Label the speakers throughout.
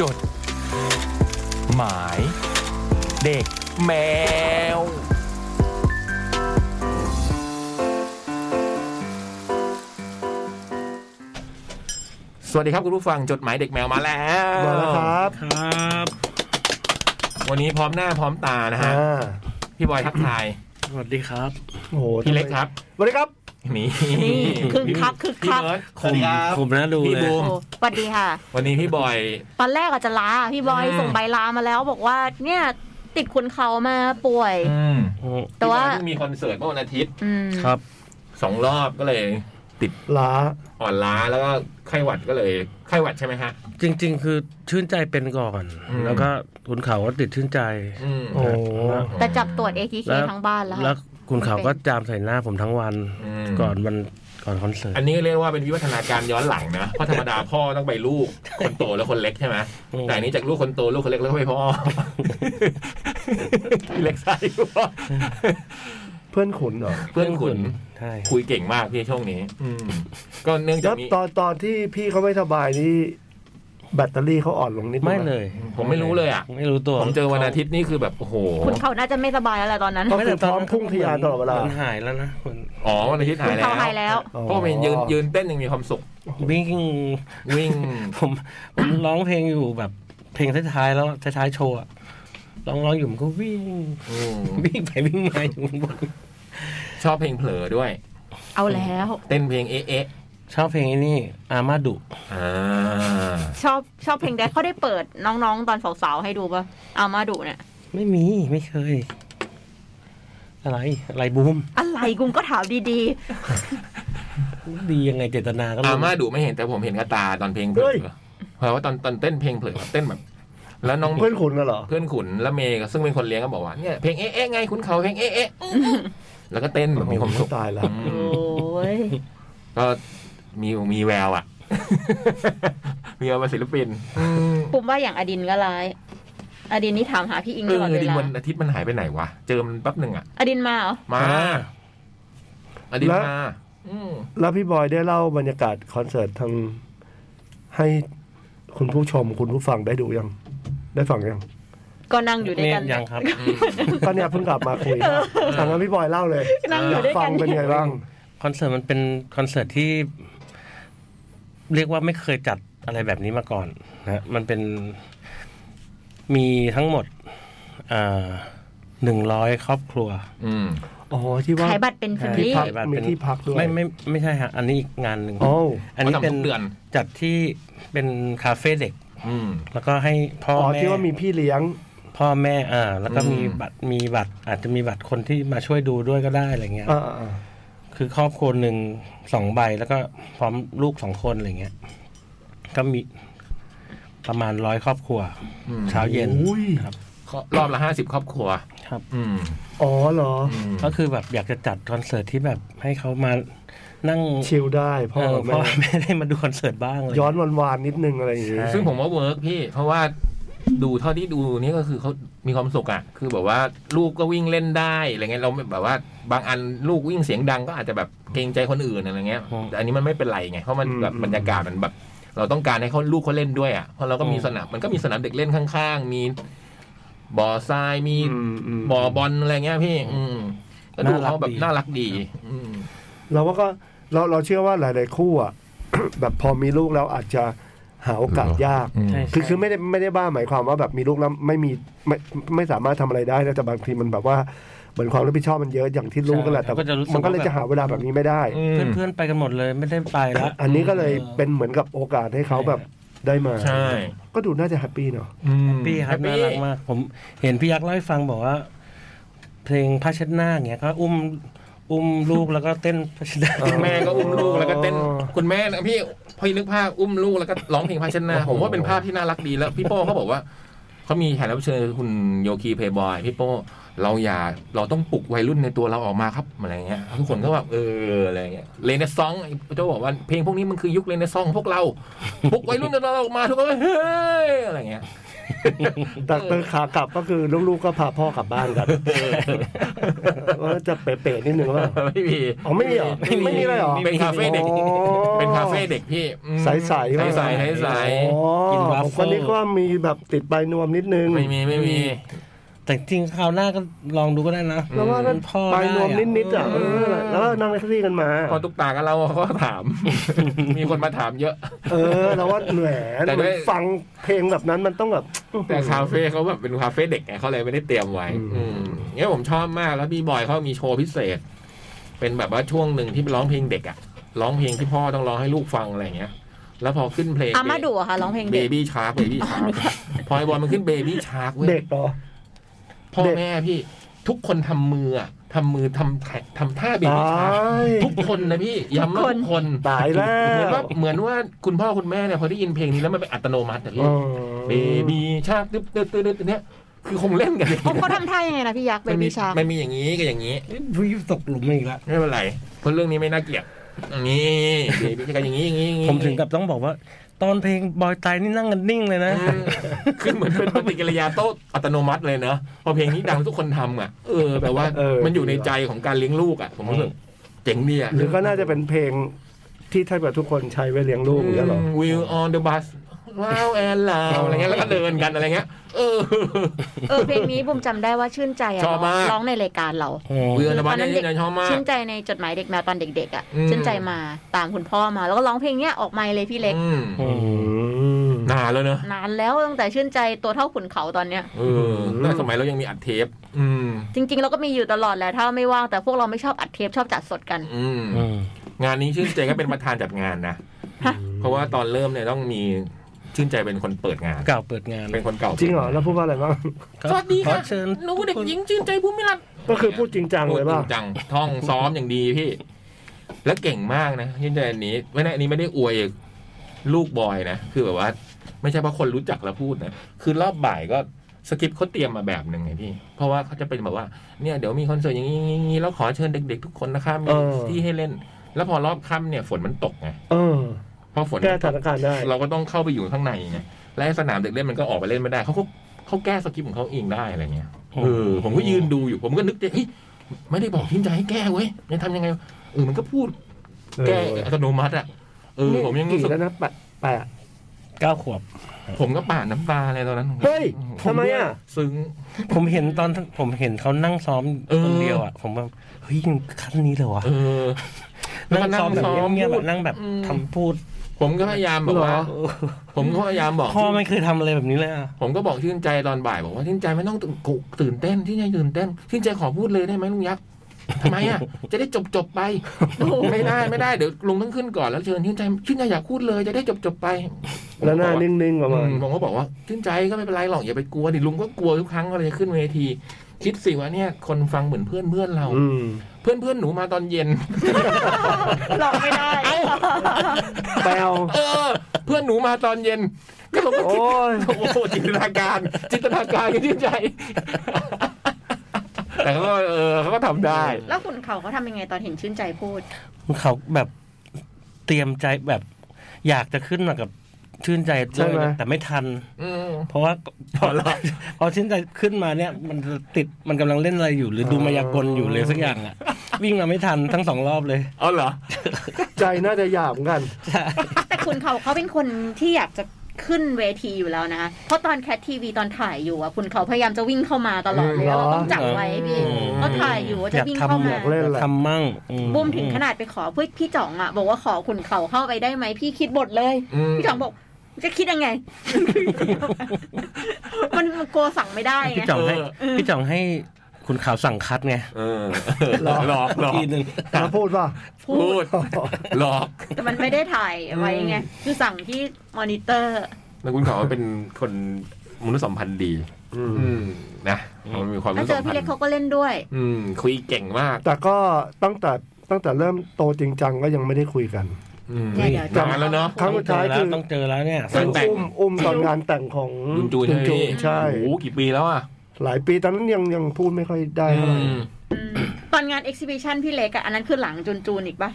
Speaker 1: จด หมาย เด็กแมว สวัสดีครับคุณผู้ฟังจดหมายเด็กแมวมาแล้ว
Speaker 2: มาแล้วครับ
Speaker 3: ครับ
Speaker 1: วันนี้พร้อมหน้าพร้อมตานะฮะ
Speaker 2: อ่า
Speaker 1: พี่บอยทักทาย
Speaker 3: สวัสดีครับ
Speaker 2: โอ้โห
Speaker 1: พี่เล็กครับ
Speaker 2: สวัสดีครับ
Speaker 1: นี่
Speaker 4: นี่คึกคักคึก
Speaker 1: พี่
Speaker 4: คัก
Speaker 1: เบิร์ด
Speaker 3: คมคมนะดู
Speaker 1: พี่
Speaker 3: เล
Speaker 1: บู
Speaker 3: ย
Speaker 1: ม
Speaker 4: โอ้สวัสดีค่ะ
Speaker 1: วันนี้พี่บอย
Speaker 4: ตอนแรกอาจจะลาพี่บอย
Speaker 1: อืม
Speaker 4: ส่งใบลามาแล้วบอกว่าเนี่ยติดคุณเขามาป่วย
Speaker 1: อืม
Speaker 4: แต่ว่า
Speaker 1: พี่บอยเพิ่งมีคอนเสิร์ตเมื่อวันอาทิตย์
Speaker 4: อืม
Speaker 3: ครับ
Speaker 1: สองรอบก็เลย
Speaker 2: หลา
Speaker 1: อ่อนล้าแล้วก็ไข้หวัดก็เลยไข้หวัดใช่ไหมฮะ
Speaker 3: จริง ๆ คือชื่นใจเป็นก่อน
Speaker 1: อืม
Speaker 3: แล้วก็ขุนเขาก็ติดชื่นใจ
Speaker 1: อืม
Speaker 2: โอ้โห
Speaker 4: แต่จับตรวจ ATK
Speaker 3: แล้ว
Speaker 4: ทั้งบ้านแล้วค่ะ
Speaker 3: แล้วขุนเขาก็จามใส่หน้าผมทั้งวัน
Speaker 1: อืม
Speaker 3: ก่อนวันก่อนคอนเสิร์ต
Speaker 1: อันนี้เรียกว่าเป็นวิวัฒนาการย้อนหลังนะเพราะธรรมดาพ่อต้องไปลูกคนโตแล้วคนเล็กใช่ไหมแต่อันนี้จากลูกคนโตลูกคนเล็กแล้วก็ไปพ่อพี่เล็กใส่
Speaker 2: เพื่อนขุนเหรอ
Speaker 1: เพื่อนขุน
Speaker 3: ใช่
Speaker 1: คุยเก่งมากพี่ช่วงนี้ อืมก็เนื่องจา
Speaker 2: แล้
Speaker 1: ก
Speaker 2: ว
Speaker 1: มี
Speaker 2: ตอนตอนที่พี่เขาไม่สบายนี่แบตเตอรี่เขาอ่อนลงนิดนึงห
Speaker 3: ไม่เลย
Speaker 1: ผมไม่รู้เลยอ่ะ
Speaker 3: ไม่รู้ตัว
Speaker 1: ผมเจอวันอาทิตย์นี่คือแบบโอ้โห
Speaker 4: คุณเขาน่าจะไม่สบายแล้วแหละตอนนั้น
Speaker 2: ก็คือพร้อมพุ่งทะยานตลอดเวลา
Speaker 3: มันหายแล้วนะคุณ
Speaker 1: อ๋อวันอาทิตย์
Speaker 4: คุ
Speaker 1: หา
Speaker 4: ณ
Speaker 1: ยแล้
Speaker 4: เขาหายว แล้ว
Speaker 1: เพราะมันยืนยืนเต้นยังมีความสุข
Speaker 3: วิ่ง
Speaker 1: วิ่ง
Speaker 3: ผมผมร้องเพลงอยู่แบบเพลงท้ายๆแล้วท้ายๆโชว์อะร้องร้องอยู่มันก็วิ่ง
Speaker 1: อืม
Speaker 3: วิ่งไปวิ่งมาอยู่บนบน
Speaker 1: ชอบเพลงเผลอด้วย
Speaker 4: เอาแล้ว
Speaker 1: เต้นเพลงเอ๊ะเอ๊ะ
Speaker 3: ชอบเพลงไอ้นี่ อามาดุ
Speaker 1: อ่า
Speaker 4: ชอบชอบเพลงแดกเขาได้เปิดน้องๆ ตอนสาวๆ ให้ดูป่ะเอามาดูเนี่ย
Speaker 3: ไม่มีไม่เคย อะไร อะไรบูม
Speaker 4: อะไรกุงก็ถามดี
Speaker 3: ดียังไงเจตนาก็
Speaker 1: อา
Speaker 3: ไรู้
Speaker 1: ม่าดูไม่เห็นแต่ผมเห็นกระตาตอนเพลงเผล
Speaker 2: เฮ้
Speaker 1: อย เพราะว่าตอนตอนเต้นเพลงเผลอเต้นแบบ แล้วน้อง
Speaker 2: เพื่อนขุนน่ะเหรอ
Speaker 1: เพื่อนขุนและเมย์ซึ่งเป็นคนเลี้ยงก็บอกว่าเนี่ยเพลงเอ๊ะเอ๊ะไงคุณเขาเพลงเอ๊ะเอ๊ะแล้วก็เต้นแบบมีความสุข
Speaker 2: ตายแล้ว
Speaker 1: อื
Speaker 4: ๆ โอ
Speaker 1: ม้
Speaker 4: ย
Speaker 1: ก็มีมีแววอ่ะ มีแววเป็นศิลปินอืม
Speaker 4: ปุ่มว่าอย่างอดินก็ร้าย อดินนี่ถามหาพี่อิง
Speaker 1: เอ
Speaker 4: ต
Speaker 1: อ
Speaker 4: ลอดเว
Speaker 1: ดิน
Speaker 4: ลา
Speaker 1: วันอาทิตย์มันหายไปไหนวะเจอมันแป๊บหนึ่งอ่ะ
Speaker 4: อดินมาเหรอ
Speaker 1: มาอดีต
Speaker 2: แล้ว
Speaker 1: มาอืม
Speaker 2: แล้วพี่บอยได้เล่าบรรยากาศคอนเสิร์ตทางให้คุณผู้ชมคุณผู้ฟังได้ดูยัง ได้ฟังยัง
Speaker 4: ก็นั่งอยู่ด้วย
Speaker 3: เนี่
Speaker 4: กั
Speaker 3: ย
Speaker 4: น
Speaker 3: ยังครับ
Speaker 1: อืม
Speaker 2: ตอนเนี้ยเพิ่งกลับมาคุยนะทางนั้นพี่บอยเล่าเลย
Speaker 4: นั่งอยู่ด้วย
Speaker 2: ฟั
Speaker 4: กั
Speaker 2: ง
Speaker 4: น
Speaker 2: เป็นไงบ้าง
Speaker 3: คอนเสิร์ตมันเป็นคอนเสิร์ตที่ เรียกว่าไม่เคยจัดอะไรแบบนี้มาก่อนนะมันเป็นมีทั้งหมดหนึ่งร้อยครอบครัว
Speaker 1: อืม
Speaker 2: อ๋อที่ว่า
Speaker 4: ขายบัตรเป็นแฟมิ
Speaker 2: ที่
Speaker 4: ลี่
Speaker 2: พัก
Speaker 3: ขายบัตร
Speaker 2: มี
Speaker 3: เป็น
Speaker 2: ที่พักด้วย
Speaker 3: ไม่ไม่ไม่ใช่ฮะ อันนี้อีกงานหนึ่ง
Speaker 2: อ๋อ
Speaker 3: อันนี้เป็น
Speaker 1: เขาทำทุกเดือน
Speaker 3: จัดที่เป็นคาเฟ่เด็ก
Speaker 1: อืม
Speaker 3: แล้วก็ให้พ่อ
Speaker 2: อ๋อ
Speaker 3: แม่
Speaker 2: ที่ว่ามีพี่เลี้ยง
Speaker 3: พ่อแม่อ่าแล้วก็
Speaker 1: อืม
Speaker 3: มีบัตรมีบัตร อาจจะมีบัตรคนที่มาช่วยดูด้วยก็ได้อะไรเงี้ย
Speaker 2: อ่าอ่า
Speaker 3: คือครอบครัวหนึ่งสองใบแล้วก็พร้อมลูกสองคนอะไรเงี้ยก็มีประมาณร้อยครอบครัว
Speaker 1: อืม
Speaker 3: เช้าเย็น
Speaker 2: อุ้ย
Speaker 3: ครับ
Speaker 1: รอบละห้าสิบครอบครัว
Speaker 3: ครับ
Speaker 1: อืม
Speaker 2: อ๋อเหรอ
Speaker 1: อืม
Speaker 3: ก็คือแบบอยากจะจัดคอนเสิร์ตที่แบบให้เขามานั่ง
Speaker 2: ชิลได้พ่
Speaker 3: พ่
Speaker 2: อ
Speaker 3: ออ
Speaker 2: แม่
Speaker 3: พ่อแม่ได้มาดูคอนเสิร์ตบ้างอะไร
Speaker 2: ย้อ
Speaker 3: เงี้
Speaker 2: นวันวานๆนิดนึงอะไรอย่างเงี้ย
Speaker 1: ซึ่งผมว่าเวิร์กพี่ เพราะว่าดูเท่าที่ดูนี่ก็คือเขามีความสุขอะคือแบบว่าลูกก็วิ่งเล่นได้อะไรเงี้ยเราแบบว่าบางอันลูกวิ่งเสียงดังก็อาจจะแบบเกรงใจคนอื่นอะไรเงี้ยแต่อันนี้มันไม่เป็นไรไงเพราะมันแบบบรรยากาศมันแบบ เราต้องการให้เขาลูกเขาเล่นด้วยอะเพราะเราก็มีสนามมันก็มีสนามเด็กเล่นข้างๆ มีบ่อทรายมี
Speaker 2: อืมม
Speaker 1: บ่อบอลอะไรเงี้ยพี่ อืมก็ดูเขาแบบน่ารักดี อืม
Speaker 2: เราว่าก็เราเราเชื่อว่าหลาย ๆ คู่อ่ะ แบบพอมีลูกแล้วอาจจะหาโอกาสยาก
Speaker 3: ใช่
Speaker 2: คือคือไม่ได้ไม่ได้บ้าหมายความว่าแบบมีลูกแล้วไม่มีไม่ไม่สามารถทำอะไรได้นะแต่บางทีมันแบบว่าเหมือนความรับผิดชอบมันเยอะอย่างที่ลูกก็แหละแต่มันก็เลยจะหาเวลาแบบนี้ไม่ได้
Speaker 3: เพื่อนเพื่อนๆไปกันหมดเลยไม่ได้ไปละ
Speaker 2: อันนี้ก็เลยเป็นเหมือนกับโอกาสให้เขาแบบได้มา
Speaker 1: ใช่
Speaker 2: ก็ดูน่าจะแฮปปี้เนาะ
Speaker 1: อืม
Speaker 3: พี่ครับ
Speaker 1: Happy
Speaker 3: น่ารักมาก ผมเห็นพี่ยักษ์เล่าให้ฟังบอกว่า เพลงผ้าเช็ดหน้าอย่างเงี้ยก็อุ้มอุ้มลูกแล้วก็เต้นผ้าเช็ดหน้า
Speaker 1: คุณ แม่ก็อุ้มลูกแล้วก็เต้น
Speaker 2: อ๋อ
Speaker 1: คุณแม่นะพี่พี่นึกภาพอุ้มลูกแล้วก็ร้องเพลงพาชนะผ
Speaker 3: โอ้โห
Speaker 1: มว่าเป็นภาพที่น่ารักดีแล้ว พี่โป้เขาบอกว่าเขามีแขกรับเชิญคุณโยคีเพย์บอยพี่โป้เราอย่าเราต้องปลุกวัยรุ่นในตัวเราออกมาครับอะไรเงี้ยทุกคนก็แบบเอออะไรเงี้ยเลนซองเจ้าบอกว่าเพลงพวกนี้มันคือยุคเลนซองพวกเราปลุกวัยรุ่นในตัวเราออกมาทุกคนก็เฮ้ยอะไรเงี้ย
Speaker 2: แต่ตอนขากลับก็คือลูกๆก็พาพ่อกลับบ้านกันว่าจะเป๋ๆนิดนึงว่า
Speaker 1: ไม่มี
Speaker 2: อ๋อไม่มีเหรอไม่มีเลยเหรอ
Speaker 1: เป็นคาเฟ่เด็ก
Speaker 2: อ๋อ
Speaker 1: เป็นคาเฟ่เด็กพี่อืม
Speaker 2: ใสๆ
Speaker 1: ใส
Speaker 2: ว่า
Speaker 1: ใสใสใส
Speaker 2: อ๋อ
Speaker 3: กินวาฟ
Speaker 2: ผม
Speaker 3: เฟิล
Speaker 2: ก็นึกว่ามีแบบติดใบนวมนิดนึง
Speaker 1: ไม่มีไม่มี
Speaker 3: แต่จริงคราวหน้าก็ลองดูก็ได้นะ
Speaker 2: แล้วว่าก็
Speaker 3: มันพ่อ
Speaker 2: ใบ
Speaker 3: ได้
Speaker 2: นวม
Speaker 3: อะ
Speaker 2: นิดๆอ่ะเออแล้วก็นั่งแท็กซี่กันมา
Speaker 1: พอตุ๊กตาก็ เราเขาก็ ถาม มีคนมาถามเยอะ
Speaker 2: เออแล้วว่าแหม
Speaker 1: แต่
Speaker 2: มัน
Speaker 1: ด้วย
Speaker 2: ฟังเพลงแบบนั้นมันต้องแบบ
Speaker 1: แต่คาเฟ่เขาแบบเป็นคาเฟ่เด็กไงเขาเลยไม่ได้เตรียมไว้
Speaker 2: อืม
Speaker 1: อืมเนี่ยผมชอบมากแล้วพี่บอยเขามีโชว์พิเศษ เป็นแบบว่าช่วงหนึ่งที่ร้องเพลงเด็กอะร้องเพลงที่พ่อต้องร้องให้ลูกฟังอะไรอย่างเงี้ย แล้วพอขึ้นเพลง
Speaker 4: อามาดูอะค่ะร้องเพลง
Speaker 1: เบ
Speaker 4: เด็ก
Speaker 1: บี้ชาร์กเบบี้ ชาร์กพอยบอยมันขึ้นเบบี้ชาร์กเว้ย
Speaker 2: เด็กเหรอ
Speaker 1: พ่อ
Speaker 2: เด็ก
Speaker 1: แม่พี่ ทุกคนทำมืออะทำมือทำแขกทำท่าเบ
Speaker 2: ต
Speaker 1: บี้ชา
Speaker 2: า
Speaker 1: ร์ก
Speaker 2: ย
Speaker 1: ทุกคนนะพี่ย้ำว่าทุกคน
Speaker 2: ตายแล้
Speaker 1: เหมือน
Speaker 2: ว
Speaker 1: ว่าเหมือนว่าคุณพ่อคุณแม่เนี่ยพอได้ยินเพลงนี้แล้วมันเป็นอัตโนมัติอะ
Speaker 2: เอ
Speaker 1: พี่
Speaker 2: อ
Speaker 1: เบบีชาร์กตึ๊ดตึ๊ดตึ๊ดตึ๊ดเนี่ยคือคงเล่นกัน
Speaker 4: เขาเขาทำท่ายังไงนะพี่ยักษ์เบ
Speaker 1: มันมี
Speaker 4: บี้ชาร์ก
Speaker 1: มันมีอย่างนี้กับอย่างนี้
Speaker 3: พี่ตกหลุมอีกแล้ว
Speaker 1: ไม่เป็นไรเพราะเรื่องนี้ไม่น่าเกลียดนี่เบบี้ชาร์กอย่างนี้อย่างนี้อย่า
Speaker 3: ผมถึงกับต้องบอกว่า ตอนเพลงบอยตายนี่นั่งกันนิ่งเลยนะ
Speaker 1: อืมคือเหมือนเป็นปฏิกิริยาโต้อัตโนมัติเลยเนอะพอเพลงนี้ดังทุกคนทำอ่ะเออแปลว่ามันอยู่ในใจของการเลี้ยงลูกอ่ะผมรู้สึกเจ๋งดีอ่ะ
Speaker 2: หรือก็น่าจะเป็นเพลงที่ท่านแบบทุกคนใช้ไว้เลี้ยงลูกอย่างเงี้ยเหรอ
Speaker 1: วิวออนเดอะบัสว้าวแอนลาวอะไรเงี้ยแล้วก็เดินกันอะไรเงี้ยเออ
Speaker 4: เออเพลงนี้บุมจำได้ว่าชื่นใจอะ
Speaker 1: ชอบมาก
Speaker 4: ร้องในรายการเรา
Speaker 1: วิวออนเดอะบัสเนี่ยเนี่ยชอบมาก
Speaker 4: ชื่นใจในจดหมายเด็กแมวตอนเด็กๆอ่ะ
Speaker 1: อืม
Speaker 4: ชื่นใจมาตามคุณพ่อมา แล้วก็ร้องเพลงเนี้ยออกไมค์เลยพี่เล็ก
Speaker 1: อืม
Speaker 2: อืม
Speaker 1: นานแล้วเนอะ
Speaker 4: นานแล้วตั้งแต่ชื่นใจตัวเท่าขุนเขาตอนเนี้ย
Speaker 1: เออแต่สมัยเรายังมีอัดเทป อืม
Speaker 4: จริง ๆ เราก็มีอยู่ตลอดแหละถ้าไม่ว่างแต่พวกเราไม่ชอบอัดเทปชอบจัดสดกัน
Speaker 1: อืม งานนี้ชื่นใจก็เป็นประธานจัดงานนะ
Speaker 4: ฮะ
Speaker 1: เพราะว่าตอนเริ่มเนี่ยต้องมีชื่นใจเป็นคนเปิดงาน
Speaker 3: เก่าเปิดงาน
Speaker 1: เป็นคนเก่า
Speaker 2: จริงเหรอแล้วพูดว่าอะไรบ้าง
Speaker 3: ก็
Speaker 1: สวัสดี
Speaker 3: ขอ
Speaker 1: ค่ะ
Speaker 3: เชิญ
Speaker 1: หนูเด็กหญิงชื่นใจภูมิรัตน์
Speaker 2: ก็คือพูดจริงจัง
Speaker 1: พูด
Speaker 2: เลย
Speaker 1: จ
Speaker 2: ป่ะ
Speaker 1: ริงจังท่อง ซ้อมอย่างดีพี่ แล้วเก่งมากนะชื่นใจอันนี้ไม่ได้อันนี้ไม่ได้อวยลูกบอยนะ คือแบบว่า ไม่ใช่เพราะคนรู้จักแล้วพูดนะ คือรอบบ่ายก็สคริปต์เขาเตรียมมาแบบหนึ่งไงพี่ เพราะว่าเขาจะเป็นแบบว่าเนี่ยเดี๋ยวมีคอนเสิร์ตอย่างนี้อย่างนี้อย่างนี้แล้วขอเชิญเด็ก ๆ ทุกคนนะคะมีที่ให้เล่น แล้วพอรอบค่ำเนี่ยฝนมันตกไง
Speaker 2: เออ
Speaker 1: พอฝนมัน
Speaker 2: แก้
Speaker 1: ตก
Speaker 2: สถานการณ์ได้
Speaker 1: เราก็ต้องเข้าไปอยู่ข้างในไง และสนามเด็กเล่นมันก็ออกไปเล่นไม่ได้ เขาก็เขาแก้สคริปต์ของเขาเองได้อะไรเงี้ย เออ ผมก็ยืนดูอยู่ ผมก็นึกใจเฮ้ยไม่ได้บอกทิ้งใจให้แก้เว้ยจะทำยังไง เออ มันก็พูดแก้อัตโนมัติอ่ะ เออ ผมยังรู้
Speaker 2: กี่
Speaker 1: สึก
Speaker 2: แล้วนะแปดแปด
Speaker 3: เก้าขวบ
Speaker 1: ผมก็ปาดน้ำตาเลยตอนนั้น
Speaker 2: เฮ้ย
Speaker 1: ผ
Speaker 2: ทำไมอะ
Speaker 1: ซึ้ง
Speaker 3: ผมเห็นตอนผมเห็นเขานั่งซ้อม
Speaker 1: เออ
Speaker 3: คนเดียวอ่ะ ผมแบบเฮ้ยขั้นนี้เลยวะ
Speaker 1: เออ แล้วก็
Speaker 3: นั่งซ้อมแบบ
Speaker 1: นั่งซ้อม
Speaker 3: เงียบๆ
Speaker 1: พู
Speaker 3: แบ
Speaker 1: ด
Speaker 3: บนั่งแบบ
Speaker 1: อืม
Speaker 3: ทำพูด
Speaker 1: ผมก็พยายามแบบว่า
Speaker 2: เหรอ
Speaker 1: ผมก็พยายามบอก
Speaker 3: พ่อไม่เคยทำอะไรแบบนี้เลยอ่ะ
Speaker 1: ผมก็บอกชื่นใจตอนบ่ายบอกว่าชื่นใจไม่ต้องตื่นกุตื่นเต้นชื่นใจตื่นเต้นชื่นใจขอพูดเลยได้ไหมลุงยักษ์ทำไมอ่ะ จะได้จบจบๆไป ไม่ได้ไม่ได้เดี๋ยวลุงต้องขึ้นก่อนแล้วเชิญชื่นใจชื่นใจอยากพูดเลยจะได้จบจบๆไป
Speaker 2: แล้วหน้านิ่งๆประมาณ
Speaker 1: ผมก็บอกว่าชื่นใจก็ไม่เป็นไรหรอกอย่าไปกลัวดิลุงก็กลัวทุกครั้งก็เลยจะขึ้นเวที คิดสิว่าเนี่ยคนฟังเหมือนเพื่อนเพื่อนๆเรา
Speaker 2: อืม
Speaker 1: เพื่อนเพื่อนๆหนูมาตอนเย็น
Speaker 4: หลอกไม่ได้
Speaker 2: แปลว
Speaker 1: เออ เพื่อนหนูมาตอนเย็น ก็ผมก็คิด
Speaker 2: โอ้ย
Speaker 1: โอ้โหจินตนาการ จินตนาการกันชื่นใจ แต่ก็เออเขาก็ทำได้
Speaker 4: แล้วขุนเขาเขาทำยังไงตอนเห็นชื่นใจพูด
Speaker 3: เขาแบบเตรียมใจแบบ อยากจะขึ้นมากับชื่นใจด้วย
Speaker 2: ใช่ไหม
Speaker 3: แต่ไม่ทัน
Speaker 1: อืม
Speaker 3: เพราะว่าพอ
Speaker 1: พอแล้ว
Speaker 3: พอชื่นใจขึ้นมาเนี่ย มันติดมันกำลังเล่นอะไรอยู่ หรือดูมายากลอยู่เลยสักอย่าง อ่ะ วิ่งมาไม่ทันทั้งสองรอบเลย
Speaker 1: เอาเหรอ
Speaker 2: ใจน่าจะหยาบเหมือนกัน
Speaker 3: ใช่
Speaker 4: แต่ขุนเขาเขาเป็นคนที่อยากจะขึ้นเวทีอยู่แล้วนะคะเพราะตอนแคททีวีตอนถ่ายอยู่อะขุนเขาพยายามจะวิ่งเข้ามาตลอดเลย
Speaker 2: เหรอ
Speaker 4: เราต้องจับไว้พี่
Speaker 1: อืม
Speaker 4: เขาถ่ายอยู่ว่า
Speaker 3: อ
Speaker 4: จะ
Speaker 3: ยาก
Speaker 4: วิ่ง
Speaker 3: ทำ
Speaker 4: เข้ามาย
Speaker 3: อาก
Speaker 2: เล่น
Speaker 3: เล่น
Speaker 2: แหละ
Speaker 3: ทำมั่งอื
Speaker 4: บุมถึงขนาดไปขอเพื่อพี่จ่องอะบอกว่าขอขุนเขาเข้าไปได้ไหมพี่คิดบทเลย
Speaker 1: อืม
Speaker 4: พี่จ่องบอกจะคิดยังไง มันมันกลัวสั่งไม่ได้ไง
Speaker 3: พี่จ่องให้พี่จ่องให้คุณข่าวสั่งคัดไง
Speaker 1: เออหลอกหลอกหลอก
Speaker 3: ทีหนึ่ง
Speaker 2: แล้วพูดป่ะ
Speaker 4: พู
Speaker 1: พู
Speaker 4: ด
Speaker 1: ดหลอก
Speaker 4: แต่มันไม่ได้ถ่ายไว้ไงคือสั่งที่มอนิเตอร์
Speaker 1: แล้วคุณเขาเป็นคนมนุษยสัมพันธ์ดี อืมนะมันมีความม
Speaker 4: ถ้า
Speaker 1: นุษย
Speaker 4: เจ
Speaker 1: สั
Speaker 4: อ
Speaker 1: มพัน
Speaker 4: พี่เล็ก
Speaker 1: ธ์
Speaker 4: เขาก็เล่นด้วย
Speaker 1: อืม คุยเก่งมาก
Speaker 2: แต่ก็ตั้งแต่ตั้งแต่เริ่มโตจริงจังก็ยังไม่ได้คุยกัน
Speaker 1: อืม
Speaker 4: เนี่ยเดี๋ยว
Speaker 1: นานแล้วเนาะ
Speaker 2: ครั้งสุดท้ายคือ
Speaker 3: ต้องเจอแล้วเนี่ย
Speaker 1: งานแต่ง
Speaker 2: อุ้มอุ้มตอนงานแต่งของ
Speaker 1: คุณจูนใช่ไหมพี่
Speaker 2: ใช่
Speaker 1: โอ้โหกี่ปีแล้วอ่ะ
Speaker 2: หลายปีตอนนั้นยังยังพูดไม่ค่อยได้เท่าไหร่
Speaker 1: อืม
Speaker 4: อืมตอนงานเอ็กซิบิชันพี่เล็กอะอันนั้นคือหลังจูนจูนอีกปะ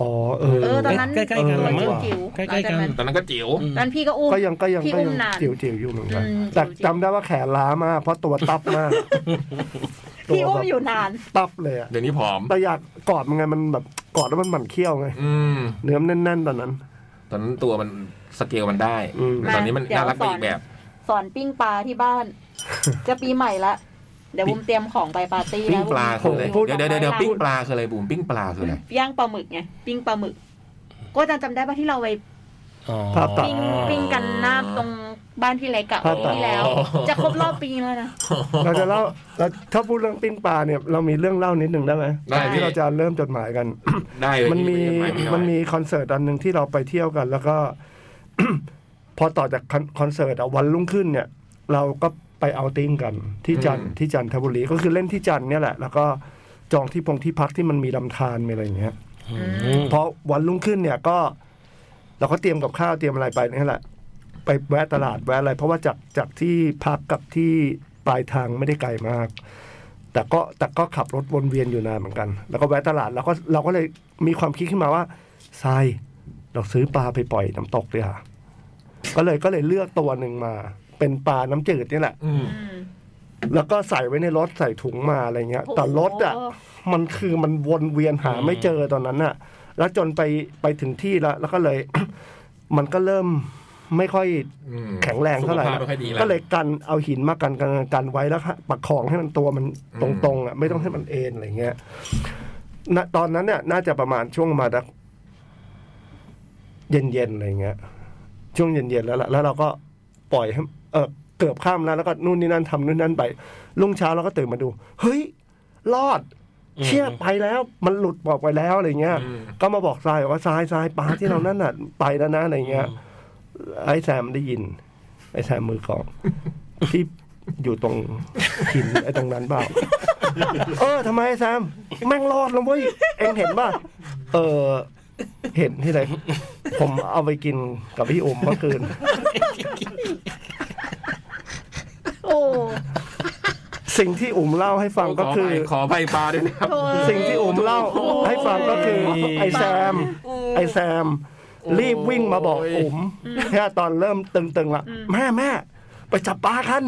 Speaker 2: อ๋อเออ
Speaker 4: เออตอนนั้น
Speaker 3: ใกล้ๆกันละมั้ง
Speaker 2: เออ
Speaker 4: จิ๋วๆ
Speaker 3: ใกล้ๆ
Speaker 4: หลังจากนั้น
Speaker 1: ตอนนั้นก็จิ๋ว
Speaker 4: ตอนนั้นพี่ก็อุ้ม
Speaker 2: ก็ยังก็ยัง
Speaker 4: พี่
Speaker 2: ก็
Speaker 4: อุ้
Speaker 2: ยั
Speaker 4: ม
Speaker 2: ง
Speaker 4: นาน
Speaker 2: จิ๋วจิ๋วอยู่เหมือนกัน
Speaker 4: อืม
Speaker 2: แต่
Speaker 4: จิ๋วๆ
Speaker 2: จำได้ว่าแขนล้ามากเพราะตัวตับ มาก
Speaker 4: พี่อุ้ม
Speaker 2: แบบ
Speaker 4: อยู่นาน
Speaker 2: ตับเลยอะ
Speaker 1: เดี๋ยวนี้ผอม
Speaker 2: แต่อยากกอดมันไงมันแบบกอดแล้วมันหมั่นเคี้ยวไง
Speaker 1: อืม
Speaker 2: เนื้อมันแน่นๆตอนนั้น
Speaker 1: ตอนนั้นตัวมันสเกลมันได้
Speaker 2: อืม
Speaker 1: ตอนนี้มัน
Speaker 4: เดี๋ยว
Speaker 1: น่ารักไป
Speaker 4: สอน
Speaker 1: อีกแบบ
Speaker 4: สอนปิ้งปลาที่บ้าน จะปีใหม่ละเดี๋ยวบุมเตรียมของไปปาร์ตี้
Speaker 1: ปิ้ง
Speaker 4: นะ
Speaker 1: ปลาคืออะไร
Speaker 2: พูด
Speaker 1: เดี๋ยวเดี๋ยวเดี๋ยวปิ้งปลาคืออะไรบูมปิ้งปลาคืออะไร
Speaker 4: ย่างปลาหมึกไงปิ้งปลาหมึก ก็จำจำได้ป่ะที่เราไป
Speaker 3: อ๋อ
Speaker 2: ภาพตัด
Speaker 4: ปิ้งปิ้งกันหน้าตรงบ้านพี่เล็กอะ
Speaker 2: ภาพตัด
Speaker 4: ที่แล้ว จะครบรอบปีแล้วนะ
Speaker 2: เราจะเล่าเราถ้าพูดเรื่องปิ้งปลาเนี่ยเรามีเรื่องเล่านิดหนึ่งได้ไหม
Speaker 1: ได้พี่
Speaker 2: ที่เราจะเริ่มจดหมายกัน
Speaker 1: ได้เลย
Speaker 2: มันมี
Speaker 1: พี่ไได้
Speaker 2: มันมีคอนเสิร์ตอันหนึ่งที่เราไปเที่ยวกัน แล้วก็ พอต่อจากคอนคอนเสิร์ตอะวันรุ่งขึ้นเนี่ย เราก็ไปเอาท์ติ้งกัน ที่จันทร์ที่จันทบุรีก็คือเล่นที่จันทร์เนี่ยแหละ แล้วก็จองที่พงที่พักที่มันมีลำธารมีอะไรอย่างเงี้ย
Speaker 3: อืม
Speaker 2: พอวันรุ่งขึ้นเนี่ยก็ เราก็เตรียมกับข้าวเตรียมอะไรไปนี่แหละ ไปแวะตลาดแวะอะไร เพราะว่าจากจากที่พักกับที่ปลายทางไม่ได้ไกลมาก แต่ก็แต่ก็ขับรถวนเวียนอยู่นานเหมือนกัน แล้วก็แวะตลาดเราก็เราก็เลยมีความคิดขึ้นมาว่าทรายเราซื้อปลาไปปล่อยน้ำตกดีค่ะก็เลยก็เลยเลือกตัวหนึ่งมา เป็นปลาน้ำจืดนี่แหละ
Speaker 1: อืม
Speaker 2: แล้วก็ใส่ไว้ในรถใส่ถุงมาอะไรเงี้ย
Speaker 4: โอ้โห
Speaker 2: แต่รถอ่ะ มันคือมันวนเวียนหาไม่เจอตอนนั้นอ่ะ แล้วจนไปไปถึงที่แล้ว แล้วก็เลย มันก็เริ่มไม่ค่อย
Speaker 1: อืม
Speaker 2: แข็งแรงเท่าไหร่
Speaker 1: สุขภพม่ค่อยดีแว
Speaker 2: ก็เลยกันเอาหินมากันกันกันไว้แล้วก็ปักของให้มันตัวมัน
Speaker 1: อื
Speaker 2: ต
Speaker 1: ม
Speaker 2: รงๆอ่ะไม่ต้องให้มันเอ็นอะไรเงี้ยณตอนนั้นเนี่ยน่าจะประมาณช่วงมาดักเย็นๆอะไรเงี้ย ช่วงเย็นๆแล้วล่ะแล้วเราก็ปล่อยให้เออเกือบข้ามแล้วแล้วก็นู่นนี่นั่นทำนู่นนั่นไปรุ่งเช้าเราก็ตื่นมาดู เฮ้ย รอด เชี่ยไปแล้วมันหลุดบอกไปแล้วอะไรเงี้ย
Speaker 1: อืม
Speaker 2: ก็มาบอกทรายว่าทรายทรายปลาที่เรานั่นน่ะ ไปแล้วนะอะไรเงี้ย ไอ้แซมได้ยิน ไอ้แซมมือกลอง ที่อยู่ตรงหินไอ้ตรงนั้นเปล่าเออทำไมไอ้แซมแม่งรอดแล้วเว้ยเองเห็นป่ะเออ เห็นที่ไหนผมเอาไปกินกับพี่อมเมื่อคืน
Speaker 4: โอ้
Speaker 2: สิ่งที่อุ๋มเล่าให้ฟังก็คือ
Speaker 1: ขอไปปลาด้วยนะครับ
Speaker 4: โธ่
Speaker 2: สิ่งที่อุ๋มเล่าให้ฟังก็คือไอ้แซม ไอ้แซม รีบวิ่งมาบอกอุ๋มแค่ตอนเริ่มตึงๆละแม่แม่ไปจับปลากัน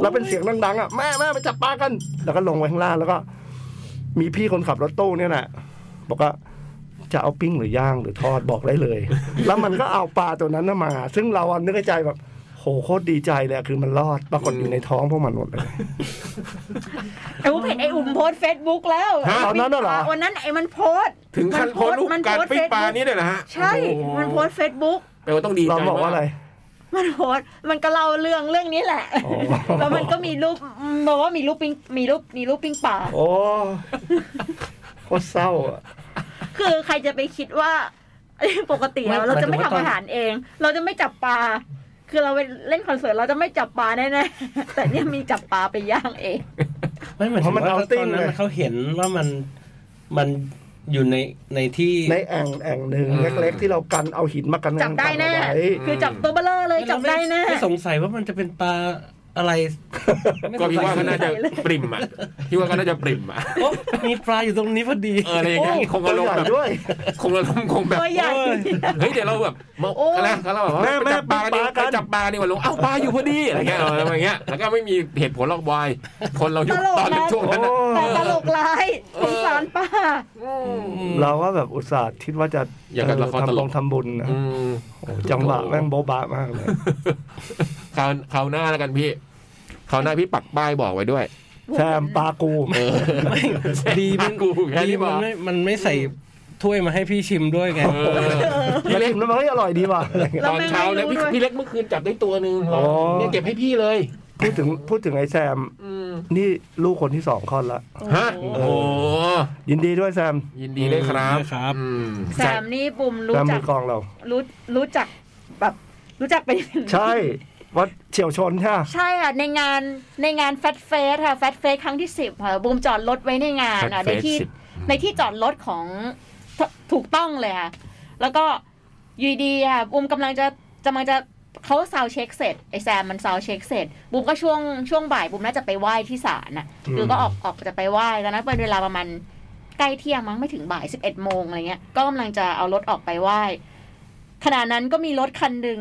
Speaker 2: แล้วเป็นเสียงดังๆอ่ะแม่แม่ไปจับปลากัน แล้วก็ลงไปข้างล่างแล้วก็ มีพี่คนขับรถตู้เนี่ยแหละบอกว่าจะเอาปิ้งหรือย่างหรือทอดบอกได้เลย แล้วมันก็เอาปลาตัวนั้นน่ะมา ซึ่งเราอ่ะนึกในใจแบบ โหโคตรดีใจเลยอะคือมันรอดปรากฏอยู่ในท้องพวกมันหมดเลย
Speaker 4: ไอ้อุ้มเห็นไอ้อุ้มโพสเฟซบุ๊กแล้ว
Speaker 1: ฮะ
Speaker 2: ตอนนั้นน่ะเหรอ
Speaker 4: วันนั้นไอ้มันโพส
Speaker 1: ถึงขั้นโพสต์รูป
Speaker 4: มัน
Speaker 1: การ
Speaker 4: โพสต์
Speaker 1: ปิ้งปลา
Speaker 4: เฟซบุ๊ก
Speaker 1: นี้เลยนะฮะ
Speaker 4: ใช่
Speaker 1: โอ้โห
Speaker 4: มันโพสเฟซบุ๊ก
Speaker 1: แปลว่าต้องดีใจ
Speaker 2: เราบอกว่าอะไร
Speaker 4: มันโพสต์มันก็เล่าเรื่องเรื่องนี้แหละ
Speaker 2: โอ้
Speaker 4: แล้วมันก็มีรูปบอกว่ามีรูปปิงมีรูปมีรูปปิงป่า
Speaker 2: โอ้โคตรเศร้าอะ
Speaker 4: คือใครจะไปคิดว่า ปกติแล้ว
Speaker 3: ไม่
Speaker 4: เราจะไม่
Speaker 3: หมาย
Speaker 4: ทำ
Speaker 3: ถึงว่าตอน
Speaker 4: อาหารเอง เราจะไม่จับปลา คือเราไปเล่นคอนเสิร์ตเราจะไม่จับปลาแน่ๆ แต่เนี่ยมีจับปลาไปย่างเอง
Speaker 3: ไม่เหมือน
Speaker 2: เพราะมัน
Speaker 3: ว่า
Speaker 2: เอาติ้
Speaker 3: ต
Speaker 2: ง
Speaker 3: อนนั้
Speaker 2: ไง
Speaker 3: นเขาเห็นว่ามันมันอยู่ในในที่
Speaker 2: ในแอ่งแอ่งหนึ่งเล็กๆ ที่เรากันเอาหินมากัน
Speaker 4: จับได้แน่
Speaker 2: กัเอาว้
Speaker 4: คือจับตัวเบลเลอร์เลยจับได้แน่
Speaker 3: ไม่สงสัยว่ามันจะเป็นปลาอะไร
Speaker 1: ก็พี่ว่าก็น่าจะ
Speaker 4: ไม่สงสัยเลย
Speaker 1: ปริ่มอ่ะพี่ว่าก็น่าจะปริ่มอ่ะ
Speaker 3: โอ๊ะมีปลาอยู่ตรงนี้พอดี
Speaker 1: เอออะไรอย่างเงี้ยคง
Speaker 2: ตั
Speaker 1: อาว รม
Speaker 2: ให
Speaker 1: ณ์
Speaker 2: ญ่
Speaker 1: แบบ
Speaker 2: ด้วย
Speaker 1: คงอารมณ์คงแบบ
Speaker 4: ตัวใหญ่
Speaker 3: โอ้ย
Speaker 1: เฮ้ยเดี๋ยวเราแบบมา
Speaker 4: โอ้ย
Speaker 1: นะแล้วเราแบบว่า
Speaker 2: แม่แม่
Speaker 1: ไปจับปลาดิ
Speaker 2: ปลากัน
Speaker 1: ไปจับปลาดีกว่าลงเอ้าปลาอยู่พอดีอะไรเงี้ยเอออะไรอย่างเงี้ยแล้วก็ไม่มีเหตุผลหรอกบอยคนเรายุค
Speaker 4: ตลก
Speaker 1: ตอน
Speaker 4: นะ
Speaker 1: ช่วงนั้นน่ะ
Speaker 4: แต่ตลกร้ายสงสารป้า
Speaker 2: เราก็แบบอุตส่าห์คิดว่าจะ
Speaker 1: อย่างกับละครตล
Speaker 2: ทำ
Speaker 1: ก
Speaker 2: ลงทำบุญนะ
Speaker 1: อืม
Speaker 2: โอ้จังหวะแม่งโบ๊ะบะมากเลย
Speaker 1: คราวคราวหน้าแล้วกันพี่คราวหน้าพี่ปักป้ายบอกไว้ด้วย
Speaker 2: แซมปลากู
Speaker 1: เออ
Speaker 3: ไม่ดีมัน
Speaker 1: กูแค่นี้
Speaker 3: ดี
Speaker 1: พ
Speaker 3: มั
Speaker 1: อ
Speaker 3: นไม่มันไม่ใส่ถ้วยมาให้พี่ชิมด้วยไง
Speaker 1: เออ
Speaker 2: พี่เล็กแล้วมันเฮ้ยอร่อยดี ว่ะอะไรเงี้ย
Speaker 1: ตอนเช้าเนี่ยพี่
Speaker 4: แล้วไม่รู้ด้วย
Speaker 1: พี่เล็กเมื่อคืนจับได้ตัวหนึ่ง
Speaker 2: อ๋อ
Speaker 1: เนี่ยเก็บให้พี่เลย
Speaker 2: พูดถึงพูดถึงไอ้แซม
Speaker 1: อืม
Speaker 2: นี่ลูกคนที่สองคลอดละ
Speaker 1: ฮะ
Speaker 4: โอ้โห
Speaker 1: โอ้โห
Speaker 2: ยินดีด้วยแซม
Speaker 1: ยินดีด้วยครับ
Speaker 3: ยินดีด้วยครับ
Speaker 1: อืม
Speaker 4: แซมนี่ปุ่ม
Speaker 2: แซ
Speaker 4: รู้
Speaker 2: ม
Speaker 4: จั
Speaker 2: มื
Speaker 4: ก
Speaker 2: อกลองเรา
Speaker 4: รู้รู้จักแบบรู้จักไป
Speaker 2: ใช่วัดเฉียวชนใช่ปะ
Speaker 4: ใช่ค่ะในงานในงานแฟตเฟสค่ะแฟตเฟสครั้งที่สิบค่ะบูมจอดรถไว้ในงานอ่ะในที่ในที่จอดรถของถถูกต้องเลยค่ะแล้วก็อยูดีๆค่ะบูมกำลังจะกำลังจะเขาซาวเช็คเสร็จไอแซมมันซาวเช็คเสร็จบูมก็ช่วงช่วงบ่ายบูมน่าจะไปไหว้ที่ศาลน่ะ
Speaker 2: อืม
Speaker 4: คือก็ออกออกจะไปไหว้ตอนนั้นเป็นเวลาประมาณ ใกล้เที่ยงมั้งไม่ถึงบ่ายสิบเอ็ดโมงอะไรเงี้ย ก็กำลังจะเอารถออกไปไหว้ขณะนั้นก็มีรถคันหนึ่ง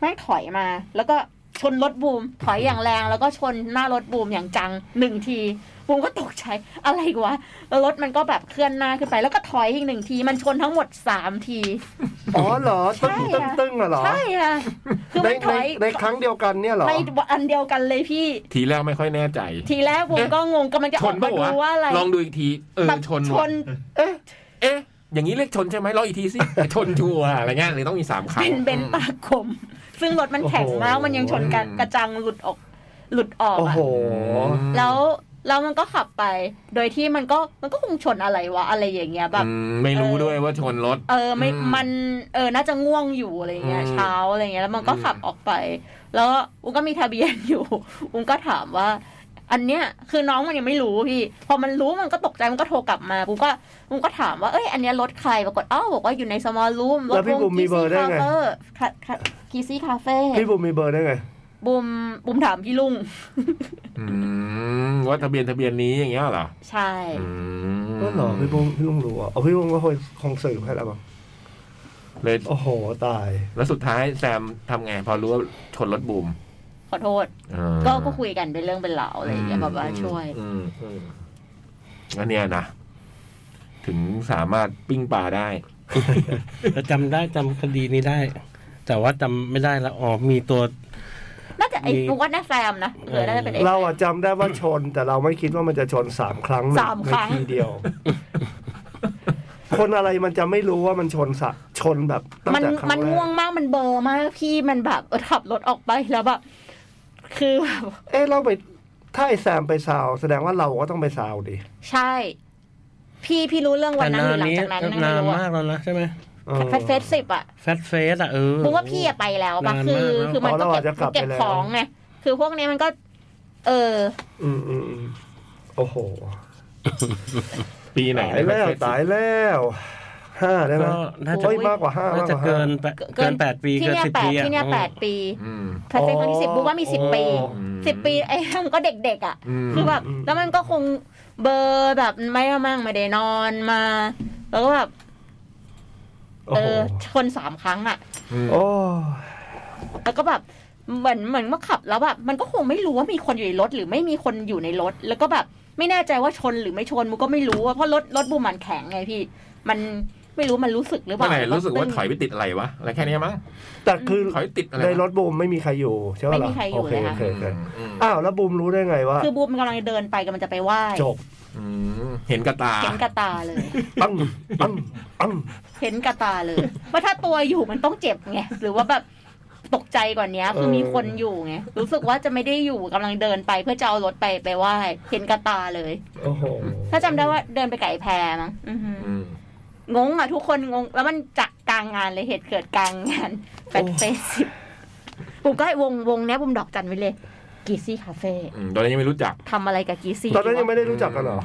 Speaker 4: แม่งถอยมา แล้วก็ชนรถบูม ถอยอย่างแรง แล้วก็ชนหน้ารถบูมอย่างจังหนึ่งที บูมก็ตกใจอะไรวะแล้วรถมันก็แบบเคลื่อนหน้าขึ้นไป แล้วก็ถอยอีกหนึ่งที มันชนทั้งหมดสามที
Speaker 2: อ๋อเหรอตึ้ง
Speaker 4: ใช่
Speaker 2: ตึ้ง
Speaker 4: อะ
Speaker 2: ตึ้งอะเหรอ
Speaker 4: ใช่ค่ะคือ
Speaker 2: ใน
Speaker 4: มันถ
Speaker 2: ใน
Speaker 4: อย
Speaker 2: ในครั้งเดียวกันเนี่ยเหรอ
Speaker 4: ในอันเดียวกันเลยพี่
Speaker 1: ทีแรกไม่ค่อยแน่ใจ
Speaker 4: ทีแรกบูม
Speaker 1: เอ๊ะ
Speaker 4: ก็งงกำลังจะ
Speaker 1: ช
Speaker 4: ออน ก
Speaker 1: ปะ
Speaker 4: มาดูว่าอะไร
Speaker 1: ลองดูอีกที เออ
Speaker 4: แบบ
Speaker 1: ชน
Speaker 4: ช
Speaker 1: ว่ะ
Speaker 4: น
Speaker 2: เอ๊ะ
Speaker 1: เอ๊ะ อย่างนี้เรียกชนใช่ไหมรองอีกทีสิ ชนชัวร์อะไรเงี้ยเลยต้องมีสามครั้ง
Speaker 4: เป็นเบนซ์ปากคม ซึ่งรถมันแข็งมากมันยังชนกันกระจังหลุดออก หลุดออก
Speaker 2: โอ้
Speaker 4: อะ
Speaker 2: โห
Speaker 4: แล้วแล้วมันก็ขับไป โดยที่มันก็มันก็คงชนอะไรวะอะไรอย่างเงี้ยแบบ
Speaker 1: อืมไม่รู้ด้วยว่าชนรถ
Speaker 4: เออไม่
Speaker 1: อืม
Speaker 4: มันเออน่าจะง่วงอยู่อะไรเงี้ย
Speaker 1: อืม
Speaker 4: เช้าอะไรเงี้ยแล้วมันก็
Speaker 1: อืม
Speaker 4: ขับออกไป แล้วอุ้งก็มีทะเบียนอยู่ อุ้งก็ถามว่า อันเนี้ยคือน้องมันยังไม่รู้พี่ พอมันรู้มันก็ตกใจมันก็โทรกลับมาอุ้งก็อุ้งก็ถามว่าเอ้ยอันเนี้ยรถใครปรากฏอ้าวบอกว่าอยู่ในสมอลรูมร
Speaker 2: แล้
Speaker 4: ถ
Speaker 2: วพี่บุ๋มมีเบอร์ได้ไง
Speaker 4: คีซี่คาเฟ่
Speaker 2: พี่บุมมีเบอร์ได้ไง
Speaker 4: บุมบุมถามพี่ลุง
Speaker 1: อืมว่าทะเบียนทะเบียนนี้อย่างเงี้ยเหรอ
Speaker 4: ใช่
Speaker 1: อืม
Speaker 2: ก็เหรอพี่บุ้งพี่ลุงรู้อ่ะเอาพี่บุ้งก็คงคงสืบให้แล้วบ้าง
Speaker 1: เลย
Speaker 2: โอ้โหตาย
Speaker 1: แล้วสุดท้ายแซมทำไงพอรู้ว่าชนรถบูม
Speaker 4: ขอโทษ
Speaker 1: อ่า
Speaker 4: ก็ก็คุยกันเป็นเรื่องเป็นราวอะไรอย่างเงี้ยแบบว่าช่วย
Speaker 1: อืมอืมอันเนี้ยนะ ถึงสามารถปิ้งปลาได้
Speaker 3: แต่จำได้จำคดีนี้ได้ แต่ว่าจำไม่ได้แล้วอ๋อมีตัว
Speaker 4: น่าจะไอ้
Speaker 3: มี
Speaker 4: ผมว่าน่าแซมนะเออน่าจะเป็นไอ้
Speaker 2: เราอะจำได้ว่าชน แต่เราไม่คิดว่ามันจะชนสามครั้งใน
Speaker 4: สามครั้ง
Speaker 2: ในทีเดียว คนอะไรมันจะไม่รู้ว่ามันชนสะชนแบบตั้ง
Speaker 4: มัน
Speaker 2: แต่ครั้ง
Speaker 4: มัน
Speaker 2: แร
Speaker 4: ง่ว
Speaker 2: ก
Speaker 4: งมากมันเบลอร์มากพี่มันแบบ เออขับรถออกไปแล้วแบบคือแบบ
Speaker 2: เอ๊ะเราไปถ้าไอแซมไปซาวแสดงว่าเราก็ต้องไปซาวดิ
Speaker 4: ใช่ พี่พี่รู้เรื่องวัน
Speaker 3: แต่
Speaker 4: นั้นห
Speaker 3: นาน
Speaker 4: รือหลัง
Speaker 3: นี้
Speaker 4: จากนั้นนะ
Speaker 3: นา
Speaker 4: ไม่
Speaker 3: น
Speaker 4: รู้
Speaker 3: มา
Speaker 4: อะ
Speaker 3: กแล้วนะใช่ไหม
Speaker 2: เออ
Speaker 4: แฟนเฟสสิบอะ
Speaker 3: แฟตเฟสอ่ะเออ
Speaker 4: ผมว่าพี่อะไปแล้วปะ
Speaker 3: นานมาก
Speaker 4: คือ
Speaker 3: แล้ว
Speaker 4: คือมันก็
Speaker 2: อ๋อเราอาจ
Speaker 4: เก็
Speaker 2: จะ
Speaker 4: บ
Speaker 2: กลับ
Speaker 4: เก็บ
Speaker 2: ไปแล้ว
Speaker 4: ของไงคือพวกนี้มันก็ เออ
Speaker 2: อืมอืมอืมโอ้โห
Speaker 1: ปีไหน
Speaker 2: ตายแล้วตายแล้วห้าได้ไหม
Speaker 3: ก็น่าจะ
Speaker 2: เฮ้ยมากกว่า
Speaker 3: น่าม
Speaker 2: ห้าาก
Speaker 3: จะ
Speaker 2: กว่า
Speaker 3: เกิ
Speaker 2: ห้า
Speaker 3: นแปดเกินแปดปี
Speaker 4: ที่
Speaker 3: เกิน
Speaker 4: เนี่ย
Speaker 3: สิบ
Speaker 4: แป
Speaker 3: ปี
Speaker 4: ด
Speaker 3: อะ
Speaker 4: ที่เนี่ยแปดปี
Speaker 1: อืม
Speaker 4: แฟนเฟสครั้งที่สิบ
Speaker 2: อ๋อ
Speaker 4: บุ๊กว่ามีสิบปี
Speaker 1: อืม
Speaker 4: สิบปีไอ้ ห้างก็เด็กๆอะ
Speaker 1: อืม
Speaker 4: คือแบบ
Speaker 2: อืม
Speaker 4: แล้วมันก็คงเบลอร์แบบไม่ละมั่งไม่ได้นอนมา แล้วก็แบบ
Speaker 2: โอ้
Speaker 4: เอ
Speaker 2: โห
Speaker 4: อชนสามครั้งอ่ะ
Speaker 2: โอ้
Speaker 4: แล้วก็แบบเหมือนเหมือนเมื่อขับแล้วแบบมันก็คงไม่รู้ว่ามีคนอยู่ในรถ หรือไม่มีคนอยู่ในรถ แล้วก็แบบไม่แน่ใจว่าชนหรือไม่ชนมันก็ไม่รู้อะเพราะรถรถบูมมันแข็งไงพี่ มันไม่รู้มันรู้สึกหรือเป
Speaker 1: เมื่
Speaker 4: ล่า
Speaker 1: อไหร่รู้สึกว่าถอย
Speaker 4: ตึ้ง
Speaker 1: ไปติดอะไรวะอะไรแค่เนี้ยมั้ง
Speaker 2: แต่คือ
Speaker 1: ถอยติดอะไร
Speaker 2: ใน
Speaker 1: วะ
Speaker 2: รถบูมไม่มีใครอยู่ใช่ไหม
Speaker 4: ไม่มีใครอยู่เลยค่ะ
Speaker 2: โอเคโอเคโอเค
Speaker 1: อืม
Speaker 2: อ้าวแล้วบูมรู้ได้ไงว่า
Speaker 4: คือบูมกำลังเดินไปกำลังจะไปไหว้
Speaker 2: จบ
Speaker 1: อืมเห็นกระตา
Speaker 4: เห็นกระตาเลย
Speaker 2: อังอังอัง
Speaker 4: เห็นกระตาเลยว่าถ้าตัวอยู่มันต้องเจ็บไงหรือว่าแบบตกใจกว่านี้คือมีคนอยู่ไงรู้สึกว่าจะไม่ได้อยู่กำลังเดินไปเพื่อจะเอารถไปไปไหว้เห็นกระตาเลย
Speaker 2: โอ้โห
Speaker 4: ถ้าจำได้ว่าเดินไปไก่แพรมั้งอือหือ
Speaker 1: อืม
Speaker 4: งงอ่ะทุกคนงง แล้วมันจะกลางงานเลยเหตุเกิดกลางงานแฟนเฟสปุ่มก็ไอ้วงวงเนี้ยปุ่มดอกจันไว้เลยกีซี่คาเฟ่
Speaker 1: อืมตอนนี้นยังไม่รู้จัก
Speaker 4: ทำอะไรกับกีซี่
Speaker 2: ตอนนั้นยังไม่ได้รู้จักกันเหรอ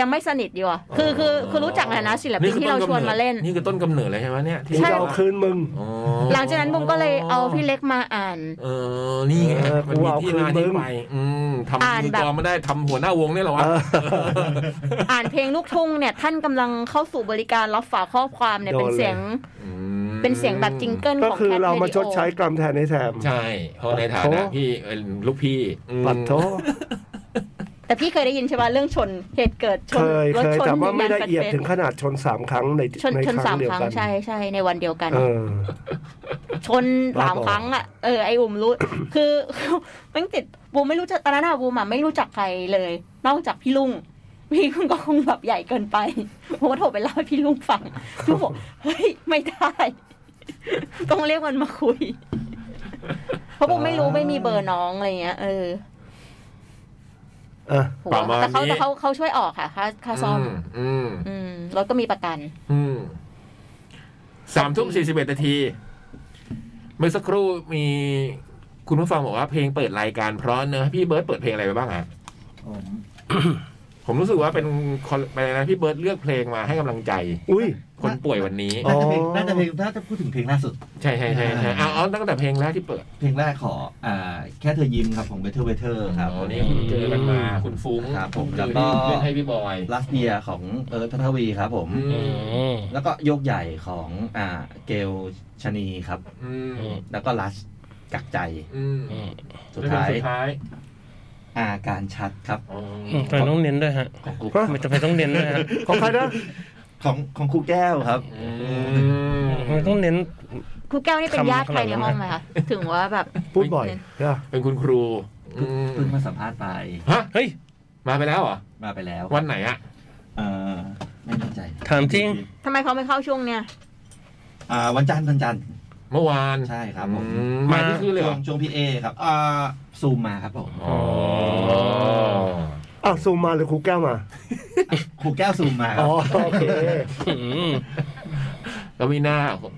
Speaker 4: ยังไม่สนิทดีว่ะคือคือคือรู้จักในฐานะศิลปินที่เราชวนมาเล่น
Speaker 1: นี่คือต้นกำเนิดเลยใช่ไหมเนี่ยที่
Speaker 2: กูจะเอา
Speaker 1: ว่า
Speaker 2: คืนมึง
Speaker 1: อ๋อ
Speaker 4: หลังจากนั้นบุมก็เลยเอาพี่เล็กมาอ่าน
Speaker 1: เออนี่ไง
Speaker 2: เออ
Speaker 1: มันมีที่มา
Speaker 2: กูเอาคืนมึ
Speaker 1: ที่
Speaker 2: ง
Speaker 1: ไปอืมทำ
Speaker 4: อ่าน
Speaker 1: มือ
Speaker 4: แบบ
Speaker 1: กลองไม่ได้ทำหัวหน้าวงเนี่ยเหรอวะ
Speaker 4: อ่านเพลงลูกทุ่งเนี่ย ท่านกำลังเข้าสู่บริการรับฝากข้อความเนี่ย
Speaker 2: โด
Speaker 4: เป็น
Speaker 2: เล
Speaker 4: น
Speaker 2: ย
Speaker 4: เสียง
Speaker 1: ม
Speaker 4: เป็นเสียงแบบจิงเกิล
Speaker 2: ก็
Speaker 4: ของ
Speaker 2: คือ
Speaker 4: แคท
Speaker 2: เรามาชดใช้
Speaker 4: เรดิ
Speaker 2: กรรมแทนในแถม
Speaker 1: ใช่เพราะในฐานะ
Speaker 2: โถ
Speaker 1: พี่เป็นลูกพี่อืม
Speaker 2: ปัดโท
Speaker 4: โอแต่พี่เคยได้ยินใช่ไหมเรื่องชนเหตุเกิดช
Speaker 2: เคน ย
Speaker 4: รถ
Speaker 2: เคย
Speaker 4: ชน
Speaker 2: แต่ว่าไม่
Speaker 4: ใน
Speaker 2: ได้
Speaker 4: งน
Speaker 2: เอียด
Speaker 4: ฟส
Speaker 2: ถึงขนาดชนสามครั้งใน
Speaker 4: ชน
Speaker 2: ใน
Speaker 4: ชน
Speaker 2: ค
Speaker 4: สา
Speaker 2: รั้
Speaker 4: ม
Speaker 2: งเดียว
Speaker 4: ครั้ง
Speaker 2: กัน
Speaker 4: ใช่ใช่ในวันเดียวกัน
Speaker 2: เออ
Speaker 4: ชนสาม
Speaker 2: บ้าบอ
Speaker 4: ครั้งอ่ะเออไออุ่มรู้ คือมันติดบูมไม่รู้จักตอนนั้นอะบูมอะไม่รู้จักใครเลย นอกจากพี่ลุงพี่ลุงก็คงแบบใหญ่เกินไปผมก็โทรไปเล่าให้พี่ลุงฟังพี่ลุงบอกเฮ้ยไม่ได้ ต้องเรียกมันมาคุย เพราะบูมไม่รู้ไม่มีเบอร์น้องอะไรเงี้ยเออ
Speaker 2: อ่ะ
Speaker 4: โหแต่เขาแต่เขาเขาช่วยออกค่ะค่าค่าซ่อม
Speaker 1: อืม
Speaker 4: อืมรถก็มีประกัน
Speaker 1: อืมสามทุ่มสี่สิบเอ็ดนาที เมื่อสักครู่มีคุณผู้ฟังบอกว่าเพลงเปิดรายการเพราะเนอะพี่เบิร์ตเปิดเพลงอะไรไปบ้างอะ
Speaker 5: ผม
Speaker 1: ผมรู้สึกว่าเป็นคนเป็นอะไรนะพี่เบิร์ดเลือกเพลงมาให้กำลังใจ
Speaker 2: อุ้ย
Speaker 1: คนป่วยวันนี้
Speaker 2: อ๋อ
Speaker 5: น่าจะเพลงน่าจะเพลงน่าจะพูดถึงเพลงล่าสุด
Speaker 1: ใช่ใช่ใช่ใช่เอาเอาตั้งแต่เพลงแรกที่เปิด
Speaker 5: เพลงแรกขออ่าแค่เธอยิ้มครับของ Better Better ครับ
Speaker 1: อ๋อ
Speaker 5: วัน
Speaker 1: นี่
Speaker 5: นี้
Speaker 1: คุณเจอกันมาคุณฟุ้ง
Speaker 5: ครับผม
Speaker 1: ณ
Speaker 5: แล้วก็
Speaker 1: เจอเล่นให้พี่บอย
Speaker 5: ลัสเดียของเอิร์ธพัทวีครับผม
Speaker 1: อื
Speaker 3: อืม
Speaker 5: แล้วก็โยกใหญ่ของอ่าเกลชนีครับ
Speaker 1: อืม
Speaker 3: อืม
Speaker 5: แล้วก็ลัสกักใจ
Speaker 1: อืม
Speaker 3: อืม
Speaker 5: สุดท้าย
Speaker 1: เรื่องสุดท้าย
Speaker 5: อาการชัดครับ
Speaker 1: อ๋อ
Speaker 3: อืมทำไมต้องเน้นด้วยฮะ
Speaker 1: ของกู
Speaker 2: ฮะ
Speaker 3: ทำไมทำไมต้องเน้นด้วยฮะ
Speaker 2: ของใครนะ
Speaker 5: ของของครูแก้วครับ
Speaker 1: อืม
Speaker 3: ทำไมต้องเน้น
Speaker 4: ครูแก้วนี่เป็น
Speaker 3: คำ
Speaker 4: ญาติใครใน
Speaker 3: ขนาดนั้น
Speaker 4: ห้องไหมคะถึงว่าแบบ
Speaker 2: พูดบ่อยเด้อ
Speaker 1: เป็นคุณครูอืม
Speaker 5: เพิ่งมาสัมภาษณ์ไป
Speaker 1: ฮะ
Speaker 3: เฮ้ย
Speaker 1: มาไปแล้วเหรอ
Speaker 5: มาไปแล้ว
Speaker 1: วันไหนอะ
Speaker 5: เออไม่แน่ใจ
Speaker 3: ถามจริง
Speaker 4: ทำไมเขาไม่เข้าช่วงเนี้ย
Speaker 5: อ่าวันจันทร์วันจันทร์
Speaker 1: เมื่อวาน
Speaker 5: ใช่ครับผม
Speaker 1: อืมมาที่ชื่อเลยเห
Speaker 5: ช่
Speaker 1: ร
Speaker 5: ว
Speaker 1: อง
Speaker 5: ช่วงพี่เอครับอ่าซูมมาครับผม
Speaker 1: อ๋อ
Speaker 2: อ้าวซูมมาหรือครูแก้วมา
Speaker 5: ครูแก้วซูมมาค
Speaker 2: อ๋
Speaker 5: รั
Speaker 2: อบ โอเค
Speaker 3: อืม
Speaker 1: แล้วมีหน้า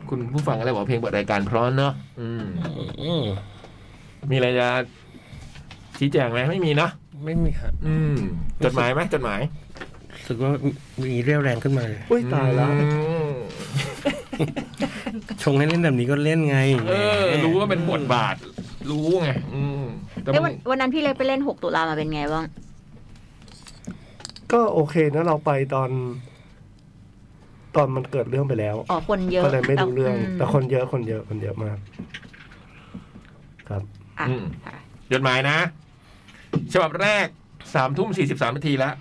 Speaker 1: คุณผู้ฟังอะไรบอกเพลงเปิดรายการเพร้อมเนอะอืม
Speaker 3: อืม
Speaker 1: มีอะไรจะชี้แจงไหมไม่มีเนอะ
Speaker 3: ไม่มีฮะ
Speaker 1: อืม จดหมายไหมจดหมาย
Speaker 3: รู้สึกว่ามีเรี่ยวแรงขึ้นมาเลย
Speaker 2: อุ้ยตายแล้ว
Speaker 1: อืม
Speaker 3: ชงให้เล่นแบบนี้ก็เล่นไง
Speaker 1: เออ รู้ว่าเป็นบทบาท รู้ไงอืมแต่
Speaker 4: เอ้ย
Speaker 1: มั
Speaker 4: วัน
Speaker 1: น
Speaker 4: วันนั้นพี่เล็กไปเล่น 6 ตุลามาเป็นไงบ้าง
Speaker 2: ก็โอเคนะเราไปตอน ตอนมันเกิดเรื่องไปแล้ว
Speaker 4: อ๋อคนเยอะ
Speaker 2: ก็เลยไม่รู้เรื่อง
Speaker 4: ม
Speaker 2: แต่คนเยอะคนเยอะคนเยอะมาก ครับ
Speaker 4: อ่ะ
Speaker 1: อืม
Speaker 4: ค่ะ
Speaker 1: จดหมายนะ ฉบับแรกสามทุ่มสี่สิบสามนาทีแล้ว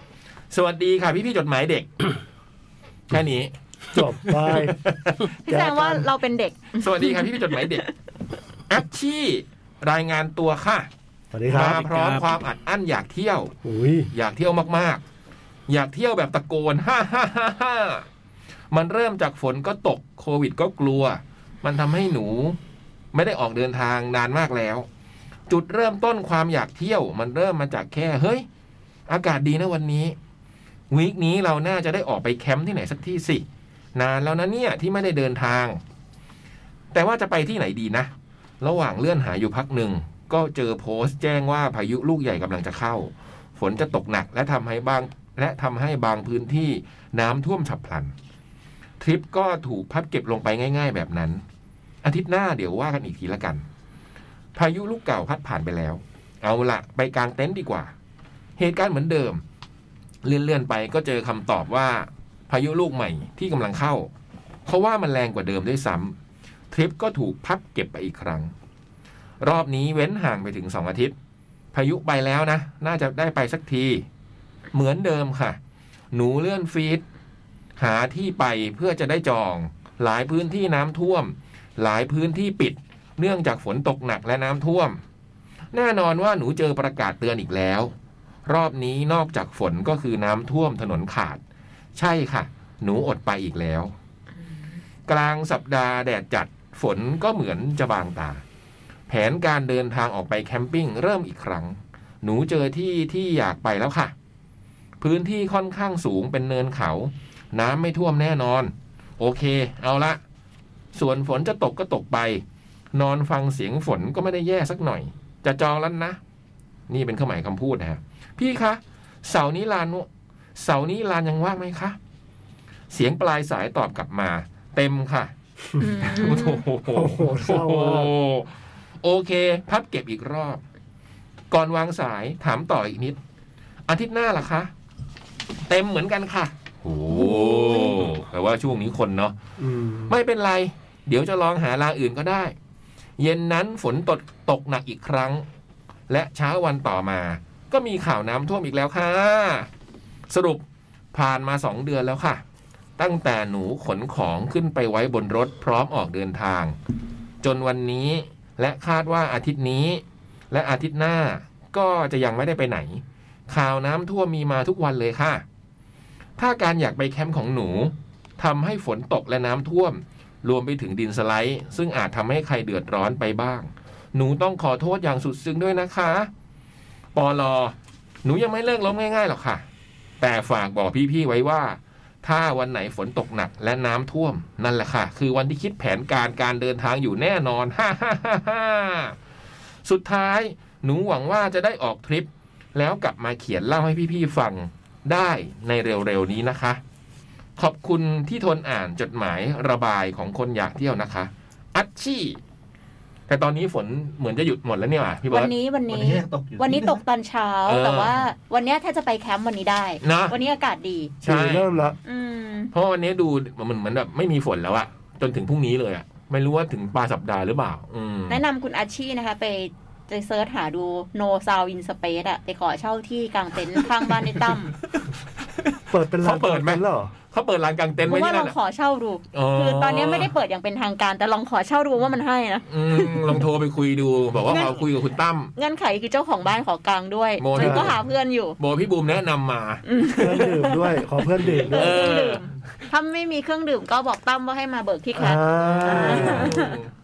Speaker 1: สวัสดีค่ะพี่พี่ๆจดหมายเด็ก แค่นี้
Speaker 2: จบ ไป
Speaker 4: พี่แสดงว่าเราเป็นเด็ก
Speaker 1: สวัสดีค่ะพี่พี่ๆจดหมายเด็กแอปชี่รายงานตัวค่ะ
Speaker 2: สวัสดีครั
Speaker 1: มา
Speaker 2: บ
Speaker 1: พร้อมความอัดอั้นอยากเที่ยว
Speaker 2: อุ้ย
Speaker 1: อยากเที่ยวมากๆ อยากเที่ยวแบบตะโกน ฮ่าฮ่าฮ่าฮ่ามันเริ่มจากฝนก็ตกโควิดก็กลัว มันทำให้หนู ไม่ได้ออกเดินทางนานมากแล้ว จุดเริ่มต้นความอยากเที่ยว มันเริ่มมาจากแค่ เฮ้ย อากาศดีนะวันนี้วีคนี้เราน่าจะได้ออกไปแคมป์ที่ไหนสักที่สิ นานแล้วนะเนี่ยที่ไม่ได้เดินทาง แต่ว่าจะไปที่ไหนดีนะ ระหว่างเลื่อนหาอยู่พักหนึ่ง ก็เจอโพสต์แจ้งว่าพายุลูกใหญ่กำลังจะเข้า ฝนจะตกหนักและทำให้บางและทำให้บางพื้นที่น้ำท่วมฉับพลัน ทริปก็ถูกพับเก็บลงไปง่าย ๆ แบบนั้น อาทิตย์หน้าเดี๋ยวว่ากันอีกทีละกัน พายุลูกเก่าพัดผ่านไปแล้ว เอาละไปกางเต็นท์ดีกว่า เหตุการณ์เหมือนเดิม เลื่อนๆไปก็เจอคำตอบว่า พายุลูกใหม่ที่กำลังเข้า เขาว่ามันแรงกว่าเดิมด้วยซ้ำทริปก็ถูกพับเก็บไปอีกครั้ง รอบนี้เว้นห่างไปถึงสองอาทิตย์ พายุไปแล้วนะ น่าจะได้ไปสักที เหมือนเดิมค่ะ หนูเลื่อนฟีดหาที่ไปเพื่อจะได้จอง หลายพื้นที่น้ำท่วม หลายพื้นที่ปิด เนื่องจากฝนตกหนักและน้ำท่วม แน่นอนว่าหนูเจอประกาศเตือนอีกแล้ว รอบนี้นอกจากฝนก็คือน้ำท่วมถนนขาด ใช่ค่ะ หนูอดไปอีกแล้ว กลางสัปดาห์แดดจัดฝนก็เหมือนจะบางตา แผนการเดินทางออกไปแคมปิ้งเริ่มอีกครั้ง หนูเจอที่ที่อยากไปแล้วค่ะ พื้นที่ค่อนข้างสูงเป็นเนินเขา น้ำไม่ท่วมแน่นอน โอเค เอาละ ส่วนฝนจะตกก็ตกไป นอนฟังเสียงฝนก็ไม่ได้แย่สักหน่อย จะจองแล้วนะ นี่เป็นเครื่องหมายคำพูดนะฮะพี่คะ เสาร์นี้ลานวเสาร์นี้ลานยังว่างไหมคะ เสียงปลายสายตอบกลับมา เต็มค่ะ โอ้โห
Speaker 2: โอ้โหเศร้า
Speaker 1: โอ้
Speaker 2: มาก
Speaker 1: โหโอเค พับเก็บอีกรอบ ก่อนวางสายถามต่ออีกนิด อาทิตย์หน้าล่ะคะ เต็มเหมือนกันค่ะ โอ้แปลว่าช่วงนี้คนเนาะ
Speaker 2: อืม
Speaker 1: ไม่เป็นไร เดี๋ยวจะลองหาลางอื่นก็ได้ เย็นนั้นฝนตกตกหนักอีกครั้ง และเช้าวันต่อมา ก็มีข่าวน้ำท่วมอีกแล้วค่ะ สรุปผ่านมาสองเดือนแล้วค่ะ ตั้งแต่หนูขนของขึ้นไปไว้บนรถพร้อมออกเดินทาง จนวันนี้และคาดว่าอาทิตย์นี้ และอาทิตย์หน้าก็จะยังไม่ได้ไปไหน ข่าวน้ำท่วมมีมาทุกวันเลยค่ะ ถ้าการอยากไปแคมป์ของหนู ทำให้ฝนตกและน้ำท่วม รวมไปถึงดินสไลด์ ซึ่งอาจทำให้ใครเดือดร้อนไปบ้าง หนูต้องขอโทษอย่างสุดซึ้งด้วยนะคะ ปอลอ หนูยังไม่เลิกล้มง่ายๆหรอกค่ะ แต่ฝากบอกพี่ๆไว้ว่า ถ้าวันไหนฝนตกหนักและน้ำท่วม นั่นแหละค่ะ คือวันที่คิดแผนการการเดินทางอยู่แน่นอน ฮ่าฮ่าฮ่าฮ่าสุดท้ายหนูหวังว่าจะได้ออกทริป แล้วกลับมาเขียนเล่าให้พี่ๆฟัง ได้ในเร็วๆนี้นะคะ ขอบคุณที่ทนอ่านจดหมายระบายของคนอยากเที่ยวนะคะ อัชชี่แต่ตอนนี้ฝนเหมือนจะหยุดหมดแล้วเนี่ยว่ะพี่เบิ
Speaker 4: วัน
Speaker 1: ร์ต
Speaker 4: นี้วัน
Speaker 5: วัน
Speaker 4: นี้
Speaker 5: นี้ตกอยู่
Speaker 4: วันนี้ตกตอนเช้า
Speaker 1: เออ
Speaker 4: แต่ว่าวันเนี้ยถ้าจะไปแคมป์วันนี้ได้
Speaker 1: นะ
Speaker 4: วันนี้อากาศดี
Speaker 1: ใช่
Speaker 2: เริ่มละ
Speaker 4: อืม
Speaker 1: เพราะวันนี้ดูเหมือนเหมือนแบบไม่มีฝนแล้วอะจนถึงพรุ่งนี้เลยอะไม่รู้ว่าถึงปลายสัปดาห์หรือเปล่า อืม
Speaker 4: แนะนำคุณอาชีนะคะ ไปไปเซิร์ชหาดู no sound in space อะไปขอเช่าที่กลางเต็นท์ข้างบ้านในตั้ม
Speaker 2: เปิดเป็นร้าน
Speaker 1: เขาเปิดไหม
Speaker 2: เหรอ
Speaker 1: เขาเปิดลานกลางเต็นท์
Speaker 4: เพ
Speaker 1: ไว้
Speaker 4: ราะว่า
Speaker 1: ที่
Speaker 4: ล
Speaker 1: นั่
Speaker 4: อน ง
Speaker 1: อะ
Speaker 4: ขอเช่าดู คือตอนนี้ไม่ได้เปิดอย่างเป็นทางการ แต่ลองขอเช่าดูว่ามันให้นะ
Speaker 1: อืมลองโทรไปคุยดู บอกว่า
Speaker 4: งั้น
Speaker 1: เอาคุยกับคุณตั้ม
Speaker 4: เงื่อนไขคือเจ้าของบ้านขอกลางด้วย
Speaker 1: โม
Speaker 4: มันก็
Speaker 2: ได้
Speaker 4: หาเพื่อนอยู่
Speaker 1: บอกพี่บูมแนะนำมา
Speaker 2: เพื่อนดื่มด้วย ขอเพื่อนดื่มด้วย
Speaker 4: เออเครื่อง
Speaker 1: เออ
Speaker 4: ดื่มถ้าไม่มีเครื่องดื่มก็บอกตั้มว่าให้มาเบิกที่แค
Speaker 2: อ่า
Speaker 4: ท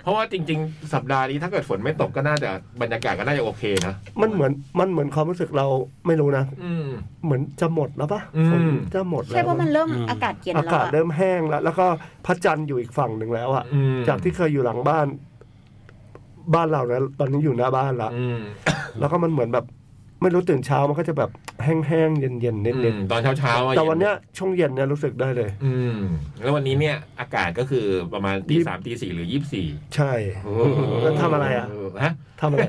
Speaker 1: เพราะว่าจริง ๆ สัปดาห์นี้ถ้าเกิดฝนไม่ตกก็น่าจะบรรยากาศก็น่าจะโอเคนะ
Speaker 2: มันเหมือนมันเหมือนความรู้สึกเราไม่รู้นะ
Speaker 1: อืม
Speaker 2: เหมือนจะหมดแล้วปะ
Speaker 1: อืม
Speaker 2: ฝนจะหมดแล้ว
Speaker 4: ใช่เพราะมันเริ่ม
Speaker 3: อืม
Speaker 4: อากาศเย็น
Speaker 2: อา
Speaker 4: แล้ว
Speaker 2: กาศ
Speaker 4: อะ
Speaker 2: เริ่มแห้งแล้ว แล้วก็พระจันทร์อยู่อีกฝั่งหนึ่งแล้วอะ
Speaker 1: อืม
Speaker 2: จากที่เคยอยู่หลังบ้าน บ้านเรานะตอนนี้อยู่หน้าบ้านละ
Speaker 1: อืม
Speaker 2: แล้วก็มันเหมือนแบบ ไม่รู้ตื่นเช้ามันก็จะแบบแห้งๆเย็นๆ
Speaker 1: อื
Speaker 2: เนิด
Speaker 1: มตอนเช้าๆอะ
Speaker 2: ๆแต่วันเนี้ยช่วงเย็นเนี่ยรู้สึกได้เลย
Speaker 1: อืม แล้ววันนี้เนี่ยอากาศก็คือประมาณตีสามตีสี่หรือยี่สิบสี่
Speaker 2: ใช่ แล้วทำอะไรอะ
Speaker 1: ฮะ
Speaker 2: ทำอะไร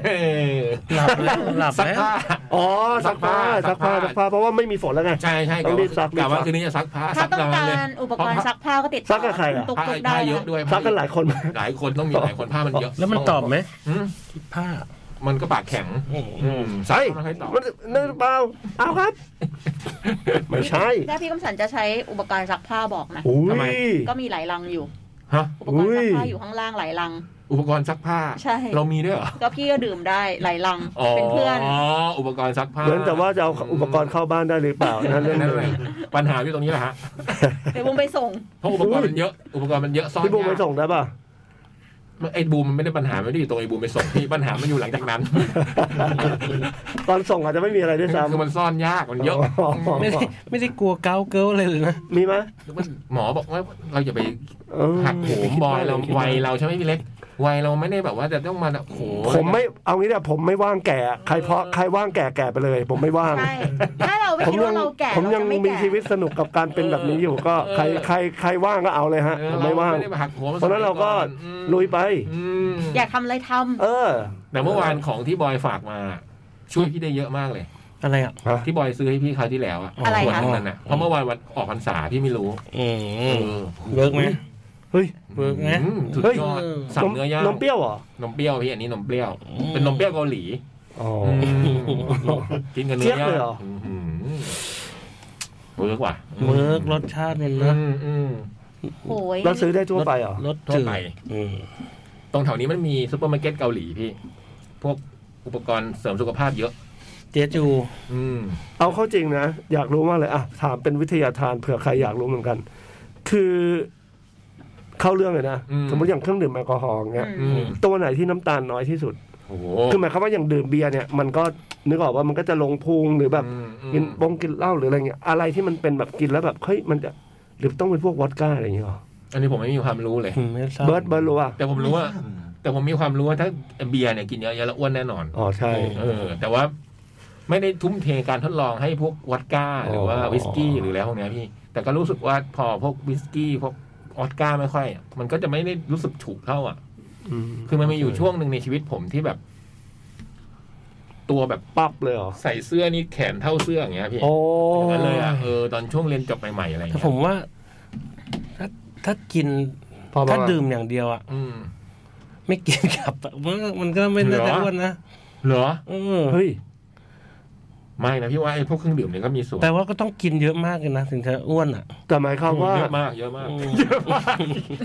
Speaker 3: หลับแล้วหลับ
Speaker 1: ซัก
Speaker 3: แล้ว
Speaker 1: ผ้า
Speaker 2: อ๋อซักผ้า
Speaker 1: ซั
Speaker 2: ซั
Speaker 1: ก
Speaker 2: ก
Speaker 1: ผ้า
Speaker 2: ผ้าซักผ้าเพราะว่าไม่มีฝนแล้วไง
Speaker 1: ใช่ใช่
Speaker 2: ต้
Speaker 1: กะ
Speaker 2: องรี
Speaker 1: ว่า
Speaker 2: บซักรีบ
Speaker 1: กะ
Speaker 2: ซัก
Speaker 1: ว่าคืนนี้จะซักผ้า
Speaker 4: ถ้าต้อง
Speaker 1: นน
Speaker 4: กา
Speaker 1: เลย
Speaker 4: รอุปกรณ์ซักผ้าก็ติด
Speaker 2: ซักกับใครอะ
Speaker 4: ตุก
Speaker 1: ผ้า
Speaker 4: ตุกๆ
Speaker 1: ผ้า
Speaker 4: ได้
Speaker 1: เยอะ
Speaker 4: นะ
Speaker 1: ด้วย
Speaker 2: ซักกันหลายคนไหม
Speaker 1: หลายคนต้องมีหลายคนผ้ามันเยอะ
Speaker 3: แล้วมันตอบไหม
Speaker 1: อืม
Speaker 3: ผ้า
Speaker 1: มันก็ปากแข็งอืมซัก
Speaker 2: ใช่
Speaker 1: มันให้ตอบ
Speaker 2: มันนึกเปล่าเอาครับ ไม่ใช่
Speaker 4: ถ้าพี่กำสันจะใช้อุปกรณ์ซักผ้าบอกนะ
Speaker 2: อุ้
Speaker 1: ทำไม
Speaker 2: ย
Speaker 4: ก็มีหลายลังอยู่
Speaker 1: ฮะ
Speaker 4: อุปกรณ์ซักผ้า
Speaker 2: อุ้ย
Speaker 4: อยู่ข้างล่างหลายลัง
Speaker 1: อุปกรณ์ซักผ้า
Speaker 4: ใช่
Speaker 1: เรามีด้วยเหรอ
Speaker 4: ก็พี่ก็ดื่มได้หลายลัง
Speaker 1: อ๋อ
Speaker 4: เป็นเพื่อน
Speaker 1: อุปกรณ์ซักผ้า
Speaker 2: เหมือนแต่ว่าจะเอาอุปกรณ์เข้าบ้านได้หรือเปล่านั่นเรื่อง ห
Speaker 1: นั่
Speaker 2: นึ
Speaker 1: นแหละ
Speaker 2: ง
Speaker 1: ปัญหาอยู่ตรงนี้แหละฮะ
Speaker 4: เดี๋ยวบุมไปส่ง
Speaker 1: เพราะอุปกรณ์มันเยอะอุปกรณ์มันเยอะซ่อน
Speaker 2: พี่บูมไป
Speaker 1: ยาก
Speaker 2: ส่งได้ป่ะ
Speaker 1: มันไอ้บูมมันไม่ได้ปัญหาไม่ได้อยู่ตรงไอ้บูมไปส่งพี่ปัญหามันอยู่หลังจากนั้น
Speaker 2: ตอนส่งอาจจะไม่มีอะไรด้วยซ้ำ
Speaker 1: คือมันซ่อนยากมันเยอะ
Speaker 3: ไม่ได้ไม่ได้กลัวเกาเกิลเลยเลยนะ
Speaker 2: มีไหม
Speaker 1: หมอบอกว่าเราอย่าไป
Speaker 2: เออ
Speaker 1: หักโหมบอยเรา
Speaker 2: คิดว่
Speaker 1: วัยเราใช่ไหมพี่เล็กวัยเราไม่ได้แบบว่าจะต้องมาแบบโอ้โห
Speaker 2: ผมไม่เอางี้เนี่ยผมไม่ว่างแก่ ใครเพราะใครว่างแก่แก่ไปเลย ผมไม่ว่าง
Speaker 4: ใช่ ถ้าเราไม่
Speaker 2: ผม
Speaker 4: คิด
Speaker 2: ยั
Speaker 4: ว่าเราแก่
Speaker 2: ผมยั
Speaker 4: เรา
Speaker 2: ง
Speaker 4: จะไม่
Speaker 2: มี
Speaker 4: แก่
Speaker 2: ชีวิตสนุกกับการเป็นแบบนี้อยู่ก็ใครใครใครว่างก็เอาเลยฮะ
Speaker 1: เออ
Speaker 2: ผม
Speaker 1: เรา
Speaker 2: ไม่ว่าง
Speaker 1: ไม่ได้มาหักโหม
Speaker 2: เพราะฉะนั้นเราก็
Speaker 1: อืม
Speaker 2: ลุยไป
Speaker 1: อืม
Speaker 4: อยากทำอะไรทำ
Speaker 2: เออ
Speaker 1: แต่เมื่อวานของที่บอยฝากมา ช่วยพี่ได้เยอะมากเลย
Speaker 3: อะไรอ่ะ
Speaker 1: ที่บอยซื้อให้พี่คราวที่แล้วอะ
Speaker 4: อะไร
Speaker 1: ขวด
Speaker 4: คะ
Speaker 1: นั้นน่ะเพราะเมื่อวานวันออกพรรษาพี่ไม่รู้
Speaker 3: อืม
Speaker 1: เออ
Speaker 3: เวิร์กไหม
Speaker 2: เฮ้ย
Speaker 3: เวิร์กนะ
Speaker 1: อืมสุดยอด
Speaker 3: เฮ้ย
Speaker 1: สั่งเนื้อย่าง
Speaker 2: นมเปรี้ยวเหรอน
Speaker 1: มเปรี้ยวพี่อันนี้นมเปรี้ยว เป็นนมเปรี้ยวเกาหลี
Speaker 2: อ๋อ
Speaker 1: มกินกับเนื้
Speaker 2: เจี๊ยบ
Speaker 1: อย่าง
Speaker 2: เลยเหรอ
Speaker 1: หือเวิร์กว่ะ
Speaker 3: เวิร์กรสชาติมัน
Speaker 1: อื
Speaker 3: นะ
Speaker 1: มอืม
Speaker 4: โอ้ย
Speaker 2: เราซื้อได้ทั่วไปเหรอ
Speaker 3: รส
Speaker 1: ทั่
Speaker 3: จืด
Speaker 1: วไป
Speaker 3: อืม
Speaker 1: ตรงแถวนี้มันมีซูเปอร์มาร์เก็ตเกาหลีพี่ พวกอุปกรณ์เสริมสุขภาพเยอะ
Speaker 3: เจ๊จู
Speaker 1: อืม
Speaker 2: เอาเข้าจริงนะ อยากรู้มากเลยอ่ะถามเป็นวิทยาทานเผื่อใครอยากรู้เหมือนกัน คือเข้าเรื่องเลยนะ
Speaker 1: อืม
Speaker 2: สมมติอย่างเครื่องดื่มแอลกอฮอล์เงี้ย
Speaker 1: อืม
Speaker 2: ตัวไหนที่น้ำตาลน้อยที่สุด
Speaker 1: โอ้โห
Speaker 2: คือหมายความว่าอย่างดื่มเบียร์เนี่ยมันก็นึกออกว่ามันก็จะลงพุงหรือแบบ
Speaker 1: อืมอืม
Speaker 2: กินบงกินเหล้าหรืออะไรเงี้ยอะไรที่มันเป็นแบบกินแล้วแบบเฮ้ยมันจะหรือต้องเป็นพวกวอดก้าอะไรอย่างเงี้ยเหรอ
Speaker 1: อันนี้ผมไม่มีความรู้เลย
Speaker 3: ไม่ทราบ
Speaker 2: เบิร์ดเบิร์ดรู้อ่ะ
Speaker 1: แต่ผมรู้ว่า แต่ผมมีความรู้ว่าถ้าเบียร์เนี่ยกินเยอะๆแล้วอ้วนแน่นอน
Speaker 2: อ๋อใช่
Speaker 1: เออ แต่ว่าไม่ได้ทุ่มเทการทดลองให้พวกวอดก้า หรือว่า
Speaker 2: อ๋อ
Speaker 1: วิสกี้หรืออะไรพวกเนี้ยพี่ แต่ก็รู้สึกว่าพอพวกวิสกี้พวกวอดก้าไม่ค่อยอะมันก็จะไม่ได้รู้สึกฉุกเท่าอ่ะ
Speaker 2: อืม
Speaker 1: คือมันมีอยู่ช่วงหนึ่งในชีวิตผมที่แบบ ตัวแบบ
Speaker 2: ปั๊บเลยเหรอ
Speaker 1: ใส่เสื้อนี่แขนเท่าเสื้ออย่างเงี้ยพี่
Speaker 2: โอ้
Speaker 1: อย่างนั้นเลยอ่ะเออตอนช่วงเรียนจบใหม่ๆอะไร
Speaker 3: แต่
Speaker 1: เงี้ย
Speaker 3: ผมว่า ถ้าถ้ากิน
Speaker 2: พอประ
Speaker 3: ถ้า
Speaker 2: ณ
Speaker 3: ดื่มอย่างเดียวอ่ะ
Speaker 1: อืม
Speaker 3: ไม่กินกับ อะมันมันก็ไม่น่า
Speaker 1: เหร
Speaker 3: จะ
Speaker 1: อ
Speaker 3: อ้วนนะ
Speaker 1: เหรอ
Speaker 3: เออ
Speaker 2: เฮ้ย
Speaker 1: ไม่นะพี่ว่าไอ้พวกเครื่องดื่มเนี่ยก็มีส่วน
Speaker 3: แปลว่าก็ต้องกินเยอะมากเลยนะ ถึงจะอ้วนอ่ะ
Speaker 2: แต่หมายความว่า
Speaker 1: เยอะมากเยอะมาก
Speaker 3: อืม
Speaker 1: เยอะมาก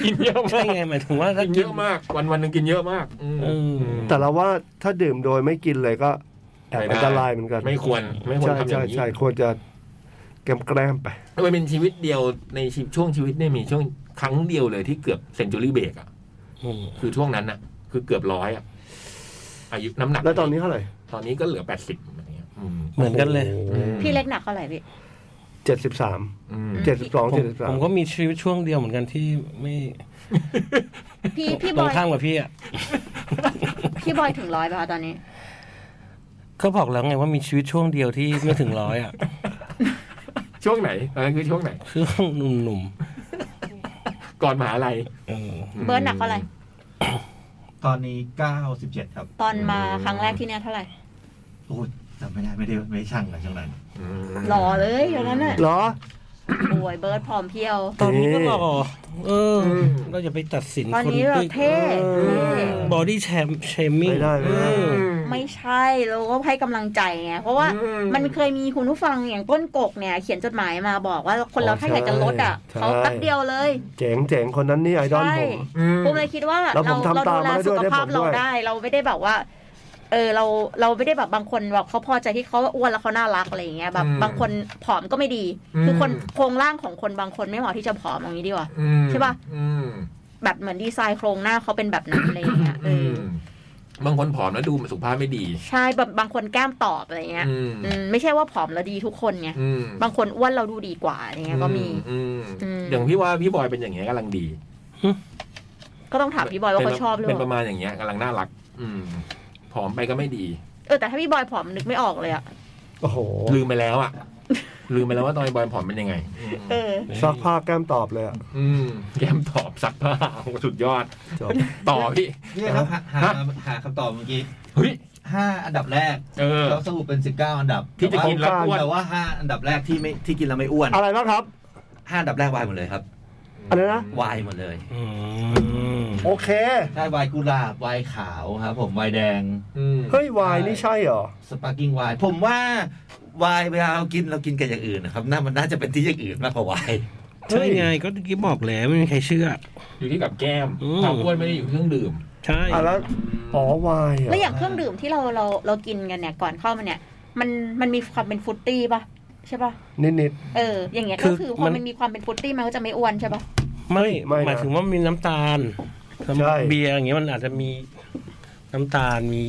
Speaker 1: กินเยอะ
Speaker 3: ใช่
Speaker 1: มาก
Speaker 3: ไงหมายถึงว่าถ้า
Speaker 1: กินเย
Speaker 3: กิน
Speaker 1: อะมาก วันวันๆหนึ่งกินเยอะมากอืม
Speaker 3: เออ
Speaker 2: แต่เราว่าถ้าดื่มโดยไม่กินเลยก็แอบ
Speaker 1: ไม่
Speaker 2: อั
Speaker 1: ได้
Speaker 2: นตรายเหมือนกัน
Speaker 1: ไม่ควรไม่ควร
Speaker 2: ใช่
Speaker 1: ทำอย่าง
Speaker 2: ใช่
Speaker 1: นี้
Speaker 2: ใช่ควรจะแกมแกล้มๆไป
Speaker 1: มันเป็นชีวิตเดียวในชีวิตช่วงชีวิตเนี่ยมีช่วงครั้งเดียวเลยที่เกือบเซนจูรี่เบรกอ่ะ
Speaker 3: อืม
Speaker 1: คือช่วงนั้นน่ะ คือเกือบร้อยอ่ะอายุน้ำหนัก
Speaker 2: แล้วตอนนี้เท่าไหร่
Speaker 1: ตอนนี้ก็เหลือแปดสิบอะไรเงี้ยอืม
Speaker 3: เหมือนกันเลย
Speaker 4: พี่เล็กหนักเท่าไหร่พี่
Speaker 2: เจ็ดสิบสาม
Speaker 1: อืม
Speaker 2: เจ็ดสิบสอง
Speaker 3: ผม
Speaker 2: เจ็ดสิบสา
Speaker 3: ผมมก็มีชีวิตช่วงเดียวเหมือนกันที่ไม่
Speaker 4: พี่พี่
Speaker 3: ต
Speaker 4: บ
Speaker 3: ร
Speaker 4: อง ย
Speaker 3: ข้ามกับพี่อ่ะ
Speaker 4: พี่บอยถึงร้อยป่ะคะตอนนี้
Speaker 3: ก็บอกแล้วไงว่ามีชีวิตช่วงเดียวที่ไม่ถึงร้อยอ่ะ
Speaker 1: ช่วงไหนตอนนั้นคือช่วงไหน
Speaker 3: ช่วงหนุ่ม
Speaker 1: ก่อนมหาลัย
Speaker 3: ๆเออ
Speaker 4: เบิร์ดหนักเท่าไหร่
Speaker 5: ตอนนี้ 97 ครับ
Speaker 4: ตอนมาครั้งแรกที่เนี่ยเท่าไหร่
Speaker 5: โอ้ยจำไม่ได้ไม่ได้ไม่ได้ช่างเลยช่างนั้น
Speaker 1: อืม
Speaker 4: หล่อเลยตอนนั้นน่ะ
Speaker 2: เหรอ
Speaker 4: ป่วยเบิร์ดผอมเพรียว
Speaker 3: ตอนนี้ก็หล่อเอออ
Speaker 1: ม
Speaker 3: เราอย่าไปตัดสิน
Speaker 4: ตอน
Speaker 3: คน
Speaker 4: นี้เราเท่
Speaker 2: เออ
Speaker 4: เท่
Speaker 3: บอดี้แชมเชมิ่ง
Speaker 2: ไม่ได้ไม่ได้
Speaker 4: ไม่ใช่เราก็ให้กำลังใจไงเพราะว่า
Speaker 1: อืม
Speaker 4: มันเคยมีคุณผู้ฟังอย่างต้นกกเนี่ย เขียนจดหมายมาบอกว่าคนเรา
Speaker 2: อ๋อ
Speaker 4: ถ้าอยากจะลดอ่ะ
Speaker 2: ใช่
Speaker 4: เขาแป๊บเดียวเลย
Speaker 2: เจ๋งเจ๋งคนนั้นนี่ไอดอล
Speaker 4: ใช่
Speaker 2: ผม
Speaker 1: อืม
Speaker 4: ผมเลยคิดว่า
Speaker 2: แล้วผ
Speaker 4: เรา
Speaker 2: ม
Speaker 4: เรา
Speaker 2: ทำ
Speaker 4: ดู
Speaker 2: ตาม
Speaker 4: แล
Speaker 2: มา
Speaker 4: สุ
Speaker 2: ด้วยได้
Speaker 4: ข
Speaker 2: ผล
Speaker 4: ภาพเรา
Speaker 2: ด้วย
Speaker 4: ได้ เราไม่ได้แบบว่า เออเราเราไม่ได้แบบบางคนแบบเขาพอใจที่เขาอ้วนแล้วเขาน่ารักอะไรอย่างเงี้ยแบบ
Speaker 1: อืม
Speaker 4: บางคนผอมก็ไม่ดี
Speaker 1: อืม
Speaker 4: คือคนโครงร่างของคนบางคนไม่เหมาะที่จะผอมอย่างนี้ดีกว่า
Speaker 1: อืม
Speaker 4: ใช่ปะ
Speaker 1: อืม
Speaker 4: แบบเหมือนดีไซน์โครงหน้าเขาเป็นแบบนั้นอะไรอย่างเงี้ยเอ
Speaker 1: อื
Speaker 4: อ
Speaker 1: มบางคนผอมแล้วดูสุขภาพไม่ดี
Speaker 4: ใช่แบบบางคนแก้มตอบอะไรเงี้ย
Speaker 1: อืม
Speaker 4: อืมไม่ใช่ว่าผอมแล้วดีทุกคนไง
Speaker 1: อืม
Speaker 4: บางคนอ้วนเราดูดีกว่าอะไรเงี้ยก็มี
Speaker 1: อืม
Speaker 4: อืม
Speaker 1: อย่างพี่ว่าพี่บอยเป็นอย่างเงี้ยกำลังดี
Speaker 4: ก็ต้องถามพี่บอยว่า
Speaker 1: ป็น
Speaker 4: เขาชอบหรือ
Speaker 1: เป็น
Speaker 4: เป
Speaker 1: ประ
Speaker 4: ล่า
Speaker 1: มาณอย่างเงี้ยกำลังน่ารัก อืมผอมไปก็ไม่ดี
Speaker 4: เออแต่ถ้าพี่บอยผอมนึกไม่ออกเลยอะ
Speaker 2: โอ้โห
Speaker 1: ลืมไปแล้วอะลืมไปแล้วว่าตอนบอยผอมเป็นยังไง
Speaker 4: เออ
Speaker 2: ซักผ้าแก้มตอบเลยอะ
Speaker 1: อืมแก้มตอบซักผ้าโอ้โหสุดยอด
Speaker 2: จบ
Speaker 1: ต่อพี่
Speaker 5: เนี่ยครับหาหา
Speaker 1: ฮะ
Speaker 5: หาคำตอบเมื่อกี้
Speaker 1: เฮ้ย
Speaker 5: 5 อันดับแรก
Speaker 1: เออ
Speaker 5: เราสรุปเป็น 19 อันดับ
Speaker 1: ที่จะกินแล้วอ้วน
Speaker 5: แต่ว่า 5 อันดับแรกที่ไม่ที่กินแล้วไม่อ้วน
Speaker 2: อะไรบ้างครับ
Speaker 5: 5 อันดับแรกวายหมดเลยครับ
Speaker 2: อะไรนะ
Speaker 5: วายหมดเลย
Speaker 3: อืม
Speaker 2: โอเค
Speaker 5: ใช่วายกุหลาบวายขาวครับผมวายแดง
Speaker 1: อืม
Speaker 2: เฮ้ย วายนี่ใช่เหรอ
Speaker 5: สปาร์กิ้งวายผมว่าวายเวลาเรากินเรากินกันอย่างอื่นนะครับน่ามันน่าจะเป็นที่อย่างอื่นมากกว่าวาย
Speaker 3: ใช่ไงก็เมื่อกี้บอกแล้วไม่มีใครเชื่อ
Speaker 1: อยู่ที่กับแก้ม
Speaker 3: อืม
Speaker 1: ความอ้วนไม่ได้อยู่ที่เครื่องดื่ม
Speaker 3: ใช่
Speaker 2: อ่ะแล้ว อ๋อ วายเหร
Speaker 4: แล้วอ
Speaker 2: อย่าง
Speaker 4: เครื่องดื่มที่เราเราเรากินกันเนี่ยก่อนเข้ามาเนี่ย มันมันมีความเป็นฟรุตตี้ป่ะใช่ป่ะ
Speaker 2: นิด
Speaker 4: เอออย่างเงี้ย
Speaker 3: คื
Speaker 4: ก็
Speaker 3: อ
Speaker 4: คือพอ
Speaker 3: มั
Speaker 4: มัน นมีความเป็นฟรุตตี้มันก็จะไม่อ้วนใช่ป่ะ
Speaker 3: ไม่
Speaker 2: ไม่นะ
Speaker 3: หมายถึงว่ามีน้ำตาล
Speaker 2: ใช่
Speaker 3: เบียร์อย่างเงี้ยมันอาจจะมีน้ำตาลมี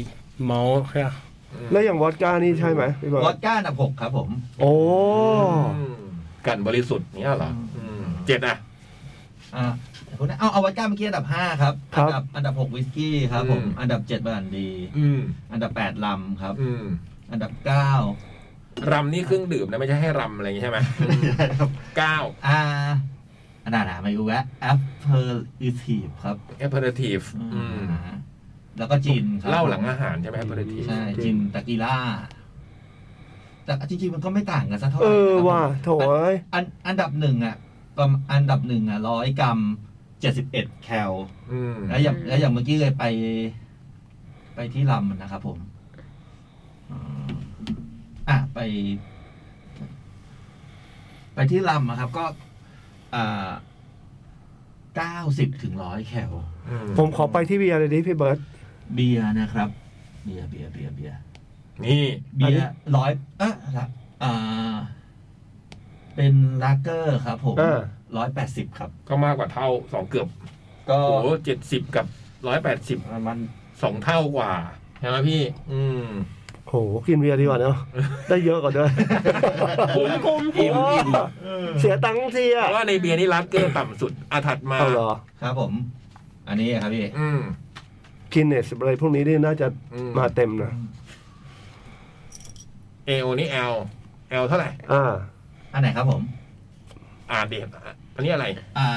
Speaker 3: เมาส์ใช่ปะ
Speaker 2: ๆ แล้วอย่างวอดก้านี่ใช่ไหมพี่บอ
Speaker 5: วอย ดก้าอันดับหกครับผม
Speaker 2: โอ้
Speaker 1: มกันบริสุทธิ์เนี้ยเหรออืมเจ็ดอ่ะ
Speaker 5: อ่าคนนั้นเอาเอาวอดก้าเมื่อกี้อันดับห้าครับ
Speaker 2: ครั
Speaker 5: อั
Speaker 2: บ
Speaker 5: ดัอันดับหกวิสกี้ครับผม
Speaker 1: อืม
Speaker 5: อันดับเจ็ดบรันดี
Speaker 1: อืม
Speaker 5: อันดับแปดลำครับ
Speaker 1: อืม
Speaker 5: อันดับเก้าร
Speaker 1: ำนี่เครื่องดื่มนะไม่ใช่ให้รำอะไรอย่างงี้ใช่ไหมเก้า
Speaker 5: อ่าอันนั้นอ่ะไม่รู้แวะแอปเปิลอีทีฟครับ
Speaker 1: แอปเปอร์ทีฟ
Speaker 5: อืมแล้วก็จินครับ
Speaker 1: เหล้าหลังอาหารใช่ไหมแอปเปอร์ทีฟ
Speaker 5: ใช่จินตะกีล่า แต่จริงๆ มันก็ไม่ต่างกันสักเท่าไห
Speaker 2: เอ
Speaker 5: ร่
Speaker 2: อ
Speaker 5: นะครับ
Speaker 2: ว่าโถเอ้ย
Speaker 5: อันอันดับหนึ่งอ่ะประมาณอันดับหนึ่งอ่ะร้อยกรัมเจ็ดสิบเอ็ดแคล
Speaker 1: อืม
Speaker 5: แล้วอย่างแล้วอย่างเมื่อกี้เลยไป ไปที่ลำนะครับผมอืมอ่ะไป ไปที่ลำอะครับ ก็อ่าเก้าสิบถึงร้อยแคล
Speaker 1: อื
Speaker 2: ผมขอไปที่เบียร์เลยดิพี่เบิร์ต
Speaker 5: เบียร์นะครับ เบียร์เบียร์เบียร์เบียร์
Speaker 1: นี่
Speaker 5: เบียร์ร้อยเอะละอ่า เป็นลากเกอร์ครับผม
Speaker 2: เออ
Speaker 5: ร้อยแปดสิบครับ
Speaker 1: ก็มากกว่าเท่าสองเกือบ
Speaker 5: ก็
Speaker 1: โอ้โหเจ็ดสิบกับร้อยแปดสิบ
Speaker 5: มัน
Speaker 1: สองเท่ากว่า ใช่ไหมพี่ อืม
Speaker 2: โห กินเบียร์ดีกว่าเนาะ ได้เยอะกว่าด้วย
Speaker 4: คุ้มคุ้มคุ้ม
Speaker 2: เสียตังค์เสีย
Speaker 1: เพราะว่าในเบียร์นี่ลักเกอร์ต่ำสุดอาถัดมา
Speaker 2: เอาเหรอ
Speaker 5: ครับผม อันนี้ครับพี่
Speaker 1: อืม
Speaker 2: กินเนสอะไรพวกนี้นี่น่าจะ
Speaker 1: อืม
Speaker 2: มาเต็มนะ
Speaker 1: เอโอนี่แอลแอลเท่าไหร่
Speaker 2: อ่า
Speaker 5: อันไหนครับผม
Speaker 1: อ่านเด็กอันนี้อะไร
Speaker 5: อ่า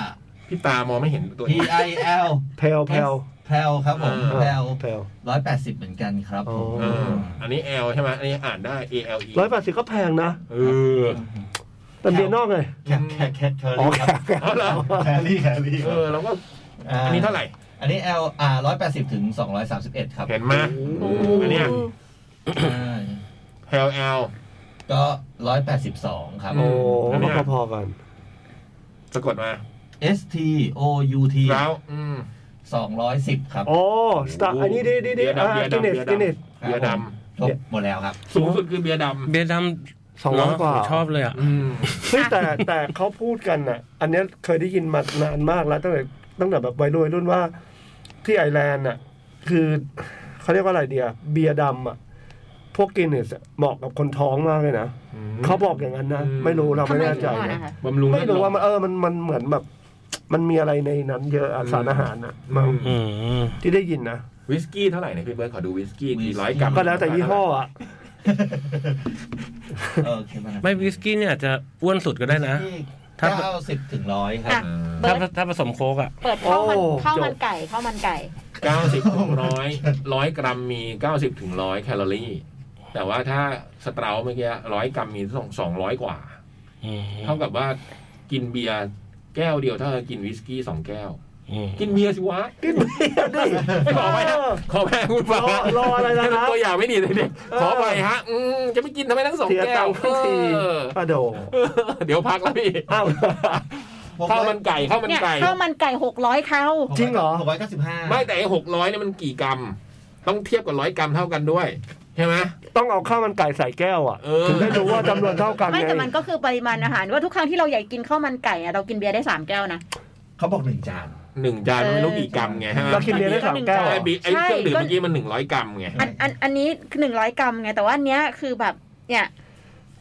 Speaker 1: พี่ตามองไม่เห็นตัว
Speaker 5: P
Speaker 1: นี้
Speaker 5: I L
Speaker 2: แพลวแพลว
Speaker 5: แพลครับผม
Speaker 1: อ่า
Speaker 5: แพล
Speaker 2: แพลว
Speaker 5: ร้อยแปดสิบเหมือนกันครับผม
Speaker 2: อ๋
Speaker 1: เอออันนี้แอลใช่ไหมอันนี้อ่านได้ A L E
Speaker 2: ร้อยแปดสิบก็แพงนะ
Speaker 1: เออ
Speaker 2: แต่เบียร์นอกไง
Speaker 5: แคทแคทแคทแคล
Speaker 2: อ๋อ
Speaker 5: รี่
Speaker 2: แคท
Speaker 5: ครับ
Speaker 1: เอาเหรอ
Speaker 5: แคลรี่แคลรี่
Speaker 1: เออแล้วก็อันนี้เท่าไหร่
Speaker 5: อันนี้ L อ่าร้อยแปดสิบถึงสองร้อยสามสิบเอ็ดครับ
Speaker 1: เห็นไหม
Speaker 4: โอ้
Speaker 1: อันเนี้ย
Speaker 5: ใช่
Speaker 1: L L
Speaker 5: ก็ร้อยแปดสิบสองครับผ
Speaker 2: โอ้
Speaker 5: ม
Speaker 1: อันเนี้ย
Speaker 2: ก็พอๆกัน
Speaker 1: สะกดมา
Speaker 5: S T O U T
Speaker 1: แล้วอืม
Speaker 5: สองร้อยสิบครับ
Speaker 2: โอ้สตาร์อันนี้ดีดีดี
Speaker 1: เบียร์ดำ
Speaker 2: อ่า
Speaker 1: เบียร์
Speaker 2: กิน
Speaker 1: ดำ
Speaker 2: เนส
Speaker 1: เบียร์ดำ
Speaker 2: กินเนส
Speaker 1: เบียร์ด
Speaker 5: จบหมดแล้วครับ
Speaker 1: ำสูงสุดคือเบียร์ด
Speaker 3: เบียร์ดำ
Speaker 2: สองร้อย
Speaker 3: เนะ
Speaker 2: กว่า
Speaker 3: ผมชอบเลยอ่ะ
Speaker 1: ำอืม
Speaker 2: เฮ้ยแต่แต่เขาพูดกันอ่ะ อันเนี้ยเคยได้ยินมานานมากแล้วตั้งแต่ตั้งแต่แบบวัยรุ่นวัยรุ่นว่า ที่ไอร์แลนด์อ่ะ คือเขาเรียกว่าอะไรเดียเบียร์ดำอ่ะ พวกกินเนสเหมาะกับคนท้องมากเลยนะเขาบอกอย่างนั้นนะ
Speaker 1: อืม
Speaker 2: ไม่รู้เรา
Speaker 4: ทำ
Speaker 2: ไม่
Speaker 4: ไม
Speaker 2: แน่
Speaker 4: ถึ
Speaker 2: ใจ
Speaker 4: งว่า
Speaker 2: นะ
Speaker 4: นะคะ
Speaker 1: บำรุง
Speaker 2: ไม่รู้ว่ามัน
Speaker 1: เอ
Speaker 2: เออมันมันเหมือนแบบ มันมีอะไรในนั้น เยอะอะสารอาหารอ่ะมั้ง
Speaker 3: อืม
Speaker 2: ที่ได้ยินนะ
Speaker 1: วิสกี้เท่าไหร่เนี่ยพี่เบิร์ดขอดูวิสกี้กี่ร้อยกรัม
Speaker 2: ก็แล้วแต่ยี่ห้ออ่ะ
Speaker 5: เออโอเคมานะ
Speaker 3: ไม่วิสกี้เนี่ยอาจจะอ้วนสุดก็ได้นะ ถ้า
Speaker 5: เก้าสิบถึงร้อยครับ
Speaker 4: อ่ะ เบิ
Speaker 3: ถ้า
Speaker 4: ร์ด
Speaker 3: ถ้าผสมโค้กอ่ะ
Speaker 4: เปิดข้าวมัน
Speaker 2: โอ้
Speaker 4: ข้าวมันไก่ข้าวมันไก่
Speaker 1: เก้าสิบถึงร้อยร้อยกรัมมีเก้าสิบถึงร้อยแคลอรี่ แต่ว่าถ้าสเตราเมื่อกี้ร้อยกรัมมีสองสองร้อยกว่า
Speaker 3: อืม
Speaker 1: เท่ากับว่ากินเบียร์แก้วเดียวเท่ากับกินวิสกี้สองแก้ว
Speaker 3: อืม
Speaker 1: กินเบียร์สิวะ
Speaker 2: กินเบียร์ดิ
Speaker 1: ไม่ขอไปฮะขอไปคุณฟังฮ
Speaker 2: รอรออะไรนะครับ
Speaker 1: ตัวอย่างไม่ดีเลยเนี่ยขอไปฮะอืมจะไม่กินทำไมทั้งสอง
Speaker 2: เสีย
Speaker 1: แก้
Speaker 2: ตั
Speaker 1: ว
Speaker 2: งค์ทุกที
Speaker 1: เออ
Speaker 2: อะโด
Speaker 1: เดี๋ยวพักแล้วพี่
Speaker 2: อ้าว
Speaker 1: ข้าวมันไก่ข้าวมัน
Speaker 4: เนี่ย
Speaker 1: ไก่
Speaker 4: ข้าวมันไก่หกร้อยเข้า
Speaker 2: จริงเหรอ
Speaker 5: หกร้อยเก้าสิบห้า
Speaker 1: ไม่แต่ไอ้หกร้อยเนี่ยมันกี่กรัม ต้องเทียบกับร้อยกรัมเท่ากันด้วยใช่ไหม
Speaker 2: ต้องเอาข้าวมันไก่ใส่แก้วอ่ะ
Speaker 1: เออ
Speaker 2: ถึงได้รู้ว่าจำนวนเท่ากัน
Speaker 4: ไม่
Speaker 2: ไง
Speaker 4: แต่มันก็คือปริมาณอาหารว่าทุกครั้งที่เราอยากกินข้าวมันไก่อะเรากินเบียร์ได้สามแก้วนะ
Speaker 5: เขาบอกหนึ่งจาน
Speaker 1: หนึ่งจานมันไม่รู้กี่กรัมไงฮะ
Speaker 2: เรากินเบียร์ได้สามแก้ว
Speaker 1: ไอ้บีไอ้เครื่องดื่ม
Speaker 4: ใช่
Speaker 1: เมื่อกี้มันหนึ่งร้อยกรัมไง
Speaker 4: อันอันอันนี้หนึ่งร้อยกรัมไงแต่ว่าอันเนี้ยคือแบบเนี่ย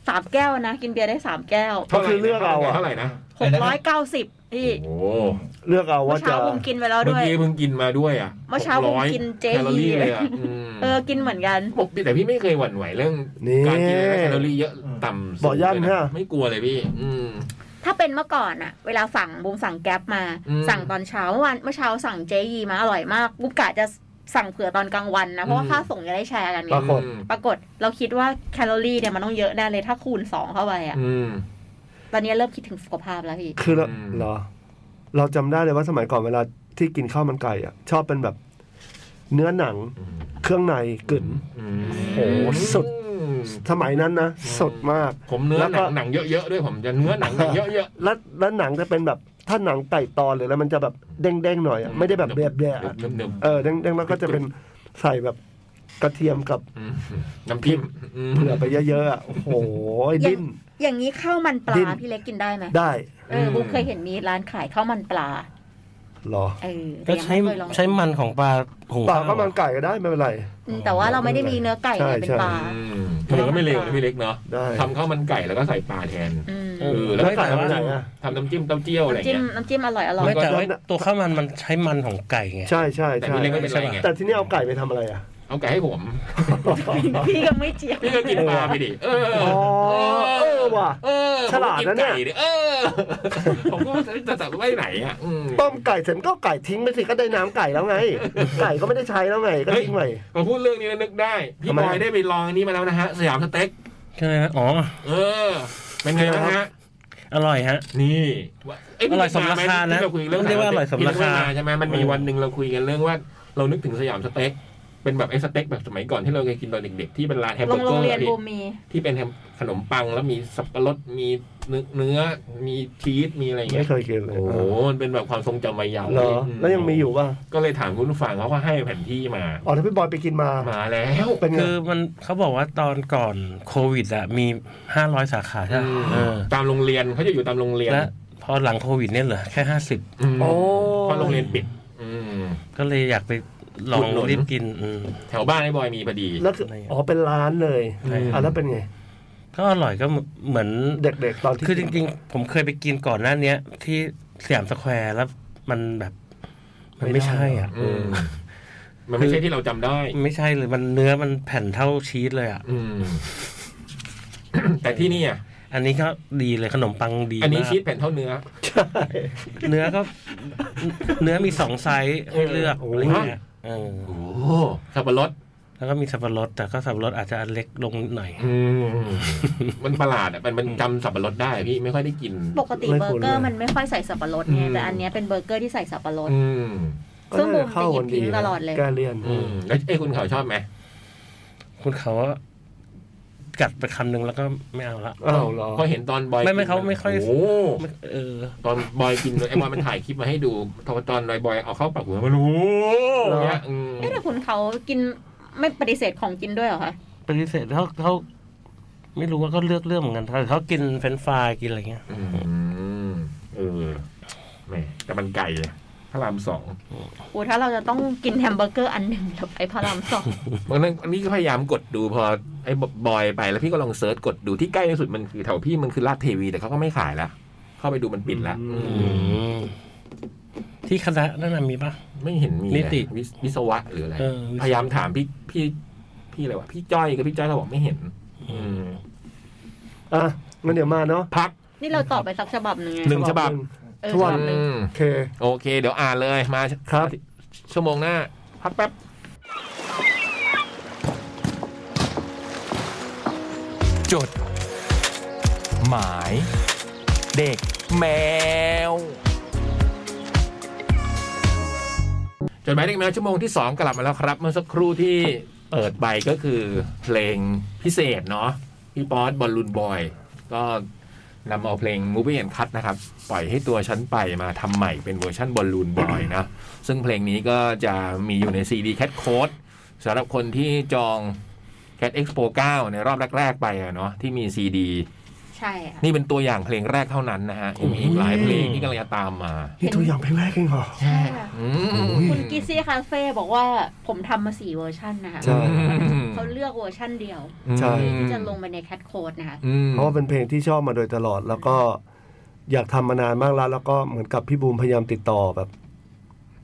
Speaker 4: สามแก้วนะ กินเบียร์ได้สามแก้ว
Speaker 2: ก็คือเลือกเอาอ่ะ
Speaker 1: เท่าไหร่นะ
Speaker 4: หกร้อยเก้าสิบที่
Speaker 1: โอ้
Speaker 2: เลือกเอา
Speaker 4: เมื่
Speaker 2: ว่า
Speaker 4: อเช้า
Speaker 2: จะ
Speaker 4: ผมกินไปแล้ว
Speaker 1: เมื่อ
Speaker 4: ด้วย
Speaker 1: กี้เพิ่งกินมาด้วยอ่ะ
Speaker 4: เมื่อเช้า
Speaker 1: หร้อย
Speaker 4: เพิ่งกินเจ
Speaker 1: แคลอรี่
Speaker 4: ดี
Speaker 1: เลยอ่ะอืม
Speaker 4: เออกินเหมือนกัน
Speaker 1: ปกติแต่พี่ไม่เคยหวั่นไหวเรื่อง
Speaker 2: นี่
Speaker 1: การกินอะไรแคลอรี่เยอะต่ำสูง
Speaker 2: บ่อยั่น
Speaker 1: เล
Speaker 2: เนี่ย
Speaker 1: ไม่กลัวเลยพี่ อืม
Speaker 4: ถ้าเป็นเมื่อก่อนอะเวลาสั่งบูมสั่งแก๊ปมา
Speaker 1: อืม
Speaker 4: สั่งตอนเช้าเมื่อวันเมื่อเช้าสั่งเจยีมาอร่อยมากบุ๊กกะจะสั่งเผื่อตอนกลางวันนะเพราะว่า
Speaker 1: อืม
Speaker 4: ค่าส่งจะได้แชร์กันไง
Speaker 2: ปรากฏ
Speaker 4: ปรากฏเราคิดว่าแคลอรี่เนี่ยมันต้องเยอะแน่เลยถ้าคูณสองเข้าไปอะ
Speaker 1: อืม
Speaker 4: ตอนนี้เริ่มคิดถึงสุขภาพแล้วพี่
Speaker 2: คือเรา
Speaker 1: อืม
Speaker 2: เหรอ เราจำได้เลยว่าสมัยก่อนเวลาที่กินข้าวมันไก่อ่ะ ชอบเป็นแบบ เนื้อหนังเครื่องในกึ่น
Speaker 1: อืม
Speaker 2: โอ้โหสุด สมัยนั้นนะสดมาก
Speaker 1: ผมเนื้อหนั
Speaker 2: แล้วก็
Speaker 1: งหนังเยอะๆด้วยผมจะเนื้อหนังหนังเยอะ
Speaker 2: แล้วแล้วหนังจะเป็นแบบถ้าหนังไก่ตอนหรืออะไรมันจะแบบเด้งๆหน่อยอะ
Speaker 1: ๆ
Speaker 2: ไม่ได้แบบแบบแย่ๆ
Speaker 1: เดี๋ย
Speaker 2: อะ
Speaker 1: วเดี๋ยว
Speaker 2: เออเด้งๆแล้วก็จะเป็นใส่แบบกระเทียมกับ
Speaker 1: อืมน้ำพริกอืม
Speaker 2: เผือกไปเยอะๆอะโอ้โหดิ้น
Speaker 4: อย่างนี้ข้าวมันปลา
Speaker 2: ดิ้น
Speaker 4: พี่เล็กกินได้ไหม
Speaker 2: ได้
Speaker 4: เออบุมเคยเห็นมีร้านขายข้าวมันปลา
Speaker 2: เหรอ
Speaker 4: เออ
Speaker 3: ก็
Speaker 4: แต่ยัง
Speaker 3: ใช้
Speaker 4: ไม่เคยลอง
Speaker 3: ใช้มันของปลาหุง
Speaker 2: เปล่า
Speaker 3: ข้าว
Speaker 2: ก็มันไก่ก็ได้ไม่เป็นไร
Speaker 4: อืมแต่ว่าเราไม่ได้มีเนื้อไก่
Speaker 2: ใช่
Speaker 4: ไงเป็น
Speaker 2: ใช่
Speaker 4: ปลา
Speaker 1: อืมเออก็ไม่เลวนะพี่เล็กเนาะ
Speaker 2: ได้
Speaker 1: ทำข้าวมันไก่แล้วก็ใส่ปลาแทน
Speaker 4: อืม
Speaker 1: เออ แล้วก็
Speaker 2: แล้วไก่
Speaker 1: ทำ
Speaker 2: อะไร
Speaker 1: น้ำจิ้ม
Speaker 2: อะ
Speaker 1: ทำน้ำจิ้มเต้าเจี้ยวอะไร
Speaker 4: น้ำจิ้ม
Speaker 1: เงี้ย
Speaker 4: น้ำจิ้มอร่อยอร่อย
Speaker 3: ไม่แต่ว่า
Speaker 2: แล้ว
Speaker 3: ตัวข้าวมันมันใช้มันของไก่ไง
Speaker 2: ใช่ใช่
Speaker 1: แต่
Speaker 2: ใช่
Speaker 1: พี่เล็กไม่เป็นไรไง
Speaker 2: แต่ที่นี่เอาไก่ไปทำอะไรอ่ะ
Speaker 1: เอาไก่ให้ผม
Speaker 4: พี่ก็ไม่เจียบ
Speaker 1: พี่ก็กินปลาไปดิ เออ
Speaker 2: อ๋อเออว่ะ
Speaker 1: เออ
Speaker 2: ฉลาดนะเนี่ย
Speaker 1: ผมก็กิไก่ดิเออ ผมก็จะจับไว้ไหนอ่ะอืม
Speaker 2: ต้มไก่เสร็จก็เอาไก่ทิ้งไปสิก็ได้น้ำไก่ แล้วไง ไก่ก็ไม่ได้ใช้แล้วไงก็ทิ้งไป
Speaker 1: มาพูดเรื่องนี้แล้วนึกได้ พี่
Speaker 2: ทำไม
Speaker 1: บอยได้ไปลองอันนี้มาแล้วนะฮะ สยามสเต็ก
Speaker 3: ใช่ไหมฮะอ๋อ
Speaker 1: เออ เป็นไงบ้างฮะ
Speaker 3: อร่อยฮะ
Speaker 1: นี่เ
Speaker 3: อร่อยสมราคานะ
Speaker 1: ที่เราคุยเรื่อง
Speaker 3: เรียกว่าอร่อยสมราคา
Speaker 1: ที่เงใช่ไหมมันมีวันหนึ่งเราคุยกันเรื่องว่า เรานึกถึงสยามสเต็ก เป็นแบบไอ้สเต็กแบบสมัยก่อนที่เราเคยกินตอนเด็กๆ ที่เป็นร้านแฮมเบอร์
Speaker 4: โรง
Speaker 1: เกอร์
Speaker 4: เรียน
Speaker 1: อะพี่
Speaker 4: บูมมี
Speaker 1: ที่เป็นแฮมขนมปังแล้วมีสับปะรดมีเนื้อเนื้อมีชีสมีอะไรอย่างเงี้
Speaker 2: ไม่
Speaker 1: ย
Speaker 2: เคยกินเลย
Speaker 1: โอ้โหมันเป็นแบบความทรงจำวัยเยาว์
Speaker 2: เหรอ
Speaker 1: อื
Speaker 2: แล้วยังมีอยู่ป่ะ
Speaker 1: ก็เลยถามคุณผู้ฟังเขาก็ให้แผนที่มา
Speaker 2: อ๋อแล้วพี่บอยไปกินมา
Speaker 1: มาแล้ว
Speaker 2: เป็นไง
Speaker 3: คือมันเขาบอกว่าตอนก่อนโควิดอะมีห้าร้อยสาขาใช่ไหมเออ
Speaker 1: ตามโรงเรียนเขาจะอยู่ตามโรงเรียน
Speaker 3: และพอหลังโควิดเนี่ยเหลือแค่ห้าสิบ
Speaker 1: ม
Speaker 2: โอ้
Speaker 1: เพราะโรงเรียนปิด อืม
Speaker 3: ก็เลยอยากไปลอง
Speaker 1: อุดหนุน
Speaker 3: รีบกินอืม
Speaker 1: แถวบ้านไอ้บอยมีพอดี
Speaker 2: แล้วคืออ๋อเป็นร้านเลย
Speaker 1: อืม
Speaker 2: อ่ะแล้วเป็นไง
Speaker 3: ก็อร่อยก็เหมือน
Speaker 2: เด็กๆตอนที่
Speaker 3: คือจริงๆ ผมเคยไปกินก่อนหน้าเนี้ย ที่สยามสแควร์แล้วมันแบบ มันไม่ใช่อ่ะ
Speaker 1: อืมมันไม่ใช่ที่เราจำได้
Speaker 3: มันไม่ใช่เลยมันเนื้อมันแผ่นเท่าชีสเลยอ่ะ
Speaker 1: อืม แต่ที่นี่อ่ะ
Speaker 3: อันนี้ก็ดีเลยขนมปังดี
Speaker 1: อันนี้
Speaker 3: มาก
Speaker 1: ชีสแผ่นเท่าเนื้อ
Speaker 2: ใช่
Speaker 3: เนื้อก็ เนื้อมีสองไซส์ให้เลือก
Speaker 1: เอออ
Speaker 3: อะไรเงี้ยเออ
Speaker 1: โอ้โหสับปะรด
Speaker 3: แล้วก็มีสับปะรดแต่ก็สับปะรดอาจจะอันเล็กลงนิดหน่อย
Speaker 1: อืม มันประหลาดอ่ะ มันมันจำสับปะรดได้พี่ ไม่ค่อยได้กิน
Speaker 4: ปกติเบอร์เกอร์มันไม่ค่อยใส่สับปะรดไง
Speaker 1: อืม
Speaker 4: แต่อันเนี้ยเป็นเบอร์เกอร์ที่ใส่สับปะรด
Speaker 1: อืม
Speaker 2: ก็
Speaker 4: ซึ่งบู
Speaker 2: น่าม จะเข้าคนดี
Speaker 4: ไปหยิบทิ้งตลอดเลย
Speaker 2: แกเรียน
Speaker 1: อืม แล้วเอ้ยคุณเขาชอบไหม
Speaker 3: คุณเขาก็กัดไปคำนึงแล้วก็ไม่เอาละ
Speaker 2: อ้าวเหรอ
Speaker 1: พอเห็นตอนบอย
Speaker 3: ไม่ไม่
Speaker 1: กิน
Speaker 3: เขาไม่ค่อย
Speaker 1: โอ้โห
Speaker 3: ไม่เออ
Speaker 1: ตอนบอยกินไอ้บอยมันถ่ายคลิปมาให้ดูตอนตอนบอยเอาเข้าปากหัวมันโอ้โหเนี่ยอืม
Speaker 4: เอ๊ะแต่คุณเขากินไม่ปฏิเสธของกินด้วยเหรอคะ
Speaker 3: ปฏิเสธเขาเขาไม่รู้ว่าเขาเลือกเรื่องเหมือนกันแต่เขากินเฟรนช์ฟรายกินอะไรเงี้ย
Speaker 1: อืมเออแหมแต่มันไก่อะพระรามสอง
Speaker 4: โอ้ถ้าเราจะต้องกินแฮมเบอร์เกอร์อันหนึ่งแล้วไปพระรามสอง
Speaker 1: บางเรื่องอันนี้ก็พยายามกดดูพอไอ้บอยไปแล้วพี่ก็ลองเซิร์ชกดดูที่ใกล้ที่สุดมันคือแถวพี่มันคือลาดเทวีแต่เขาก็ไม่ขายแล้วเข้าไปดูมันปิดแล้ว
Speaker 2: อื
Speaker 1: อื
Speaker 3: อื
Speaker 1: ม
Speaker 3: มที่คณะนั่นนะมีปะ
Speaker 1: ไม่เห็นมี
Speaker 3: นิติ
Speaker 1: เลยวิศวิศวะหรืออะไร
Speaker 3: เออวิศวะ
Speaker 1: พยายามถามพี่พี่ พี่อะไรวะพี่จ้อยกับพี่จ้อยเขาบอกไม่เห็น อืม
Speaker 2: อ่ะมันเดี๋ยวมาเนาะ
Speaker 1: พัก
Speaker 4: นี่เราตอบไปสักฉบับหนึ่งไง
Speaker 1: หนึ่ง ฉบับ
Speaker 2: หนึ่ง
Speaker 4: เออ
Speaker 2: ทวน
Speaker 4: ฉบับหนึ่ง
Speaker 1: อืม
Speaker 2: โอเค
Speaker 1: โอเค เดี๋ยวอ่านเลยมา
Speaker 2: ครับ
Speaker 1: ชั่วโมงหน้า พักแป๊บ จด หมาย เด็กแมว จดหมายเด็กแมวชั่วโมงที่ 2 กลับมาแล้วครับ เมื่อสักครู่ที่เปิดไปก็คือเพลงพิเศษเนาะพี่ป๊อตบอลลูนบอย ก็นำเอาเพลง Movie and Cut นะครับ ปล่อยให้ตัวฉันไปมาทำใหม่เป็นเวอร์ชั่นบอลลูนบอยนะ ซึ่งเพลงนี้ก็จะมีอยู่ใน CD Cat Code สำหรับคนที่จอง Cat Expo 9 ในรอบแรก ๆ ไปอะเนาะที่มี CD
Speaker 4: ใช่ค่ะ
Speaker 1: นี่เป็นตัวอย่างเพลงแรกเท่านั้นนะฮะยังมีอีกหลายเพลงที่กำลังจะตามมา
Speaker 2: นี่ตัวอย่างเพลงแรกเองเหรอ
Speaker 4: ใช่ค่ะ
Speaker 1: อืม
Speaker 4: คุณกิซี่คาเฟ่บอกว่าผมทำมาสี่เวอร์ชันนะคะ
Speaker 2: ใช่
Speaker 4: เขาเลือกเวอร์ชันเดียว
Speaker 2: ใช่
Speaker 4: ที่จะลงไปในแคทโคดนะคะ
Speaker 1: อืม
Speaker 2: เพราะว่าเป็นเพลงที่ชอบมาโดยตลอด แล้วก็อยากทำมานานมากแล้ว แล้วก็เหมือนกับพี่บูมพยายามติดต่อแบบ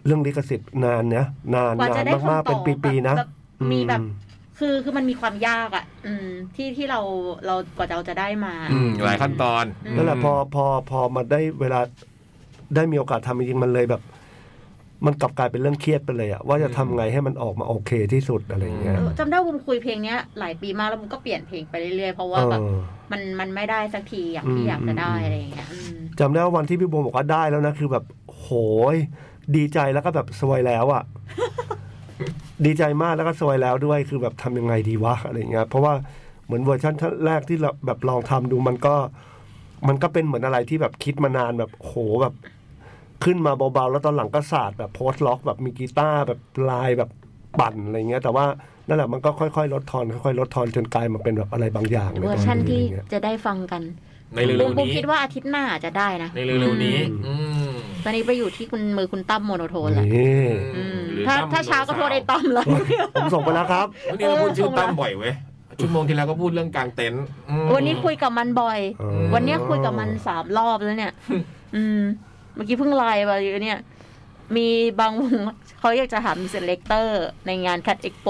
Speaker 2: เรื่องลิขสิทธิ์นานนะนาน
Speaker 4: กว่าจะ
Speaker 2: นาน
Speaker 4: ได้
Speaker 2: มากๆ
Speaker 4: คำต
Speaker 2: เป็
Speaker 4: อน บ
Speaker 2: ปีๆนะ
Speaker 4: แบบมีแบบ
Speaker 2: อื
Speaker 4: คือคือมันมีความยากอ่ะ อืม ที่ที่เราเรากว่าจะเราจะได้มา
Speaker 1: อืมหลายขั้นตอน
Speaker 4: อืม
Speaker 2: นั่นแหละพอพอพอมาได้เวลาได้มีโอกาสทำจริงๆมันเลยแบบ มันกลับกลายเป็นเรื่องเครียดไปเลยอะว่าจะทำไงให้มันออกมาโอเคที่สุดอะไรอย่างเงี้ย
Speaker 4: เออจำได้บุมคุยเพลงเนี้ยหลายปีมากแล้วบุมก็เปลี่ยนเพลงไปเรื่อยๆ เพราะว่า
Speaker 2: เอ
Speaker 4: แบบ
Speaker 2: อ
Speaker 4: มันมันไม่ได้สักทีอย่างที่
Speaker 2: อืม
Speaker 4: อยากจะได้อะไรอย่างเงี้ยอืม
Speaker 2: จำได้ว่าวันที่พี่บูมบอกว่าได้แล้วนะคือแบบโหย ดีใจแล้วก็แบบสวยแล้วอะ ดีใจมากแล้วก็สวยแล้วด้วยคือแบบทำยังไงดีวะอะไรอย่างเงี้ยเพราะว่าเหมือนเวอร์ชันแรกที่เราแบบลองทำดูมันก็ มันก็เป็นเหมือนอะไรที่แบบคิดมานานแบบโหแบบ ขึ้นมาเบาๆ แล้วตอนหลังก็ศาสตร์แบบโพสต์ล็อกแบบมีกีตาร์แบบลายแบบปั่นอะไรเงี้ย แต่ว่านั่นแหละมันก็ค่อยๆลดทอนค่อยๆลดทอนจนกลายมาเป็นแบบอะไรบางอย่างใต
Speaker 4: เว
Speaker 2: อ
Speaker 4: อร์ชันที่
Speaker 2: อะไรเงี้ย
Speaker 4: จะได้ฟังกัน
Speaker 1: ในเร็วๆ
Speaker 4: บุม
Speaker 1: นี้
Speaker 4: คิดว่าอาทิตย์หน้าจะได้นะ
Speaker 1: ในเร็วๆนี้ อืม
Speaker 4: ตอนนี้ไปอยู่ที่คุณมือคุณตั้มโมโนโทนแหละ
Speaker 2: นี่
Speaker 4: อืม
Speaker 1: หรือ
Speaker 4: ถ้า
Speaker 1: ตั้ม
Speaker 4: ถ้าเช้าก็โทษไอ้ต้อมเลย
Speaker 2: ผมส่งไปแล้วครับ
Speaker 1: วันนี้เราพูดชื่อตั้มบ่อยเว้ยชั่วโมงที่แล้วก็พูดเรื่องกางเต็นท์อืม
Speaker 4: วันนี้คุยกับมันบ่อย
Speaker 2: เออ
Speaker 4: วันเนี้ยคุยกับมันสามรอบแล้วเนี่ย อืม เมื่อกี้เพิ่งไลน์มาอยู่เนี่ย มีบางวงเขาอยากจะหามีเซเลคเตอร์ในงานคัดเอ็กโป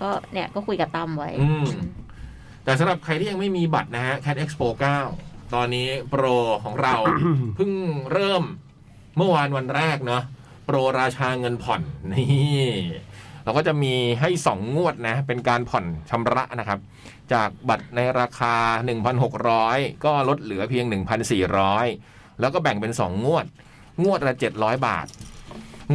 Speaker 4: ก็เนี่ยก็คุยกับตามไว้
Speaker 1: อืม แต่สำหรับใครที่ยังไม่มีบัตรนะฮะ Cat Expo 9 ตอนนี้โปรของเรา เพิ่งเริ่มเมื่อวานวันแรกเนาะโปรราชาเงินผ่อน นี่ เราก็จะมีให้ 2 งวดนะ เป็นการผ่อนชำระนะครับ จากบัตรในราคา 1,600 ก็ลดเหลือเพียง 1,400 แล้วก็แบ่งเป็น 2 งวด งวดละ 700 บาท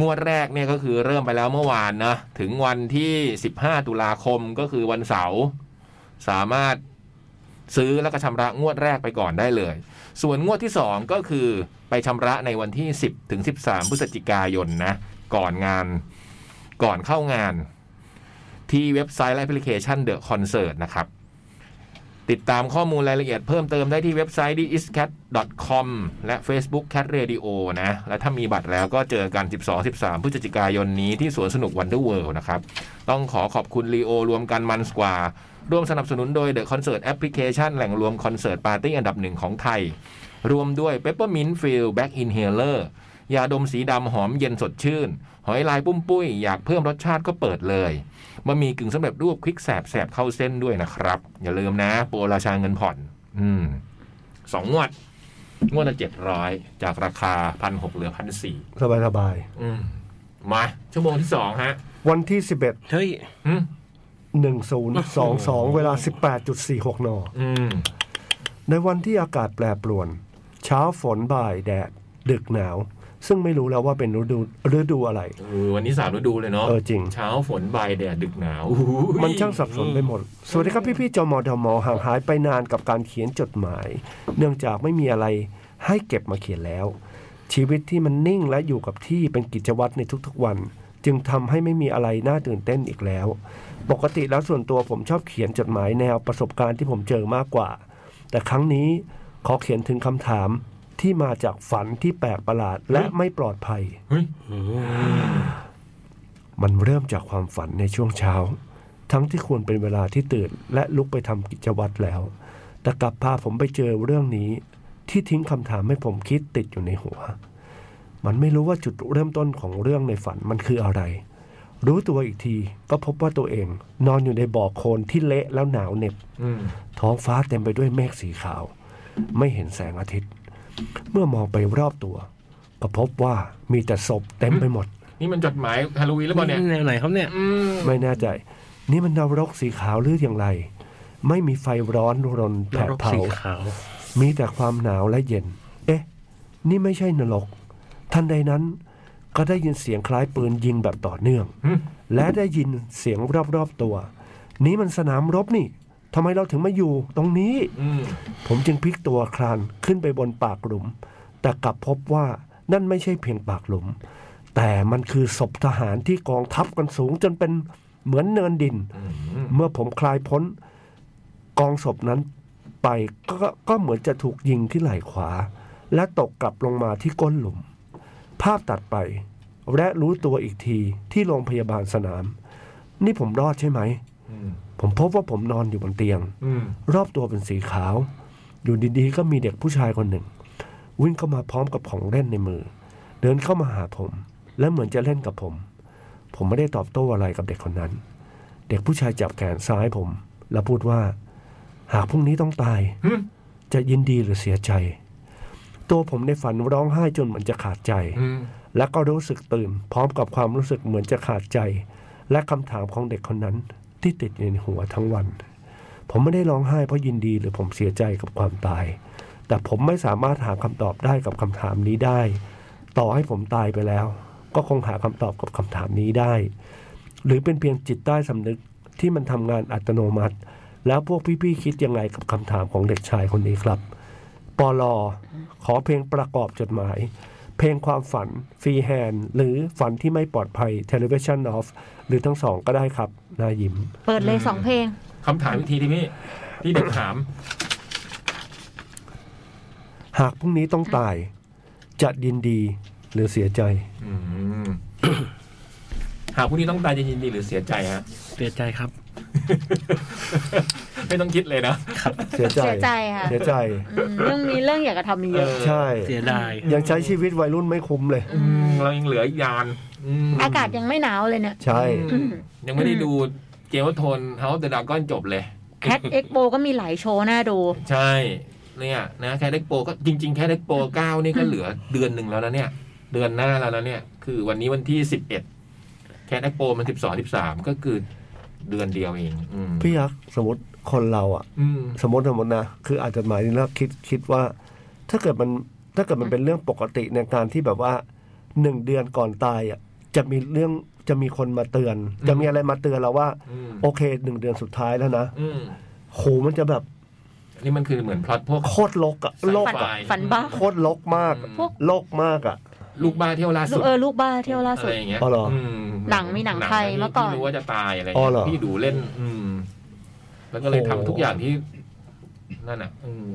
Speaker 1: งวดแรกเนี่ยก็คือเริ่มไปแล้วเมื่อวานนะถึงวันที่ 15 ตุลาคมก็คือวันเสาร์สามารถซื้อแล้วก็ชำระงวดแรกไปก่อนได้เลย ส่วนงวดที่ 2 ก็คือไปชำระในวันที่ 10 ถึง 13 พฤศจิกายนนะ ก่อนงานก่อนเข้างาน ที่เว็บไซต์และแอปพลิเคชัน The Concert นะครับ ติดตามข้อมูลรายละเอียดเพิ่มเติมได้ที่เว็บไซต์ t h i s c a t c o m และ Facebook Cat Radio นะ และถ้ามีบัตรแล้วก็เจอกัน 12-13 พฤศจิกายนนี้ที่สวนสนุกวันเดอร์เวิลด์นะครับ ต้องขอขอบคุณลีโอรวมกันมันสกว่า ร่วมสนับสนุนโดย The Concert Application แหล่งรวมคอนเสิร์ตปาร์ตี้อันดับหนึ่งของไทย รวมด้วย Peppermint f i l Back Inhaler ยาดมสีดำหอมเย็นสดชื่น หอยลายปุ้มปุ้ยอยากเพิ่มรสชาติก็เปิดเลยบะหมี่กึ่งสำเร็จรูปคลิกแสบแสบเข้าเส้นด้วยนะครับ อย่าลืมนะ โปรราชาเงินผ่อน อืมสองงวด งวดละเจ็ดร้อยจากราคาพันหกเหลือพันสี่
Speaker 2: สบายสบาย
Speaker 1: มา ชั่วโมงที่สองฮะ
Speaker 2: ๆวันที่ 11
Speaker 3: เฮ้ย
Speaker 1: อืม
Speaker 2: 1022 เวลา 18.46 น
Speaker 1: อืม
Speaker 2: ในวันที่อากาศแปรปรวน เช้าฝนบ่ายแดด ดึกหนาว ซึ่งไม่รู้แล้วว่าเป็นฤดูฤดูอะไร
Speaker 1: เออวันนี้สามฤดูเลยเนาะ
Speaker 2: เออจริง
Speaker 1: เช้าฝนบ่ายแดดดึกหนาวอู้หูย
Speaker 2: มันช่างสับสนไปหมด สวัสดีครับพี่ๆจมดมห่างหายไปนานกับการเขียนจดหมาย เนื่องจากไม่มีอะไรให้เก็บมาเขียนแล้ว ชีวิตที่มันนิ่งและอยู่กับที่เป็นกิจวัตรในทุกๆวัน จึงทำให้ไม่มีอะไรน่าตื่นเต้นอีกแล้ว ปกติแล้วส่วนตัวผมชอบเขียนจดหมายแนวประสบการณ์ที่ผมเจอมากกว่า แต่ครั้งนี้ขอเขียนถึงคำถามที่มาจากฝันที่แปลกประหลาดและไม่ปลอดภัย
Speaker 1: เฮ้ย
Speaker 2: มันเริ่มจากความฝันในช่วงเช้า ทั้งที่ควรเป็นเวลาที่ตื่น และลุกไปทำกิจวัตรแล้ว แต่กลับพาผมไปเจอเรื่องนี้ ที่ทิ้งคำถามให้ผมคิดติดอยู่ในหัว มันไม่รู้ว่าจุดเริ่มต้นของเรื่องในฝันมันคืออะไร รู้ตัวอีกที ก็พบว่าตัวเอง นอนอยู่ในบ่อโคลนที่เละแล้วหนาวเหน็บ
Speaker 1: อืม
Speaker 2: ท้องฟ้าเต็มไปด้วยเมฆสีขาว ไม่เห็นแสงอาทิตย์ เมื่อมองไปรอบตัว ก็พบว่ามีแต่ศพเต็มไปหมด
Speaker 1: นี่มันจดหมายฮาโลวีนหรือเปล่าเนี่ย
Speaker 3: แนวไหนครับเนี่ย
Speaker 1: อืม
Speaker 2: ไม่แน่ใจ นี่มันนรกสีขาวหรืออย่างไร ไม่มีไฟร้อนรนแผด
Speaker 3: รก
Speaker 2: เผา
Speaker 3: สีขาว
Speaker 2: มีแต่ความหนาวและเย็น เอ๊ะ นี่ไม่ใช่นรก ทันใดนั้น ก็ได้ยินเสียงคล้ายปืนยิงแบบต่อเนื่อง
Speaker 1: อืม
Speaker 2: และได้ยินเสียงรอบๆตัว นี้มันสนามรบนี่ทำไมเราถึงมาอยู่ตรงนี้
Speaker 1: อืม
Speaker 2: ผมจึงพลิกตัวคลานขึ้นไปบนปากหลุม แต่กลับพบว่านั่นไม่ใช่เพียงปากหลุม แต่มันคือศพทหารที่กองทัพกันสูงจนเป็นเหมือนเนินดิน
Speaker 1: อืม
Speaker 2: เมื่อผมคลายพ้นกองศพนั้นไปก็ก็ก็เหมือนจะถูกยิงที่ไหล่ขวา และตกกลับลงมาที่ก้นหลุม ภาพตัดไป และรู้ตัวอีกทีที่โรงพยาบาลสนาม นี่ผมรอดใช่ไหม
Speaker 1: อืม
Speaker 2: ผมพบว่าผมนอนอยู่บนเตียง
Speaker 1: อืม
Speaker 2: รอบตัวเป็นสีขาว อยู่ดีๆ ก็มีเด็กผู้ชายคนหนึ่ง วิ่งเข้ามาพร้อมกับของเล่นในมือ เดินเข้ามาหาผม และเหมือนจะเล่นกับผม ผมไม่ได้ตอบโต้อะไรกับเด็กคนนั้น เด็กผู้ชายจับแขนซ้ายผม แล้วพูดว่า หากพรุ่งนี้ต้องตาย
Speaker 1: อืม
Speaker 2: จะยินดีหรือเสียใจ ตัวผมในฝันร้องไห้จนเหมือนจะขาดใจ
Speaker 1: อืม
Speaker 2: และก็รู้สึกตื่น พร้อมกับความรู้สึกเหมือนจะขาดใจ และคำถามของเด็กคนนั้น ที่ติดอยู่ในหัวทั้งวัน ผมไม่ได้ร้องไห้เพราะยินดีหรือผมเสียใจกับความตาย แต่ผมไม่สามารถหาคำตอบได้กับคำถามนี้ได้ ต่อให้ผมตายไปแล้ว ก็คงหาคำตอบกับคำถามนี้ได้ หรือเป็นเพียงจิตใต้สำนึกที่มันทำงานอัตโนมัติ แล้วพวกพี่ๆคิดยังไงกับคำถามของเด็กชายคนนี้ครับ ปอลอขอเพลงประกอบจดหมาย เพลงความฝันฟรีแฮนหรือฝันที่ไม่ปลอดภัย Television Off หรือทั้งสองก็ได้ครับหนายิ้ม
Speaker 4: เปิดเลยสองเพลง
Speaker 1: คำถามอีกทีดิพี่ที่เด็กถาม
Speaker 2: หากพรุ่งนี้ต้องตาย จะยินดีหรือเสียใจ
Speaker 1: อืม หากผู้นี้ต้องตายจะยินดีหรือเสียใจฮะ
Speaker 3: เสียใจครับ
Speaker 1: ไม่ต้องคิดเลยนะ
Speaker 2: เสียใจ
Speaker 4: เสียใจค่ะ
Speaker 2: เสียใจ
Speaker 4: อืมเรื่องมีเรื่องอยากจะทำมีเยอะ
Speaker 1: เออ
Speaker 2: ใช่
Speaker 3: เสียดาย
Speaker 2: ยังใช้ชีวิตวัยรุ่นไม่คุ้มเลย
Speaker 1: อืมเรายังเหลืออีกยานม
Speaker 4: อากาศยังไม่หนาวเลยเนี่ย
Speaker 2: ใช่
Speaker 1: อืมยังไม่ได้ดูเจวโทนเฮาเดอะดาก้อนจบเลย
Speaker 4: แคทเอ็กโปก็มีหลายโชว์น่าดู
Speaker 1: ใช่ เนี่ยนะแคดเด็กโปก็จริง ๆ แคดเด็กโปเก้านี่ก็เหลือเดือนหนึ่งแล้วนะเนี่ย เดือนหน้าแล้วนะเนี่ย คือวันนี้วันที่สิบเอ็ดแคดเด็กโปมันสิบสองสิบสามก็คือเดือนเดียวเอง อืม
Speaker 2: พี่ยักษ์สมมติคนเราอะ
Speaker 1: อืม
Speaker 2: สมมติสมมตินะ คืออาจจะหมายถึงว่าคิดคิดว่า ถ้าเกิดมันถ้าเกิดมันเป็นเรื่องปกติในการที่แบบว่าหนึ่งเดือนก่อนตายอะจะมีเรื่องจะมีคนมาเตือน จะมีอะไรมาเตือนเราว่า
Speaker 1: อืม
Speaker 2: โอเคหนึ่งเดือนสุดท้ายแล้วนะ
Speaker 1: อืม
Speaker 2: โหมันจะแบบ
Speaker 1: นี่มันคือเหมือนพล็อตพวก
Speaker 2: โคตรลกอะโลก
Speaker 4: ฝัน
Speaker 2: อะ
Speaker 4: ฝันบ้า
Speaker 2: โคตรลกมาก
Speaker 1: อืม
Speaker 4: พวก
Speaker 2: ลกมากอ่ะ
Speaker 1: ลูกบ้าเที่ยวล่า
Speaker 4: ลู
Speaker 1: สุ
Speaker 4: ก
Speaker 1: ด
Speaker 4: เออลูกบ้าเที่ยวล่าสุด
Speaker 1: อะไรอย่งเงี้ย
Speaker 2: อ๋อเหรออื
Speaker 1: ม
Speaker 4: หนังมีหนังไทยเมื่อก่อน
Speaker 1: ที่รู้ว่าจะตายอะไร
Speaker 2: อ๋
Speaker 1: เงี้
Speaker 2: อเหรอย
Speaker 1: พี่ดูเล่น อืม แล้วก็เลย
Speaker 2: โอ้
Speaker 1: ทำทุกอย่างที่นั่นอ่ะ อืม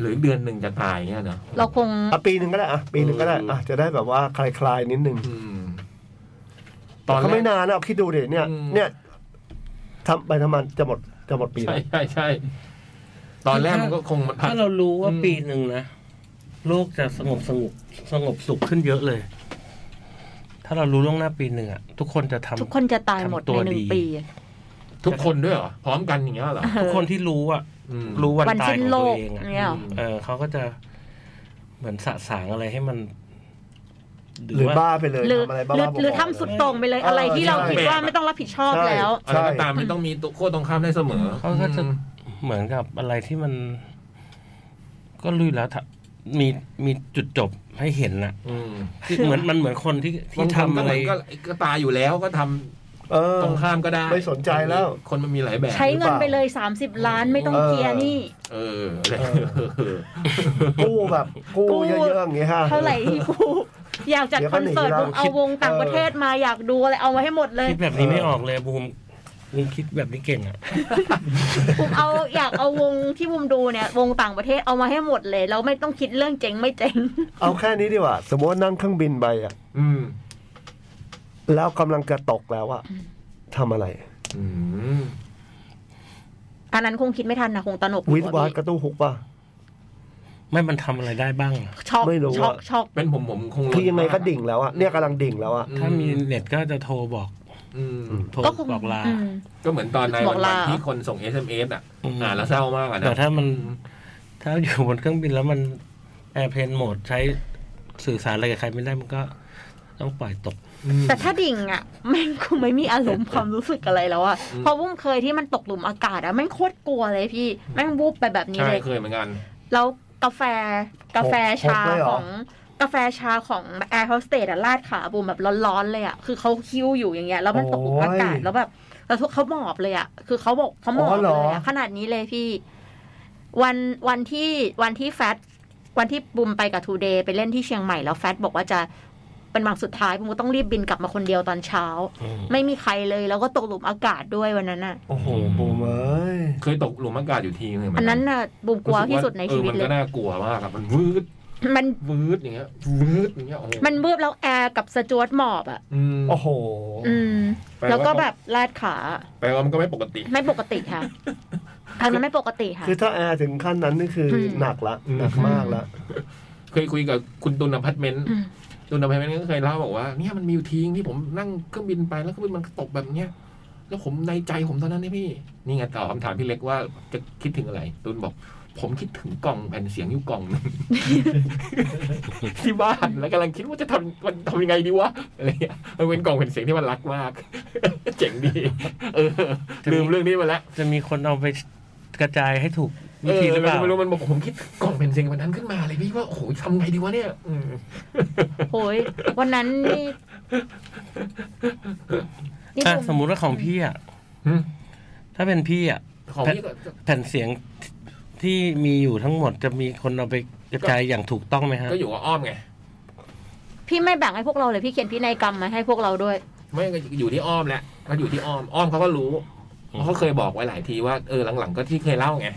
Speaker 1: หรือเดือนหนึ่งจะตายเงี้ยเนาะ
Speaker 4: เราคง
Speaker 2: อ่ะปีหนึ่งก็ได้อ่ะปีหนึ่งก็ได้
Speaker 1: อืม
Speaker 2: อ่ะจะได้แบบว่าคลายๆนิดนึง
Speaker 1: อืม
Speaker 2: ตอนเขาไม่นานนะเอาคิดดูดิเนี่ย
Speaker 1: อืม
Speaker 2: เนี่ยทำไปทำมันจะหมดจะหมดปี
Speaker 1: ใช่
Speaker 2: แล้ว
Speaker 1: ใช่ใช่ตอนแรกมันก็คงมันพัก
Speaker 3: ถ้าเรารู้ว่า
Speaker 1: อืม
Speaker 3: ปีหนึ่งนะโลกจะสงบสงบสงบสุขขึ้นเยอะเลย ถ้าเรารู้ล่วงหน้าปีหนึ่งอะทุกคนจะทำ
Speaker 4: ทุกคนจะตายหมด
Speaker 3: ทำตัว
Speaker 4: ในหนึ่ง
Speaker 3: ดี
Speaker 4: ปี
Speaker 1: ทุกคนด้วยเหรอ พร้อมกันอย่างเงี้ยเหรอ
Speaker 3: ทุกคนที่รู้อะ
Speaker 1: อืม
Speaker 3: รู้วัน
Speaker 4: วัน
Speaker 3: ตาย
Speaker 4: สิ้น
Speaker 3: ของ
Speaker 4: โล
Speaker 3: ตัว
Speaker 4: ก
Speaker 3: เองอะ
Speaker 4: เนี่ยหรอ
Speaker 3: เออเขาก็จะเหมือนสะสางอะไรให้มัน
Speaker 2: หรือ
Speaker 3: ว่า
Speaker 2: บ้าไปเลย
Speaker 4: หรือ
Speaker 2: ทำอะไรบ้า
Speaker 4: หรือ
Speaker 2: ๆบ
Speaker 4: หรือ
Speaker 2: ๆ
Speaker 4: ทำสุดตรงไปเลยอะไร
Speaker 2: เออ
Speaker 4: ที่เรา
Speaker 2: ใช่
Speaker 4: คิดว่าไม่ต้องรับผิดชอบ
Speaker 2: ใช่
Speaker 4: แล้ว
Speaker 1: อะไรก็ตามมันต้องมีตัวโค้รตรงข้ามได้เสมอ
Speaker 3: เขาก็จะเหมือนกับอะไรที่มัน ก็ลุยแล้วถ้ามีมีจุดจบให้เห็นนะ
Speaker 1: อืม
Speaker 3: ที่เหมือนมันเหมือนคนที่ที่
Speaker 1: บางคน
Speaker 3: ทำ
Speaker 1: ก็
Speaker 3: อะ
Speaker 1: เห
Speaker 3: ไร
Speaker 1: มือนก็ก็ตายอยู่แล้วก็ทำ
Speaker 2: เออ
Speaker 1: ตรงข้ามก็ได้
Speaker 2: ไม่สนใจแล้ว
Speaker 1: คนมันมีหลายแบบ
Speaker 4: ใช้เงินไปเลย 30 ล้านไม่ต้อง
Speaker 2: เออ
Speaker 4: เคลียร์หนี่
Speaker 1: เอออะไร
Speaker 2: กู้ แบบกู้
Speaker 4: กู้
Speaker 2: เยอะๆอย่างเงี้ยฮะ
Speaker 4: เท่า ไหร่ที่กูอยากจัด
Speaker 2: เดี๋ยว
Speaker 4: คอนเสิร์ต
Speaker 2: ก็หนีเรา
Speaker 4: บุมเอาวงต่าง
Speaker 2: เออ
Speaker 4: ประเทศมาอยากดูอะไรเอาไว้ให้หมดเลย
Speaker 3: คิดแบบนี้ไม่ออกเลยบูมบูมคิดแบบนี้เก่งอ่ะ
Speaker 4: บุมเอา อยากเอาวงที่บุมดูเนี่ยวงต่างประเทศเอามาให้หมดเลยแล้วไม่ต้องคิดเรื่องเจ๊งไม่เจ๊ง
Speaker 2: เอาแค่นี้ดีกว่า สมมติว่านั่งเครื่องบินไปอ่ะ
Speaker 1: อืม
Speaker 2: แล้วกำลังจะตกแล้วอ่ะทำอะไร
Speaker 1: อืม
Speaker 4: อันนั้นคงคิดไม่ทันนะคงตระหนกอยู่
Speaker 2: วิท
Speaker 4: อะ
Speaker 2: วาด
Speaker 4: พี่
Speaker 2: กระตู้หุกป่ะ
Speaker 3: ไม่มันทำอะไรได้บ้างอะ
Speaker 4: ช็อก
Speaker 2: ไม่รู้
Speaker 4: ช็อก
Speaker 2: อะ
Speaker 4: ช็อก
Speaker 1: เป็นผมผมคง
Speaker 2: คือยังไงก็ดิ่ง
Speaker 1: ม
Speaker 2: แล้วอะเนี่ยกำลังดิ่งแล้วอะ
Speaker 3: ถ้ามีเน็ตก็จะโทรบอก
Speaker 1: อืม
Speaker 2: อืม
Speaker 3: โทร
Speaker 4: ก็คง
Speaker 3: บอกลา
Speaker 4: อืม
Speaker 1: ก็เหมือนตอนใน
Speaker 4: บอก
Speaker 1: วั
Speaker 4: ลา
Speaker 1: นที่คนส่ง SMS อ่ะ
Speaker 3: อืม
Speaker 1: อ่านแล้วเศร้ามากอ่ะนะ
Speaker 3: แต่ถ้ามันถ้าอยู่บนเครื่องบินแล้วมันแอร์เพนโหมดใช้สื่อสารอะไรกับใครไม่ได้มันก็ต้องปล่อยตก
Speaker 1: อืม
Speaker 4: แต่ถ้าดิ่งอ่ะแม่งคงไม่มีอารมณ์ ความรู้สึกอะไรแล้วอ่ะ
Speaker 1: อืม
Speaker 4: เพอวุ้มเคยที่มันตกหลุมอากาศอ่ะแม่งโคตรกลัวเลยพี่แม่งวูบไปแบบนี้
Speaker 1: ใช่
Speaker 4: เลย
Speaker 1: เคยเหมือนกัน
Speaker 4: แล้วกาแฟกาแฟชา
Speaker 2: หกเลยเหร
Speaker 4: ข
Speaker 2: อ
Speaker 4: องกาแฟชาของแอร์โฮสเตสอะลาดขาบูมแบบร้อนๆเลยอะคือเขาคิ้วอยู่อย่างเงี้ยแล้วมันตกหลุมอากาศ
Speaker 2: โอ้ย
Speaker 4: แล้วแบบแล้วทุกเขาหมอบเลยอะคือเขาบอกเขาหมอบ
Speaker 2: อ๋อเหร
Speaker 4: เล
Speaker 2: อ
Speaker 4: ยอะขนาดนี้เลยพี่ วันวันที่วันที่แฟตวันที่บูมไปกับทูเดย์ไปเล่นที่เชียงใหม่แล้วแฟตบอกว่าจะเป็นวังสุดท้ายบูมก็ต้องรีบบินกลับมาคนเดียวตอนเช้า
Speaker 3: อืม
Speaker 4: ไม่มีใครเลยแล้วก็ตกหลุมอากาศด้วยวันนั้นอะ
Speaker 2: โอ้โหบูมเอ้ย
Speaker 1: เคยตกหลุมอากาศอยู่ทีนึงเหมื
Speaker 4: อันนั้นน่ะบูมกลัวที่สุดในชีวิต
Speaker 1: ออ
Speaker 4: เล
Speaker 1: มัน
Speaker 4: ย
Speaker 1: ก็น่ากลัวมากอะมันวืด
Speaker 4: มัน
Speaker 1: วืดอย่างเงี้ย วืดอย่างเงี้ยโอ้โห
Speaker 4: มันเบือบแล้วแอร์กับสจวตหมอบอ่ะ
Speaker 1: อืม
Speaker 2: โอ้โห
Speaker 4: อืม
Speaker 1: แปลว่า
Speaker 4: แล้วก็แบบลาดขา
Speaker 1: แปลว่ามันก็ไม่ปกติ
Speaker 4: ไม่ปกติค่ะทางนั้นไม่ปกติค่ะ
Speaker 2: คือถ้าแอร์ถึงขั้นนั้นนี่คืออ
Speaker 4: ม
Speaker 2: หนักละ
Speaker 1: อืม
Speaker 2: หนักมากละ
Speaker 1: เคยคุยกับคุณตุลอพาร์ตเมนต์
Speaker 4: อืม
Speaker 1: ตุลอพาร์ตเมนต์ก็เคยเล่าบอกว่าเนี่ยมันมีอยู่ทีนึงที่ผมนั่งเครื่องบินไปแล้วเครื่องบินมันตกแบบเนี้ยแล้วผมในใจผมตอนนั้นนี่พี่ นี่ไงตอบคำถามพี่เล็กว่าจะคิดถึงอะไรตุลบอก ผมคิดถึงกล่องแผ่นเสียงอยู่กล่องหนึ่ง ที่บ้านแล้วกำลังคิดว่าจะทำมันทำยังไงดีวะอะไรเงี้ยมันเป็นกล่องแผ่นเสียงที่มันรักมาก เจ๋งดี เออลืมเรื่องนี้ไปแล้ว
Speaker 3: จะมีคนเอาไปกระจายให้ถูกวิธีหรือเปล่า
Speaker 1: ไม่รู้มันบอกผมคิดกล่องเป็นเสียงวันนั้นขึ้นมาเลยพี่ว่าโอ้โหทำไงดีวะเนี่ยอืม
Speaker 4: โอ้ยวันนั้นนี่นี่
Speaker 3: อ่ะ
Speaker 4: ผม
Speaker 3: สมมุติว่าของพี่อ่ะถ้าเป็นพี่อ่ะ
Speaker 1: ของพี่ก็
Speaker 3: แผ่นเสียงที่มีอยู่ทั้งหมดจะมีคนเอาไปกระจายอย่างถูกต้องไหมฮะ
Speaker 1: ก็อยู่กับอ้อมไง
Speaker 4: พี่ไม่แบ่งให้พวกเราเลยพี่เขียนพินัยกรรมมาให้พวกเราด้วย
Speaker 1: ไม่ก็อยู่ที่อ้อมแหละก็อยู่ที่อ้อมอ้อมเขาก็รู้เพราะเขาเคยบอกไว้หลายทีว่าเออหลังๆ ก็ที่เคยเล่าไง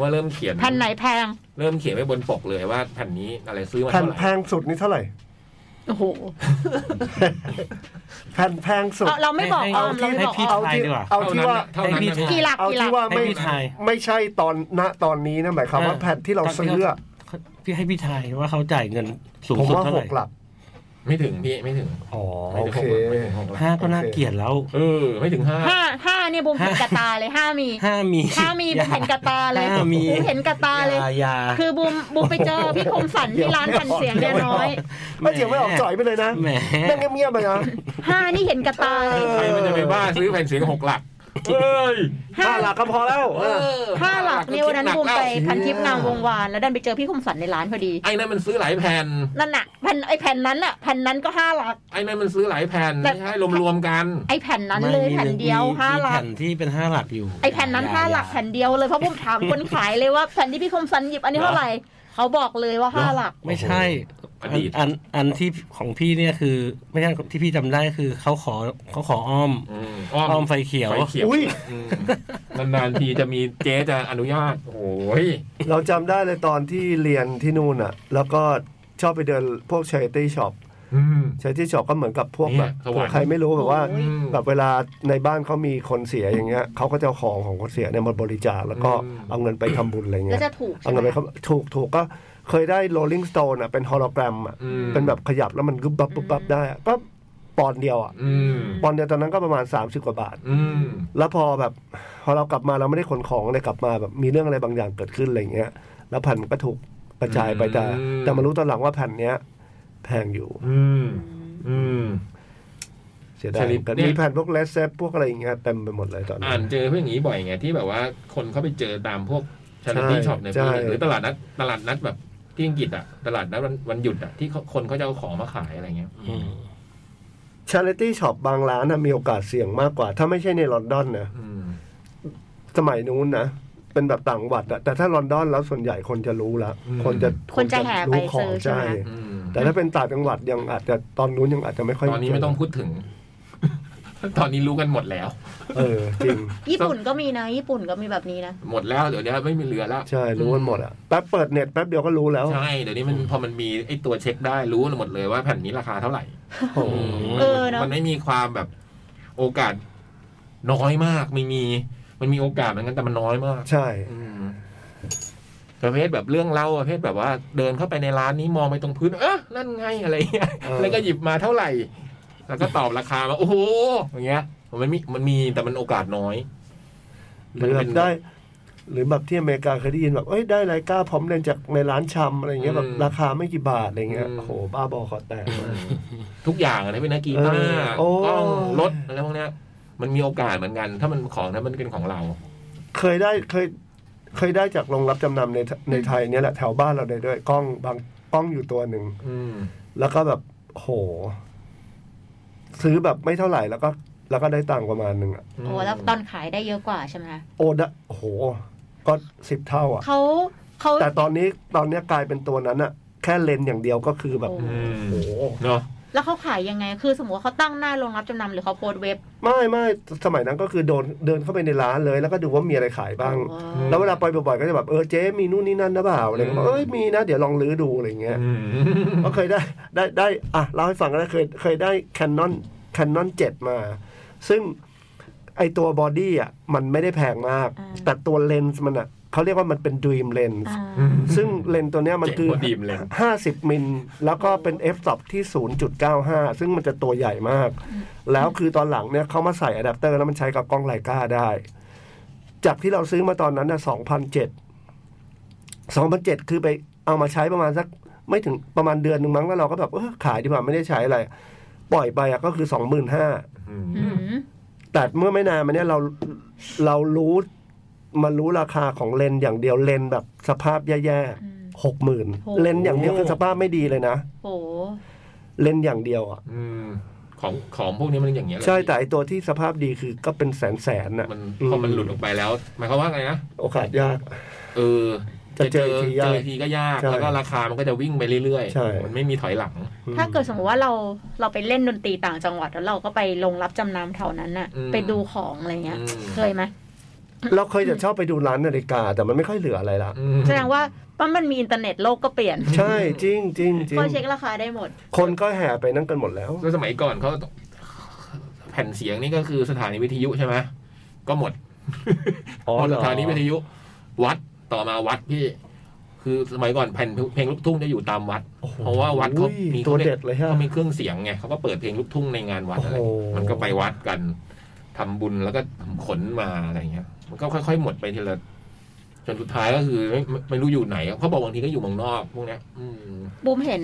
Speaker 1: ว่าเริ่มเขียน
Speaker 4: แผ่นไหนแพง
Speaker 1: เริ่มเขียนไว้บนปกเลยว่าแผ่นนี้อะไรซื้อมา
Speaker 2: แผ่น
Speaker 1: เท่าไหร่
Speaker 2: แพงสุดนี่เท่าไหร่
Speaker 4: โอ้โห
Speaker 2: แผ่นแพงสุด
Speaker 4: เอาเราไม่บอก
Speaker 3: ให้
Speaker 4: อ้อม
Speaker 3: ให้
Speaker 4: เราไม่
Speaker 3: ให้
Speaker 4: บอก
Speaker 3: พี่
Speaker 4: อ้อม
Speaker 2: เอาที่
Speaker 3: ดีกว่า
Speaker 2: เอาที่ว่า
Speaker 1: เท่านั้น
Speaker 3: ให้พี่
Speaker 1: นะ
Speaker 4: กี่หลัก
Speaker 2: เอา
Speaker 4: กี่หลั
Speaker 2: ที่
Speaker 4: ก
Speaker 2: ว่า
Speaker 3: ให้
Speaker 2: ไม่
Speaker 3: พี่ทาย
Speaker 2: ไม่ใช่ตอนณตอนนี้นะหมายความว่า
Speaker 3: เออ
Speaker 2: แผ่นที่เราซื้ออะ
Speaker 3: พี่ให้พี่ทายว่าเขาจ่ายเงินสูง
Speaker 2: ผม
Speaker 3: สุด
Speaker 2: ว่า
Speaker 3: เท่า
Speaker 2: ห
Speaker 3: ไหร่
Speaker 2: กหลัก
Speaker 1: ไม่ถึงพี่ไม่ถึง
Speaker 2: อ๋อ
Speaker 1: ไม่
Speaker 2: โอ
Speaker 1: ถึง
Speaker 2: เค
Speaker 1: ไม่ถึงหกหลัก
Speaker 3: ห้าก็น่าเกลียดแล้ว
Speaker 1: เออ ไม่ถึงห้า
Speaker 4: ห้าห้าเนี่ยบุมเห็นกระตาเลยห้ามี
Speaker 3: ห้ามี
Speaker 4: ห้า มีบุมเห็นกระตาเลย
Speaker 3: ห้ามี
Speaker 4: บุมเห็นกระตาเลย
Speaker 3: อยาอยา
Speaker 4: คือบุมบุมไปเจอพี่คมสันที่ร้านพันเสียงเรียน้อย
Speaker 2: ไม่เถียงไม่ออกจ่อยไปเลยนะ
Speaker 3: แหม
Speaker 2: นั่งเงียบๆไปนะ
Speaker 4: ห้านี่เห็นกระตาเลย
Speaker 2: เออ
Speaker 1: ใครมันจะไปบ้าซื้อแผ่นเสียงหกหลักเอ้ย
Speaker 2: ห้าหลักก็พอแล้วเออ
Speaker 4: ห้าหลักเนี่ยวันนั้นบูมไป
Speaker 1: เออ
Speaker 4: พันทิพย์งามวงวานแล้วดันไปเจอพี่คมสันในร้านพอดี
Speaker 1: ไอ้นั่นมันซื้อหลายแผ่น
Speaker 4: นั่นน่ะแผ่นไอแผ่นนั้นน่ะแผ่นนั้นก็ห้าหลัก
Speaker 1: ไอ้นั่นมันซื้อหลายแผ่น
Speaker 4: แต่
Speaker 1: ไม่ใช่รวมๆกัน
Speaker 4: ไอแผ่นนั้นเลย
Speaker 3: ไม่มี
Speaker 4: แผ่นเดียว
Speaker 3: มี
Speaker 4: ห้าหลั
Speaker 3: มี
Speaker 4: ก
Speaker 3: แผ่นที่เป็นห้าหลักอยู่
Speaker 4: ไอแผ่นนั้นห้าหลักแผ่นเดียวเลยเพราะบูมถามคนขายเลยว่าแผ่นที่พี่คมสันหยิบอันนี้เท่าไหร่เขาบอกเลยว่าห้าหลัก
Speaker 3: ไม่ใช่
Speaker 1: อ
Speaker 3: อั
Speaker 1: ดีต
Speaker 3: นอันอันที่ของพี่เนี่ยคือ ไม่ใช่ที่พี่จำได้คือเขาขอเขาขออ้อม
Speaker 1: อืม
Speaker 3: อ้อมไฟเขียว
Speaker 1: ไฟเขียว
Speaker 2: อุ้ย
Speaker 1: อืมนานๆทีจะมีเจ๊จะอนุญาต โอ้ย
Speaker 2: เราจำได้เลยตอนที่เรียนที่นู่นอ่ะ แล้วก็ชอบไปเดินพวกช h ริตี้ช็อป
Speaker 1: อืม
Speaker 2: ช h ริตี้ช็อปก็เหมือนกับพวกแบบ
Speaker 1: เนี่ยสวรรค์
Speaker 2: พวกใครไม่รู้แบบว่า
Speaker 1: อืม
Speaker 2: แบบเวลาในบ้านเขามีคนเสียอย่างเงี้ยเขาก็จะเอาของของคนเสียเนี่ยมาบริจาคแล้วก็
Speaker 1: อืม
Speaker 2: เอาเงินไปทำบุญอะไร
Speaker 4: ก็
Speaker 2: เงี้ย
Speaker 4: จะถูก
Speaker 2: เอา
Speaker 4: ใช่
Speaker 2: เงิน
Speaker 4: ไหม
Speaker 2: ไปเขาถูกถูกก็เคยได้ Rolling Stone อ่ะเป็นฮอลโลแกรมอ่ะ
Speaker 1: อืม
Speaker 2: เป็นแบบขยับแล้วมันกึบบับปุ๊บบับได้อะปั๊บปอนด์เดียวอ่ะ
Speaker 1: อืม
Speaker 2: ปอนด์เดียวตอนนั้นก็ประมาณ 30 กว่าบาท
Speaker 1: อืม
Speaker 2: แล้วพอแบบพอเรากลับมาเราไม่ได้ขนของอะไรกลับมาแบบมีเรื่องอะไรบางอย่างเกิดขึ้นอะไรเงี้ย แล้วแผ่นมันก็ถูกกระจายไปแต่แต่มารู้ตอนหลังว่าแผ่นเนี้ยแพงอยู่
Speaker 1: อืมอืม
Speaker 2: เสียดาย
Speaker 1: ใช่ดิ
Speaker 2: กัน
Speaker 1: เนี่ย
Speaker 2: มีแผ่นพวกเลสเซฟพวกอะไรอย่างเงี้ยเต็มไปหมดเลยตอนนี้
Speaker 1: อ่าน
Speaker 2: น
Speaker 1: เจอเพื่อนอย่างนี้บ่อยไงที่แบบว่าคนเขาไปเจอตามพวกชาริตี้
Speaker 2: ใช่
Speaker 1: ช็อปใน
Speaker 2: ใช่
Speaker 1: พื้นหรือตลาดนัดตลาดนัดแบบที่อังกฤษอะตลาดนัดวันวันหยุดอะที่เขาคนเขาจะเอาของมาขายอะไรเงี้ย
Speaker 3: อืม
Speaker 2: ชาริตี้ช็อปบางร้านนะมีโอกาสเสี่ยงมากกว่า ถ้าไม่ใช่ในลอนดอนนะ
Speaker 1: อืม
Speaker 2: สมัยนู้นนะเป็นแบบต่างจังหวัดอะแต่ถ้าลอนดอนแล้วส่วนใหญ่คนจะรู้ละคนจะ
Speaker 4: คนจะแห่ไป
Speaker 2: รู้ขอ
Speaker 4: ซื้
Speaker 2: ง
Speaker 4: อใช่
Speaker 2: ใช่
Speaker 4: ไหมคะ
Speaker 1: อืม
Speaker 2: แต่ถ้าเป็นต่างจังหวัดยังอาจจะตอนนู้นยังอาจจะไม่ค่อย
Speaker 1: ตอนนี้ไม่ต้องพูดถึง ตอนนี้รู้กันหมดแล้ว
Speaker 2: เออจริง
Speaker 4: ญี่ปุ่นก็มีนะ ญี่ปุ่นก็มีแบบนี้นะ
Speaker 1: หมดแล้วเดี๋ยวนี้ไม่มีเหลือแล้ว
Speaker 2: ใช่รู้กันหมดอ่ะแป๊บเปิดเน็ตแป๊บเดียวก็รู้แล้ว
Speaker 1: ใช่เดี๋ยวนี้มันพอมันมีไอ้ตัวเช็คได้รู้หมดเลยว่าแผ่นนี้ราคาเท่าไหร่
Speaker 2: โอ้โห
Speaker 4: เออเนอะ
Speaker 1: มันไม่มีความแบบโอกาสน้อยมากไม่มี มันมีโอกาสเหมือนกันแต่มันน้อยมาก
Speaker 2: ใช่
Speaker 1: อืม ประเภทแบบเรื่องเล่าประเภทแบบว่าเดินเข้าไปในร้านนี้มองไปตรงพื้น เออนั่นไงอะไรเงี้ย
Speaker 2: เออ
Speaker 1: แล้วก็หยิบมาเท่าไหร่ แล้วก็ตอบราคามาโอ้โหอย่างเงี้ย มันมีมันมีแต่มันโอกาสน้อย
Speaker 2: หรือแบบได้ หรือแบบที่อเมริกาเคยได้ยินแบบเอ้ยได้ไรก้าพร้อมเลนจากในร้านชำอะไรเงี้ยแบบราคาไม่กี่บาทอะไรเงี้ยโอ้โหบ้าบอคอแตก
Speaker 1: ทุกอย่างอะนะเป็นนักกีฬา
Speaker 2: เออโอ้
Speaker 1: กล้องรถอะไรพวกเนี้ย มันมีโอกาสเหมือนกัน ถ้ามันของถ้ามันเป็นของเรา
Speaker 2: เคยได้เคยเคยได้จากโรงรับจำนำในในไทยเนี่ยแหละแถวบ้านเราเลยด้วยกล้องบางกล้องอยู่ตัวหนึ่ง
Speaker 1: อืม
Speaker 2: แล้วก็แบบโห ซื้อแบบไม่เท่าไหร่แล้วก็ แล้วก็ได้ตังค์ประมาณหนึ่งอะ
Speaker 4: โอ้แล้วตอนขายได้เยอะกว่าใช่ไหมคะ
Speaker 2: โอ้ดะโห ก็สิบเท่าอะ
Speaker 4: เขาเขา
Speaker 2: แต่ตอนนี้ตอนเนี้ยกลายเป็นตัวนั้นอะแค่เลนส์อย่างเดียวก็คือแบบ
Speaker 4: โอ้
Speaker 1: อืม
Speaker 2: โอ้โห
Speaker 1: เนาะ
Speaker 4: แล้วเขาขายยังไง คือสมมติว่าเขาตั้งหน้าโรงรับจำนำหรือเขาโพสต์เว็บ
Speaker 2: ไม่ไม่สมัยนั้นก็คือโดนเดินเข้าไปในร้านเลย แล้วก็ดูว่ามีอะไรขายบ้าง
Speaker 4: โอ้
Speaker 2: แล้วเวลาไปบ่อยๆก็จะแบบเออเจ๊มีนู่นนี่นั่นนะเปล่าอะไรเงี้ยบอกเอ้ยมีนะเดี๋ยวลองลื้อดูอะไรเงี้ย
Speaker 1: อืม
Speaker 2: ก็เคยได้ได้ได้อ่ะเล่าให้ฟังก็ได้เคยเคยได้แคนนอนแคนนอนเจ็ดมา ซึ่งไอตัวบอดี้อ่ะมันไม่ได้แพงมาก แต่ตัวเลนส์มันอ่ะเขาเรียกว่ามันเป็นด e ีมเลนส์
Speaker 4: อ่า
Speaker 2: ซึ่งเลนส์ตัวเนี้ยมันคือ
Speaker 1: เจ๋งกว่าดีมเลย
Speaker 2: 50 มิล แล้วก็เป็น f s t o p ที่ 0.95 ซึ่งมันจะตัวใหญ่มาก แล้วคือตอนหลังเนี่ยเขามาใส่อะแดปเตอร์แล้วมันใช้กับกล้องไลกาได้ จากที่เราซื้อมาตอนนั้นน่ะ2,007 2,007 คือไปเอามาใช้ประมาณสักไม่ถึงประมาณเดือนหนึ่งมั้งแล้วเราก็แบบเออขายดีกว่าไม่ได้ใช้อะไร ปล่อยไปอะก็คือ 25,000
Speaker 1: อืม
Speaker 4: อืม
Speaker 2: แต่เมื่อไม่นานมาเนี่ยเราเรารู้มารู้ราคาของเลนส์อย่างเดียวเลนส์แบบสภาพแย่ๆ
Speaker 4: อืม
Speaker 2: หกหมื่น
Speaker 4: โอ้
Speaker 2: เลนส์อย่างเดียวคือสภาพไม่ดีเลยนะ
Speaker 4: โห
Speaker 2: เลนส์อย่างเดียวอ่ะ
Speaker 1: อืมของของพวกนี้มันอย่างเงี้ยแหละ
Speaker 2: ใช่แต่ไอตัวที่สภาพดีคือก็เป็นแสนแสนอ่ะ
Speaker 1: มันพอมันหลุดออกไปแล้วหมายความว่าไงนะ
Speaker 2: โอกาสยาก
Speaker 1: เออ
Speaker 2: จะเจออีกที
Speaker 1: เจ
Speaker 2: ยาก
Speaker 1: ออีกทีก็ยาก
Speaker 2: ใช่
Speaker 1: แล้วก็ราคามันก็จะวิ่งไปเรื่อย
Speaker 2: ใช่
Speaker 1: ๆ มันไม่มีถอยหลัง
Speaker 4: ถ้าเกิดสมมติว่าเราเราไปเล่นดนตรีต่างจังหวัดแล้วเราก็ไปลงรับจำนำแถวนั้นน่ะ
Speaker 1: อืม
Speaker 4: ไปดูของอะไรเงี้ย
Speaker 1: อืม
Speaker 4: เคยไหม
Speaker 2: เราเคยจะชอบไปดูร้านนาฬิกา แต่มันไม่ค่อยเหลืออะไรละ
Speaker 1: อืม
Speaker 4: แสดงว่าปั๊มมันมีอินเทอร์เน็ตโลกก็เปลี่ยน
Speaker 2: ใช่จริงจริงจริง
Speaker 4: ก็เช็คราคาได้หมด
Speaker 2: คนก็แห่ไปนั่งกันหมดแล้ว
Speaker 1: แล้วสมัยก่อนเขาแผ่นเสียงนี่ก็คือสถานีวิทยุใช่ไหมก็หมด
Speaker 2: อ๋อ
Speaker 1: หมด
Speaker 2: เหร
Speaker 1: ส
Speaker 2: อ
Speaker 1: ถานีวิทยุ วัดต่อมาวัดพี่ คือสมัยก่อนแผ่นเพลงลูกทุ่งจะอยู่ตามวัด เพราะว่าวัดเขา
Speaker 2: อุ้ย
Speaker 1: มี
Speaker 2: ตัว
Speaker 1: ขารียก
Speaker 2: เด็ดเลย ฮะ
Speaker 1: เขามีเครื่องเสียงไงเขาก็เปิดเพลงลูกทุ่งในงานวัดอะไร
Speaker 2: โอ้โห
Speaker 1: มันก็ไปวัดกันทำบุญแล้วก็ขนมาอะไรเงี้ย มันก็ค่อยๆหมดไปทีละจนสุดท้ายก็คือไม่ไม่ไม่รู้อยู่ไหนเขาบอกบางทีก็อยู่เมืองนอกพวกเนี้ย อืม
Speaker 4: บูมเห็น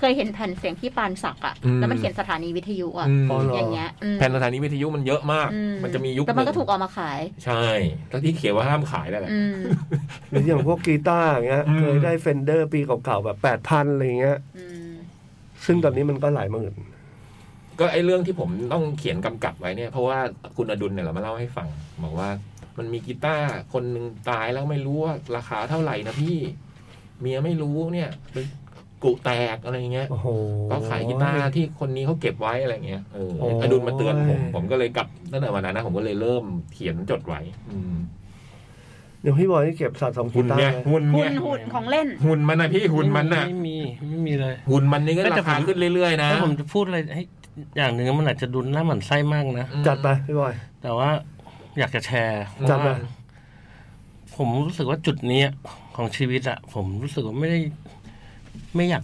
Speaker 4: เคยเห็นแผ่นเสียงที่ปานศักดิ์อ่ะ
Speaker 1: อืม
Speaker 4: แล้วมันเขียนสถานีวิทยุอ่ะ
Speaker 2: อ๋อเหรอ
Speaker 4: อย่างเงี้ยอืม
Speaker 1: แผ่นสถานีวิทยุมันเยอะมาก
Speaker 4: อื
Speaker 1: มันจะมียุค
Speaker 4: แต่มันก็
Speaker 1: ห
Speaker 4: ถูกเออกมาขาย
Speaker 1: ใช่แล้วที่เขียนว่าห้ามขายนั่นแหละ
Speaker 4: อืม
Speaker 2: หรืออย่างพวกกีตาร์อย่างเงี้ย
Speaker 1: อืม
Speaker 2: เคยได้เฟนเดอร์ปีเก่าๆแบบแปดพันอะไรเงี้ย
Speaker 4: อืม
Speaker 2: ซึ่งตอนนี้มันก็หลายหมื่น
Speaker 1: ก็ไอ้เรื่องที่ผมต้องเขียนกำกับไว้เนี่ยเพราะว่าคุณอดุลเนี่ยเรามาเล่าให้ฟัง บอกว่า มันมีกีตาร์คนหนึ่งตายแล้วไม่รู้ว่าราคาเท่าไหร่นะพี่ เมียไม่รู้เนี่ยเป็นกุแตกอะไรเงี้ย
Speaker 2: โอ้โห
Speaker 1: ก็ขายกีตาร์ที่คนนี้เขาเก็บไว้อะไรเงี้ยเออ
Speaker 2: โอ้ย
Speaker 1: อดุลมาเตือนผม ผมก็เลยกลับตั้งแต่วันนั้นนะผมก็เลยเริ่มเขียนจดไว้อืม
Speaker 2: เดี๋ยวพี่บอยนี่เก็บสะสมกี
Speaker 1: หุ่น
Speaker 2: ตาร์
Speaker 1: เนี่ย
Speaker 2: ไว้
Speaker 1: หุ่น
Speaker 4: หุ่
Speaker 1: เนี่
Speaker 4: น
Speaker 1: ย
Speaker 4: หุ่นของเล่น
Speaker 1: หุ่นมันนะพี่หุ่นมันนะ
Speaker 3: ไม่มีไม่มีเลย
Speaker 1: หุ่นมันนี่ก็
Speaker 3: แต่
Speaker 1: รา
Speaker 3: ผ
Speaker 1: คาม ขึ้นเรื่อยๆนะ
Speaker 3: ถ้าผมจะพูดอะไรให้อย่างหนึ่งมันอาจจะดูน่าหมั่นไส้มากนะ
Speaker 1: อืม
Speaker 2: จัดไปพี่บอย
Speaker 3: แต่ว่าอยากจะแชร์
Speaker 2: จัด
Speaker 3: ว่า
Speaker 2: มา
Speaker 3: ผมรู้สึกว่าจุดเนี้ยของชีวิตอะผมรู้สึกว่าไม่ได้ ไม่อยาก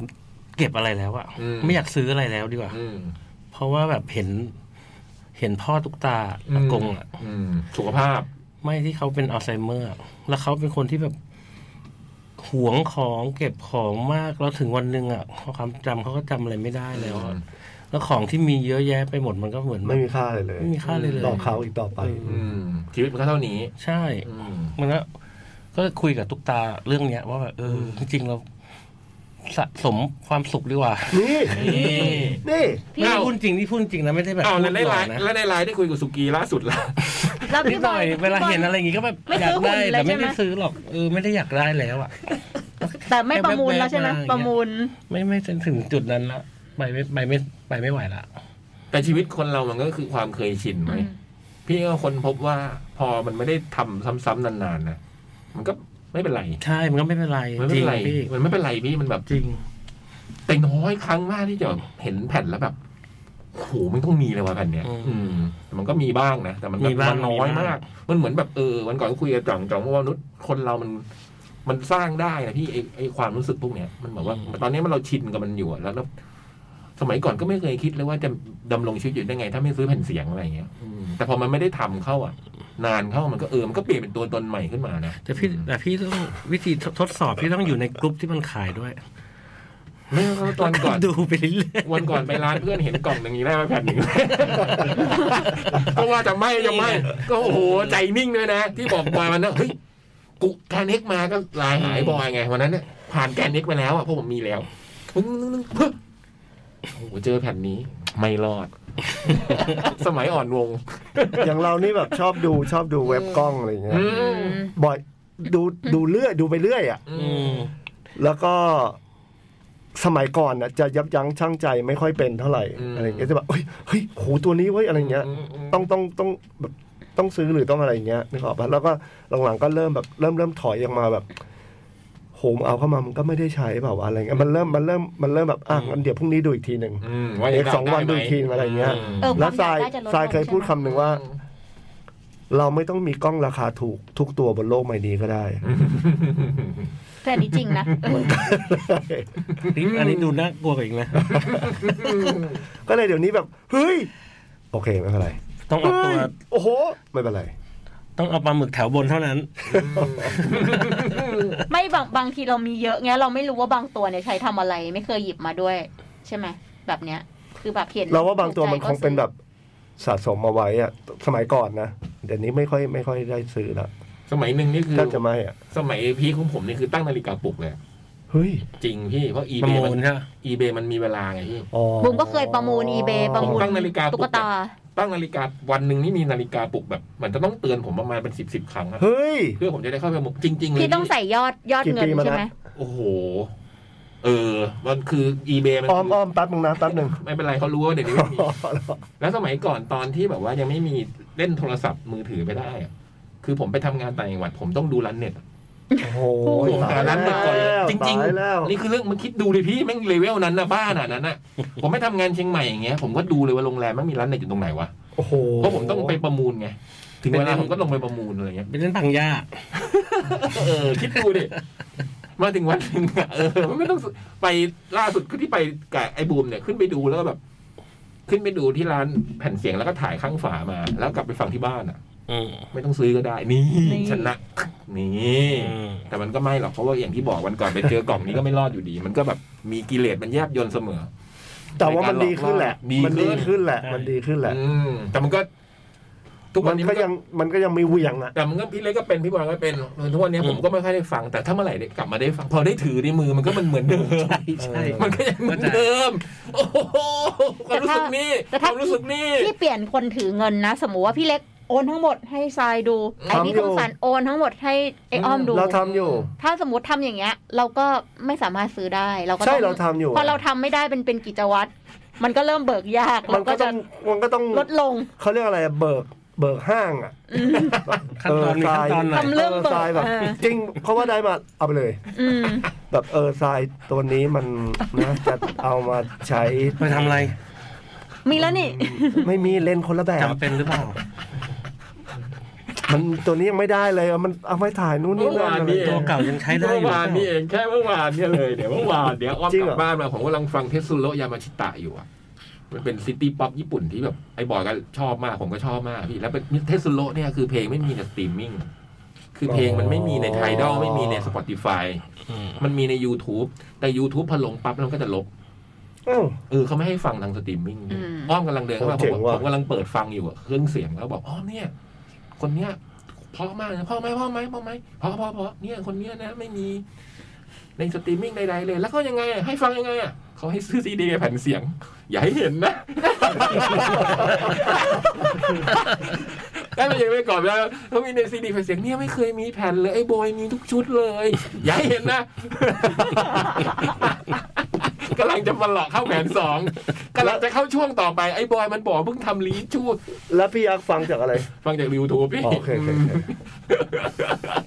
Speaker 3: เก็บอะไรแล้วอะ
Speaker 1: อืม
Speaker 3: ไม่อยากซื้ออะไรแล้วดีกว่า
Speaker 1: อืม
Speaker 3: เพราะว่าแบบเห็น เห็นพ่อตุกตา
Speaker 1: อืม
Speaker 3: อากงอะ
Speaker 1: อืมสุขภาพ
Speaker 3: ไม่ที่เขาเป็นอัลไซเมอร์อะแล้วเขาเป็นคนที่แบบหวงของเก็บของมากแล้วถึงวันหนึ่งอะความจำเขาก็จำอะไรไม่ได้แล้วอะแล้วของที่มีเยอะแยะไปหมดมันก็เหมือน
Speaker 2: ไม่มีค่าเลยเลย
Speaker 3: ไม่มีค่าเลยเลย
Speaker 2: ต่อเขาอีกต่อไป
Speaker 1: อืมชีวิตมันก็เท่านี้
Speaker 3: ใช่
Speaker 1: อืม
Speaker 3: มันก็ก็คุยกับตุ๊กตาเรื่องเนี้ย ว่าแบบเออจริงๆเราสะสมความสุขดีกว่า
Speaker 2: นี่ นี่
Speaker 3: พี่พูดจริงที่พูดจริงนะไม่ได้แบบ
Speaker 1: อ้าว
Speaker 3: พูด
Speaker 1: แล้วใน
Speaker 3: ห
Speaker 1: ไล
Speaker 3: ลอก
Speaker 1: น์
Speaker 3: นะ
Speaker 1: แล้วในไลน์ได้คุยกับสุกี้ล่าสุดละ
Speaker 4: แล้ว
Speaker 3: นิ
Speaker 4: พี่
Speaker 3: ด
Speaker 4: บ
Speaker 3: ห
Speaker 4: อ
Speaker 3: น่อย ยเวลา
Speaker 4: พี่บอย
Speaker 3: เห็นอะไรอย่างงี้ก็แบบ
Speaker 4: ไม่
Speaker 3: อ
Speaker 4: ซื้
Speaker 3: ยาก
Speaker 4: อ
Speaker 3: ได้
Speaker 4: หุ่น
Speaker 3: แต่
Speaker 4: เลย
Speaker 3: ไม่
Speaker 4: ใช่ไหม
Speaker 3: ได้ซื้อหรอกเออไม่ได้อยากได้แล้วอ่ะ
Speaker 4: แต่ไม่ประมูลแล้วใช่ไหม
Speaker 3: แว๊บๆมา
Speaker 4: ประมูล
Speaker 3: ไม่ไม่ถึงจุดนั้นละไปไม่ไปไม่ไปไม่ไหวละ
Speaker 1: แต่ชีวิตคนเรามันก็คือความเคยชินไหมพี่ก็คนพบว่าพอมันไม่ได้ทำซ้ำๆนานๆนะมันก็ไม่เป็นไร
Speaker 3: ใช่มันก็ไม่เป็นไร
Speaker 1: มันไม่
Speaker 3: จริ
Speaker 1: เป็
Speaker 3: ง
Speaker 1: นไร
Speaker 3: พี่
Speaker 1: มันไม่เป็นไรพี่มันแบบ
Speaker 3: จริง
Speaker 1: แต่น้อยครั้งมากที่จะเห็นแผ่นแล้วแบบโอ้โหมันต้องมีเลยว่ะแผ่นเนี้ย
Speaker 3: อืม
Speaker 1: อืมแต่มันก็มีบ้างนะแต่มันก็
Speaker 3: มีบ้าง
Speaker 1: มันน้อย
Speaker 3: มีบ้าง
Speaker 1: มาก มันเหมือนแบบเออวันก่อนก็คุยกับจ่องจ่องว่ามนุษย์คนเรามัน มันสร้างได้นะพี่ไอไอความรู้สึกพวกเนี้ยมันแบบว่า ตอนนี้มันเราชินกับมันอยู่อะแล้วแล้ว สมัยก่อนก็ไม่เคยคิดเลยว่าจะดำรงชีวิตอยู่ได้ไง ถ้าไม่ซื้อแผ่นเสียงอะไรอย่างเงี้ยอืมแต่พอมันไม่ได้ทำเข้าอ่ะ นานเข้ามันก็เออมันก็เปลี่ยนเป็นตัวตนใหม่ขึ้นมานะ
Speaker 3: แต่พี่แต่พี่ต้องวิธีทดสอบพี่ต้องอยู่ในกลุ่มที่มันขายด้วย
Speaker 1: ไม่ก็ตอนก่อน
Speaker 3: ดูไปเรื่อย
Speaker 1: วันก่อนไปร้านเพื่อนเห็นกล่องหนึ่งนี้ได้มาแผ่นหนึ่ง ก็ว่าจะไม่จะไม่ ก็โอ้โหใจนิ่งเลยนะ ที่บอกบอยมันนะเฮ้ยกูแกนเน็กมาก็ลายหายบอยไงวันนั้นเนี่ยผ่านแกนเน็กไปแล้วอ่ะเพราะผมมีแล้วผมนึกๆเฮ้ยโอ้โหเจอแผ่นนี้ ไม่รอด สมัยอ่อนวง
Speaker 2: อย่างเรานี่แบบชอบดูชอบดูเว็บกล้องอะไรอย่างเงี้ย
Speaker 1: อื
Speaker 4: อื
Speaker 1: ม
Speaker 4: ม
Speaker 2: บ่อยดูดูเรื่อยดูไปเรื่อยอ่ะ
Speaker 1: อื
Speaker 3: ๆอื
Speaker 1: ม
Speaker 3: ม
Speaker 2: แล้วก็สมัยก่อนน่ะจะยับยั้งชั่งใจไม่ค่อยเป็นเท่าไหร่อะไรอย่างเงี้ยจะแบบเฮ้ยเฮ้ยโหตัวนี้เว้ยอะไรอย่างเงี้ย ต้องต้องต้องแบบต้องซื้อหรือต้องอะไรอย่างเงี้ยนึกออกปะแล้วก็หลังๆก็เริ่มแบบเริ่มเริ่มถอยออกมาแบบโหมเอาเข้ามามันก็ไม่ได้ใช้แบบว่าอะไรเงี้ยมันเริ่มมันเริ่มมันเริ่มแบบอ่ะงั้นเดี๋ยวพรุ่งนี้ดูอีกทีหนึ่ง
Speaker 1: อืมว่าจะ
Speaker 2: เด็กสองวันดูอีกที
Speaker 1: หม
Speaker 2: อะไรอย่างเงี้ย
Speaker 1: ม
Speaker 4: เออ
Speaker 2: แล้วทราย
Speaker 4: ควมกได้จะล
Speaker 2: ทรายเคย
Speaker 4: ลง
Speaker 2: พูด
Speaker 4: ใช่ไหม
Speaker 2: คำหนึ่งว่า เราไม่ต้องมีกล้องราคาถูกทุกตัวบนโลกใบนี้ก็ได้
Speaker 4: แต่อันนี้จริงนะเออ
Speaker 3: นี่อันนี้ดูน่ากลัวกว่าอีกนะ
Speaker 2: ก็เลยเดี๋ยวนี้แบบเฮ้ยโอเคไม่เป็นไร
Speaker 3: ต้องเอาตัว
Speaker 2: เฮ้ยโอ้โห ไม่เป็นไร
Speaker 3: ต้องเอาปลาหมึกแถวบนเท่านั้น
Speaker 4: ไม่บางบางทีเรามีเยอะไงเราไม่รู้ว่าบางตัวเนี่ยใช้ทำอะไร ไม่เคยหยิบมาด้วย ใช่ไหมแบบเนี้ย คือแบบเห็น
Speaker 2: เราว่าบางตัวมันคงเป็นแบบ
Speaker 4: ถูกใจก็ซ
Speaker 2: สะสมเอาไว้อะสมัยก่อนนะเดี๋ยวนี้ไม่ค่อยไม่ค่อยได้ซื้อละ
Speaker 1: สมัยหนึ่งนี่คือ
Speaker 2: แทบจะไม่อะ
Speaker 1: สมัยพีคของผมนี่คือตั้งนาฬิกาปลุกเลย
Speaker 2: เฮ้ย
Speaker 1: จริงพี่ เพราะอี
Speaker 3: ประ
Speaker 1: เบ
Speaker 3: มู
Speaker 1: มั
Speaker 3: ล
Speaker 1: น
Speaker 3: ใช่ปะ
Speaker 1: อีเบมันมีเวลาไงพี่
Speaker 2: อ๋อื้
Speaker 4: อบุ้มก็เคยประมูลอีเบประมูล
Speaker 1: ตั้งนาฬิกาปลุก
Speaker 4: ตุ๊กตา
Speaker 1: ตั้งนาฬิกาวันหนึ่งนี่มีนาฬิกาปลุกแบบเหมือนจะต้องเตือนผมประมาณเป็นสิบสิบครั้งอะ
Speaker 2: เฮ้ย
Speaker 1: เพื่อผมจะได้เข้าไปหมกจริง ๆ เลย
Speaker 4: พี่ต้องใส่ยอดยอด
Speaker 2: กี่
Speaker 4: เงิน
Speaker 2: ปีมา
Speaker 4: ใช่ไหม
Speaker 2: แล้ว
Speaker 1: โอ้โห เออ มันคืออีเบมัน
Speaker 2: อ้อมอ้อมแป๊บนึงนะแป๊บนึง
Speaker 1: ไม่เป็นไรเขารู้ว่าเดี๋ยวนี้ไม่มีแล้วสมัยก่อนตอนที่แบบว่ายังไม่มีเล่นโทรศัพท์มือถือไปได้อะคือผมไปทำงานต่างจังหวัดผมต้องดูรันเน็ต
Speaker 2: โอ้โห
Speaker 1: ผมหาร้านเด็กก่อนเลยจริง
Speaker 2: ตายแล้ว
Speaker 1: ๆ นี่คือเรื่องมันคิดดูเลยพี่แม่งเลเวลนั้นนะบ้าขนาดนั้นน่ะ ผมไม่ทำงานเชียงใหม่อย่างเงี้ยผมก็ดูเลยว่าโรงแรมมันมีร้านไหนอยู่ตรงไหนวะ
Speaker 2: โอ้โห
Speaker 1: เพราะผมต้องไปประมูลไงถึงเวลาผมก็ลงไปประมูลอะไรเงี้ย
Speaker 3: เป็นเรื่องทางยาก
Speaker 1: เออคิดดูดิมาถึงวันหนึ่งอะเออมันไม่ต้องไปล่าสุดคือที่ไปกับไอ้บูมเนี่ยขึ้นไปดูแล้วก็แบบ ขึ้นไปดูที่ร้านแผ่นเสียงแล้วก็ถ่ายข้างฝามา แล้วกลับไปฟังที่บ้านอ่ะ
Speaker 3: อืม
Speaker 1: ไม่ต้องซื้อก็ได้ นี่
Speaker 4: นี่
Speaker 1: ชนะนี่
Speaker 3: อืม
Speaker 1: แต่มันก็ไม่หรอกเพราะว่าอย่างที่บอกวันก่อนไปเจอกล่องนี้ก็ไม่รอดอยู่ดี มันก็แบบมีกิเลสมันแยบยนเสมอ
Speaker 2: แต่ว่ามันดีขึ้นแหละ
Speaker 1: ดีขึ้น
Speaker 2: มันดีขึ้นแหละ มันดีขึ้นแหละ
Speaker 1: อืมแต่มันก็ ทุกวั
Speaker 2: มัน น
Speaker 1: นี้
Speaker 2: ก็
Speaker 1: มันก็
Speaker 2: ยังมันก็ยังมีเหวี่ยงอะ
Speaker 1: แต่มันก็พี่เล็กก็เป็นพี่บอลก็เป็นทุกวันนี้ผมก็ไม่ค่อยได้ฟังแต่ถ้าเมื่อไหร่ได้กลับมาได้ฟัง พอได้ถือในมือมันก็มันเหมือนเดิม
Speaker 3: ใช่ใช่
Speaker 1: มันก็ยังเหมือนเดิมโอ้โหความรู้สึกนี่
Speaker 4: แต่
Speaker 1: ค
Speaker 4: ถ้า
Speaker 1: วามรู้สึกนี่
Speaker 4: พี่เปลี่ยนคนถือเงินนะ สมมติว่าพี่เล็กโอนทั้งหมดให้ทรายดูไอ้นี่ต้องสันโอนทั้งหมดให้ไอ้อ้อมดู
Speaker 2: เราทำอยู่
Speaker 4: ถ้าสมมติทำอย่างเงี้ย เราก็ไม่สามารถซื้อได้เราก็
Speaker 2: ใช่
Speaker 4: ต้อง
Speaker 2: เราทำอยู่
Speaker 4: พอเราทำไม่ได้เป็นเป็นกิจวัตรมันก็เริ่มเบิกยาก
Speaker 2: มั
Speaker 4: เรา
Speaker 2: นก็
Speaker 4: ก็
Speaker 2: ต้
Speaker 4: จะ
Speaker 2: องมันก็ต้อง
Speaker 4: ลดลง
Speaker 2: เขาเรียกอะไรอะเบิกเบิกห้างอ่ะ
Speaker 3: ขั้นตอนมีขั้นตอนหน่อย
Speaker 4: ทำเรื่องเบิก
Speaker 2: ทรายแบบ
Speaker 4: เออ
Speaker 2: จริงเขาว่าได้มาเอาไปเลย
Speaker 4: อืม
Speaker 2: แบบเออทรายตัวนี้มันนะจะเอามาใช้
Speaker 3: ไปทำอะไร
Speaker 4: มีแล้วนี่
Speaker 2: ไม่มีเลนส์คนละแบบ
Speaker 3: จำเป็นหรือเปล่า
Speaker 2: มันตัวนี้ยังไม่ได้เลยอะมันเอาไว้ถ่ายนู่นนี่
Speaker 1: เมื่อ
Speaker 2: นั่น
Speaker 1: วาน
Speaker 2: อะไร
Speaker 1: นี่เอ
Speaker 3: ตัว
Speaker 1: ง
Speaker 3: เก่ายังใช้ได้
Speaker 1: เมื่อยู่
Speaker 3: อหรือ
Speaker 1: วา
Speaker 3: เป
Speaker 1: น
Speaker 3: ล่า
Speaker 1: นี่เองแค่เมื่อวานเนี่ยเลยเดี๋ยวเมื่อวานเดี๋ยวอ้อม
Speaker 2: จริง
Speaker 1: ก
Speaker 2: เหร
Speaker 1: ลั
Speaker 2: อ
Speaker 1: บบ้านมาผมกำลังฟังเทสซุโรยามาชิตะอยู่อะมันเป็นซิตี้ป๊อปญี่ปุ่นที่แบบไอ้บอยก็ชอบมากผมก็ชอบมากพี่แล้วเป็นเทสซุโรเนี่ยคือเพลงไม่มีในสตรีมมิ่งคือเพลงมันไม่มีในไทดอลไม่มีใน Spotify
Speaker 3: อืม
Speaker 1: มันมีใน YouTube แต่ YouTube พอลงปั๊บแล้วมันก็จะลบ
Speaker 2: อ้าว
Speaker 1: เออเขาไม่ให้ฟังทางสตรีมมิ่ง
Speaker 4: อืม
Speaker 1: อ้อมกำลังเดินเข้ามาผ
Speaker 2: เจ๋
Speaker 1: ม
Speaker 2: งว่ะ
Speaker 1: ผมกำลังเปิดฟังอยู่อะเครื่องเสียงแล้วบอกอ้อมเนี่ยคนเนี้ยเพอมากนะพ่อไหมพ่อไหมพ่อไหมพ่อพ่อพ่อเนี่ยคนเนี้ยนะไม่มีในสตรีมมิ่งใดๆเลย แล้วเขายังไงอะให้ฟังยังไงอ่ะเขาให้ซื้อซีดีกับแผ่นเสียง อย่าให้เห็นนะ ได้มาอย่างไปก่อนแล้วเขามีในซีดีแผ่นเสียงเนี่ยไม่เคยมีแผ่นเลยไอ้บอยมีทุกชุดเลย อย่าให้เห็นนะ กำลังจะมาหลอกเข้าแผนสองกำลังจะเข้าช่วงต่อไปไอ้บอยมันบอกเพิ่งทำรีชูด
Speaker 2: แล้วพี่ยักษ์ฟังจากอะไร
Speaker 1: ฟังจากรีวิวทูบพี่
Speaker 2: อ๋อโอเคโอเคโอเค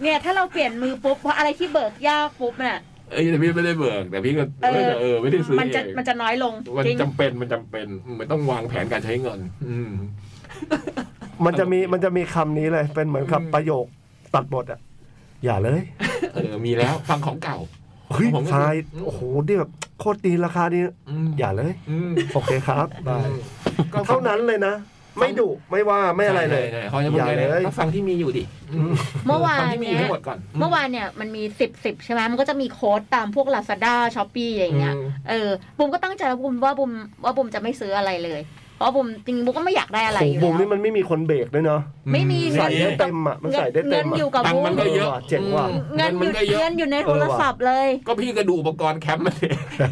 Speaker 4: เนี่ยถ้าเราเปลี่ยนมือปุ๊บเพราะอะไรที่เบิกยากปุ๊บเนี่ย
Speaker 1: เอ้ยแต่พี่ไม่ได้เบิกแต่พี่ก็
Speaker 4: เออ
Speaker 1: เออไม่ได้ซื้อ
Speaker 4: มันจะ
Speaker 1: เอง
Speaker 4: มันจะน้อยลง
Speaker 1: มัน
Speaker 4: จริง
Speaker 1: จำเป็นมันจำเป็นมันต้องวางแผนการใช้เงิน อืม
Speaker 2: มันจะมีมันจะมีคำนี้เลยเป็นเหมือนกับ
Speaker 1: อืม
Speaker 2: ประโยคตัดบทอะอย่าเลย
Speaker 1: เออมีแล้วฟังของเก่า
Speaker 2: เฮ้ย
Speaker 1: ผมก็
Speaker 2: ทราย
Speaker 1: อืม
Speaker 2: โอ้โหนี่แบบโคตรดีราคาดี
Speaker 1: ม
Speaker 2: อย่าเลย
Speaker 1: อืม
Speaker 2: โอเคครับบาย
Speaker 1: ก็
Speaker 2: เท่านั้นเลยนะ ไม่ดุไม่ว่าไม่อะไรเลย
Speaker 1: ใช่ๆเขาจะพูดเลย
Speaker 2: อย่าเลย
Speaker 1: นะก็ฟังที่มีอยู่ดิอืม
Speaker 4: เมื่อวาน
Speaker 1: ฟังที่มีอ
Speaker 4: เนี้
Speaker 1: ยู่
Speaker 4: ย
Speaker 1: ให้หมดก่อน
Speaker 4: เมื่อวานเนี่ยมันมีสิบสิบใช่ไหมมันก็จะมีโค้ดตามพวก Lazada s h อ p e e อย่างเงี้ย
Speaker 1: อืม
Speaker 4: เออบุมก็ตั้งใจแล้วบุมว่าบุมว่าบุมจะไม่ซื้ออะไรเลย เพราะบุมจริงๆบุมก็ไม่อยากได้อะไร
Speaker 2: โอ้
Speaker 4: อ
Speaker 2: โห
Speaker 4: ยู่
Speaker 2: บุม
Speaker 4: แล้
Speaker 2: นี่
Speaker 4: ว
Speaker 2: มันไม่มีคนเบรกด้วยเนาะ
Speaker 4: ไม่มี
Speaker 2: ใส่ได้เต็มอ่ะ มันใส่ได้เต็ม
Speaker 4: เงิน
Speaker 2: อ่ะ
Speaker 4: อยู่กับ
Speaker 1: ตัง
Speaker 4: บุ
Speaker 1: ค์
Speaker 4: ม
Speaker 1: มันก็เยอะ
Speaker 2: เจ๋งว่ะ
Speaker 1: อืม
Speaker 4: เงิ
Speaker 1: เงิ
Speaker 4: น
Speaker 1: นมัน
Speaker 4: อยู่
Speaker 1: ก็เยอะ
Speaker 4: เงินอยู่ในโทรศัพท์เลย
Speaker 1: ก็พี่ก็ดูอุปกรณ์แคมป์มันสิ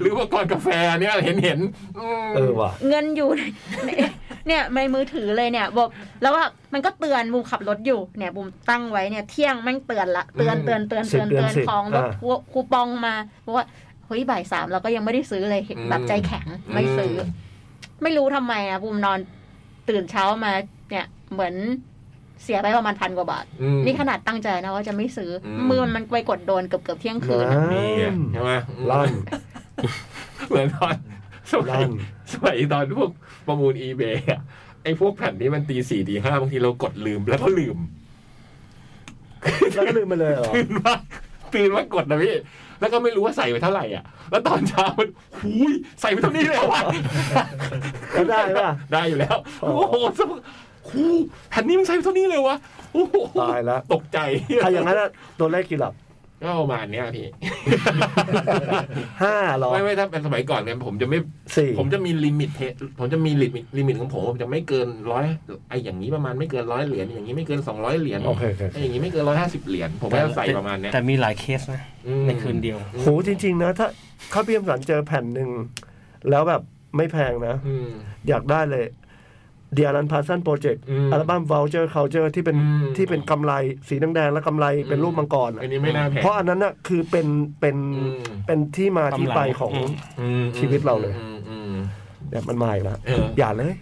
Speaker 1: หรืออุปกรณ์กาแฟเนี่ยเห็นเห็นๆอืม
Speaker 2: เออว่ะ
Speaker 4: เงินอยู่ใน ในเนี่ยในมือถือเลยเนี่ยบอกแล้วว่ามันก็เตือนบูมขับรถอยู่เนี่ยบูมตั้งไว้เนี่ยเที่ยงแม่งเตือนละเตือน
Speaker 1: อืม
Speaker 4: เตือนเตือน
Speaker 2: สิ
Speaker 4: เตื
Speaker 2: บ
Speaker 4: อน
Speaker 2: เดือน
Speaker 4: เตือน
Speaker 2: สิบ
Speaker 4: ของรถ
Speaker 2: อ่า
Speaker 4: คูคูปองมาบอกว่าเฮ้ยบ่ายสามเราก็ยังไม่ได้ซื้อเลยเห็นแบบใจแข็งไม่ซื้ออไม่รู้ทำไมอ่ะบูมนอนตื่นเช้ามาเนี่ยเหมือนเสียไปประมาณพันกว่าบาท
Speaker 1: อืม
Speaker 4: นี่ขนาดตั้งใจนะว่าจะไม่ซื้ออ
Speaker 1: ม
Speaker 4: มือมันไปกดโดนเกือบเกือบๆเที่ยงคืน
Speaker 2: นะ
Speaker 4: อะ
Speaker 1: นี่ไงใช่ไหม
Speaker 2: ลั่น
Speaker 1: เหมือนตอน สมัย
Speaker 2: ลั่น
Speaker 1: สมัยตอนพวกประมูล eBay อะไอ้พวกแผ่นนี้มันตีสี่ตีห้าบางทีเรากดลืมแล้วก็ลืม
Speaker 2: แล้วก็ลืมไปเลยเหรอ
Speaker 1: ตื่นมา ตื่นมากดนะพี่แล้วก็ไม่รู้ว่าใส่ไปเท่าไหร่อ่ะ แล้วตอนเช้ามันหูยใส่ไปเท่านี้เลยเหรอวะ
Speaker 2: แล้ว ได้ปะ
Speaker 1: ได้อยู่แล้ว
Speaker 2: อ๋อ
Speaker 1: โอ้โหสมมุติหูแผ่นนี้มันใส่ไปเท่านี้เลยวะโอ้โห
Speaker 2: ตายละ
Speaker 1: ตกใจ
Speaker 2: ถ้าอย่างนั้นอะตัวเลขกี่หลับ
Speaker 1: ก็ประมาณเนี้ยพี่
Speaker 2: ห้าเหรอ
Speaker 1: ไม่ไม่ถ้าเป็นสมัยก่อนเนี่ยผมจะไม่
Speaker 2: สี่
Speaker 1: ผมจะมีลิมิตเทผมจะมีลิมิตลิมิตของผมผมจะไม่เกินร้อยไออย่างนี้ประมาณไม่เกินร้อยเหรียญอย่างนี้ไม่เกินสองร้อยเหรียญ
Speaker 2: โอเคโอเค
Speaker 1: ไอ้อย่างนี้ไม่เกินร้อยห้าสิบเหรียญผมก็จะใส่ประมาณเนี้ย
Speaker 3: แต่มีหลายเคสนะ
Speaker 1: อืม
Speaker 3: ในคืนเดียว
Speaker 2: โหจริง ๆ นะ ถ้าข้าพี่อมสันเจอแผ่นหนึ่ง แล้วแบบไม่แพงนะ
Speaker 1: อืม
Speaker 2: อยากได้เลยเดียรันพาสันโปรเจกต์
Speaker 1: อืม
Speaker 2: อัลบั้ม Vulture Culture ที่เป็น
Speaker 1: อืม
Speaker 2: ที่เป็นกำไรสีแดงๆและกำไรเป็นรูปมังกรอะ
Speaker 1: อันนี้ไม่น่าแพง
Speaker 2: เพราะอันนั้นน่ะคือเป็นเป็น
Speaker 1: อืม
Speaker 2: เป็นที่มาที่ไปของ
Speaker 3: อืม
Speaker 1: อืม
Speaker 2: ชีวิตเราเลย
Speaker 1: อืมอืม
Speaker 2: เนี่ยมันมาอีกแล้ว
Speaker 1: เออ
Speaker 2: อ
Speaker 1: อ
Speaker 2: ย่าเลย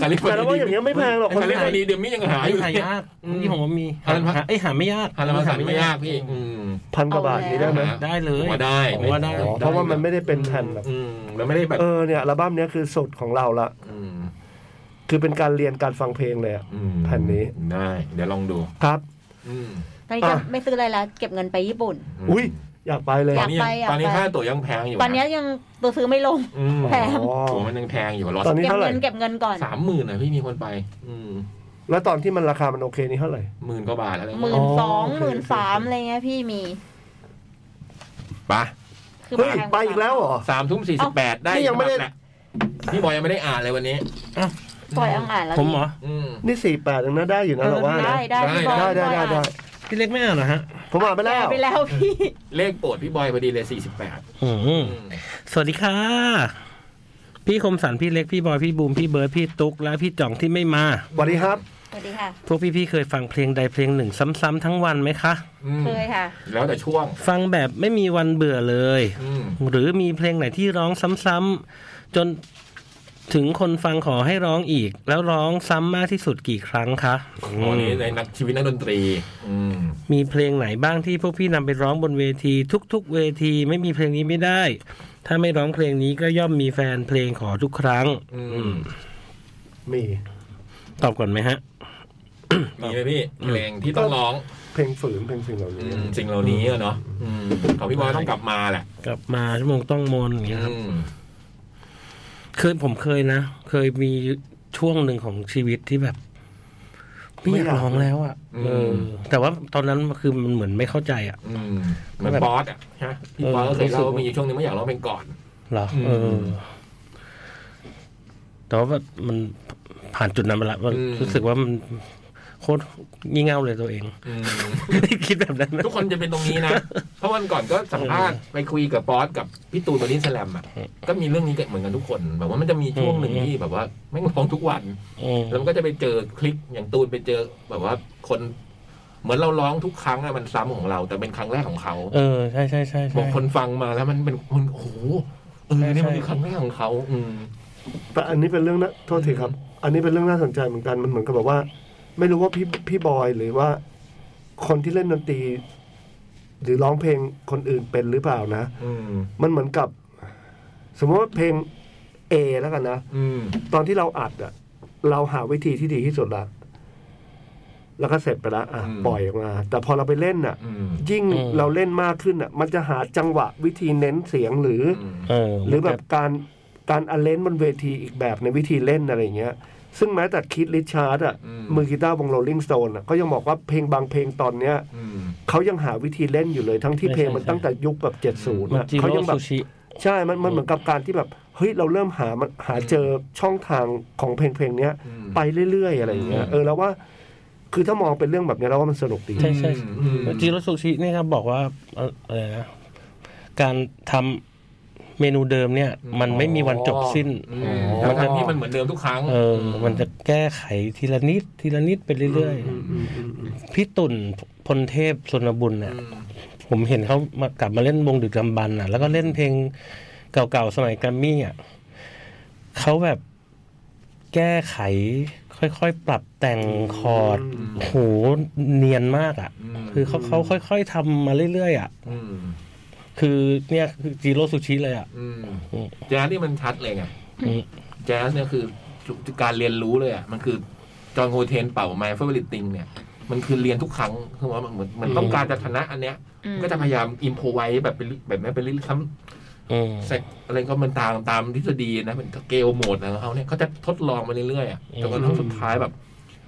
Speaker 1: คาลิฟอร์
Speaker 2: แต่เราว่าอย่างเงี้ยไม่แพงหรอกคน
Speaker 1: คาลิฟอร์เนียเดี๋ยวนี้ยังหาอยู่
Speaker 3: หายากนี่ผมว่ามี
Speaker 1: อันนั้นวะ
Speaker 3: หาไอยหาไม่ยาก
Speaker 1: ฮารามาสันไม่ยากพี่อืม
Speaker 2: พันกว่าบาทนี้ได้ไหม
Speaker 1: เอาแล้ว
Speaker 3: ได้เล
Speaker 1: ผ
Speaker 3: ย
Speaker 1: มว่าได้
Speaker 3: ผมว่าได้
Speaker 1: ไม่
Speaker 2: อ๋อเพราะว่ามันไม่ได้เป็นแผ่นแบบ
Speaker 1: อืมแล้วไม่ได้แบบ
Speaker 2: เออเนี่ยอัลบั้มเนี้ยคือสุดของเราละ
Speaker 1: ม
Speaker 2: คือเป็นการเรียนการฟังเพลงเลยอะ
Speaker 1: อืม
Speaker 2: แผ่นนี้
Speaker 1: ได้ เดี๋ยวลองดู
Speaker 2: ครับ
Speaker 1: อืม
Speaker 4: ตอนนี้จะ
Speaker 2: อ่ะ
Speaker 4: ไม่ซื้ออะไรแล้วเก็บเงินไปญี่ปุ่น
Speaker 1: ม
Speaker 2: อุ้ยอยากไปเลย
Speaker 1: ต
Speaker 4: อ
Speaker 1: อน
Speaker 4: ยาก
Speaker 1: นี้ยัง
Speaker 4: ไป
Speaker 1: ตอนนี้
Speaker 4: ไป
Speaker 1: ค่าตั๋วยังแพงอยู่
Speaker 4: ตอนเนี้ยยังตัวซื้อไม่ลง
Speaker 1: อืม
Speaker 4: แพง
Speaker 2: อ๋อ
Speaker 1: ตั๋วมันยังแพงอยู่ร้อย
Speaker 2: ตอนนี้
Speaker 4: เก็บ
Speaker 2: เท่าไหร่
Speaker 4: เงินเก็บเงินก่อน
Speaker 1: สามหมื่นนะพี่มีคนไป อืม
Speaker 2: แล้วตอนที่มันราคามันโอเคนี่เท่าไหร่
Speaker 1: หมื่นกว่าบาทอะไร
Speaker 4: หมื่
Speaker 2: อ๋
Speaker 4: น
Speaker 2: อ
Speaker 4: สอง
Speaker 2: โอเค
Speaker 4: หมื่นสามอะไรเงี้ยพี่มี
Speaker 1: ไป
Speaker 4: คือ
Speaker 2: เฮ้ย
Speaker 4: แพงว่า
Speaker 2: ไปอีกแล้วเหรอ
Speaker 1: สามทุ่มสี่สิบแปดได้
Speaker 2: นี่ยังไม่
Speaker 1: ฉ
Speaker 2: ได้
Speaker 1: บับแหละพี่บอยยังไม่ได้อ่านเลยวันนี้
Speaker 4: ปล่อยอ่างอ่านแล้ว
Speaker 3: ผมเหรอ
Speaker 1: อืม
Speaker 2: นี่สี่แปดยังน่าได้อยู่นะ
Speaker 3: เออ
Speaker 2: เราว่านะ
Speaker 4: ได้ได้
Speaker 1: ได้
Speaker 4: พี่บอย
Speaker 2: ได้ได้ได้
Speaker 4: พี่บอยอ่าน
Speaker 2: ได้
Speaker 3: พี่เล็กไม่อ่านเหรอฮะ
Speaker 2: ผมอ่านไปแล้ว
Speaker 4: ไปแล้วพี่
Speaker 1: เลขโปรดพี่บอยพอดีเลยสี่สิบแปด
Speaker 3: อืมสวัสดีค่ะ พี่คมสันพี่เล็กพี่บอยพี่บูมพี่เบิร์ดพี่ตุ๊กและพี่จ่องที่ไม่มา
Speaker 2: สวัสดีครับ
Speaker 4: สวัสดีค่ะ
Speaker 3: พวกพี่ๆเคยฟังเพลงใดเพลงหนึ่งซ้ำๆทั้งวันไหมคะ
Speaker 4: เคยค่ะ
Speaker 1: แล้วแต่ช่วง
Speaker 3: ฟังแบบไม่มีวันเบื่อเลย
Speaker 1: อืม
Speaker 3: หรือมีเพลงไหนที่ร้องซ้ำๆจนถึงคนฟังขอให้ร้องอีก แล้วร้องซ้ำมากที่สุดกี่ครั้งคะ
Speaker 1: โอ้นี่ในนักชีวิตนักดนตรี อืม
Speaker 3: มีเพลงไหนบ้างที่พวกพี่นำไปร้องบนเวที ทุกๆ เวทีไม่มีเพลงนี้ไม่ได้ ถ้าไม่ร้องเพลงนี้ก็ย่อมมีแฟนเพลงขอทุกครั้ง
Speaker 1: อื
Speaker 3: อื
Speaker 1: ม
Speaker 3: ม
Speaker 2: มี
Speaker 3: ตอบก่อนไหมฮะ
Speaker 1: มีไหมพี่เพลงที่ต้องร้อง
Speaker 2: เพลงฝืนเพลงสิ่งเหล่า
Speaker 1: อื
Speaker 2: นี้
Speaker 1: มสิ่งเหล่านี้อะเนาะอืมของพี่บอยต้องกลับมาแหละ
Speaker 3: กลับมาชั่วโมงต้องมนอย่างเงี้ยครับ
Speaker 1: อืม
Speaker 3: เคยผมเคยนะ เคยมีช่วงหนึ่งของชีวิตที่แบบไม่อยากร้องแล้วอะ่ะเออ แต่ว่าตอนนั้นคือมันเหมือนไม่เข้าใจอ่ะ
Speaker 1: อืมเหมือนบอสอ่ะฮะพี่บอสก็เคยเล่าว่ามีอยู่ช่วงหนึงไม่อยากร้องเพลงก่อน
Speaker 3: เหรอ
Speaker 1: อื
Speaker 3: เอ
Speaker 1: ม
Speaker 3: อแต่ว่าแบบมันผ่านจุดนั้นไปละมัน
Speaker 1: อืม
Speaker 3: รู้สึกว่ามันโคตรงี่เง่าเลยตัวเอง
Speaker 1: อืม
Speaker 3: คิดแบบนั้นนะ
Speaker 1: ทุกคนจะเป็นตรง นี้นะ เพราะวันก่อนก็สัมภาษณ์ไปคุยกับบอสกับพี่ตูนบอดี้สแลมอ่ะ ก็มีเรื่องนี้กันเหมือนกันทุกคน แบบว่ามันจะมีช่วงหนึ่ง
Speaker 3: อืม
Speaker 1: ที่แบบว่าไม่งร้องทุกวัน
Speaker 3: อืม
Speaker 1: แล้วมันก็จะไปเจอคลิปอย่างตูนไปเจอ แบบว่าคน เหมือนเราร้องทุกครั้งอะมันซ้ำของเรา แต่เป็นครั้งแรกของเขา
Speaker 3: เออ ใช่ใช่ใช่
Speaker 1: บ
Speaker 3: ใช่
Speaker 1: อกคนฟังมาแล้วมันเป็นมันโอ้โหเออเนี่ยมัน
Speaker 3: ใช่
Speaker 1: คือครั้งแรกของเขาอืม
Speaker 2: แต่อันนี้เป็นเรื่องนะโทษทีครับ อันนี้เป็นเรื่องน่าสนใจเหมือนกันมันเหมือนกับแบบว่า ไม่รู้ว่าพี่พี่บอยหรือว่า คนที่เล่นดนตรี หรือร้องเพลงคนอื่นเป็นหรือเปล่านะ
Speaker 1: อืม
Speaker 2: มันเหมือนกับ สมมติว่าเพลง A แล้วกันนะ
Speaker 1: อืม
Speaker 2: ตอนที่เราอัดอะเราหาวิธีที่ดีที่สุดละ แล้วก็เสร็จไปแล้วอ่ะ
Speaker 1: อืม
Speaker 2: ปล่อยออกมา แต่พอเราไปเล่นอ่ะ
Speaker 1: อืม
Speaker 2: ยิ่ง
Speaker 3: อืม
Speaker 2: เราเล่นมากขึ้นอ่ะ มันจะหาจังหวะวิธีเน้นเสียงหรืออ
Speaker 1: อืม
Speaker 3: เออ
Speaker 2: หรือแบบการการอเลนบนเวทีอีกแบบในวิธีเล่นอะไรอย่างเงี้ย ซึ่งแม้แต่คิดริชาร์ดอ่ะ มือกีตาร์วงโรลลิงสโตนอ่ะเขายังบอกว่าเพลงบางเพลงตอนเนี้ย
Speaker 1: อืม
Speaker 2: เขายังหาวิธีเล่นอยู่เลยทั้งที่เพลงมันตั้งแต่ยุคแบบเจ็ดศูนย์
Speaker 3: มัน
Speaker 2: อ่ะ
Speaker 3: จิ
Speaker 2: เขา
Speaker 3: โร่
Speaker 2: ยังแบบ
Speaker 3: ซูชิ
Speaker 2: ใช่ มันมันเหมือนกับการที่แบบ เฮ้ย เราเริ่มหามันหาเจอช่องทางของเพลงเพลงเนี้ย
Speaker 1: อืม
Speaker 2: ไปเรื่อย ๆ อะไรอย่างเงี้ย
Speaker 1: อืม
Speaker 2: เออ แล้วว่า คือถ้ามองเป็นเรื่องแบบเนี้ยแล้วว่ามันสนุกดี
Speaker 3: ใช่ใช่
Speaker 1: อืม
Speaker 3: จิโร่ซูชินี่ครับบอกว่าเอ่ออะไรนะการทำเมนูเดิมเนี่ย มันไม่มีวันจบสิ้น
Speaker 1: อืมแล้วทั้งที่มันเหมือนเดิมทุกครั้ง
Speaker 3: เออ มันจะแก้ไขทีละนิด ทีละนิดไปเรื่อย
Speaker 2: อืมอืมอืมอืม
Speaker 3: ๆ พี่ตุ่นพลเทพสุนบุญเนี่ยผมเห็นเขามากลับมาเล่นวงดึกดำบรรพ์อ่ะ แล้วก็เล่นเพลงเก่าๆ สมัยแกรมมี่อ่ะเขาแบบแก้ไข ค่อยๆ ปรับแต่งคอร์ดโอ้โหเนียนมากอ่ะ
Speaker 1: อืม
Speaker 3: คือเขาเขาค่อย ๆทำมาเรื่อยๆอ่ะ
Speaker 1: อืม
Speaker 3: คือเนี่ยคือจีโร่ซูชิเลยอ่ะ
Speaker 1: อืมแจ๊สนี่มันชัดเลยไง
Speaker 3: อืม
Speaker 1: แจ๊สเนี่ยคือการเรียนรู้เลยอ่ะ มันคือจอห์นโฮเทนเป่าไมเฟอร์ลิตติงเนี่ย มันคือเรียนทุกครั้งคือว่ามันเหมือนมันต้องการจะชนะอันเนี้ย
Speaker 4: อืม
Speaker 1: ก็จะพยายามอิมโพไว้แบบเป็นแบบไม่เป็นลิ้นคำ
Speaker 3: อืม
Speaker 1: เซ็กอะไรก็มันตามตามทฤษฎีนะเป็นเกลโหมดของเขาเนี่ยเขาจะทดลองมาเรื่อยๆอะ
Speaker 3: อืม
Speaker 1: จนกระทั่งสุดท้ายแบบ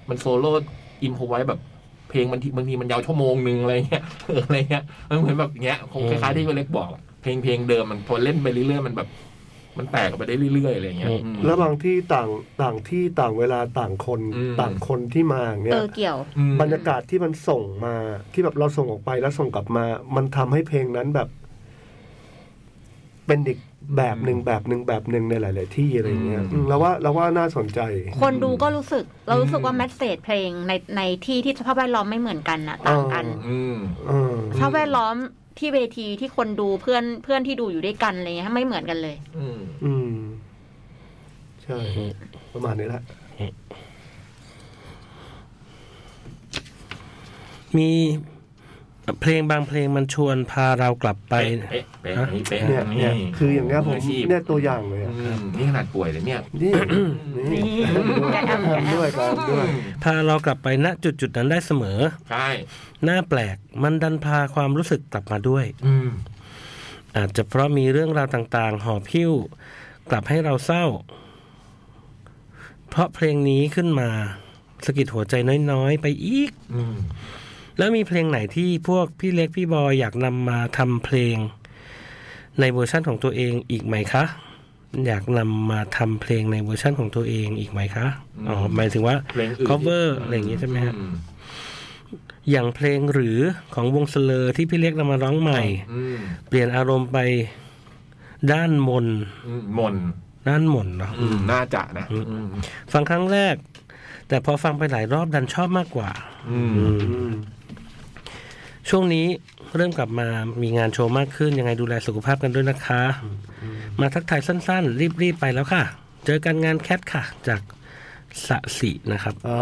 Speaker 1: มันโซโล่อิมโพไว้แบบเพลงมันทีบางทีมันยาวชั่วโมงหนึ่งอะไรเงี้ย เอออะไรเงี้ยมันเหมือนแบบเงี้ยคงคล้ายๆที่พี่เล็กบอกอะเพลงเพลงเดิมมันพอเล่นไปเรื่อยๆมันแบบ มันแตกออกไปได้เรื่อยๆอะไรเงี้ยอืม
Speaker 2: แล้วบางที่ต่างต่างที่ต่างเวลาต่างคน
Speaker 1: อืม
Speaker 2: ต่างคนที่มาอย่าง
Speaker 4: เอ
Speaker 2: เนี่ย
Speaker 4: อเกี่ยว
Speaker 1: อืม
Speaker 2: บรรยากาศที่มันส่งมาที่แบบเราส่งออกไปแล้วส่งกลับมา มันทำให้เพลงนั้นแบบ เป็นอีกแบบหนึ่งแบบหนึ่งแบบหนึ่งในหลาย ๆ ที่อะไรอย่างเงี้ยอืมเราว่าเราว่าน่าสนใจ
Speaker 4: คนดูก็รู้สึก เรารู้สึกว่าแมสเซจเพลงในในที่ที่สภาพแวดล้อมไม่เหมือนกันนะต่างกัน
Speaker 2: อ๋อ
Speaker 1: อืม
Speaker 2: เออ
Speaker 4: สภาพแวดล้อมที่เวทีที่คนดูเพื่อนเพื่อนที่ดูอยู่ด้วยกันอะไรเงี้ยไม่เหมือนกันเลย
Speaker 1: อืม
Speaker 2: อืม ใช่ ประมาณนี้แหละ
Speaker 3: มีเพลงบางเพลงมันชวนพาเรากลับไป
Speaker 1: เป๊ะเป๊ะเป๊ะอันนี้เป๊ะ
Speaker 2: เนี่ย
Speaker 1: อั
Speaker 2: เนี่ยคืออย่างเงี้ยผม
Speaker 1: อชีพ
Speaker 2: เนี่ยตัวอย่างเลยอะ
Speaker 1: อืมนี่ขนาดป่วยเลยเนี่ย
Speaker 2: นี่นี่
Speaker 4: การทำการทำ
Speaker 2: ด้วยกันด้วย
Speaker 3: พาเรากลับไปณจุดจุดๆนั้นได้เสมอ
Speaker 1: ใช่
Speaker 3: หน้าแปลกมันดันพาความรู้สึกกลับมาด้วย
Speaker 1: อืม
Speaker 3: อาจจะเพราะมีเรื่องราวต่างๆ หอบพิ้ว กลับให้เราเศร้า เพราะเพลงนี้ขึ้นมาสะกิดหัวใจน้อยๆ ไปอีก
Speaker 1: อืม
Speaker 3: แล้วมีเพลงไหนที่พวกพี่เล็กพี่บอยอยากนำมาทำเพลง ในเวอร์ชั่นของตัวเองอีกไหมคะ อยากนำมาทำเพลงในเวอร์ชั่นของตัวเองอีกไหมคะอ๋อ
Speaker 1: อืม
Speaker 3: หมายถึงว่า
Speaker 1: เพลงอื่น
Speaker 3: cover อะไรอย่างงี้ใช่ไหมฮะ
Speaker 1: อื
Speaker 3: อย่างเพลงหรือของวงสเลอร์ที่พี่เล็กนำมาร้องใหม่
Speaker 1: อืม
Speaker 3: เปลี่ยนอารมณ์ไปด้านมนต์
Speaker 1: อืมมนต์
Speaker 3: ด้านมนต์เนาะ
Speaker 1: อืมน่าจะนะ อืม
Speaker 3: ฟังครั้งแรก แต่พอฟังไปหลายรอบดันชอบมากกว่า
Speaker 1: อืม
Speaker 2: อืม
Speaker 3: ช่วงนี้เริ่มกลับมามีงานโชว์มากขึ้น ยังไงดูแลสุขภาพกันด้วยนะคะ มาทักทายสั้นๆ รีบๆ ไปแล้วค่ะ เจอกันงานแคทค่ะ จากสะสินะครับ
Speaker 2: อ่า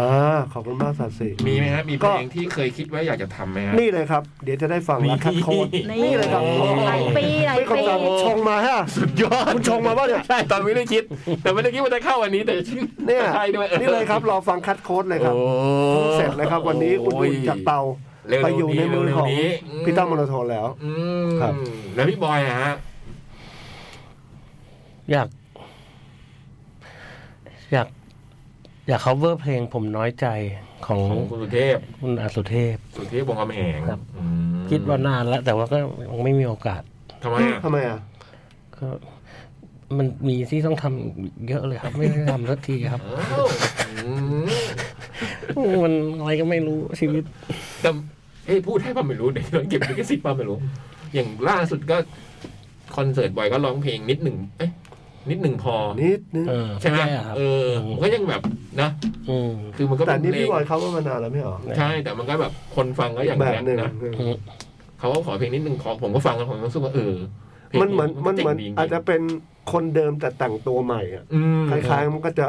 Speaker 2: ขอบคุณมากสัตว์สิ
Speaker 1: มีไหมฮะ มีเพ
Speaker 2: ก็
Speaker 1: ลงที่เคยคิดไว้อยากจะทำไหมฮะ
Speaker 2: นี่เลยครับ เดี๋ยวจะได้ฟัง
Speaker 1: มี
Speaker 2: รักคัดโคนนี่เลยครับ
Speaker 4: หลายปีหลาย
Speaker 2: ไม่
Speaker 4: ปี
Speaker 2: คำสั่งชงมาฮะ
Speaker 1: สุดยอด
Speaker 2: คุณชงมาป่ะเนี่ย
Speaker 1: ใช่ตอนไม่ได้คิด แต่ไม่ได้คิดว่าจะเข้าอันนี้แต่
Speaker 2: เนี่ย
Speaker 1: ใช่ด้วย
Speaker 2: นี่เลยครับ รอฟังคัดโค้ดเลยครับ
Speaker 1: โอ้
Speaker 2: เพิ่งเสร็จเลยครับ วันนี้
Speaker 1: โอ้ย
Speaker 2: อุ่นๆจากเตา
Speaker 1: เร็วๆ
Speaker 2: ไปอยู่ในมือของ
Speaker 1: นี้เร็วๆนี้
Speaker 2: พี่ตั้มมโนโทนแล้ว
Speaker 1: อืม
Speaker 2: ครับ
Speaker 1: แล้วพี่บอยอะฮะ
Speaker 3: อยาก อยาก อยาก cover เพลงผมน้อยใจของ
Speaker 1: ของคุณสุเทพ
Speaker 3: คุณอาสุเทพ
Speaker 1: สุเทพวงศ์คำแหง
Speaker 3: ครับ
Speaker 1: อืม
Speaker 3: คิดว่านานแล้ว แต่ว่าก็ยังไม่มีโอกาส
Speaker 1: ทำไมอะ
Speaker 2: ทำไมอ่ะ
Speaker 3: ก็มันมีที่ต้องทำเยอะเลยครับ ไม่ได้ทำสักทีครับ
Speaker 1: อ้าวอืม
Speaker 3: มันอะไรก็ไม่รู้ชีวิต
Speaker 1: แต่เอ้ยพูดให้ป้าไม่รู้เดี๋ยวโดนเก็บลิขสิทธิ์ป้าไม่รู้ อย่างล่าสุดก็คอนเสิร์ตบอยก็ร้องเพลงนิดหนึ่งเอ้ยนิดหนึ่งพอ
Speaker 2: นิดนึง
Speaker 3: เออ
Speaker 1: ใช่ไหม
Speaker 3: แย่ครับ
Speaker 1: เออมันก็ยังแบบนะ
Speaker 3: อืม
Speaker 1: คือมันก็
Speaker 2: แต่
Speaker 1: เป็น
Speaker 2: นี่
Speaker 1: เพล
Speaker 2: พี่
Speaker 1: ง
Speaker 2: บอยเขาว่ามานานแล้วไม่เหรอ
Speaker 1: ใช่ แต่มันก็แบบคนฟังก็อย่าง
Speaker 2: แบ
Speaker 1: แบบ
Speaker 2: หนึ่ง
Speaker 1: นะ
Speaker 2: เออ
Speaker 1: เขาก็ขอเพลงนิดนึงขอผมก็ฟังแล้วผมก็รู้สึกว่าเออพลง
Speaker 2: มันเหมือนมัน
Speaker 1: จ๋
Speaker 2: เห
Speaker 1: ง
Speaker 2: มือน
Speaker 1: ดีจริง
Speaker 2: อาจจะเป็นคนเดิมแต่แต่งตัวใหม่อ่ะ
Speaker 1: อืม
Speaker 2: คล้ายๆมันก็จะ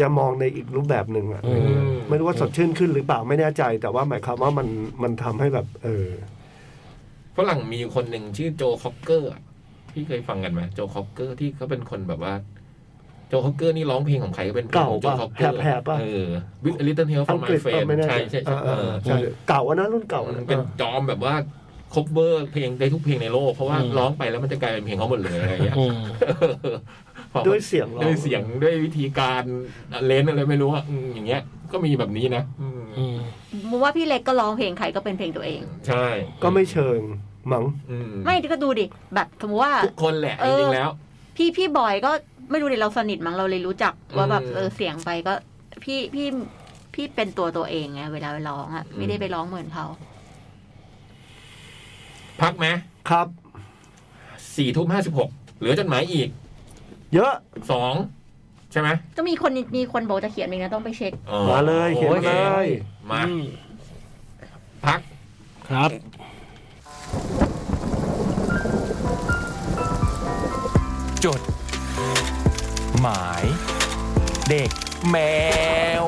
Speaker 2: จะมองในอีกรูปแบบหนึ่งอ่ะ
Speaker 3: อืม
Speaker 2: ไม่รู้ว่าสดชื่นขึ้นหรือเปล่าไม่แน่ใจ แต่ว่าหมายความว่ามันมันทำให้แบบ เออ
Speaker 1: ฝรั่งมีคนหนึ่งชื่อโจคอกเกอร์อะพี่เคยฟังกันไหมโจคอกเกอร์ที่เขาเป็นคนแบบว่า โจฮอกเกอร์นี่ร้องเพลงของใครก็เป็นพลง
Speaker 2: เก่า
Speaker 1: ของโจ
Speaker 2: ป่ะ
Speaker 1: ฮอกเกอร์
Speaker 2: แหบๆป่ะ
Speaker 1: เออวิทลิตเติ้ลเฮลฟอ
Speaker 2: อั
Speaker 1: ร์
Speaker 2: ง
Speaker 1: มาก
Speaker 2: ฤษ
Speaker 1: เฟ
Speaker 2: ป่ะ
Speaker 1: น
Speaker 2: ไม่แน่
Speaker 1: ใช่
Speaker 2: ใจ
Speaker 1: ใช่
Speaker 2: เอ
Speaker 1: ใช่
Speaker 2: อเอ
Speaker 1: เอ
Speaker 2: อ
Speaker 1: อ
Speaker 2: ใช่เก่าอะนะรุ่นเก่าอะ
Speaker 1: มั
Speaker 2: นะ
Speaker 1: นเป็นจอมแบบว่าคบเบอร์เพลงได้ทุกเพลงในโลก เพราะว่าร้องไปแล้วมันจะกลายเป็นเพลงเขาหมดเลยอะไรอย่างเงี้ย
Speaker 3: อืม
Speaker 1: พอ
Speaker 2: ด้วยเสียงเรา
Speaker 1: ด้วยเสียงด้วยวิธีการเลนส์อะไรไม่รู้อะอืมอย่างเงี้ย ก็มีแบบนี้นะอืม
Speaker 3: อืม
Speaker 4: มว่าพี่เล็กก็ร้องเพลงใครก็เป็นเพลงตัวเอง
Speaker 1: ใช่
Speaker 2: ก็ไม่เชิงมั้ง
Speaker 1: อื
Speaker 4: ไม่ก็ดูดิแบบสมมติว่า
Speaker 1: ทุกคนแหละ
Speaker 4: เอ
Speaker 1: จ
Speaker 4: อ
Speaker 1: ริงๆแล้ว
Speaker 4: พี่พี่บอยก็ไม่รู้ดิเราสนิทมั้งเราเลยรู้จักว่าแบบ
Speaker 1: อืม
Speaker 4: เออเสียงไปก็พี่พี่พี่เป็นตัวตัวเองไงเวลาไปร้องอ่ะ
Speaker 1: อืม
Speaker 4: ไม่ได้ไปร้องเหมือนเขา
Speaker 1: พักไหม
Speaker 2: ครับ
Speaker 1: สี่ทุ่มห้าสิบหกเหลือจดหมายอีก
Speaker 2: เยอะ
Speaker 1: สองใช่ไหม
Speaker 4: ก็มีคนมีคนบอกจะเขียนเองนะต้องไปเช็ค
Speaker 1: อ๋อ
Speaker 2: มาเลยเขียน
Speaker 1: โอ
Speaker 2: มา
Speaker 1: ค
Speaker 2: เลย
Speaker 1: มา
Speaker 3: อืม
Speaker 1: พัก
Speaker 3: ครับ
Speaker 6: จด หมาย เด็กแมว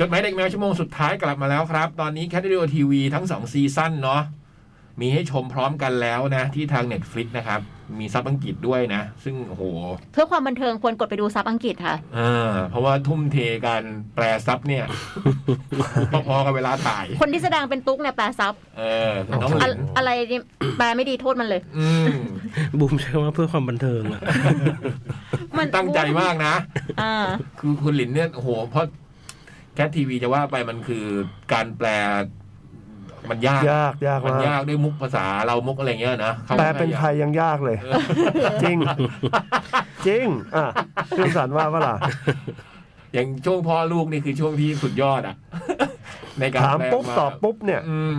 Speaker 1: จดหมายเด็กแมวชั่วโมงสุดท้ายกลับมาแล้วครับ ตอนนี้แคทเ i อทีวีทั้ง 2 ซีซั่นเนาะมีให้ชมพร้อมกันแล้วนะ ที่ทาง Netflix นะครับ มีซับอังกฤษด้วยนะ ซึ่งโอ้โห
Speaker 4: เพื่อความบันเทิงควรกดไปดูซับอังกฤษค่ะ
Speaker 1: อ่าเพราะว่าทุ่มเทการแปลซับ เนี่ย พอๆกับเวลาถ่าย
Speaker 4: คนที่แสดงเป็นตุ๊กเนี่ยแปลซับ
Speaker 1: เออน้องห
Speaker 4: อะ
Speaker 1: ลิน
Speaker 4: อะไรนี่แปลไม่ดีโทษมันเลย
Speaker 1: อืม
Speaker 3: บูมใช้คำว่าเพื่อความบันเทิงอะ
Speaker 4: มั
Speaker 1: ตั้งใจมาก นะ
Speaker 4: อ่า
Speaker 1: คือคุณหลินเนี่ยโอ้โหเพราะแคททีวีจะว่าไปมันคือการแปล มันยาก
Speaker 2: ยากยาก
Speaker 1: มัน
Speaker 2: มาก
Speaker 1: ยากด้วยมุกภาษาเรามุกอะไรเงี้ยนะข้า
Speaker 2: แปล
Speaker 1: มา
Speaker 2: เป็นไทยยังยากเลย
Speaker 1: เออ
Speaker 2: จริง จริง อ่ะคุณสันว่าเปะล่า
Speaker 1: อย่างช่วงพ่อลูกนี่คือช่วงที่สุดยอดอ่ะ ในการ
Speaker 2: ถาม
Speaker 1: แปล
Speaker 2: ปุ๊บตอบปุ๊บเนี่ย
Speaker 1: อืม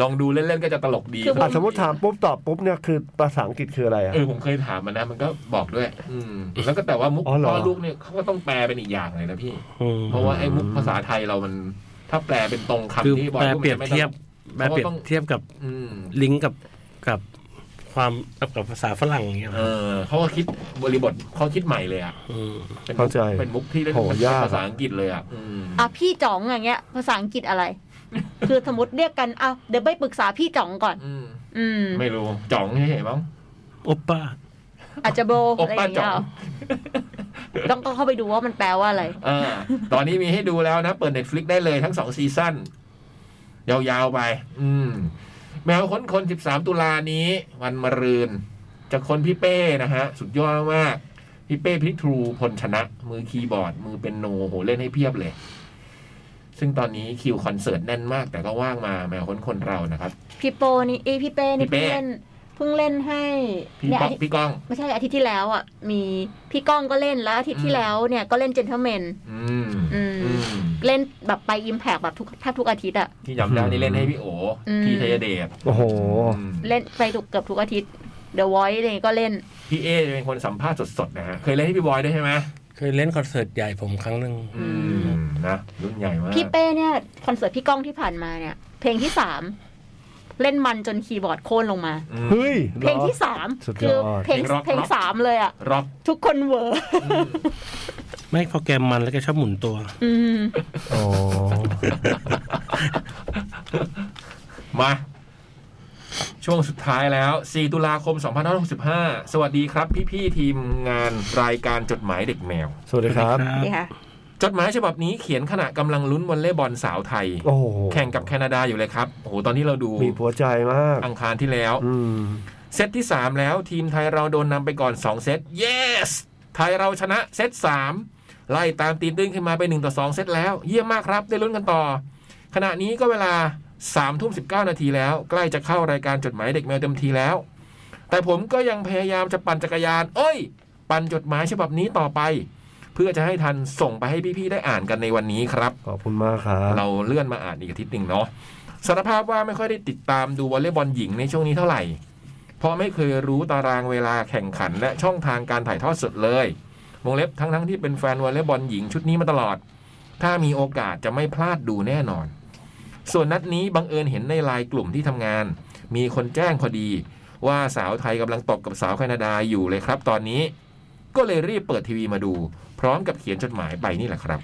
Speaker 1: ลองดูเล่นๆก็จะตลกดี
Speaker 4: คือ
Speaker 2: อ่ะสมมติถามปุ๊บตอบปุ๊บเนี่ยคือภาษาอังกฤษคืออะไรอ่ะ
Speaker 1: เออผมเคยถามมันนะมันก็บอกด้วย อืม แล้วก็แต่ว่ามุก
Speaker 2: อ๋อเหรอ
Speaker 1: พ่อลูกเนี่ยเขาก็ต้องแปลเป็นอีกอย่างเลยนะพี่
Speaker 3: อืม
Speaker 1: เพราะว่าไอ้มุกภาษาไทยเรามัน ถ้าแปลเป็นตรงคำ
Speaker 3: คือ
Speaker 1: ที่บอ
Speaker 3: แปล
Speaker 1: ก
Speaker 3: เปรียบเทียบแปลเปรียบเทียบกับ
Speaker 1: อืม
Speaker 3: ลิงก์กับกับความกับภาษาฝรั่งอย่างเงี้ย
Speaker 1: เออเขาก็คิดบริบทเขาคิดใหม่เลยอ่ะ
Speaker 3: ม
Speaker 1: เป็นมุ
Speaker 2: เข้าก ใจ
Speaker 1: เป็นมุกที่เล่น
Speaker 2: โห
Speaker 1: เป็น
Speaker 2: ยาก
Speaker 1: ภาษาอังกฤษเลยอ่ะอืม
Speaker 4: อ่ะพี่จ๋องอย่างเงี้ย ภาษาอังกฤษอะไร คือสมมติเรียกกันเอาเดี๋ยวไปปรึกษาพี่จ๋องก่อน
Speaker 1: อืม
Speaker 4: อืม
Speaker 1: ไม่รู้จ่องใช่ไหมบ้าง
Speaker 3: โอปป้า
Speaker 4: อาจจะโบ
Speaker 1: โอ
Speaker 4: อะไรอ
Speaker 1: ป้า
Speaker 4: ย่าง
Speaker 1: จ๋
Speaker 4: เงี้
Speaker 1: อย ง
Speaker 4: เอาต้องต้องเข้าไปดูว่ามันแปลว่าอะไร
Speaker 1: เออตอนนี้มีให้ดูแล้วนะ เปิด Netflix ได้เลยทั้งสองซีซั่นยาวๆไป อืม แมวค้นคน 13 ตุลานี้ วันมะรืน จากคนพี่เป้นะฮะ สุดยอดมากๆพี่เป้พิทรูพลชนะ มือคีย์บอร์ด มือเป็นโนโหเล่นให้เพียบเลย ซึ่งตอนนี้คิวคอนเสิร์ตแน่นมาก แต่ก็ว่างมา แมวค้นคนเรานะครับ
Speaker 4: พี่โปนี่เอยพี่เป้นี่
Speaker 1: พี่
Speaker 4: เพิ่ง
Speaker 1: เป้
Speaker 4: เล่นเพิ่งเล่นให้
Speaker 1: พี่
Speaker 4: เนี่ย
Speaker 1: ป๊
Speaker 4: อา
Speaker 1: อก
Speaker 4: ทิตย์
Speaker 1: พี่ก้อง
Speaker 4: ไม่ใช่อาทิตย์ที่แล้วอ่ะมีพี่ก้องก็เล่นแล้วอาทิตย์ที่
Speaker 1: อืม
Speaker 4: แล้วเนี่ยก็เล่นเจนเทอร์แมน
Speaker 1: อืม
Speaker 4: อืม
Speaker 1: อืม
Speaker 4: เล่นแบบไปอิมแพกแบบทุกแทบทุกอาทิตย์อ่ะ
Speaker 1: ที่จำได้นี่เล่นให้พี่โอ
Speaker 4: อืม
Speaker 1: พี่ชัยเดช
Speaker 2: โอ้โห
Speaker 1: อืม
Speaker 4: เล่นไปทุกเกือบทุกอาทิตย์เดอะวอยซ์อะไรก็เล่น
Speaker 1: พี่เอจะเป็นคนสัมภาษณ์สดๆนะฮะ เคยเล่นให้พี่บอยด้วยใช่ไหม
Speaker 3: เคยเล่นคอนเสิร์ตใหญ่ผมครั้งหนึ่ง
Speaker 4: อืม
Speaker 1: นะรุ่นใหญ่มาก
Speaker 4: พี่เป้เนี่ยคอนเสิร์ตพี่ก้องที่ผ่านมาเนี่ย เพลงที่สามเล่นมันจนคีย์บอร์ดโค่นลงมา
Speaker 1: อืม
Speaker 2: เฮ้ยหรอ
Speaker 4: เพลงที่สาม
Speaker 2: สุดยอด
Speaker 4: คืเพลง
Speaker 1: เพลงร็อก
Speaker 4: เพลงสามเลยอ่ะ
Speaker 1: ร็ อก
Speaker 4: ทุกคนเวอร์
Speaker 3: ไม่พอแกมมันแล้วแกชอบหมุนตัว
Speaker 4: อืม
Speaker 2: โอ้
Speaker 1: มา ช่วงสุดท้ายแล้ว 4 ตุลาคม 2565 สวัสดีครับ พี่ๆทีมงานรายการจดหมายเด็กแมว
Speaker 2: สวัสดีครับ
Speaker 4: นี่ค่ะ
Speaker 1: จดหมายฉบับนี้เขียนขณะกำลังลุ้นวอลเลย์บอลสาวไทย
Speaker 2: โอ้โห
Speaker 1: แข่งกับแคนาดาอยู่เลยครับ โอ้โห ตอนนี้เราดู
Speaker 2: มีหัวใจมาก
Speaker 1: อังคารที่แล้ว
Speaker 2: อืม
Speaker 1: เซตที่ 3 แล้วทีมไทยเราโดนนำไปก่อน 2 เซต yes ไทยเราชนะเซต 3 ไล่ตามตีตื้นขึ้นมาไป1ต่อ 2 เซตแล้ว เยี่ยมมากครับ ได้ลุ้นกันต่อ ขณะนี้ก็เวลา3ทุ่ม19 นาทีแล้ว ใกล้จะเข้ารายการจดหมายเด็กแมวเต็มทีแล้ว แต่ผมก็ยังพยายามจะปั่นจักรยาน เอ้ย ปั่นจดหมายฉบับนี้ต่อไป เพื่อจะให้ทันส่งไปให้พี่ๆได้อ่านกันในวันนี้ครับ
Speaker 2: ขอบคุณมากครับ
Speaker 1: เราเลื่อนมาอ่านอีกอาทิตย์หนึ่งเนาะสารภาพว่าไม่ค่อยได้ติดตามดูวอลเลย์บอลหญิงในช่วงนี้เท่าไหร่ เพราะไม่เคยรู้ตารางเวลาแข่งขันและช่องทางการถ่ายทอดสดเลยวงเล็บทั้งทั้งๆที่เป็นแฟนวอลเลย์บอลหญิงชุดนี้มาตลอด ถ้ามีโอกาสจะไม่พลาดดูแน่นอน ส่วนนัดนี้บังเอิญเห็นในไลน์กลุ่มที่ทำงาน มีคนแจ้งพอดี ว่าสาวไทยกำลังตกกับสาวแคนาดาอยู่เลยครับ ตอนนี้ ก็เลยรีบเปิดทีวีมาดู พร้อมกับเขียนจดหมายไปนี่แหละครับ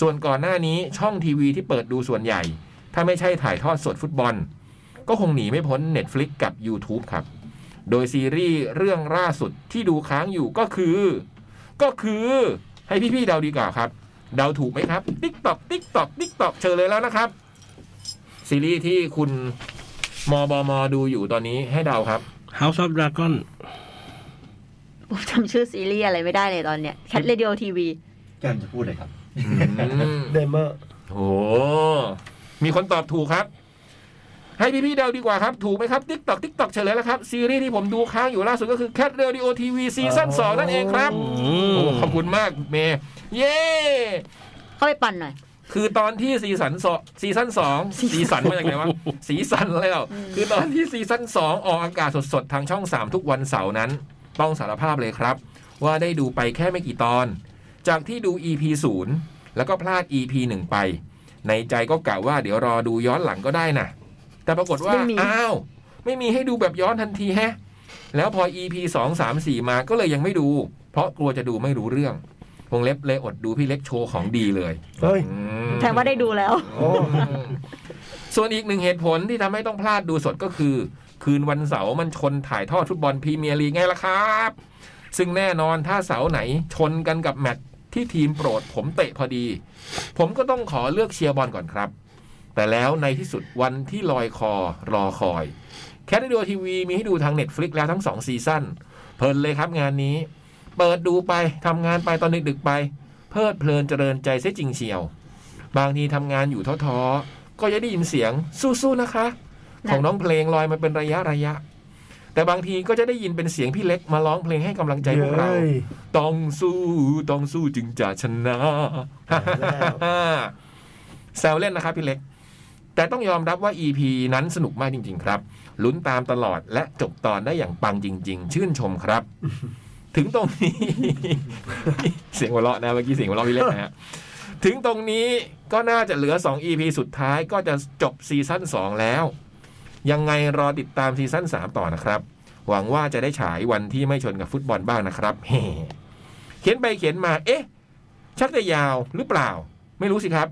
Speaker 1: ส่วนก่อนหน้านี้ช่องทีวีที่เปิดดูส่วนใหญ่ ถ้าไม่ใช่ถ่ายทอดสดฟุตบอล ก็คงหนีไม่พ้น Netflix กับ YouTube ครับ โดยซีรีส์เรื่องล่าสุดที่ดูค้างอยู่ก็คือ ก็คือให้พี่ๆเดาดีกว่าครับ เดาถูกไหมครับ ติ๊กตอกติ๊กตอกติ๊กตอกเชิญเลยแล้วนะครับ ซีรีส์ที่คุณมบมดูอยู่ตอนนี้ให้เดาครับ
Speaker 3: House of Dragon
Speaker 4: ผมจำชื่อซีรีส์อะไรไม่ได้เลยตอนเนี้ยแคทเรดิโอทีวี
Speaker 5: แก้มจะพูดเลยครับ
Speaker 1: อืม
Speaker 2: เดเมอร์
Speaker 1: โอ้โหมีคนตอบถูกครับ ให้พี่ๆเดาดีกว่าครับ ถูกไหมครับติ๊กตอกติ๊กตอกเฉลยแล้วครับ ซีรีส์ที่ผมดูค้างอยู่ล่าสุดก็คือแคทเรดิโอทีวีซีซั่นสองนั่นเองครับโอ้ขอบคุณมากเมย์เย้
Speaker 4: เข้าไปปั่นหน่อย
Speaker 1: คือตอนที่ซีซั่นสองซีซั่นสองซีซั่นมาจากไหน วะซีซั่นแล้ว คือตอนที่ซีซั่นสองออกอากาศสดๆ ทางช่องสามทุกวันเสาร์นั้น ต้องสารภาพเลยครับ ว่าได้ดูไปแค่ไม่กี่ตอน จากที่ดู EP 0 แล้วก็พลาด EP 1 ไป ในใจก็กะว่าเดี๋ยวรอดูย้อนหลังก็ได้นะแต่ปรากฏว่า
Speaker 4: ไม่มี
Speaker 1: อ้าว ไม่มีให้ดูแบบย้อนทันทีแฮะ แล้วพอ EP 2 3 4 มาก็เลยยังไม่ดู เพราะกลัวจะดูไม่รู้เรื่องวงเล็บเลยอดดูพี่เล็กโชว์ของดีเลย
Speaker 2: เฮ้ย
Speaker 1: อืม
Speaker 4: แทนว่าได้ดูแล้ว
Speaker 2: โอ้
Speaker 1: ส่วนอีกหนึ่งเหตุผลที่ทำให้ต้องพลาดดูสดก็คือ คืนวันเสาร์มันชนถ่ายทอดฟุตบอลพรีเมียร์ลีกไงล่ะครับ ซึ่งแน่นอนถ้าเสาร์ไหนชนกันกับแมตช์ที่ทีมโปรดผมเตะพอดี ผมก็ต้องขอเลือกเชียร์บอลก่อนครับ แต่แล้วในที่สุดวันที่ลอยคอรอคอย แคทเดอทีวีมีให้ดูทาง Netflix แล้วทั้งสองซีซั่นเพลินเลยครับงานนี้ เปิดดูไปทำงานไปตอนดึกๆไป เพลิดเพลินเจริญใจเสียจริงเชียว บางทีทำงานอยู่ท้อๆ ก็ยังได้ยินเสียงสู้ๆนะคะ ของน้องเพลงลอยมาเป็นระยะระยะ แต่บางทีก็จะได้ยินเป็นเสียงพี่เล็กมาร้องเพลงให้กำลังใจพวกเรา
Speaker 2: เย้ย
Speaker 1: ต้องสู้ต้องสู้จึงจะชนะ แซวเล่นนะครับพี่เล็ก แต่ต้องยอมรับว่า EP นั้นสนุกมากจริง ๆ ครับ ลุ้นตามตลอดและจบตอนได้อย่างปังจริง ๆ ชื่นชมครับ ถึงตรงนี้ เสียงหัวเราะนะเมื่อกี้เสียงหัวเราะพี่เล็กนะฮะ ถึงตรงนี้ก็น่าจะเหลือ 2 EP สุดท้ายก็จะจบซีซั่น2 แล้ว ยังไงรอติดตามซีซั่น3 ต่อนะครับ หวังว่าจะได้ฉายวันที่ไม่ชนกับฟุตบอลบ้างนะครับ เฮ่เขียนไปเขียนมา เอ๊ะ ชักจะยาวหรือเปล่า ไม่รู้สิครับ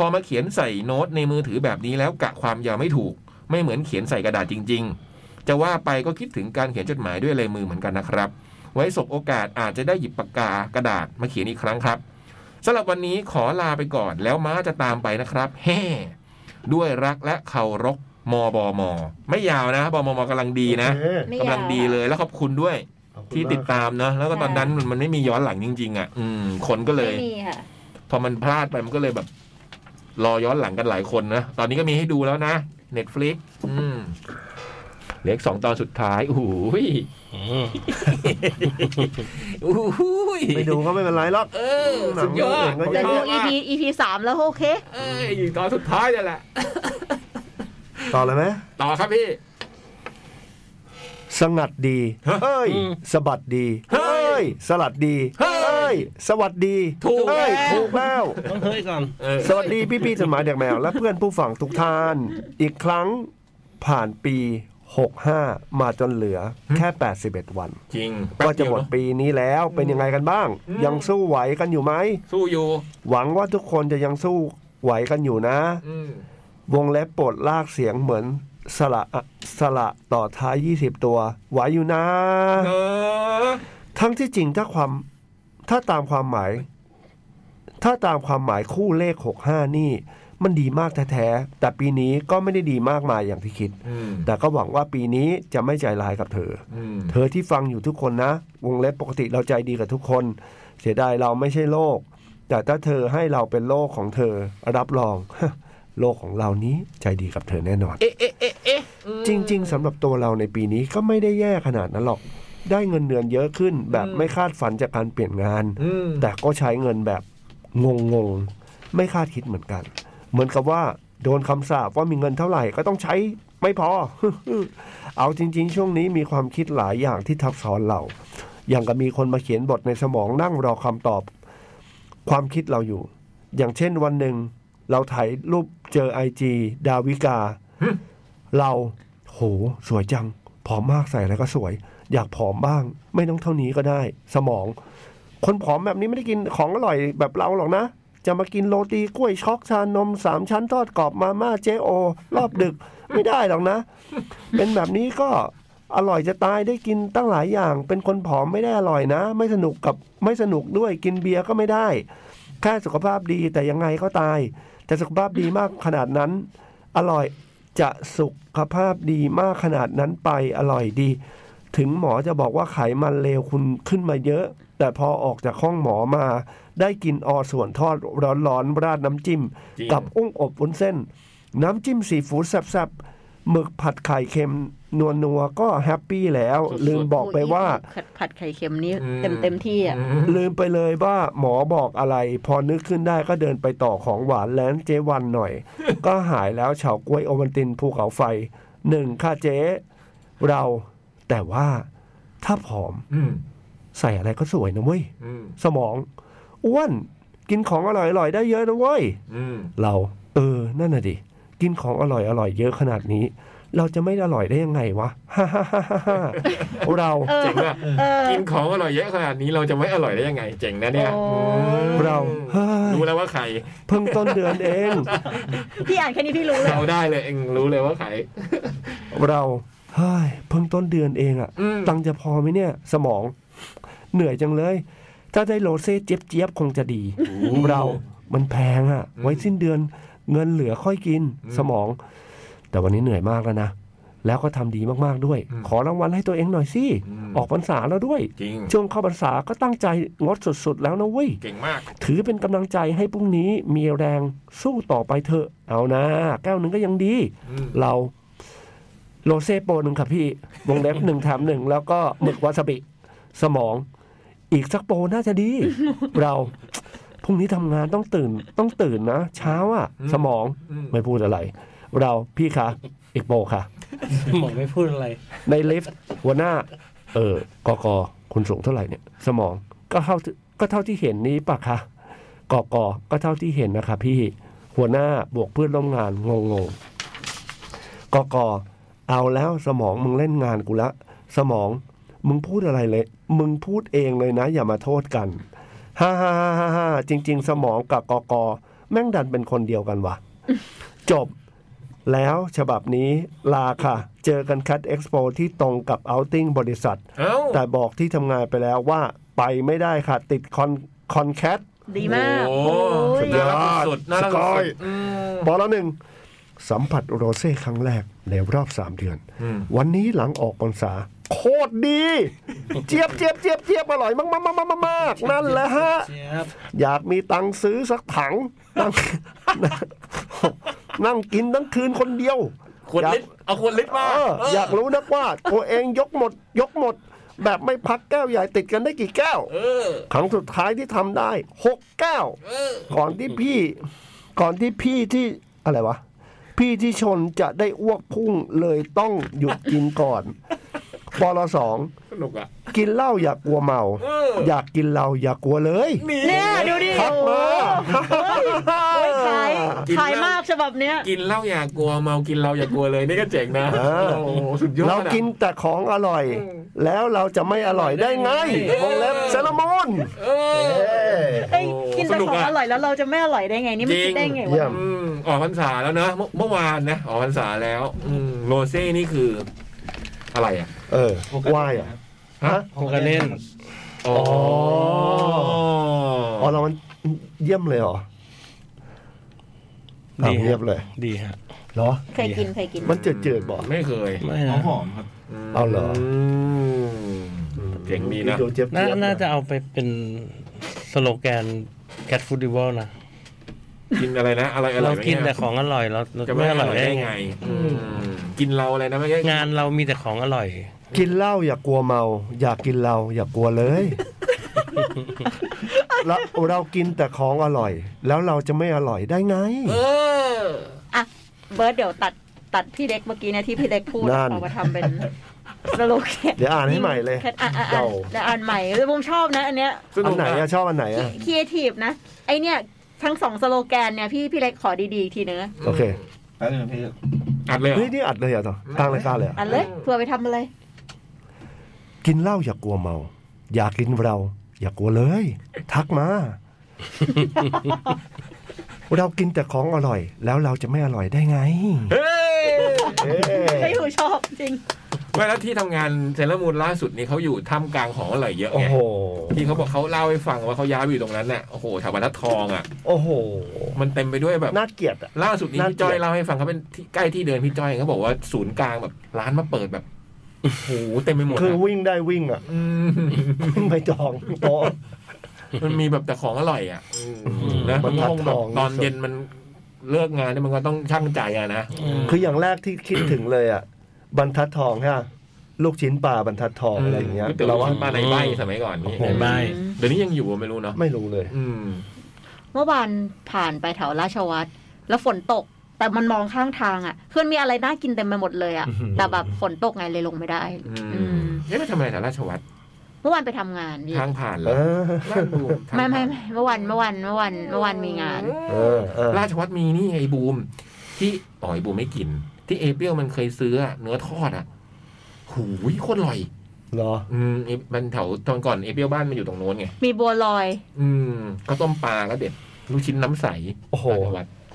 Speaker 1: พอมาเขียนใส่โน้ตในมือถือแบบนี้แล้วกะความยาวไม่ถูก ไม่เหมือนเขียนใส่กระดาษจริง ๆ จะว่าไปก็คิดถึงการเขียนจดหมายด้วยลายมือเหมือนกันนะครับ ไว้สบโอกาสอาจจะได้หยิบปากกากระดาษมาเขียนอีกครั้งครับสำหรับวันนี้ขอลาไปก่อนแล้วม้าจะตามไปนะครับ แฮ่ด้วยรักและเคารพมบม ไม่ยาวนะบมมกำลั งดีนะ
Speaker 2: โอเค
Speaker 4: ไม่
Speaker 1: กำ
Speaker 4: ยา
Speaker 1: ลั
Speaker 4: ว
Speaker 1: งดีเลยแล้วขอบคุณด้วย
Speaker 2: ขอบคุณ
Speaker 1: ที่ติด
Speaker 2: มาก
Speaker 1: ตามเนอะแล้วก็ตอนนั้นมันมันไม่มีย้อนหลังจริง ๆ อ่ะ อืม คนก็เลย
Speaker 4: ไม่มีค่ะ
Speaker 1: พอมันพลาดไปมันก็เลยแบบ รอย้อนหลังกันหลายคนนะ ตอนนี้ก็มีให้ดูแล้วนะ Netflix อืมเหลืออกสองตอนสุดท้ายโอ้โหยโอ้โหย
Speaker 2: ไปดูก็ไม่เป็นไรหรอก
Speaker 1: เออสุดยอด
Speaker 2: หนัง
Speaker 4: แต่
Speaker 2: เรื่
Speaker 4: ดู
Speaker 2: งอื่นก็เยะ
Speaker 4: EP EP สามแล้วโอเค
Speaker 1: เอออยู่ตอนสุดท้ายนี่นแหละ
Speaker 2: ต่อเลยไหม
Speaker 1: ต่อครับพี่
Speaker 2: สงัดดี
Speaker 1: ฮะ
Speaker 2: เฮ้ย
Speaker 3: อืม
Speaker 2: สะบัดดี
Speaker 1: เฮ้ย
Speaker 2: เฮ้ย สลัดดี
Speaker 1: เฮ้ย
Speaker 2: ยสวัสดี
Speaker 1: ถูก
Speaker 2: เฮ้ย
Speaker 1: แล้ว
Speaker 2: ถูกแล้ว
Speaker 3: ต้องเฮ้ยก่อน
Speaker 1: เออ
Speaker 2: สวัสดีพี่พี่ๆจดหมายเด็กแมว และเพื่อนผู้ฝังทุกท่าน อีกครั้งผ่านปี 65 มาจนเหลือแค่ 81 วัน
Speaker 1: จริง
Speaker 2: ก็
Speaker 1: แป๊บ
Speaker 2: จะ
Speaker 1: เดียว
Speaker 2: หมด
Speaker 1: เนอ
Speaker 2: ปีนี้แล้วเป็นยังไงกันบ้าง
Speaker 1: อืม
Speaker 2: ยังสู้ไหวกันอยู่ไหม
Speaker 1: สู้อยู่
Speaker 2: หวังว่าทุกคนจะยังสู้ไหวกันอยู่นะ
Speaker 1: อืม
Speaker 2: วงเล็บโปรดลากเสียงเหมือนสระอะสระต่อท้าย 20 ตัว ไหวอยู่นะ
Speaker 1: เออ
Speaker 2: ทั้งที่จริงถ้าความถ้าตามความหมาย ถ้าตามความหมายคู่เลข 65 นี่ มันดีมากแท้ๆแต่ปีนี้ก็ไม่ได้ดีมากมายอย่างที่คิด
Speaker 1: อืม
Speaker 2: แต่ก็หวังว่าปีนี้จะไม่ใจร้ายกับเธอ
Speaker 1: อืม
Speaker 2: เธอที่ฟังอยู่ทุกคนนะ วงเล็บปกติเราใจดีกับทุกคน เสียดายเราไม่ใช่โลก แต่ถ้าเธอให้เราเป็นโลกของเธอ รับรอง โลกของเรานี้ใจดีกับเธอแน่นอน
Speaker 1: เอ๊ะเอ๊ะเอ๊ะเอ๊ะอืม
Speaker 2: จริง ๆสำหรับตัวเราในปีนี้ก็ไม่ได้แย่ขนาดนั้นหรอก ได้เงินเดือนเยอะขึ้นแบบ
Speaker 1: อืม
Speaker 2: ไม่คาดฝันจากการเปลี่ยนงาน
Speaker 1: อืม
Speaker 2: แต่ก็ใช้เงินแบบงงๆ ไม่คาดคิดเหมือนกัน เหมือนกับว่าโดนคำสาปว่ามีเงินเท่าไหร่ก็ต้องใช้ไม่พอ เอาจริง ๆ ช่วงนี้มีความคิดหลายอย่างที่ทับซ้อนเรา อย่างกับมีคนมาเขียนบทในสมองนั่งรอคำตอบ ความคิดเราอยู่ อย่างเช่นวันหนึ่ง เราถ่ายรูปเจอไอจีดาวิกา
Speaker 1: หึ
Speaker 2: เราโหสวยจัง ผอมมากใส่อะไรก็สวย อยากผอมบ้าง ไม่ต้องเท่านี้ก็ได้ สมอง คนผอมแบบนี้ไม่ได้กินของอร่อยแบบเราหรอกนะ จะมากินโรตีกล้วยช็อกชานมสามชั้นทอดกรอบมาม่าเจโอ รอบดึก ไม่ได้หรอกนะ เป็นแบบนี้ก็อร่อยจะตายได้กินตั้งหลายอย่าง เป็นคนผอมไม่ได้อร่อยนะ ไม่สนุกกับไม่สนุกด้วยกินเบียร์ก็ไม่ได้ แค่สุขภาพดีแต่ยังไงก็ตาย แต่สุขภาพดีมากขนาดนั้น อร่อยจะสุขภาพดีมากขนาดนั้นไปอร่อยดี ถึงหมอจะบอกว่าไขมันเลวคุณขึ้นมาเยอะ แต่พอออกจากห้องหมอมา ได้กินออส่วนทอดร้อนๆราดน้ำจิ้ม
Speaker 1: จริง
Speaker 2: กับอุ้งอบวุ้นเส้น น้ำจิ้มซีฟู้ดแซ่บๆหมึกผัดไข่เค็มนัวนัวๆก็แฮปปี้แล้ว
Speaker 1: สุดๆ
Speaker 2: ลืมบอกไปว่า
Speaker 4: ผัดผัดไข่เค็มนี่
Speaker 1: อืม
Speaker 4: เต็มเต็มที่อ่ะ
Speaker 2: ลืมไปเลยว่าหมอบอกอะไร พอนึกขึ้นได้ก็เดินไปต่อของหวานแลนเจวันหน่ อย ก็หายแล้วเฉากล้วยโอวันตินภูเขาไฟหนึ่งค่ะเจ๊เราแต่ว่าถ้าผอม
Speaker 1: อืม
Speaker 2: ใส่อะไรก็สวยนะเว้ย
Speaker 1: อืม
Speaker 2: สมอง อ้วน กินของอร่อยๆ ได้เยอะนะเว้ย
Speaker 1: อืม
Speaker 2: เรา เออ นั่นน่ะดิ กินของอร่อยอร่อยๆเยอะขนาดนี้ เราจะไม่อร่อยได้ยังไงวะ เรา
Speaker 4: เออ
Speaker 1: เจ๋งอ่ะ
Speaker 4: เออ
Speaker 1: กินของอร่อยเยอะขนาดนี้เราจะไม่อร่อยได้ยังไง เจ๋งนะเนี่ย
Speaker 4: โอ้
Speaker 1: อืม
Speaker 2: เราเฮ้ย
Speaker 1: รู้แล้วว่าใคร
Speaker 2: เพิ่งต้นเดือนเอง
Speaker 4: พี่อ่านแค่นี้พี่รู้เลย
Speaker 1: เราได้เลยเองรู้เลยว่าใคร
Speaker 2: เราเฮ้ยเพิ่งต้นเดือนเองอะ
Speaker 1: อืม
Speaker 2: ตังค์จะพอไหมเนี่ย สมอง เหนื่อยจังเลย ถ้าได้โรเซ่เจี๊ยบเจี๊ยบๆคงจะดี เรามันแพงอะไว้สิ้นเดือนเงินเหลือค่อยกิน สมอง แต่วันนี้เหนื่อยมากแล้วนะ แล้วก็ทำดีมากๆด้วย
Speaker 1: อืม
Speaker 2: ขอรางวัลให้ตัวเองหน่อยสิ
Speaker 1: อืม
Speaker 2: ออกพรรษาแล้วด้วย
Speaker 1: จริง
Speaker 2: ช่วงเข้าพรรษาก็ตั้งใจงดสุดๆแล้วนะเว้ย
Speaker 1: เก่งมาก
Speaker 2: ถือเป็นกำลังใจให้พรุ่งนี้มีแรงสู้ต่อไปเถอะ เอานะ แก้วหนึ่งก็ยังดี
Speaker 1: อืม
Speaker 2: เราโรเซ่โปรหนึ่งครับพี่ วงเล็บ หนึ่งแถมหนึ่งแล้วก็หมึกวาซาบิ สมอง อีกสักโปรน่าจะดี เราพรุ่งนี้ทำงานต้องตื่น ต้องตื่นนะ เช้าอะ
Speaker 1: อืม
Speaker 2: สมอง
Speaker 1: อืม
Speaker 2: ไม่พูดอะไร เราพี่คะอีกโปรค่ะ
Speaker 3: หมอไม่พูดอะไร
Speaker 2: ในลิฟต์หัวหน้า เออกกคุณสูงเท่าไหร่เนี่ย สมองก็เท่าก็เท่าที่เห็นนี้ปะคะกกก็เท่าที่เห็นนะคะพี่หัวหน้าบวกเพื่อนร่วมงานงงงๆกกเอาแล้วสมองมึงเล่นงานกูละ สมองมึงพูดอะไรเลย มึงพูดเองเลยนะ อย่ามาโทษกันฮ่าฮ่าฮ่าฮ่าจริง ๆ สมองกับกกแม่งดันเป็นคนเดียวกันวะจบ แล้วฉบับนี้ลาค่ะ เจอกันคัดเอ็กซ์โปที่ตรงกับเอาติ้งบริษัท
Speaker 1: เอ้า
Speaker 2: แต่บอกที่ทำงานไปแล้วว่าไปไม่ได้ค่ะ ติดคอนคอนแคท
Speaker 4: ดีมาก
Speaker 1: โอ้โห
Speaker 4: โอ้
Speaker 1: สุ
Speaker 4: ย
Speaker 1: ดยอดสุดน่ารัก
Speaker 2: สกอ
Speaker 1: สุ
Speaker 2: ย
Speaker 1: ดอืม
Speaker 2: บอแล้วหนึ่ง สัมผัสโรเซ่ครั้งแรกในรอบ 3 เดือน
Speaker 1: อืม
Speaker 2: วันนี้หลังออกพรรษา โคตรดี เจี๊ยบเจี๊ยบเจี๊ยบเจี๊ยบอร่อยมากมากมากมากมากนั่นแหละฮะ
Speaker 5: เจี๊ยบ
Speaker 2: อยากมีตังค์ซื้อสักถังนั่ง นั่งกินทั้งคืนคนเดียว
Speaker 1: ขวดลิตรเอาขวดลิตรมา
Speaker 2: เออ
Speaker 1: เ
Speaker 2: อยากรู้นักว่า ตัวเองยกหมด ยกหมด แบบไม่พักแก้วใหญ่ติดกันได้กี่แก้ว
Speaker 1: เออ
Speaker 2: ครั้งสุดท้ายที่ทำได้หกแก้ว
Speaker 1: เออ
Speaker 2: ก่อนที่พี่ ก่อนที่พี่ที่อะไรวะ พี่ที่ชนจะได้อ้วกพุ่งเลยต้องหยุดกินก่อนปลสอง
Speaker 1: สนุกอ่ะ
Speaker 2: กินเหล้าอย่ากลัวเมา
Speaker 1: เอออ
Speaker 2: อยากกินเหล้าอย่ากลัวเลย
Speaker 4: เนี่ยดูดิ
Speaker 2: ทักมา
Speaker 4: โอ้ยขาย
Speaker 1: กินเหล้า
Speaker 4: ขายมากฉบับเนี้ย
Speaker 1: กินเหล้าอย่ากลัวเมากินเราอย่ากลัวเลยนี่ก็เจ๋งนะโอ้โหสุดยอด
Speaker 2: เรา
Speaker 1: อะ
Speaker 2: กินแต่ของอร่อย แล้วเราจะไม่อร่อยได้ไง
Speaker 1: เออ
Speaker 2: วงเล็บเซรามอน
Speaker 1: เออ
Speaker 4: เอ้ย
Speaker 1: โอ้
Speaker 4: กินแต่
Speaker 1: สนุก
Speaker 4: ของ
Speaker 1: อะ
Speaker 4: อร่อยแล้วเราจะไม่อร่อยได้ไงนี่มัน
Speaker 1: จริง
Speaker 4: คิดได้ไง
Speaker 2: เยี่ยวม
Speaker 4: ะ
Speaker 1: อืมออกพรรษาแล้วนะเมื่อเมื่อวานนะออกพรรษาแล้วอืมโรเซ่นี่คือ อะไรอ่ะ
Speaker 2: เออไหว่ายอ่ะฮะ
Speaker 3: โฮกาเน่น
Speaker 1: อ๋อ
Speaker 2: อ๋อเรามันเยี่ยมเลยเหรอ
Speaker 3: ดี
Speaker 2: ดี
Speaker 3: ฮะ
Speaker 2: เยี่ยมเลย
Speaker 3: ดีฮะ
Speaker 2: เหรอ
Speaker 4: เคยกินเคยกิน
Speaker 2: มันเจืดๆบ่
Speaker 1: ไม่เคย
Speaker 3: ไม่
Speaker 5: หอ
Speaker 3: นะ
Speaker 5: มหอมครับ
Speaker 2: เอาเหรอ
Speaker 1: มเจ๋งดีนะ
Speaker 2: ดูเจี๊ยบ
Speaker 3: นา
Speaker 2: เจี๊ยบ
Speaker 3: น่าจะเอาไปเป็นสโลแกน Cat Food d e v i l นะ
Speaker 1: กินอะไรนะอะไรอะไร
Speaker 3: เรา
Speaker 1: แบบ
Speaker 3: กิน
Speaker 1: เย
Speaker 3: แต่ของอร่อยเราเรา
Speaker 1: จะไม่
Speaker 3: ไม่
Speaker 1: อ
Speaker 3: อ
Speaker 1: ร่
Speaker 3: ร่
Speaker 1: อ
Speaker 3: อย ย
Speaker 1: ได้
Speaker 3: ได้
Speaker 1: ไง
Speaker 3: ไง
Speaker 1: อืมกินเราอะไรนะไม่ใช่
Speaker 3: งานเรามีแต่ของอร่อย
Speaker 2: กินเหล้าอย่ากลัวเมา อย่ากินเราอย่ากลัว เลยเราเรากินแต่ของอร่อย แล้วเราจะไม่อร่อยได้ไง
Speaker 1: เออ
Speaker 4: อ่ะ เบิร์ดเดี๋ยวตัดตัดพี่เล็กเมื่อกี้เนะที่พี่เล็กพูด
Speaker 2: นั่น
Speaker 4: เอามาทำเป็นสโลแกน
Speaker 2: เดี๋ยวอ่านให้ใหม่เลย
Speaker 4: อ่ะอ่ะ
Speaker 2: เก่า
Speaker 4: อ่ะเดี๋ยวอ่านใหม่แล้วผมชอบนะ อันเนี้ย
Speaker 1: สนุ
Speaker 2: อัน
Speaker 1: ก
Speaker 2: ไหน
Speaker 1: อะ
Speaker 2: อะชอบอันไหนอะ
Speaker 4: ครีเอทีฟนะ ไอเนี่ยทั้งสองสโลแกนเนี่ยพี่พี่เล็กขอดีๆอีกทีนึงนะ
Speaker 2: โอเค
Speaker 5: แป๊บนึงพี่
Speaker 1: อัดเลยเหรอ
Speaker 2: เฮ้ยนี่อัดเลยเหรอต่อตั้งรายการเลยเหรอ
Speaker 4: อันเลยเพื่อไปทำอะไร
Speaker 2: กินเหล้าอย่ากลัวเมา อย่ากินเรา อย่ากลัวเลย ทักมา เรากินแต่ของอร่อย แล้วเราจะไม่อร่อยได้ไง
Speaker 1: เฮ้ย
Speaker 4: ไม่รู้ชอบจริง
Speaker 1: เวลาที่ทำงานเซเลอร์มูนล่าสุดนี่เขาอยู่ท่ามกลางของอร่อยเยอะ
Speaker 2: โอ้
Speaker 1: ไง
Speaker 2: โห
Speaker 1: ที่เขาบอกเขาเล่าให้ฟังว่าเขาย้ายไปอยู่ตรงนั้นน่ะโอ้โหแถวบรรทัดทองอ่ะ
Speaker 2: โอ้โห
Speaker 1: มันเต็มไปด้วยแบบ
Speaker 2: น่าเกลียดอะ
Speaker 1: ล่าสุดนี้
Speaker 2: น่า
Speaker 1: พี่จ้อ
Speaker 2: เก
Speaker 1: ย
Speaker 2: ลียด
Speaker 1: เล่าให้ฟังเขาเป็นที่ใกล้ที่เดินพี่จ้อยเขาบอกว่าศูนย์กลางแบบร้านมาเปิดแบบโอ้โหเต็มไปหมด
Speaker 2: คือ
Speaker 1: อะ
Speaker 2: วิ่งได้วิ่งอะ
Speaker 1: อืม
Speaker 2: วิ่งไปจ องโต๊ะ
Speaker 1: มันมีแบบแต่ของอร่อยอ่ะอืมนะ
Speaker 2: บรรทัด
Speaker 1: คงแบบ
Speaker 2: ทอง
Speaker 1: ตอนเย็นมันเลิกงานเนี่ยมันก็ต้องช่างใจอะนะ
Speaker 2: คืออย่างแรกที่คิดถึงเลยอะบรรทัดทองฮะลูกชิ้นปลาบรรทัดทองอะไรอย่างเงี้ย
Speaker 1: ก๋ตี๋ยว
Speaker 2: เรา
Speaker 1: เรา
Speaker 2: ว่า
Speaker 1: ว่ามาในใบสมัยก่อนนี่
Speaker 2: โอ้โห
Speaker 3: ไม่
Speaker 1: เดี๋ยวนี้ยังอยู่อะไม่รู้เนาะ
Speaker 2: ไม่รู้เลย
Speaker 1: อืม
Speaker 4: เมื่อวานผ่านไปแถวราชวัตรแล้วฝนตก แต่มันมองข้างทางอ่ะคือมันมีอะไรน่ากินเต็มไปหมดเลยอ่ะ
Speaker 2: อื้อหือ
Speaker 4: แต่แบบฝนตกไงเลยลงไม่ได้
Speaker 1: อืม
Speaker 4: อืม
Speaker 1: เอ๊ะไปทำอะไรแถวราชวัตร
Speaker 4: เมื่อวานไปทำงานพี่
Speaker 1: ทางผ่านเหร
Speaker 2: เอ
Speaker 1: อ
Speaker 2: อ
Speaker 1: บ้านบูทาง
Speaker 4: ไม่
Speaker 1: ผ่าน
Speaker 4: ไม่ไม่เมื่อวันเมื่อวันเมื่อวันเมื่อวันมีงาน
Speaker 2: เออเออ
Speaker 1: ราชวัตรมีนี่ไงไอ้บูม ที่อ๋อไอ้บูมไม่กิน ที่เอเปียวมันเคยซื้ออะเนื้อทอดอ่ะหูยโคตรอร่อย
Speaker 2: เหรอ
Speaker 1: อืมไอ้มันแถวตอนก่อนเอเปียวบ้านมันอยู่ตรงโน้นไง
Speaker 4: มีบัวลอย
Speaker 1: อืมข้าวต้มปลาก็เด็ดลูกชิ้นน้ำใส
Speaker 2: โอ้โห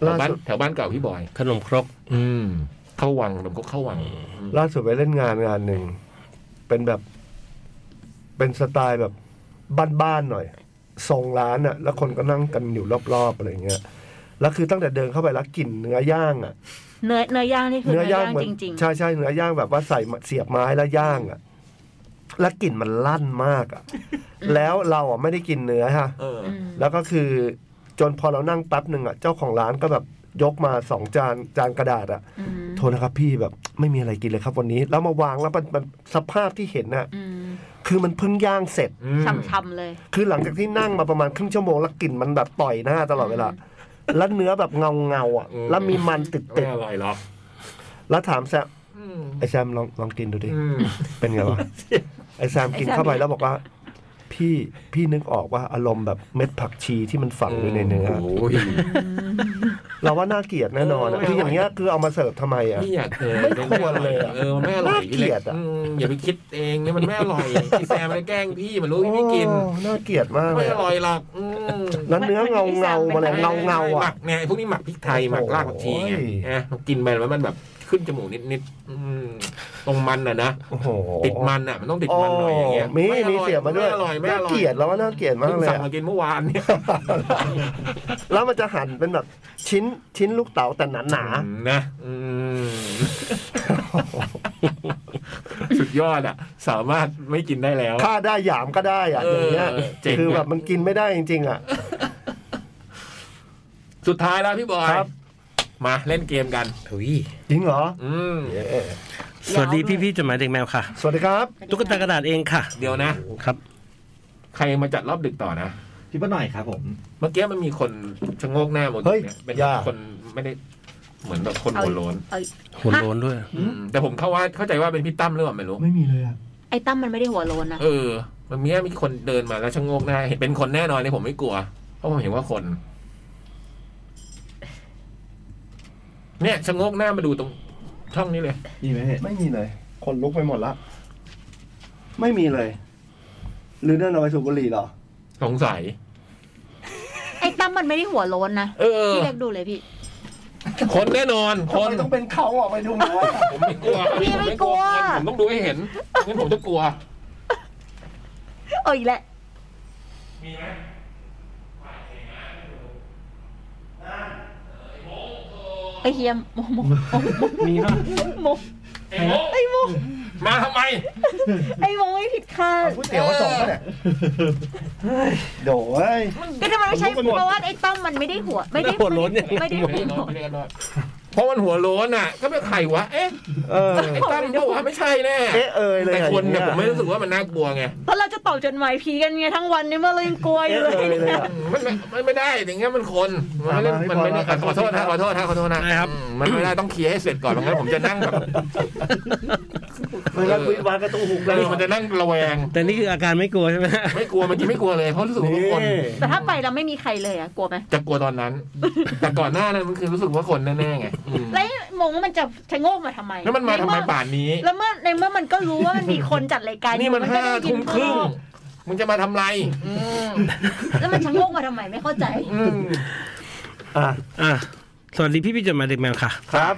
Speaker 1: ราชวัตรแถวบ้านแถวบ้านเก่าพี่บอย
Speaker 3: ขนมครก
Speaker 1: อืมเข้าวังลมก็เข้าวังอืม
Speaker 2: ล่าสุดไปเล่นงานงานหนึ่ง เป็นแบบ เป็นสไตล์แบบบ้านๆหน่อยทรงร้านอะแล้วคนก็นั่งกันอยู่รอบๆอะไรอย่างเงี้ยแล้วคือตั้งแต่เดินเข้าไปแล้วกลิ่นเนื้อย่างอะ
Speaker 4: เนื้อเนื้อย่างนี่คือเนื้อย่าง
Speaker 2: เหมืน
Speaker 4: จริง
Speaker 2: ใช่ใช่เนื้อย่างแบบว่าใส่เสียบไม้แล้วย่างอะแล้วกลิ่นมันลั่นมากอะแล้วเราอะไม่ได้กินเนื้อฮะ
Speaker 1: เออ
Speaker 4: ๆ อืม
Speaker 2: แล้วก็คือจนพอเรานั่งแป๊บหนึ่งอ่ะ เจ้าของร้านก็แบบยกมาสองจานจานกระดาษอ่ะ
Speaker 4: อืม
Speaker 2: โทษนะครับพี่แบบไม่มีอะไรกินเลยครับวันนี้ แล้วมาวางแล้วมันมันสภาพที่เห็นน่ะ
Speaker 4: อืม
Speaker 2: คือมันเพิ่งย่างเสร็จ
Speaker 1: อืม
Speaker 4: ช่ำๆ เลย
Speaker 2: คือหลังจากที่นั่งมาประมาณครึ่งชั่วโมงแล้วกลิ่นมันแบบต่อยหน้าตลอดเวลา แล้วเนื้อแบบเงาเงาๆอ่ะ แล้วมีมันติด
Speaker 1: ไม่
Speaker 2: ติด
Speaker 1: อร่อยหรอก
Speaker 2: แล้วถามแซม
Speaker 1: อืม
Speaker 2: ไอแซมลองลองกินดูดิ
Speaker 1: อืม
Speaker 2: เป็นไงวะ ไอแซมกินเข้าไปแล้วบอกว่า พี่พี่นึกออกว่าอารมณ์แบบเม็ดผักชีที่มันฝังอยู่ในเนื้อ
Speaker 1: โอ้ย
Speaker 2: เราว่าน่าเกลียดแน่นอนอะ
Speaker 1: เออ
Speaker 2: คืออย่างเงี้ยคือเอามาเสิร์ฟทำไมอ่ะ
Speaker 1: ไม่อยากเออ
Speaker 2: ไม่ควรเลยอะ
Speaker 1: เออมันไม่อร่อย
Speaker 2: น่าเกลียดอะ
Speaker 1: อืมอย่าไปคิดเองเนี่ยมันไม่อร่อยไอ้แซมมันแกล้งพี่มันรู้พี่ไม่กิน
Speaker 2: โอ้น่าเกลียดมากเล
Speaker 1: ไม่
Speaker 2: ย
Speaker 1: อร่อยหรอกอืม
Speaker 2: แล้วเนื้อเงาเงาๆมาเลยเงาเงาๆ
Speaker 1: ห
Speaker 2: อ่ะ
Speaker 1: มักเนี่ยไอ้พวกนี้หมักพริกไทยหมักรากผักชีไง
Speaker 2: โอ้ย
Speaker 1: นะมันกินไปแล้วมันแบบขึ้นจมูกนิดๆอืมตรงมันอ่ะนะ
Speaker 2: โอ้โห
Speaker 1: ติดมันอ่ะมันต้องติดมันหน่อยอย่างเงี้ย
Speaker 2: มี
Speaker 1: ไอร่อ
Speaker 2: มีเสียบมาด้วย
Speaker 1: ไม่อร่อยไม่อ
Speaker 2: น่า
Speaker 1: ร่อย
Speaker 2: เกลียดแล้วว่าน่าเกลียดมากเลย
Speaker 1: สั่ง
Speaker 2: อะ
Speaker 1: มากินเมื่อวานเนี่ย
Speaker 2: แล้วมันจะหั่นเป็นแบบชิ้นชิ้นลูกเต๋าแต่หนาหนา
Speaker 1: นะอืม สุดยอดอ่ะ สามารถไม่กินได้แล้ว
Speaker 2: ๆค่าได้หยามก็ได้อ่ะ
Speaker 1: เออ
Speaker 2: อ
Speaker 1: อย่าง
Speaker 2: เงี้ย
Speaker 1: เจ๋ง
Speaker 2: คือแบบมันกินไม่ได้จริง ๆ อ่ะ
Speaker 1: สุดท้ายแล้วพี่บอย
Speaker 2: ครับ
Speaker 1: มาเล่นเกมกัน
Speaker 3: ถุย
Speaker 2: จริงเหรอ
Speaker 1: อืม
Speaker 2: เย้
Speaker 3: สวัสดีพี่พี่ๆจดหมายเด็กแมวค่ะ
Speaker 2: สวัสดีครับ
Speaker 3: ตุ๊กตากระดาษเองค่ะ
Speaker 1: เดี๋ยวนะ
Speaker 3: ครับ
Speaker 1: ใครมาจัดรอบดึกต่อนะ
Speaker 5: พี่ป้าหน่อยครับผม
Speaker 1: เมื่อกี้มันมีคนชะโงกหน้าหมดเนี่ยเป็นคนไม่ได้เหมือนแบบคนหัวโล้น
Speaker 4: เอา
Speaker 3: หัวโล้นด้วย
Speaker 1: อืมแต่ผมเข้าว่าเข้าใจว่าเป็นพี่ตั้มหรือเปล่าไม่รู้
Speaker 5: ไม่มีเลยอะ
Speaker 4: ไอ้ตั้มมันไม่ได้หัวโลนนะ
Speaker 1: เออ มันมีมีคนเดินมาแล้วชะโงกหน้าเห็นเป็นคนแน่นอนเนี่ยผมไม่กลัว เพราะผมเห็นว่าคน เนี่ยชะโงกหน้ามาดูตรงช่องนี้เลย
Speaker 5: มีไหมพี่
Speaker 2: ไม่มีเลยคนลุกไปหมดละไม่มีเลย หรือเดินเอาไปสูบบุหรี่เหรอ
Speaker 1: สงสัย
Speaker 4: ไอ้ตั้มมันไม่ได้หัวโลนนะ
Speaker 1: เออ
Speaker 4: พี่เล็กดูเลยพี่
Speaker 1: คนแน่นอน ค
Speaker 2: ทำ
Speaker 1: น
Speaker 2: ไมต้องเป็นเขาออกไปดูมั้ว
Speaker 1: ผมไม่กลัว
Speaker 4: พี่ไม่กลัว
Speaker 1: ผมต้องดูให้เห็นงั้นผมจะกลัว
Speaker 4: เอออีกแล้วไอ้เฮียมโมโม
Speaker 5: มีป่ะ
Speaker 4: โมไอ้โม
Speaker 1: มาทำไม
Speaker 4: ไอ้โมไม่ผิดคาด
Speaker 2: ก๋วยเตี๋ยวมาส่งปะเนี่ยโดเอ้ย
Speaker 4: ก็ทำไมไม่ใช่
Speaker 2: ผมรู้ไปหมด
Speaker 4: เพราะว่าไอ้ต้อมมันไม่ได้หัว ไม่ได้
Speaker 3: หัวโล้นเนี่ย
Speaker 4: ไม่ได้หัวโล้น
Speaker 1: เพราะมันหัวโล้นอ่ะ ก็ไม่ใครวะ เอ๊ะ
Speaker 2: เออ
Speaker 1: ไอ้ตั้มก็ว่าไม่ใช่แน่
Speaker 2: เอ๊ะเอยเลย
Speaker 1: แต่
Speaker 2: อะ
Speaker 1: คนเนี่ย
Speaker 2: อ
Speaker 1: ผ
Speaker 2: ย่าง
Speaker 1: ม
Speaker 2: เงี้
Speaker 1: ไม่
Speaker 2: ย
Speaker 1: รู้สึกว่ามันน่ากลัวไง
Speaker 4: แล้วเราจะตอบจดหมายผีกันไงทั้งวันในเมื่อเรายังกลัวอยู่
Speaker 2: เอ๊ะ
Speaker 4: เล
Speaker 2: เอย
Speaker 4: ย
Speaker 2: เลยอะ
Speaker 1: มันไม่มันไม่ได้อย่างเงี้ยมันคนมันไม่ได้
Speaker 2: มามา
Speaker 1: มันไม่ได้
Speaker 2: พี่บอยมา
Speaker 1: ขอโทษนะขอโทษนะขอโทษนะ
Speaker 3: ได้ครับ
Speaker 1: อืมมันไม่ได้ต้องเคลียร์ให้เสร็จก่อนไม่งั้นผมจะนั่งแบบ
Speaker 2: เหมือนกับวิทวานกระตู้หุก
Speaker 1: เอ
Speaker 2: เลย
Speaker 1: อมันจะนั่งระแวง
Speaker 3: แต่นี่คืออาการไม่กลัวใช่ไหม
Speaker 1: ไม่กลัวเมื่อกี้ไม่กลัวเลยเพราะรู้สึกว่า
Speaker 2: นี่
Speaker 1: เป็นคน
Speaker 4: แต่ถ้าไปเราไม่มีใครเลยอะกลัวไหม
Speaker 1: จะกลัวตอนนั้น แต่ก่อนหน้านั้นมันคือรู้สึกว่าคนแน่ๆไงอืม
Speaker 4: แล้วมองว่ามันจะชะโงกมาทำไม
Speaker 1: แล้วมันมาทำไม
Speaker 4: ในเอ
Speaker 1: ป่านนี้
Speaker 4: แล้วเมื่อในเมื่อมันก็รู้ว่ามันมีคนจัดรายการ
Speaker 1: นี่มัน
Speaker 4: ก็
Speaker 1: ห้า
Speaker 4: ได้ยิ
Speaker 1: ทุ่มครึ่ง
Speaker 4: ข้างนอก
Speaker 1: มึงจะมาทำไรอืม
Speaker 4: แล้วมันชะโงกมาทำไมไม่ เข้าใจ
Speaker 1: อืม
Speaker 2: อ่ะ
Speaker 3: อ่ะสวัสดีพี่พี่จดหมายเด็กแมวค่ะ
Speaker 2: ครับ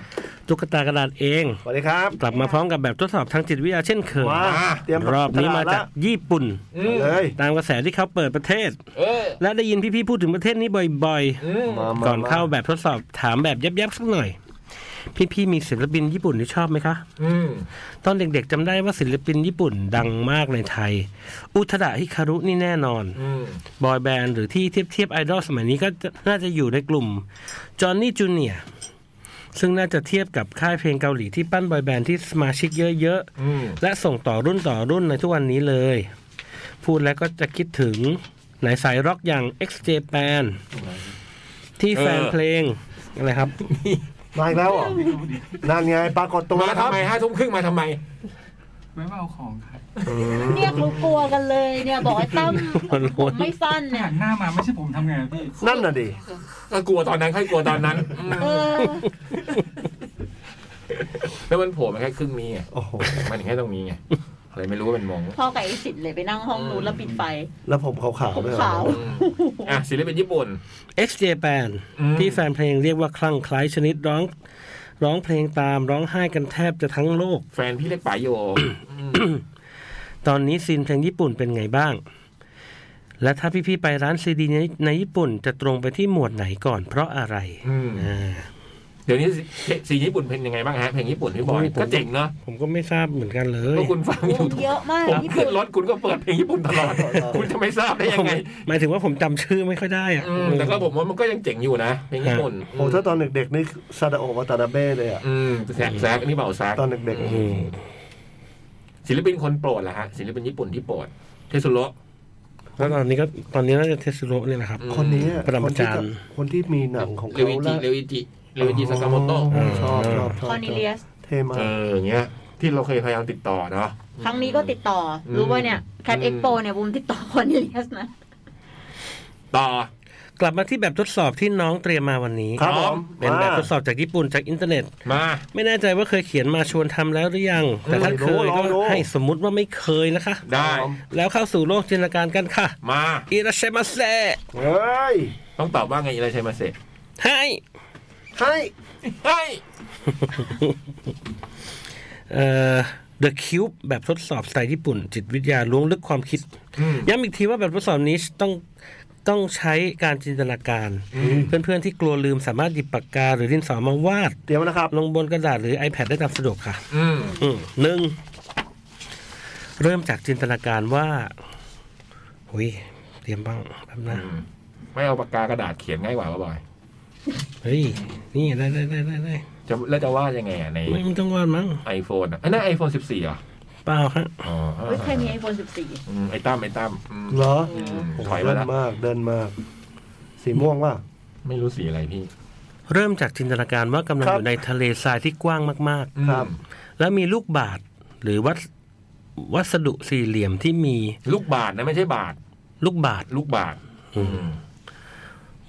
Speaker 3: ตุ๊กตากระดาษเอง
Speaker 2: สวัสดีครับ
Speaker 3: กลับมาพร้อมกับแบบทดสอบทางจิตวิทยาเช่นเคย
Speaker 2: มาเตรียม
Speaker 3: รอบนี้มาจากญี่ปุ่น
Speaker 1: อืม
Speaker 2: เอาเลย
Speaker 3: ตามกระแสที่เขาเปิดประเทศ
Speaker 1: เออ
Speaker 3: และได้ยินพี่ๆพูดถึงประเทศนี้บ่อย
Speaker 1: อืม
Speaker 2: มา
Speaker 3: ๆ
Speaker 2: มา
Speaker 3: ก่อนเข้าแบบทดสอบถามแบบยับๆสักหน่อย พี่ๆมีศิลปินญี่ปุ่นที่ชอบไหมคะ
Speaker 1: อืม
Speaker 3: ตอนเด็กๆจำได้ว่าศิลปินญี่ปุ่นดังมากในไทย อุทดะฮิคารุนี่แน่นอน
Speaker 1: อืม
Speaker 3: บอยแบนด์หรือที่เทียบเทียบไอดอลสมัยนี้ก็จะน่าจะอยู่ในกลุ่มจอห์นนี่จูเนียซึ่งน่าจะเทียบกับค่ายเพลงเกาหลีที่ปั้นบอยแบนด์ที่สมาชิกเยอะ
Speaker 1: อืม
Speaker 3: ๆ และส่งต่อรุ่นต่อรุ่นในทุกวันนี้เลย พูดแล้วก็จะคิดถึงไหนสายร็อกอย่าง x j p a n ที่แฟนเพลงอะไรครับ
Speaker 2: มาอีกแล้วเหรอนั่นไงปรากฏตัว
Speaker 1: มา
Speaker 2: แล้วครั
Speaker 1: ทำ
Speaker 2: บ
Speaker 1: ไมห้าทุ่มครึ่งมาทำไม
Speaker 7: ไม่ว่าเอาของครับ
Speaker 4: เนี่ยเขากลัวกันเลยเนี่ยบอกไอ้ตั้มผมไม่สั้น
Speaker 7: ที่
Speaker 4: เนี่ย
Speaker 7: หันหน้ามาไม่ใช่ผมทำไงพี่
Speaker 2: นั่นน่ะดิ
Speaker 1: ก็กลัวตอนนั้นค่อยกลัวตอนนั้นอืม
Speaker 4: เออ
Speaker 1: แล้วมันโผล่มาแค่ครึ่งนี้ไง
Speaker 2: โอ้โห
Speaker 1: มันแค่ตรงนี้ไงอะไรไม่รู้ว่าเป็นมอง
Speaker 4: พ่อไก่สิทธิ์เลยไปนั่งห้องนู้นแล้วปิดไฟ
Speaker 2: แล้วผมขาว
Speaker 4: ผ
Speaker 2: ๆ
Speaker 4: ม
Speaker 2: ด้วย
Speaker 4: ขาว
Speaker 1: อืมอ่ะศิลปินญี่ปุ่น
Speaker 3: x j p a n
Speaker 1: อืม
Speaker 3: ที่แฟนเพลงเรียกว่าคลั่งไคล้ายชนิดร้อง ร้องเพลงตามร้องไห้กันแทบจะทั้งโลก
Speaker 1: แฟนพี่เล็กป๋าโย
Speaker 3: ตอนนี้ซีนเพลงญี่ปุ่นเป็นไงบ้าง และถ้าพี่ๆไปร้านซีดีในในญี่ปุ่นจะตรงไปที่หมวดไหนก่อนเพราะอะไร
Speaker 1: อืม
Speaker 3: อ่า
Speaker 1: เดี๋ยวนี้สีสีญี่ปุ่นเป็นยังไงบ้างฮะเพลงญี่ปุ่นพี่บอยก็เจ๋งเนาะ
Speaker 3: ผมก็ไม่ทราบเหมือนกันเลย
Speaker 1: ก็คุณฟังอ
Speaker 4: ว
Speaker 1: ยู่
Speaker 4: งเยอะมาก
Speaker 1: ผม
Speaker 4: ญี่
Speaker 1: ขึ้
Speaker 4: ปุ่
Speaker 1: น
Speaker 4: น
Speaker 1: รถคุณก็เปิดเพลงญี่ปุ่นต ลอด คุณจะไม่ทราบได้ยังไง
Speaker 3: หมายถึงว่าผมจำชื่อไม่ค่อยได้อะ
Speaker 1: อืมแต่ก็ผมว่ามันก็ยังเจ๋งอยู่นะเพลงญี่ปุ่น
Speaker 2: โอ้ถ้าตอนเด็กๆนี่ซาดาโอะวาตาดาเบ้เลยอ่ะ
Speaker 1: อืมแซกแซกนี่เบาแซก
Speaker 2: ตอนเด็ก
Speaker 3: อืม
Speaker 1: ศิลปินคนโปรดล่ะฮะศิลปินญี่ปุ่นที่โปรดเทสุโร่
Speaker 3: แล้วตอนนี้ก็ตอนนี้น่าจะเทสโรเนี่ยนะครับ
Speaker 2: ๆ คนนี้อะ
Speaker 3: ประ
Speaker 2: คน
Speaker 3: จำ
Speaker 2: ที่
Speaker 3: จาน
Speaker 2: คนที่มีหนังของ
Speaker 1: เล
Speaker 2: เขา
Speaker 1: วิจิ
Speaker 2: แล้ว
Speaker 1: เลวิจิเลวิจิสากาโมโต
Speaker 2: อ๋อชอบชอบชอบ
Speaker 4: คอนเนเลียส
Speaker 2: เท่มาก
Speaker 1: เอออย่างเงี้ย ที่เราเคยพยายามติดต่อเนาะ
Speaker 4: ครั้งนี้ก็ติดต่อ
Speaker 1: อืม
Speaker 4: รู้ว่าเนี่ยแคด
Speaker 1: อืม
Speaker 4: เอ็กโปเนี่ยบูมติดต่อคอนเนเลียสนะ
Speaker 1: ต่อ
Speaker 3: กลับมาที่แบบทดสอบที่น้องเตรียมมาวันนี้
Speaker 2: ครับ
Speaker 1: พ
Speaker 2: ผ
Speaker 1: ร้อม
Speaker 2: ม
Speaker 3: เป็นแบบ
Speaker 2: มา
Speaker 3: ทดสอบจากญี่ปุ่นจากอินเทอร์เน็ต
Speaker 1: มา
Speaker 3: ไม่แน่ใจว่าเคยเขียนมาชวนทำแล้วหรือยัง แต่ถ้าเคยก็ให้สมมุติว่าไม่เคยนะคะ
Speaker 1: ได้
Speaker 3: แล้วเข้าสู่โลกจินตนาการกันค่ะ
Speaker 1: มา
Speaker 3: อิราเชมาเซ
Speaker 2: เฮ้ย
Speaker 1: ต้องตอบว่าไงอีไรชัยมาเสะ
Speaker 3: ให้
Speaker 2: ให้
Speaker 1: เฮ้ย
Speaker 3: เอ่อ The Cube แบบทดสอบสไตล์ญี่ปุ่น จิตวิทยาล้วงลึกความคิด
Speaker 1: อืม
Speaker 3: ย้ำอีกทีว่าแบบทดสอบนี้ต้องต้องใช้การจินตนาการ
Speaker 1: อืม
Speaker 3: เพื่อนๆที่กลัวลืมสามารถหยิบปากกาหรือดินสอมาวาด
Speaker 2: เตรียมนะครับ
Speaker 3: ลงบนกระดาษหรือ iPad ได้ตามสะดวกค่ะ
Speaker 1: อืม
Speaker 3: อืมหนึ่ง เริ่มจากจินตนาการว่าหุยเตรียมบ้างแป๊บนะ
Speaker 1: ไม่เอาปากกากระดาษเขียนง่ายกว่าป่ะบอย
Speaker 3: เฮ้ย นี่ได้ได้ได้ได้ได้
Speaker 1: จะแล้วจะวาดยังไงอ่ะใน
Speaker 3: ไม่ไม่ต้องวาดมั้ง
Speaker 1: ไอโฟนอ่ะไอ้นั่นไอโฟนสิบสี่เหรอ
Speaker 3: เปล่าครับ
Speaker 1: อ๋อ
Speaker 4: เฮ้ยใครมีไอโฟน14
Speaker 1: อืมไอตั้มไอตั้มอืม
Speaker 2: เหรอ
Speaker 1: อืม
Speaker 2: โโห
Speaker 1: ถอยมา
Speaker 2: เดิน
Speaker 1: แล้ว
Speaker 2: มากเดินมาก สีม่วงว่ะ
Speaker 1: ไม่รู้สีอะไรพี่
Speaker 3: เริ่มจากจินตนาการว่ากำลัง
Speaker 2: ครั
Speaker 3: อบ ยู่ในทะเลทรายที่กว้างมากๆ
Speaker 1: อืม
Speaker 2: ครับ
Speaker 3: แล้วมีลูกบาศก์หรือวัสวัสดุสี่เหลี่ยมที่มี
Speaker 1: ลูกบาทนะไม่ใช่บาท
Speaker 3: ลูกบาศก์
Speaker 1: ลูกบาท อืม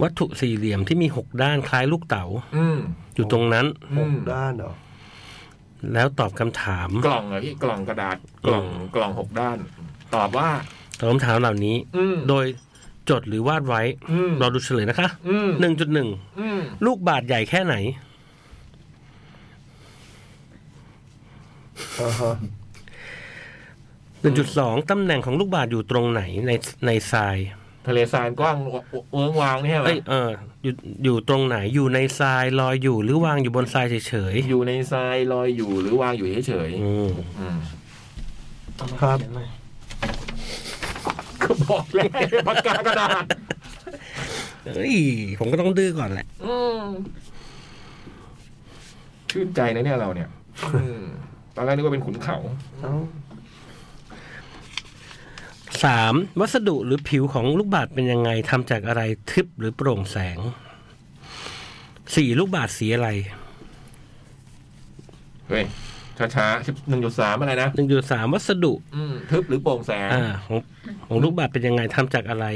Speaker 3: วัตถุสี่เหลี่ยมที่มีหกด้านคล้ายลูกเต๋า
Speaker 1: อืม
Speaker 3: อยู่ตรงนั้น
Speaker 1: อืม
Speaker 2: ด้านเหรอ
Speaker 3: แล้วตอบคำถาม
Speaker 1: กล่องเหรอะพี่กล่องกระดาษกล่องกล่องหกด้าน ตอบว่า
Speaker 3: ตอบคำถามเหล่านี้
Speaker 1: อืม
Speaker 3: โดยจดหรือวาดไว้
Speaker 1: อืม
Speaker 3: เราดูเฉลยนะคะ
Speaker 1: อืม
Speaker 3: หนึ่งจุดหนึ่ง
Speaker 1: อืม
Speaker 3: ลูกบาศก์ใหญ่แค่ไหน
Speaker 2: อ่าฮะ
Speaker 3: 1.2ตำแหน่งของลูกบาศก์อยู่ตรงไหนในในทราย
Speaker 1: ทะเลทรายกว้างเวิ้งวางนี่ใช่ไหม
Speaker 3: เอ้ยเอออยู่อยู่ตรงไหนอยู่ในทรายลอยอยู่หรือวางอยู่บนทรายเฉย
Speaker 1: อยู่ในทรายลอยอยู่หรือวางอยู่เฉย
Speaker 3: ๆอืม
Speaker 1: ๆอืม
Speaker 2: ครับ
Speaker 1: ก็บอกแล้วปากกากระดาษ
Speaker 3: เอ้ยผมก็ต้องดื้อก่อนแหละ
Speaker 1: ชื่นใจนะเนี่ยเราเนี่ยตอนแรกนึกว่าเป็นขุนเขา
Speaker 2: เอ้า
Speaker 3: สามวัสดุหรือผิวของลูกบาศก์เป็นยังไงทำจากอะไรทึบหรือโปร่งแสงสี่ลูกบาศก์สีอะไร
Speaker 1: เฮ้ย ช้าๆสิบหนึ่งจุดสามอะไรนะ
Speaker 3: หนึ่งจุดสามวัสดุ
Speaker 1: อืมทึบหรือโปร่งแสง
Speaker 3: อ่าของของลูกบาศก์เป็นยังไงทำจากอะไร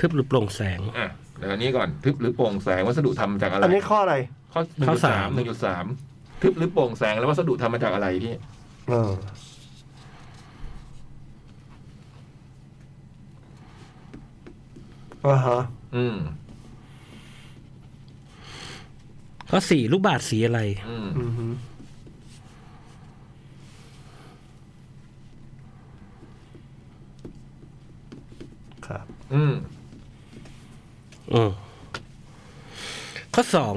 Speaker 3: ทึบหรือโปร่งแสง
Speaker 1: อ่ะ เดี๋ยวอันนี้ก่อน ทึบหรือโปร่งแสง วัสดุทำจากอะไร
Speaker 2: อันนี้ข้ออะไร
Speaker 1: ข้อหนึ่ง
Speaker 3: ข้อ
Speaker 1: จุดสา
Speaker 3: สาม ม
Speaker 1: หนึ่งจุดสามทึบหรือโปร่งแสง แล้ววัสดุทำมาจากอะไรพี่
Speaker 2: เออ อ่าฮะ
Speaker 1: อืม
Speaker 3: ก็สีลูกบาทสีอะไร
Speaker 1: อืม
Speaker 2: อือฮึครับ
Speaker 1: อืม
Speaker 3: อืมข้อสอง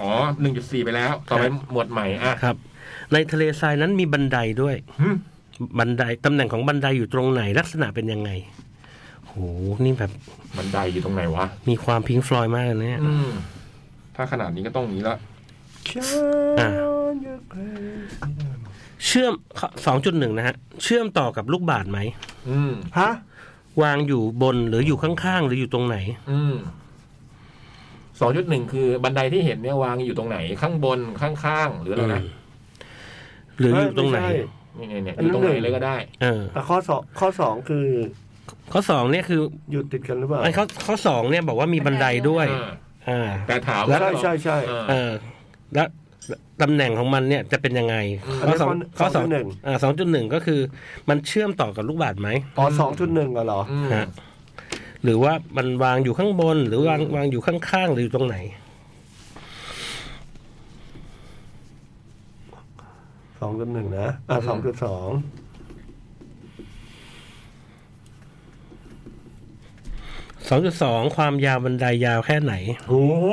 Speaker 1: อ๋อหนึ่งจุดสี่ไปแล้ว ต่อไปหมวดใหม่อ่ะ
Speaker 3: ครับ ในทะเลทรายนั้นมีบันไดด้วย
Speaker 1: หึ
Speaker 3: บันไดตำแหน่งของบันไดอยู่ตรงไหนลักษณะเป็นยังไงโหนี่แบบ
Speaker 1: บันไดอยู่ตรงไหนวะ
Speaker 3: มีความพิงฟลอยมากเลยนะเนี่ย
Speaker 1: อืม ถ้าขนาดนี้ก็ต้องอย่างนี้ละ
Speaker 3: อ่ะ เชื่อมสองจุดหนึ่งนะฮะ เชื่อมต่อกับลูกบาศก์ไหม
Speaker 1: อืม
Speaker 2: ฮะ
Speaker 3: วางอยู่บนหรืออยู่ข้างๆ หรืออยู่ตรงไหน
Speaker 1: อืมสองจุดหนึ่งคือบันไดที่เห็นเนี่ยวางอยู่ตรงไหน ข้างบนข้างๆ หรืออะไรนะ
Speaker 3: หรืออยู่ตรงไหน
Speaker 2: เอ้ยไม่ใช่
Speaker 1: นี่เนี่ยเนี่ยอยู่ตรงไหนเลยก็ได้
Speaker 3: เออ
Speaker 2: แต่ข้อสองข้อสองคือ
Speaker 3: ข้อสองเนี่ยคือ
Speaker 2: อยู่ติดกันหรือเปล่า
Speaker 3: ไอ้ข้อข้อสองเนี่ยบอกว่ามีบันไดด้วย
Speaker 1: อ่า
Speaker 3: อ่า
Speaker 1: แต่ถาม
Speaker 2: ใช่ใช่ใช่
Speaker 1: เออ
Speaker 3: เออ แล้วตำแหน่งของมันเนี่ยจะเป็นยังไง
Speaker 2: อัน
Speaker 3: ข้อ
Speaker 2: นี้
Speaker 3: สอง
Speaker 2: ข้
Speaker 3: ข้
Speaker 2: อ
Speaker 3: อ
Speaker 2: ส
Speaker 3: ส
Speaker 2: อ
Speaker 3: อง ง
Speaker 2: จุดหนึ่ง
Speaker 3: อ่าสองจุดหนึ่งก็คือ มันเชื่อมต่อกับลูกบาศก์ไหม
Speaker 2: อ๋อสองจุดหนึ่งเหรอ
Speaker 1: อืม
Speaker 3: ฮะ หรือว่ามันวางอยู่ข้างบน หรือวางวางอยู่ข้างๆ หรืออยู่ตรงไหน
Speaker 2: สองจุดหนึ่งนะ อ่าสองจุดสอง
Speaker 3: สองจุดสองความยาวบันไดยาวแค่ไหน
Speaker 1: โอ้โห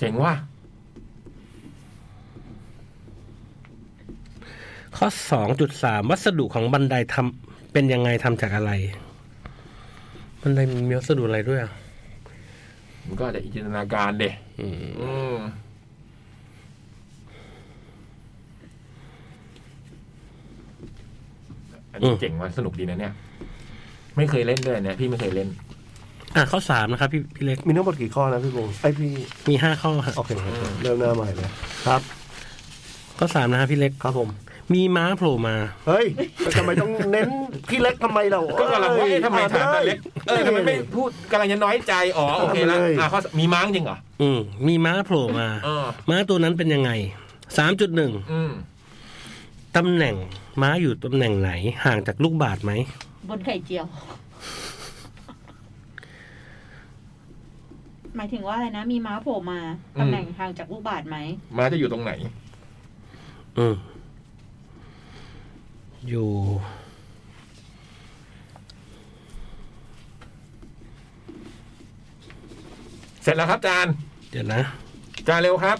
Speaker 1: เจ๋งว่ะ
Speaker 3: ข้อสองจุดสามวัสดุของบันไดทำเป็นยังไงทำจากอะไร บันไดมีวัสดุอะไรด้วยอ่ะ
Speaker 1: มันก็อาจจะจินตนาการเด็อืมอันนี้เจ๋งว่ะสนุกดีนะเนี่ย ไม่เคยเล่นด้วยเนี่ยพี่ไม่เคยเล่น
Speaker 3: อ่ะข้อสามนะครับพี่พี่เล็ก
Speaker 2: มีทั้งหมดกี่ข้อนะพี่บงไอพี่
Speaker 3: มีห้าข้อฮะ
Speaker 2: โอเคเริ่มหน้าใหม่เลยครับ
Speaker 3: ข้อสามนะฮะพี่เล็ก
Speaker 2: ครับผม
Speaker 3: มีม้าโผล่มา
Speaker 2: เฮ้ยทำไมต้องเน้นพี่เล็กทำไมเรา
Speaker 1: ก็กำลังว่าเอ๊ะทำไมถาม
Speaker 2: อ่
Speaker 1: แต่
Speaker 2: น
Speaker 1: เล็ก เออทำไมไม่พูดกำลังจะน้อยใจ อ๋อ โอเคแล้วอ่ะเขามีม้างจริงเหรอ
Speaker 3: อืมมีม้าโผล่มา
Speaker 1: เออ
Speaker 3: ม้าตัวนั้นเป็นยังไงสามจุดหนึ่ง
Speaker 1: อืม
Speaker 3: ตำแหน่งม้าอยู่ตำแหน่งไหน ห่างจากลูกบาศก์ไหม
Speaker 4: บนไข่เจียว หมายถึงว่าอะไรนะ มีม้าโผล่มา
Speaker 1: อืม
Speaker 4: ตำแหน่งห่างจากลูกบาศก์ไหม
Speaker 1: ม้าจะอยู่ตรงไหน
Speaker 3: อืมอยู่
Speaker 1: เสร็จแล้วครับจาน
Speaker 3: เดี๋ยวนะ
Speaker 1: จานเร็วครับ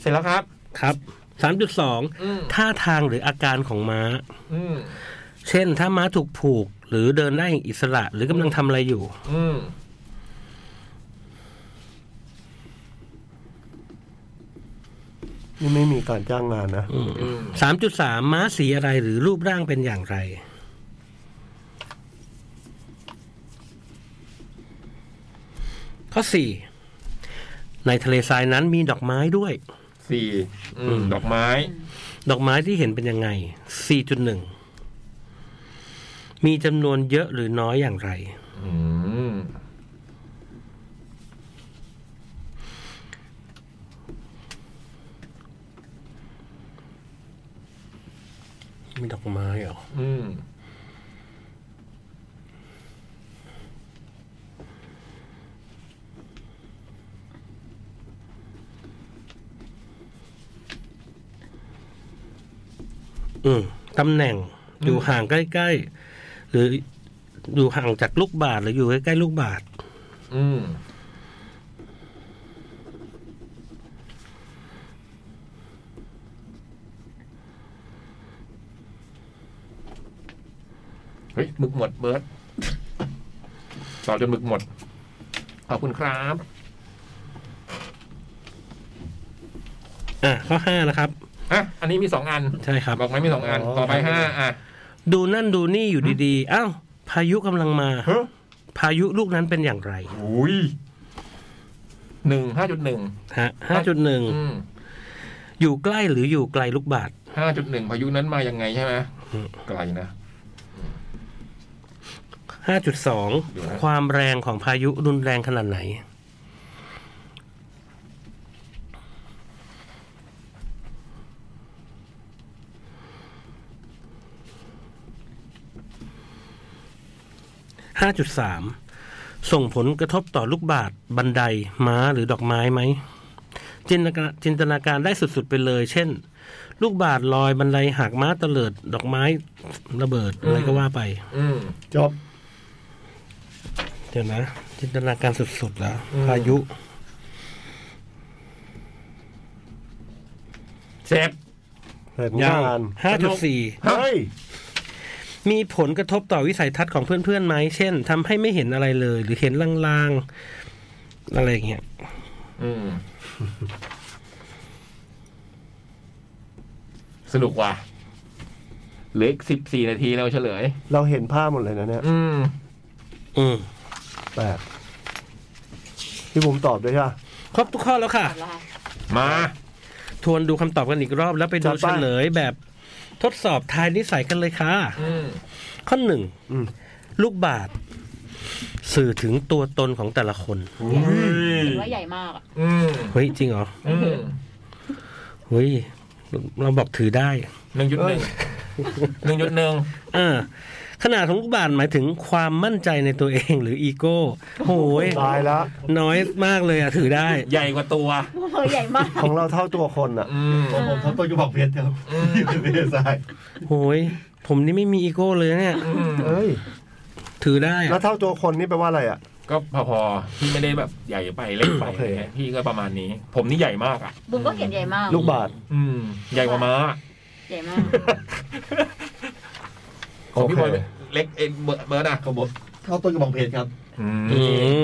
Speaker 1: เสร็จแล้วครับ
Speaker 3: ครับสามจุดสอง
Speaker 1: อืม
Speaker 3: ท่าทางหรืออาการของม้า
Speaker 1: อืม
Speaker 3: เช่น ถ้าม้าถูกผูก หรือเดินได้อย่างอิสระ หรือกำลังทำอะไรอยู่
Speaker 1: อืม
Speaker 2: นี่ไม่มีการจ้างงานนะ
Speaker 1: อืม
Speaker 3: สามจุดสามม้าสีอะไรหรือรูปร่างเป็นอย่างไร ข้อสี่ในทะเลทรายนั้นมีดอกไม้ด้วย
Speaker 1: สี่อืม ดอกไม้
Speaker 3: ดอกไม้ที่เห็นเป็นยังไงสี่จุดหนึ่งมีจำนวนเยอะหรือน้อยอย่างไร
Speaker 1: อืม
Speaker 3: มีดอกไม้เหรอ
Speaker 1: อืม
Speaker 3: อืมตำแหน่งอยู่ห่างใกล้ๆ หรืออยู่ห่างจากลูกบาศก์หรืออยู่ใกล้ๆลูกบาศก์
Speaker 1: อืม เฮ้ยหมึกหมดเบิร์ด ต่อจนหมึกหมด ขอบคุณครับ
Speaker 3: อ่ะข้อห้านะครับ
Speaker 1: อ่ะ อันนี้มีสองอัน
Speaker 3: ใช่ครับ
Speaker 1: บอกไหมมีสองอัน
Speaker 2: อ๋อ
Speaker 1: ต่อไปห้าอ่ะ
Speaker 3: ดูนั่นดูนี่อยู่ดีๆ อ้าว พายุกำลังมา
Speaker 1: ฮะ
Speaker 3: พายุลูกนั้นเป็นอย่างไร
Speaker 1: อุ้ยหนึ่งห้าจุดหนึ่ง
Speaker 3: ฮะห้าจุดหนึ่ง
Speaker 1: อืม
Speaker 3: อยู่ใกล้หรืออยู่ไกลลูกบาศก์
Speaker 1: ห้าจุดหนึ่งพายุนั้นมายังไงใช่ไหมไกลนะ
Speaker 3: ห้าจุดสอง
Speaker 1: อยู่นะ
Speaker 3: ความแรงของพายุรุนแรงขนาดไหน 5.3 ส่งผลกระทบต่อลูกบาศก์บันไดม้าหรือดอกไม้ไหมจินตนาการจินตนาการได้สุด ๆ ไปเลย เช่น ลูกบาศก์ลอยบันไดหักม้าเตลิด ดอกไม้ระเบิดอะไรก็ว่าไป
Speaker 1: อืม
Speaker 2: จบ
Speaker 3: เดี๋ยวนะ จินตนาการสุด ๆ แล้ว
Speaker 1: อืม
Speaker 3: พายุ
Speaker 1: เสร็จ
Speaker 2: เสร็จ
Speaker 3: ยัง
Speaker 2: งาน
Speaker 3: 5.4
Speaker 2: เฮ้ย
Speaker 3: มีผลกระทบต่อวิสัยทัศน์ของเพื่อนๆไหม เช่นทำให้ไม่เห็นอะไรเลย หรือเห็นลางๆ อะไรอย่างเงี้ย
Speaker 1: อืม สนุกว่ะเหลืออีกสิบสี่นาทีเราเฉลย
Speaker 2: เราเห็นภาพหมดเลยนะเนี่ย
Speaker 1: อืม
Speaker 3: อืม
Speaker 2: แปดพี่ผมตอบด้วยใช่ปะ
Speaker 3: ครบทุกข้อแล้วค่ะ
Speaker 4: เอาละค่ะ
Speaker 1: มา
Speaker 3: ทวนดูคำตอบกันอีกรอบแล้วไปดู
Speaker 2: จัด
Speaker 3: เฉ
Speaker 2: ไป
Speaker 3: ลยแบบ ทดสอบทายนิสัยกันเลยค่ะ
Speaker 1: อืม
Speaker 3: ข้อหนึ่ง
Speaker 2: อืม
Speaker 3: ลูกบาท สื่อถึงตัวตนของแต่ละคน
Speaker 4: ถือว่าใหญ่มากอะ
Speaker 1: อืม
Speaker 3: เฮ้ย จริงเหรอ
Speaker 1: อืม
Speaker 3: เฮ้ย เราบอกถือได้
Speaker 1: หนึ่งจุดหนึ่ง หนึ่งจุดหนึ่ง
Speaker 3: เออขนาดของลูกบาทหมายถึงความมั่นใจในตัวเอง หรืออีโก้โอ้ย
Speaker 2: ตายแล้ว
Speaker 3: น้อยมากเลยอะถือได้
Speaker 1: ใหญ่กว่าตัว
Speaker 4: เออใหญ่มาก
Speaker 2: ของเราเท่าตัวคนอ่ะ
Speaker 1: อืม
Speaker 5: ของผมเขาตัวอยู่บอกเพชรครับอยู่ในเพชรทราย
Speaker 3: โอ้ยผมนี่ไม่มีอีโก้เลยเนี่ย
Speaker 1: อืม
Speaker 2: เอ้ย
Speaker 3: ถือได้อะ
Speaker 2: แล้วเท่าตัวคนนี่แปลว่าอะไรอ่ะ
Speaker 1: ก็พอๆพี่ไม่ได้แบบใหญ่ไปเล็กไป
Speaker 2: โอ
Speaker 1: อะ
Speaker 2: เค
Speaker 1: ไรเงี้ยพี่ก็ประมาณนี้ ผมนี่ใหญ่มากอ่ะ
Speaker 4: บุ้มก็เขียนใหญ่มาก
Speaker 2: ลูกบาศก์
Speaker 1: อืม ใหญ่กว่าม้า
Speaker 4: ใหญ่มาก
Speaker 1: ของพี่บอย
Speaker 2: โอเค
Speaker 1: เล็กเอ็นเบิร์ดเบิร์ดอ่ะ
Speaker 5: เขาบอกเขาตัวอยู่บอกเพชรครับ
Speaker 1: อืม
Speaker 3: อื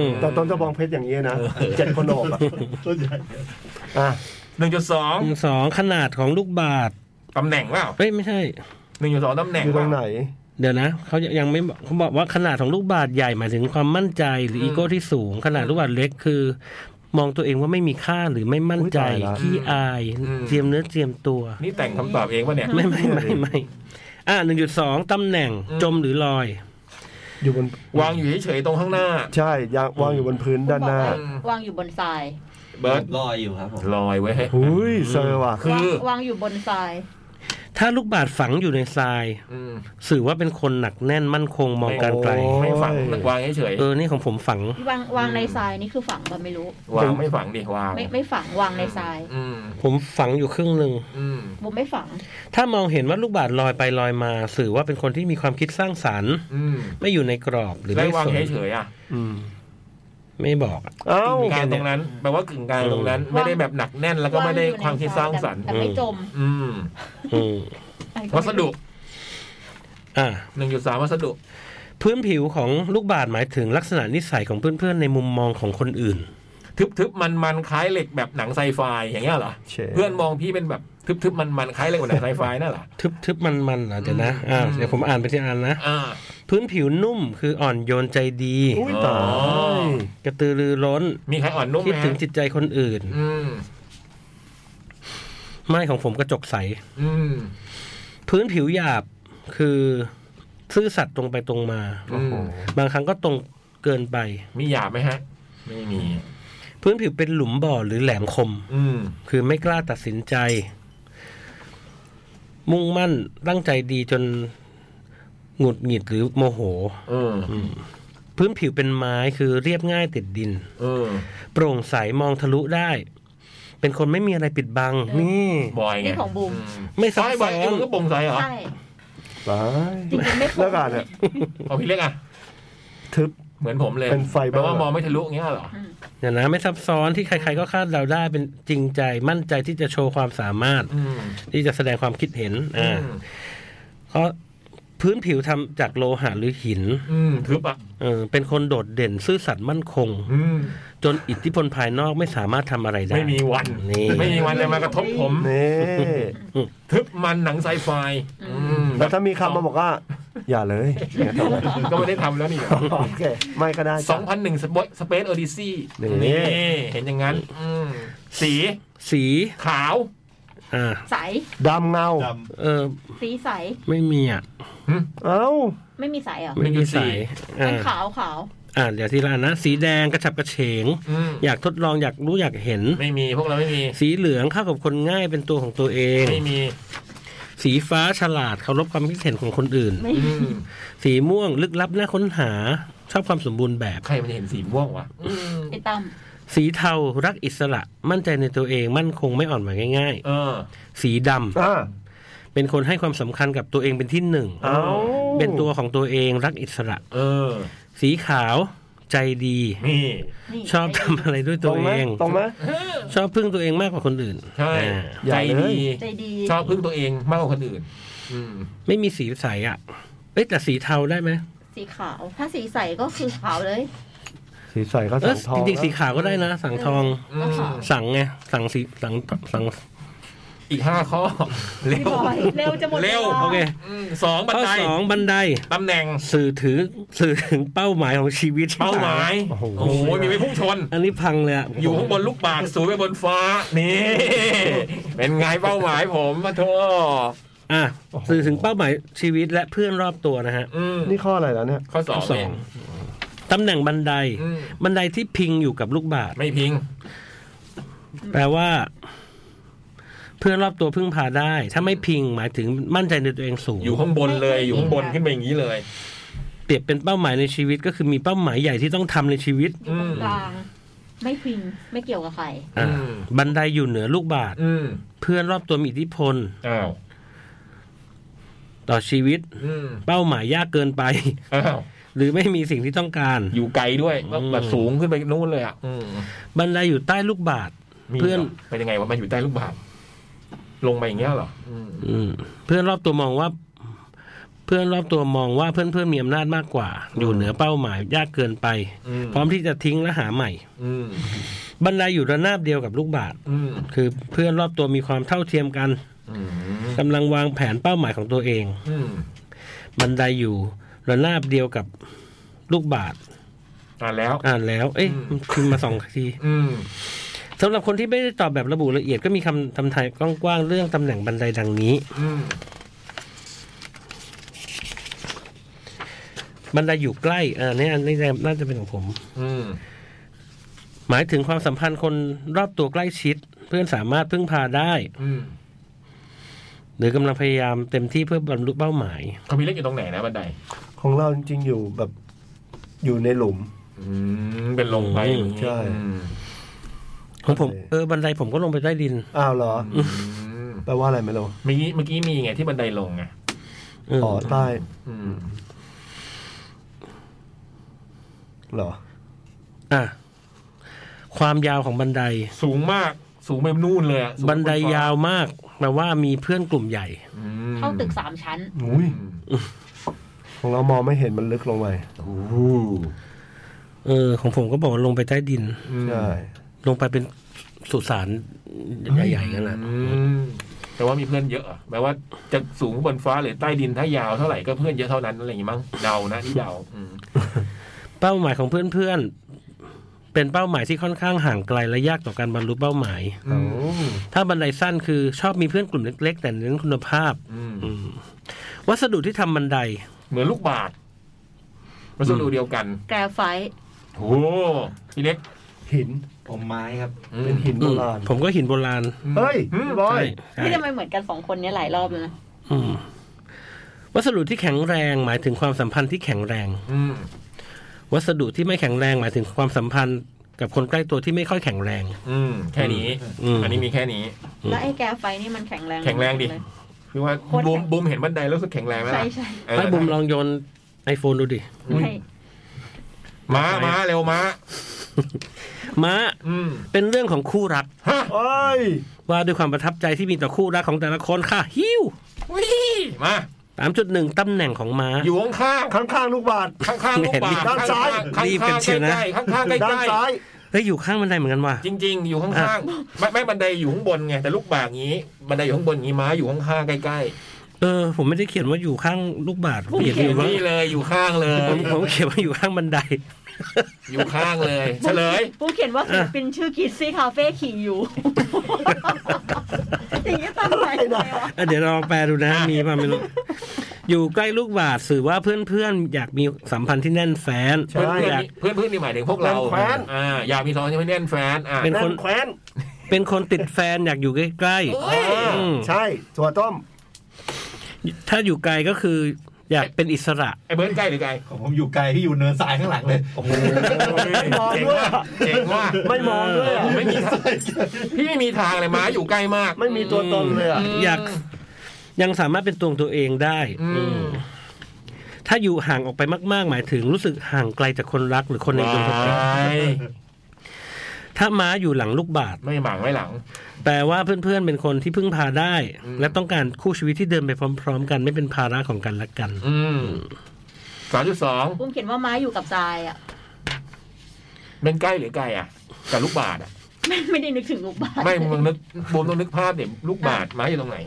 Speaker 3: ม
Speaker 2: แต่ต้นจะบองเพชรอย่างนี้ยนะเจ็ดคนโอบอ่ะ
Speaker 5: ตัวใหญ่
Speaker 2: อ่ะ
Speaker 1: หนึ่งจุดสอง
Speaker 3: สองขนาดของลูกบาท
Speaker 1: ตำแหน่งเปล่า
Speaker 3: เอ้ยไม่ใช่
Speaker 1: หนึ่งจุดสองตำแหน่ง
Speaker 2: อยู่
Speaker 1: เป
Speaker 2: ตร
Speaker 1: ล่าง
Speaker 2: ไหน
Speaker 3: เดี๋ยวนะเขายังไม่บอกเขาบอกว่าขนาดของลูกบาทใหญ่หมายถึงความมั่นใจหรืออีโก้ที่สูง ขนาดลูกบาทเล็กคือ มองตัวเองว่าไม่มีค่าหรือไม่มั่นใจ
Speaker 2: อุ๊ยตายละ
Speaker 3: ขี้อายเจียมเนื้อเจียมตัว
Speaker 1: นี่แต่งคำตอบเองป่ะเนี่ย
Speaker 3: ไม่ไม่ไม่ไม่อ่ะหนึ่งจุดสองตำแหน่ง
Speaker 1: อืม
Speaker 3: จมหรือลอย
Speaker 2: อยู่บน
Speaker 1: วางอยู่เฉยๆตรงข้างหน้า
Speaker 2: ใช่ยางวางอยู่บนพื้นด้านหน้า
Speaker 4: บอกว่วางอยู่บนทราย
Speaker 1: เบิร์ด
Speaker 5: ลอยอยู่ครับผม
Speaker 1: ลอยไว้ให้
Speaker 2: หุยเซอร์ว่ะ
Speaker 1: คื
Speaker 4: วาง
Speaker 1: อ
Speaker 4: วางอยู่บนทราย
Speaker 3: ถ้าลูกบาทฝังอยู่ในทราย
Speaker 1: อม
Speaker 3: สื่อว่าเป็นคนหนักแน่นมั่นคงมองการไกล
Speaker 2: โอ้
Speaker 1: ไม่ฝัง
Speaker 2: โย
Speaker 1: วางเฉย
Speaker 3: เออนี่ของผมฝัง
Speaker 4: วางวางในทรายนี่คือฝังก็ไม่รู้
Speaker 1: ๆวางไม่ฝังดิวาง
Speaker 4: ไม่ไม่ฝังวางในทราย
Speaker 1: อืม
Speaker 3: ผมฝังอยู่ครึ่งหนึ่ง
Speaker 1: อืม
Speaker 4: บุ้มไม่ฝัง
Speaker 3: ถ้ามองเห็นว่าลูกบาศก์ลอยไปลอยมา สื่อว่าเป็นคนที่มีความคิดสร้างสรรค์
Speaker 1: อืม
Speaker 3: ไม่อยู่ในกรอบหรือ
Speaker 1: แล้ว
Speaker 3: ไม่
Speaker 1: วาง
Speaker 3: สน
Speaker 1: เฉยๆอ่ะ
Speaker 2: อืม
Speaker 3: ไม่บอกอะ
Speaker 2: เอ้าก
Speaker 1: ึ่งกลางตรงนั้นแปลว่ากึ่งกลางตรงนั้น ไม่ได้แบบหนักแน่นแล้วก็ไม่ได้ความคิดสร้างสรรค์
Speaker 4: แต่ไม่จม
Speaker 1: อืม
Speaker 3: อืม
Speaker 1: วัสดุ
Speaker 3: อ่ะ
Speaker 1: หนึ่งจุดสามวัสดุ
Speaker 3: พื้นผิวของลูกบาศก์หมายถึงลักษณะนิสัยของเพื่อนๆในมุมมองของคนอื่น
Speaker 1: ทึบๆมันๆคล้ายเหล็กแบบหนังไซไฟอย่างเงี้ยเหรอ
Speaker 2: เช
Speaker 1: เพื่อนมองพี่เป็นแบบทึบๆมันๆคล้ายเหล็กแบบหนังไซไฟนั่นเหรอ
Speaker 3: ทึบๆมันๆเหรอเดี๋ยวนะอ่ะ
Speaker 1: อืม
Speaker 3: เดี๋ยวผมอ่านไปที่อ่านนะ
Speaker 1: อ่า
Speaker 3: พื้นผิวนุ่มคืออ่อนโยนใจดี
Speaker 2: อุ้ยตา
Speaker 1: อ๋อ
Speaker 2: ย
Speaker 3: กระตือรือร้น
Speaker 1: มีใครอ่อนนุ่ม
Speaker 3: คิด
Speaker 1: ไหม
Speaker 3: ถึง
Speaker 1: ฮะ
Speaker 3: จิตใจคนอื่น
Speaker 1: อืม
Speaker 3: ไม่ของผมกระจกใส
Speaker 1: อืม
Speaker 3: พื้นผิวหยาบคือซื่อสัตย์ตรงไปตรงมา
Speaker 1: อืม
Speaker 3: บางครั้งก็ตรงเกินไป
Speaker 1: มีหยาบไหมฮะ ไม่มี
Speaker 3: พื้นผิวเป็นหลุมบ่อหรือแหลมคม
Speaker 1: อืม
Speaker 3: คือไม่กล้าตัดสินใจ มุ่งมั่นตั้งใจดีจนหงุดหงิดหรือโมโห
Speaker 1: เออ
Speaker 3: พื้นผิวเป็นไม้คือเรียบง่ายติดดิน
Speaker 1: เออ
Speaker 3: โปร่งใสมองทะลุได้ เป็นคนไม่มีอะไรปิดบัง นี่
Speaker 1: บอยไง
Speaker 4: นี่ของบุ้ม
Speaker 3: ไม่ซั
Speaker 1: ซ้า
Speaker 3: บ
Speaker 1: ยบ
Speaker 3: ซ้
Speaker 1: อ
Speaker 3: อย น
Speaker 1: ไอ้มึงก็บงใสเหรอ
Speaker 4: ใช่
Speaker 2: ตาย
Speaker 4: จริงๆไม่
Speaker 2: แล้วกันเนี่ย
Speaker 1: เอาพี่เล็กอ่ะ
Speaker 2: ทึบ
Speaker 1: เหมือนผมเลย
Speaker 2: เป็นไฟเบอร์
Speaker 1: แปลว่ามองไม่ทะลุอย่างเงี้ยเหรอ
Speaker 3: เดี๋ยวนะไม่ซับซ้อนที่ใคร ๆ ก็คาดเดาได้เป็นจริงใจมั่นใจที่จะโชว์ความสามารถ
Speaker 1: อืม
Speaker 3: ที่จะแสดงความคิดเห็น
Speaker 1: อื
Speaker 3: อ่าม เพราะพื้นผิวทำจากโลหะหรือหิน
Speaker 1: อืมทึบอ่ะ
Speaker 3: เออเป็นคนโดดเด่นซื่อสัตย์มั่นคง
Speaker 1: อืม
Speaker 3: จนอิทธิพลภายนอกไม่สามารถทำอะไรได้
Speaker 1: ไม่มีวัน
Speaker 3: นี่
Speaker 1: ไม่มีวันจะมากระทบผม
Speaker 2: นี่
Speaker 1: ทึบมันหนังไซไฟ อืม
Speaker 2: แล้วถ้ามีคำมาบอกว่า อย่าเลยเนี่ยทำไม
Speaker 1: ก็ไม่ได้ทำแล้วนี่
Speaker 2: โอเค ไม่ก็ได้
Speaker 1: ส
Speaker 2: จ้ะ
Speaker 1: องพันหนึ่งสปอยสเปซโอดิซี่
Speaker 2: นี่
Speaker 1: นี่เห็นอย่างนั้น อืมสี
Speaker 3: สี
Speaker 1: ขาว
Speaker 3: อ่า
Speaker 4: ใส
Speaker 2: ดำเงา
Speaker 5: ด
Speaker 3: เออ
Speaker 4: สีใส
Speaker 3: ไม่มีอ่ะ
Speaker 2: เอ้า
Speaker 4: ไม่มีใสเหรอ
Speaker 3: ไม่มี
Speaker 1: สี
Speaker 3: สายอ่า
Speaker 4: เป็นขาวขาว
Speaker 3: อ่าเดี๋ยวทีละอันนะสีแดงกระฉับกระเฉง
Speaker 1: อืม
Speaker 3: อยากทดลองอยากรู้อยากเห็น
Speaker 1: ไม่มีพวกเราไม่มี
Speaker 3: สีเหลืองเข้ากับคนง่ายเป็นตัวของตัวเอง
Speaker 1: ไม่มี
Speaker 3: สีฟ้าฉลาดเคารพความคิดเห็นของคนอื่น สีม่วงลึกลับน่าค้นหาชอบความสมบูรณ์แบบ
Speaker 1: ใครมันจะเห็นสีม่วงวะ
Speaker 4: ไอ้ตั้ม
Speaker 3: สีเทารักอิสระมั่นใจในตัวเองมั่นคงไม่อ่อนไหวง่าย
Speaker 1: เออ
Speaker 3: ๆ สีดำ
Speaker 2: อ่า
Speaker 3: เป็นคนให้ความสำคัญกับตัวเองเป็นที่หนึ่ง
Speaker 2: เอา
Speaker 3: เป็นตัวของตัวเองรักอิสระ
Speaker 1: เออ
Speaker 3: สีขาวใจดี
Speaker 1: นี่
Speaker 4: นี่
Speaker 3: ชอบทำอะไรด้วย
Speaker 2: ต
Speaker 3: ตั
Speaker 2: ร
Speaker 3: ว
Speaker 2: งไหม
Speaker 3: เอง
Speaker 2: ตรงไหม
Speaker 3: ชอบพึ่งตัวเองมากกว่าคนอื่น
Speaker 1: ใช่
Speaker 3: อ่า
Speaker 2: อ
Speaker 1: ใจ
Speaker 2: ย่าเลย
Speaker 1: ดี
Speaker 4: ใจดี
Speaker 1: ชอบพึ่งตัวเองมากกว่าคนอื่น อืม
Speaker 3: ไม่มีสีใสอ่ะ เอ้ยแต่สีเทาได้ไหม
Speaker 4: สีขาว ถ้าสีใสก็คือขาวเลย
Speaker 2: สีใสก็
Speaker 3: เอ
Speaker 2: สั
Speaker 3: อง
Speaker 2: ทอ
Speaker 3: จ
Speaker 2: ง
Speaker 3: ริงๆสีขาวก็ได้นะ สังทอง
Speaker 1: อืม
Speaker 3: สั่งไงสั่งสีสั่งสั่ง
Speaker 1: อีกห้าข้อ เร็
Speaker 4: พี่
Speaker 1: ว
Speaker 4: บอยเร็วจะหมด
Speaker 1: เร็ว
Speaker 4: ลา
Speaker 3: โอเค
Speaker 1: อืมสองบัน
Speaker 3: ข้อ
Speaker 1: ได
Speaker 3: สองบันได
Speaker 1: ตำแหน่ง
Speaker 3: สื่อถึงสื่อถึงเป้าหมายของชีวิต
Speaker 1: เป้าหมาย
Speaker 3: โอ้โห
Speaker 1: โอ้โห มีไว้พุ่งชน
Speaker 3: อันนี้พังเลยอะ
Speaker 1: อยู่ข้างบนลูกบากสูงไปบนฟ้า นี่ เป็นไงเป้าหมายผมมาโท
Speaker 3: อ่ะสื่อถึงเป้าหมายชีวิตและเพื่อนรอบตัวนะฮะ
Speaker 1: อืม
Speaker 2: นี่ข้ออะไรแล้วเนี่ย
Speaker 1: ข้อสอง
Speaker 3: ข้อสอ
Speaker 1: เอง ง
Speaker 3: ตำแหน่งบันได
Speaker 1: อืม
Speaker 3: บันไดที่พิงอยู่กับลูกบาศก์
Speaker 1: ไม่พิง
Speaker 3: แปลว่า เพื่อนรอบตัวพึ่งพาได้ ถ้าไม่พิงหมายถึงมั่นใจในตัวเองสูง
Speaker 1: อยู่ข้างบนเลย อยู่ข้างบนขึ้นไปอย่างนี้เลย
Speaker 3: เปรียบเป็นเป้าหมายในชีวิตก็คือมีเป้าหมายใหญ่ที่ต้องทำในชีวิต
Speaker 4: อยู่ตรงกลาง ไม่พิงไม่เกี่ยวกับใคร
Speaker 3: อ่ะ
Speaker 1: อืม
Speaker 3: บันไดอยู่เหนือลูกบาศก์
Speaker 1: อืม
Speaker 3: เพื่อนรอบตัวมีอิทธิพล
Speaker 1: อ้าว
Speaker 3: ต่อชีวิต
Speaker 1: อืม
Speaker 3: เป้าหมายยากเกินไป
Speaker 1: อ้าว
Speaker 3: หรือไม่มีสิ่งที่ต้องการ
Speaker 1: อยู่ไกลด้วย
Speaker 3: อืม
Speaker 1: แบบสูงขึ้นไปนู่นเลยอ่ะอืม
Speaker 3: บันไดอยู่ใต้ลูกบาศก์
Speaker 1: มี
Speaker 3: เพื่อน
Speaker 1: หรเป็นยังไงวะมันอยู่ใต้ลูกบาศก์ลงมาอย่างเงี้ยเหรออืม
Speaker 3: อืมเพื่อนรอบตัวมองว่า เพื่อนรอบตัวมองว่าเพื่อนเพื่อนๆมีอำนาจมากกว่า อยู่เหนือเป้าหมายยากเกินไป
Speaker 1: อืม
Speaker 3: พร้อมที่จะทิ้งและหาใหม่
Speaker 1: อืม
Speaker 3: บันไดอยู่ระนาบเดียวกับลูกบาศก์
Speaker 1: อืม
Speaker 3: คือเพื่อนรอบตัวมีความเท่าเทียมกัน
Speaker 1: อืม
Speaker 3: กำลังวางแผนเป้าหมายของตัวเอง
Speaker 1: อืม
Speaker 3: บันไดอยู่ระนาบเดียวกับลูกบาศก์
Speaker 1: อ่านแล้ว
Speaker 3: อ่านแล้ว เอ๊ะ
Speaker 1: อืม
Speaker 3: พิมพ์มาสองที
Speaker 1: อืม
Speaker 3: สำหรับคนที่ไม่ได้ตอบแบบระบุละเอียดก็มีคำทำไทายกว้างๆเรื่องตำแหน่งบันไดดังนี้
Speaker 1: อืม
Speaker 3: บันไดอยู่ใกล้เอออันนี้อันนี้น่าจะเป็นของผม
Speaker 1: อืม
Speaker 3: หมายถึงความสัมพันธ์คนรอบตัวใกล้ชิด เพื่อนสามารถพึ่งพาได้
Speaker 1: อืม
Speaker 3: หรือกำลังพยายามเต็มที่เพื่อบรรลุเป้าหมาย
Speaker 1: เขามีเลขอยู่ตรงไหนนะบันได
Speaker 2: ของเราจริงๆอยู่แบบอยู่ในหลุม
Speaker 1: อืมเป็นลงไป
Speaker 3: อืม
Speaker 1: อย่างงี้
Speaker 2: ใช่
Speaker 1: อืม
Speaker 3: ของผม
Speaker 2: โอเค
Speaker 3: เออบันไดผมก็ลงไปใต้ดิน
Speaker 2: อ้าวเหรอ
Speaker 1: อืม
Speaker 2: แปลว่าอะไรไม่รู้
Speaker 1: เมื่อกี้เมื่อกี้มีไงที่บันไดลงไง
Speaker 3: เออ
Speaker 2: อ๋อใต้
Speaker 1: อืม
Speaker 2: เหรอ
Speaker 3: อ่ะความยาวของบันได
Speaker 1: สูงมากสูงไปนู่นเลยอะสูงไป
Speaker 3: บันไดยาวมากแปลว่ามีเพื่อนกลุ่มใหญ่
Speaker 1: อืม
Speaker 4: เข้าตึกสามชั้น
Speaker 2: อุ้ย
Speaker 1: อืม
Speaker 2: ของเรามองไม่เห็นมันลึกลงไป
Speaker 1: โอ้โห
Speaker 3: เออ ของผมก็บอกว่าลงไปใต้ดิน
Speaker 1: อืม
Speaker 2: ใช่
Speaker 3: ลงไปเป็นสุสานใหญ่ๆนั่นแหละ
Speaker 1: อืมแต่ว่ามีเพื่อนเยอะอะแม้ว่าจะสูงบนฟ้าหรือใต้ดินถ้ายาวเท่าไหร่ก็เพื่อนเยอะเท่านั้นอะไรอย่างงี้มั้งเดานะนี่เดาอืม
Speaker 3: เป้าหมายของเพื่อนๆเป็นเป้าหมายที่ค่อนข้างห่างไกลและยากต่อการบรรลุเป้าหมาย
Speaker 1: อืม
Speaker 3: ถ้าบันไดสั้นคือชอบมีเพื่อนกลุ่มเล็ก ๆ แต่เน้นคุณภาพ
Speaker 1: อืม
Speaker 3: อืมวัสดุที่ทำบันได
Speaker 1: เหมือนลูกบาศก์วัสดุเดียวกัน
Speaker 4: แกรไฟต์
Speaker 1: โอ้พี่เล็ก
Speaker 2: หิน
Speaker 5: ผมไม้ครับ
Speaker 1: อืม
Speaker 2: เป็นหินโบราณ
Speaker 3: ผมก็หินโบราณ
Speaker 1: อืม
Speaker 2: เฮ้ย
Speaker 1: อืม
Speaker 2: พี่บอย
Speaker 3: ใช่
Speaker 4: นี่ทำไมเหมือนกันสองคนเนี้ยหลายรอบแล้วนะ
Speaker 3: อืมวัสดุที่แข็งแรง หมายถึงความสัมพันธ์ที่แข็งแรง
Speaker 1: อืม
Speaker 3: วัสดุที่ไม่แข็งแรง หมายถึงความสัมพันธ์ กับคนใกล้ตัวที่ไม่ค่อยแข็งแรง
Speaker 1: อืมแค่นี้
Speaker 3: อืม
Speaker 1: อันนี้มีแค่นี้
Speaker 4: แล้วไอ้แกรไฟต์นี่มันแข็งแรง
Speaker 1: แข็งแรงดิ
Speaker 4: เลย
Speaker 1: คือว่า
Speaker 4: โคตรแข็ง
Speaker 1: บูมบูมเห็นบันไดแล้วรู้สึกแข็งแรงไหมล่ะ
Speaker 4: ใช่ใช่
Speaker 1: เออ
Speaker 3: ให้บุมลองโยนไอโฟนดูดิ
Speaker 4: ใช่
Speaker 1: ม้าม้าเร็วม้า
Speaker 3: ม้า
Speaker 1: อืม
Speaker 3: เป็นเรื่องของคู่รัก
Speaker 1: ฮะ
Speaker 2: เอ้ย
Speaker 3: ว่าด้วยความประทับใจที่มีต่อคู่รักของแต่ละคนค่ะ ฮิว
Speaker 1: วิมา
Speaker 3: สามจุดหนึ่งตำแหน่งของม้า
Speaker 1: อยู่ข้าง
Speaker 2: ข้างๆลูกบาศก์
Speaker 1: ๆข้างๆลูกบาศก์
Speaker 2: ด้านซ้าย
Speaker 1: ข้าง
Speaker 3: รีบ
Speaker 1: ๆ
Speaker 3: เป็น
Speaker 1: ข้าง
Speaker 3: เชียว
Speaker 1: ๆ
Speaker 3: นะ
Speaker 1: ใกล้ๆข้างๆใกล้ๆ
Speaker 2: ด้านซ้าย
Speaker 3: เฮ้ยอยู่ข้างบันไดเหมือนกันว่ะ
Speaker 1: จริงๆ อยู่ข้างๆไม่ไม่บันไดอยู่ข้างบนไงแต่ลูกบากงี้ บันไดอยู่ข้างบนงี้ม้าอยู่ข้างๆใกล้
Speaker 3: เออ ผมไม่ได้เขียนว่าอยู่ข้างลูกบาศก์ผม
Speaker 1: ๆ
Speaker 3: เขียนอยู่ว่า
Speaker 1: นี่เลยอยู่ข้างเลย
Speaker 3: ผมผมเขียนว่าอยู่ข้างบันได
Speaker 1: อยู่ข้างเลย เฉลย
Speaker 4: ผู้เขียนว่าศิลปินชื่อกิซซี่คาเฟ่ขี่อยู่ อย่างนี้ตั้งใจเลยวะ
Speaker 3: อ่ะเดี๋ยวเราลองแปลดูนะ มีป่ะไม่รู้ อยู่ใกล้ลูกบาศก์สื่อว่าเพื่อนๆ อยากมีสัมพันธ์ที่แน่นแฟน
Speaker 2: ใช่
Speaker 1: เพื่อนๆนี่เพื่อนๆนี่หมายถึงพวกเรา
Speaker 2: แน่นแฟ้น
Speaker 1: อ่าอยากมีสองยังไม่แน่นแฟนอ่ะ
Speaker 3: เป็นคน
Speaker 2: แแคว้น
Speaker 3: เป็นคนติดแฟนอยากอยู่ใกล้
Speaker 1: เอ้ย
Speaker 2: ใช่ถั่วต้ม
Speaker 3: ถ้าอยู่ไกลก็คือ อยากเป็นอิสระ
Speaker 1: ไอ้เบิร์ดใกล้หรือไกล
Speaker 5: ของผมอยู่ไกลพี่อยู่เนินทรายข้างหลังเลย
Speaker 2: ไม่มอง
Speaker 1: เจ๋ง
Speaker 2: ด้วย
Speaker 1: ว่า
Speaker 2: อะ
Speaker 1: เจ๋งว่า
Speaker 2: ไม่มองด้วยอะ
Speaker 1: ไม่มีทางพี่ไม่มีทางเลยหมาอยู่ใกล้มาก
Speaker 2: ไม่มีตัวตนเลยอะ
Speaker 3: อยากยังสามารถเป็นตัวของตัวเองได้
Speaker 1: อืม
Speaker 3: ถ้าอยู่ห่างออกไปมาก ๆ หมายถึงรู้สึกห่างไกลจากคนรักหรือคนในดวงใจ
Speaker 1: วาย
Speaker 3: ถ้าม้าอยู่หลังลูกบาศก์
Speaker 1: ไม่หมังไม่หลัง
Speaker 3: แปลว่าเพื่อน ๆ เป็นคนที่พึ่งพาได้
Speaker 1: อืม
Speaker 3: และต้องการคู่ชีวิตที่เดินไปพร้อม ๆ กันไม่เป็นภาระของกันและกัน
Speaker 1: อืมสามจุดสอง
Speaker 4: ปุ้มเขียนว่าไม้อยู่กับทรายอ่ะ
Speaker 1: เป็นใกล้หรือไกลอ่ะกับลูกบาทอ่ะ
Speaker 4: ไม่ไม่ได้นึกถึงลูกบ้าน
Speaker 1: ไม่มึงนึกบูมต้องนึกภาพเนี่ยลูกบาทไม้อยู่ตรงไหน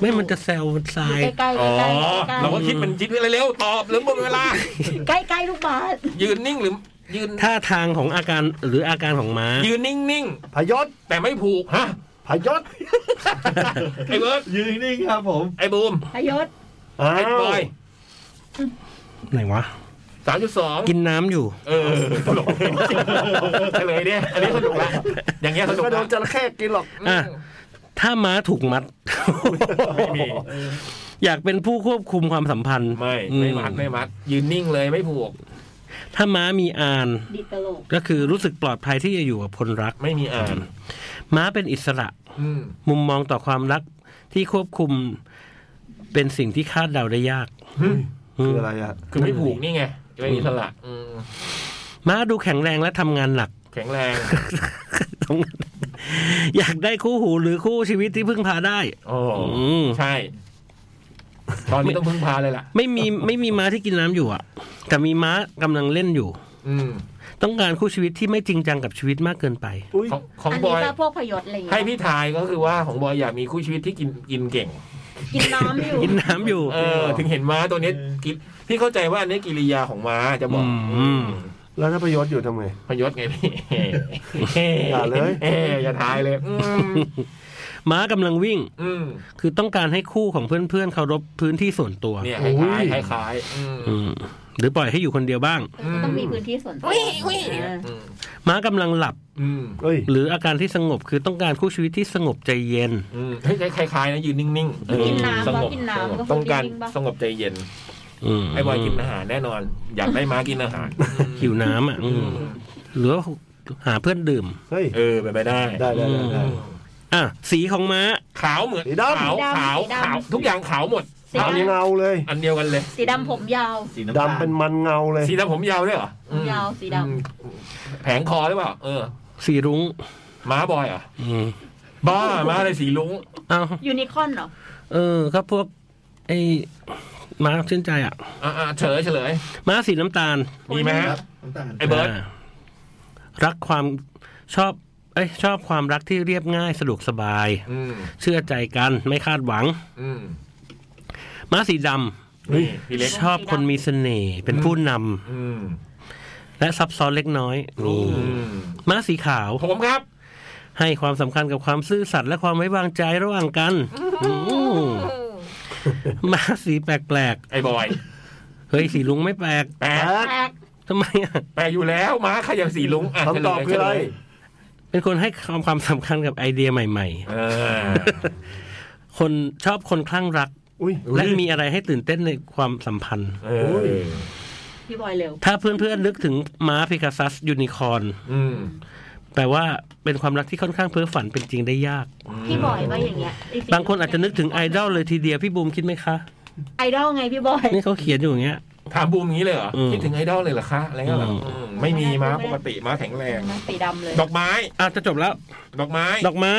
Speaker 3: ไม่มันจะแซวทรา
Speaker 4: อย ยู่ใกล้
Speaker 1: อ๋อ
Speaker 4: ๆใกล้ๆใกล้
Speaker 1: เราก็คิดมันคิดอะไรเร็วตอบหรือหมดเวลา
Speaker 4: ๆใกล้ๆลูกบ้าน
Speaker 1: ยืนนิ่งหรือยืน
Speaker 3: ท่าทางของอาการหรืออาการของม้า
Speaker 1: ยืนนิ่งนิ่ง
Speaker 2: พยศ
Speaker 1: ๆแต่ไม่ผูกฮะ
Speaker 2: พยศ
Speaker 1: ไอ้เบิร์ด
Speaker 5: ยืนนิ่งครับผม
Speaker 1: ไอ้บูม
Speaker 4: พยศ
Speaker 2: อ้า
Speaker 1: ไอ้
Speaker 2: ว
Speaker 1: บอย
Speaker 3: ไหนวะ
Speaker 1: สามจุดสอง
Speaker 3: กินน้ำอยู่
Speaker 1: เออตลกจริงๆเฉลยเนี่ยอันนี้สนุกละอย่างเงี้ยส
Speaker 2: มัน
Speaker 1: นุก
Speaker 2: ก็โด
Speaker 1: ละ
Speaker 2: นจระเข้กินหรอก
Speaker 3: อ่ะ ถ้าม้าถูกมัด
Speaker 1: ไม่มี
Speaker 3: อยากเป็นผู้ควบคุมความสัมพันธ์
Speaker 1: ไม่ไม่มัดไม่มัด ยืนนิ่งเลยไม่ผูก
Speaker 3: ถ้าม้ามีอาน
Speaker 4: ดีตลก
Speaker 3: ก็คือรู้สึกปลอดภัยที่จะอยู่กับคนรัก
Speaker 1: ไม่มีอ่าน
Speaker 3: ม้าเป็นอิสระ
Speaker 1: อืม
Speaker 3: มุมมองต่อความรักที่ควบคุมเป็นสิ่งที่คาดเดาได้ยาก
Speaker 2: คืออะไรอ่ะ
Speaker 1: คือไม่ผูกนี่ไงไม่มีสละอืม
Speaker 3: ม้าดูแข็งแรงและทำงานหนัก
Speaker 1: แข็งแรง
Speaker 3: อยากได้คู่หูหรือคู่ชีวิตที่พึ่งพาได้
Speaker 1: โอ้
Speaker 3: อืม
Speaker 1: ใช่ ตอนนี้ต้องพึ่งพาเลยล่ะ
Speaker 3: ไม่มีไม่มีม้าที่กินน้ำอยู่อ่ะ แต่มีม้ากำลังเล่นอยู่
Speaker 1: อืม
Speaker 3: ต้องการคู่ชีวิตที่ไม่จริงจังกับชีวิตมากเกินไป
Speaker 2: อุ้ย
Speaker 1: ของข
Speaker 4: ๆ
Speaker 1: อง
Speaker 4: อัน
Speaker 1: บ
Speaker 4: นี้
Speaker 1: อย
Speaker 4: ก็พวกพยศอะไรอย่าง
Speaker 1: ให้
Speaker 4: เงี้ย
Speaker 1: พี่ทายก็คือว่าของบอยอยากมีคู่ชีวิตที่กินกินเก่ง
Speaker 4: กินน้ำอยู่
Speaker 3: กินน้ำอยู่
Speaker 1: เออ ถึงเห็นม้าตัวเนี้ยกินพี่เข้าใจว่าอันนี้กิริยาของม้าจะบอก
Speaker 3: อืม
Speaker 2: แล้วถ้าพยศอยู่ทำไง
Speaker 1: พยศไงพี่
Speaker 2: อย่าเลย
Speaker 1: อออย่าทายเลย อืม
Speaker 3: ม้ากำลังวิ่ง
Speaker 1: อืม
Speaker 3: คือต้องการให้คู่ของเพื่อนๆเคารพพื้นที่ส่วนตัว
Speaker 1: เนี่ย
Speaker 2: โอ้
Speaker 1: คล้าย
Speaker 2: ย
Speaker 1: ๆคล้ายๆอืม
Speaker 3: อืมหรือปล่อยให้อยู่คนเดียวบ้าง
Speaker 4: ต้องมีพื้นที่ส่วนตัวเออ
Speaker 1: อืม
Speaker 3: ม้ากำลังหลับ
Speaker 1: อืม
Speaker 2: เอ้ย
Speaker 3: หรืออาการที่สงบคือต้องการคู่ชีวิตที่สงบใจเย็น
Speaker 1: อืมเฮ้ยคล้ายๆนะยืนนิ่งๆเออ
Speaker 4: กินน้ำ
Speaker 1: ส
Speaker 4: วะ
Speaker 1: งบ
Speaker 4: กิน
Speaker 1: สงบ
Speaker 4: น้ำก็
Speaker 1: ต้องการ
Speaker 4: นิ่ๆปะ
Speaker 1: สงบใจเย็น
Speaker 3: อืม
Speaker 1: ไอ้บอยกินอาหารแน่นอน อยากได้ม้ากินอาหาร
Speaker 3: หิวน้ำอ่ะอืมหรือว่าหาเพื่อนดื่ม
Speaker 2: เฮ้ย
Speaker 1: เออไปนไปได้
Speaker 2: ได้ได้ได้ได้
Speaker 3: อ่ะสีของม้า
Speaker 1: ขาวเหมือน
Speaker 2: สีดำ
Speaker 1: ขาวขาวขาวทุกอย่างขาวหมด
Speaker 4: สี
Speaker 2: ทำ
Speaker 4: ด
Speaker 2: เงาเลย
Speaker 1: อันเดียวกันเลย
Speaker 4: ำสีดำผมยาว
Speaker 5: สีน้ำตาล
Speaker 2: ดำเป็นมันเงาเลย
Speaker 1: สีดำผมยาวด้วยเหรอ
Speaker 4: ผมยาวสีด
Speaker 1: อืมแผงคอหรือเปล่าเออ
Speaker 3: สีรุ้ง
Speaker 1: ม้าบอยเหรอ่ะ
Speaker 3: อืม
Speaker 1: บ้าม้าอะไรสีลุง
Speaker 3: เอา
Speaker 4: ำยูนิคอร์นเหรอ
Speaker 3: เออก็พวก ไอ้ม้าชื่นใจอ่ะ
Speaker 1: อ่ะอ่ะเฉลยเฉลย
Speaker 3: ม้าสีน้ำตาล
Speaker 1: มีไหมฮะ
Speaker 5: น้ำตาล
Speaker 1: ไอ้เบิร์ด
Speaker 3: ารักความชอบ เอ้ยชอบความรักที่เรียบง่ายสะดวกสบาย
Speaker 1: อืม
Speaker 3: เชื่อใจกันไม่คาดหวัง
Speaker 1: อืม
Speaker 3: ม้าสีด
Speaker 1: นี่พี่เล็ก
Speaker 3: ำชอบคนมีเสน่ห์เป็นผู้น
Speaker 1: อืม
Speaker 3: ำและซับซ้อนเล็กน้อยนี่
Speaker 1: อืม
Speaker 3: ม้าสีขาว
Speaker 1: ผมครับ
Speaker 3: ให้ความสำคัญกับความซื่อสัตย์และความไว้วางใจระหว่างกันอืมม้าสีแปลก
Speaker 1: ไอ้บอย
Speaker 3: ๆเฮ้ยสีลุงไม่แปลก
Speaker 1: แปลก
Speaker 4: แปลก
Speaker 3: ทำไมอ่ะ
Speaker 1: แปลกอยู่แล้วม้าขยับสีลุงอ่ะเฉลย
Speaker 2: คำตอบคืออะไร
Speaker 1: เฉลย
Speaker 3: เป็นคนให้ความความสำคัญกับไอเดียใหม่
Speaker 1: เออ
Speaker 3: ๆ คนชอบคนคลั่งรัก
Speaker 2: อุ้ย
Speaker 3: และมีอะไรให้ตื่นเต้นในความสัมพันธ์
Speaker 1: เอ
Speaker 2: โอ้ย
Speaker 1: อ
Speaker 4: พี่บอยเร็ว
Speaker 3: ถ้าเพื่อนๆนึกถึงม้าพิกาซัสยูนิคอร์น
Speaker 1: อืม
Speaker 3: แปลว่าเป็นความรักที่ค่อนข้างเพ้อฝันเป็นจริงได้ยาก
Speaker 4: พี่บอยว่าอย่างเงี้ยไสี
Speaker 3: บางคนอาจจะนึกถึงไอดอลเลยทีเดียวพี่บูมคิดไหมคะ
Speaker 4: ไอดอลไงพี่บอย
Speaker 3: นี่เขาเขียนอยู่อย่างเงี้ย
Speaker 1: ถามบูมอย่างนี้เลยเหรอ
Speaker 3: อืม
Speaker 1: คิดถึงไอดอลเลยเหรอคะอะไรเงี้ยเหรอ
Speaker 3: อืม
Speaker 1: อืมไม่มีม้าปกติม้าแข็งแรง
Speaker 4: สีดำเลย
Speaker 1: ดอกไม้
Speaker 3: อาจจะจบแล้ว
Speaker 1: ดอกไม้
Speaker 3: ดอกไม้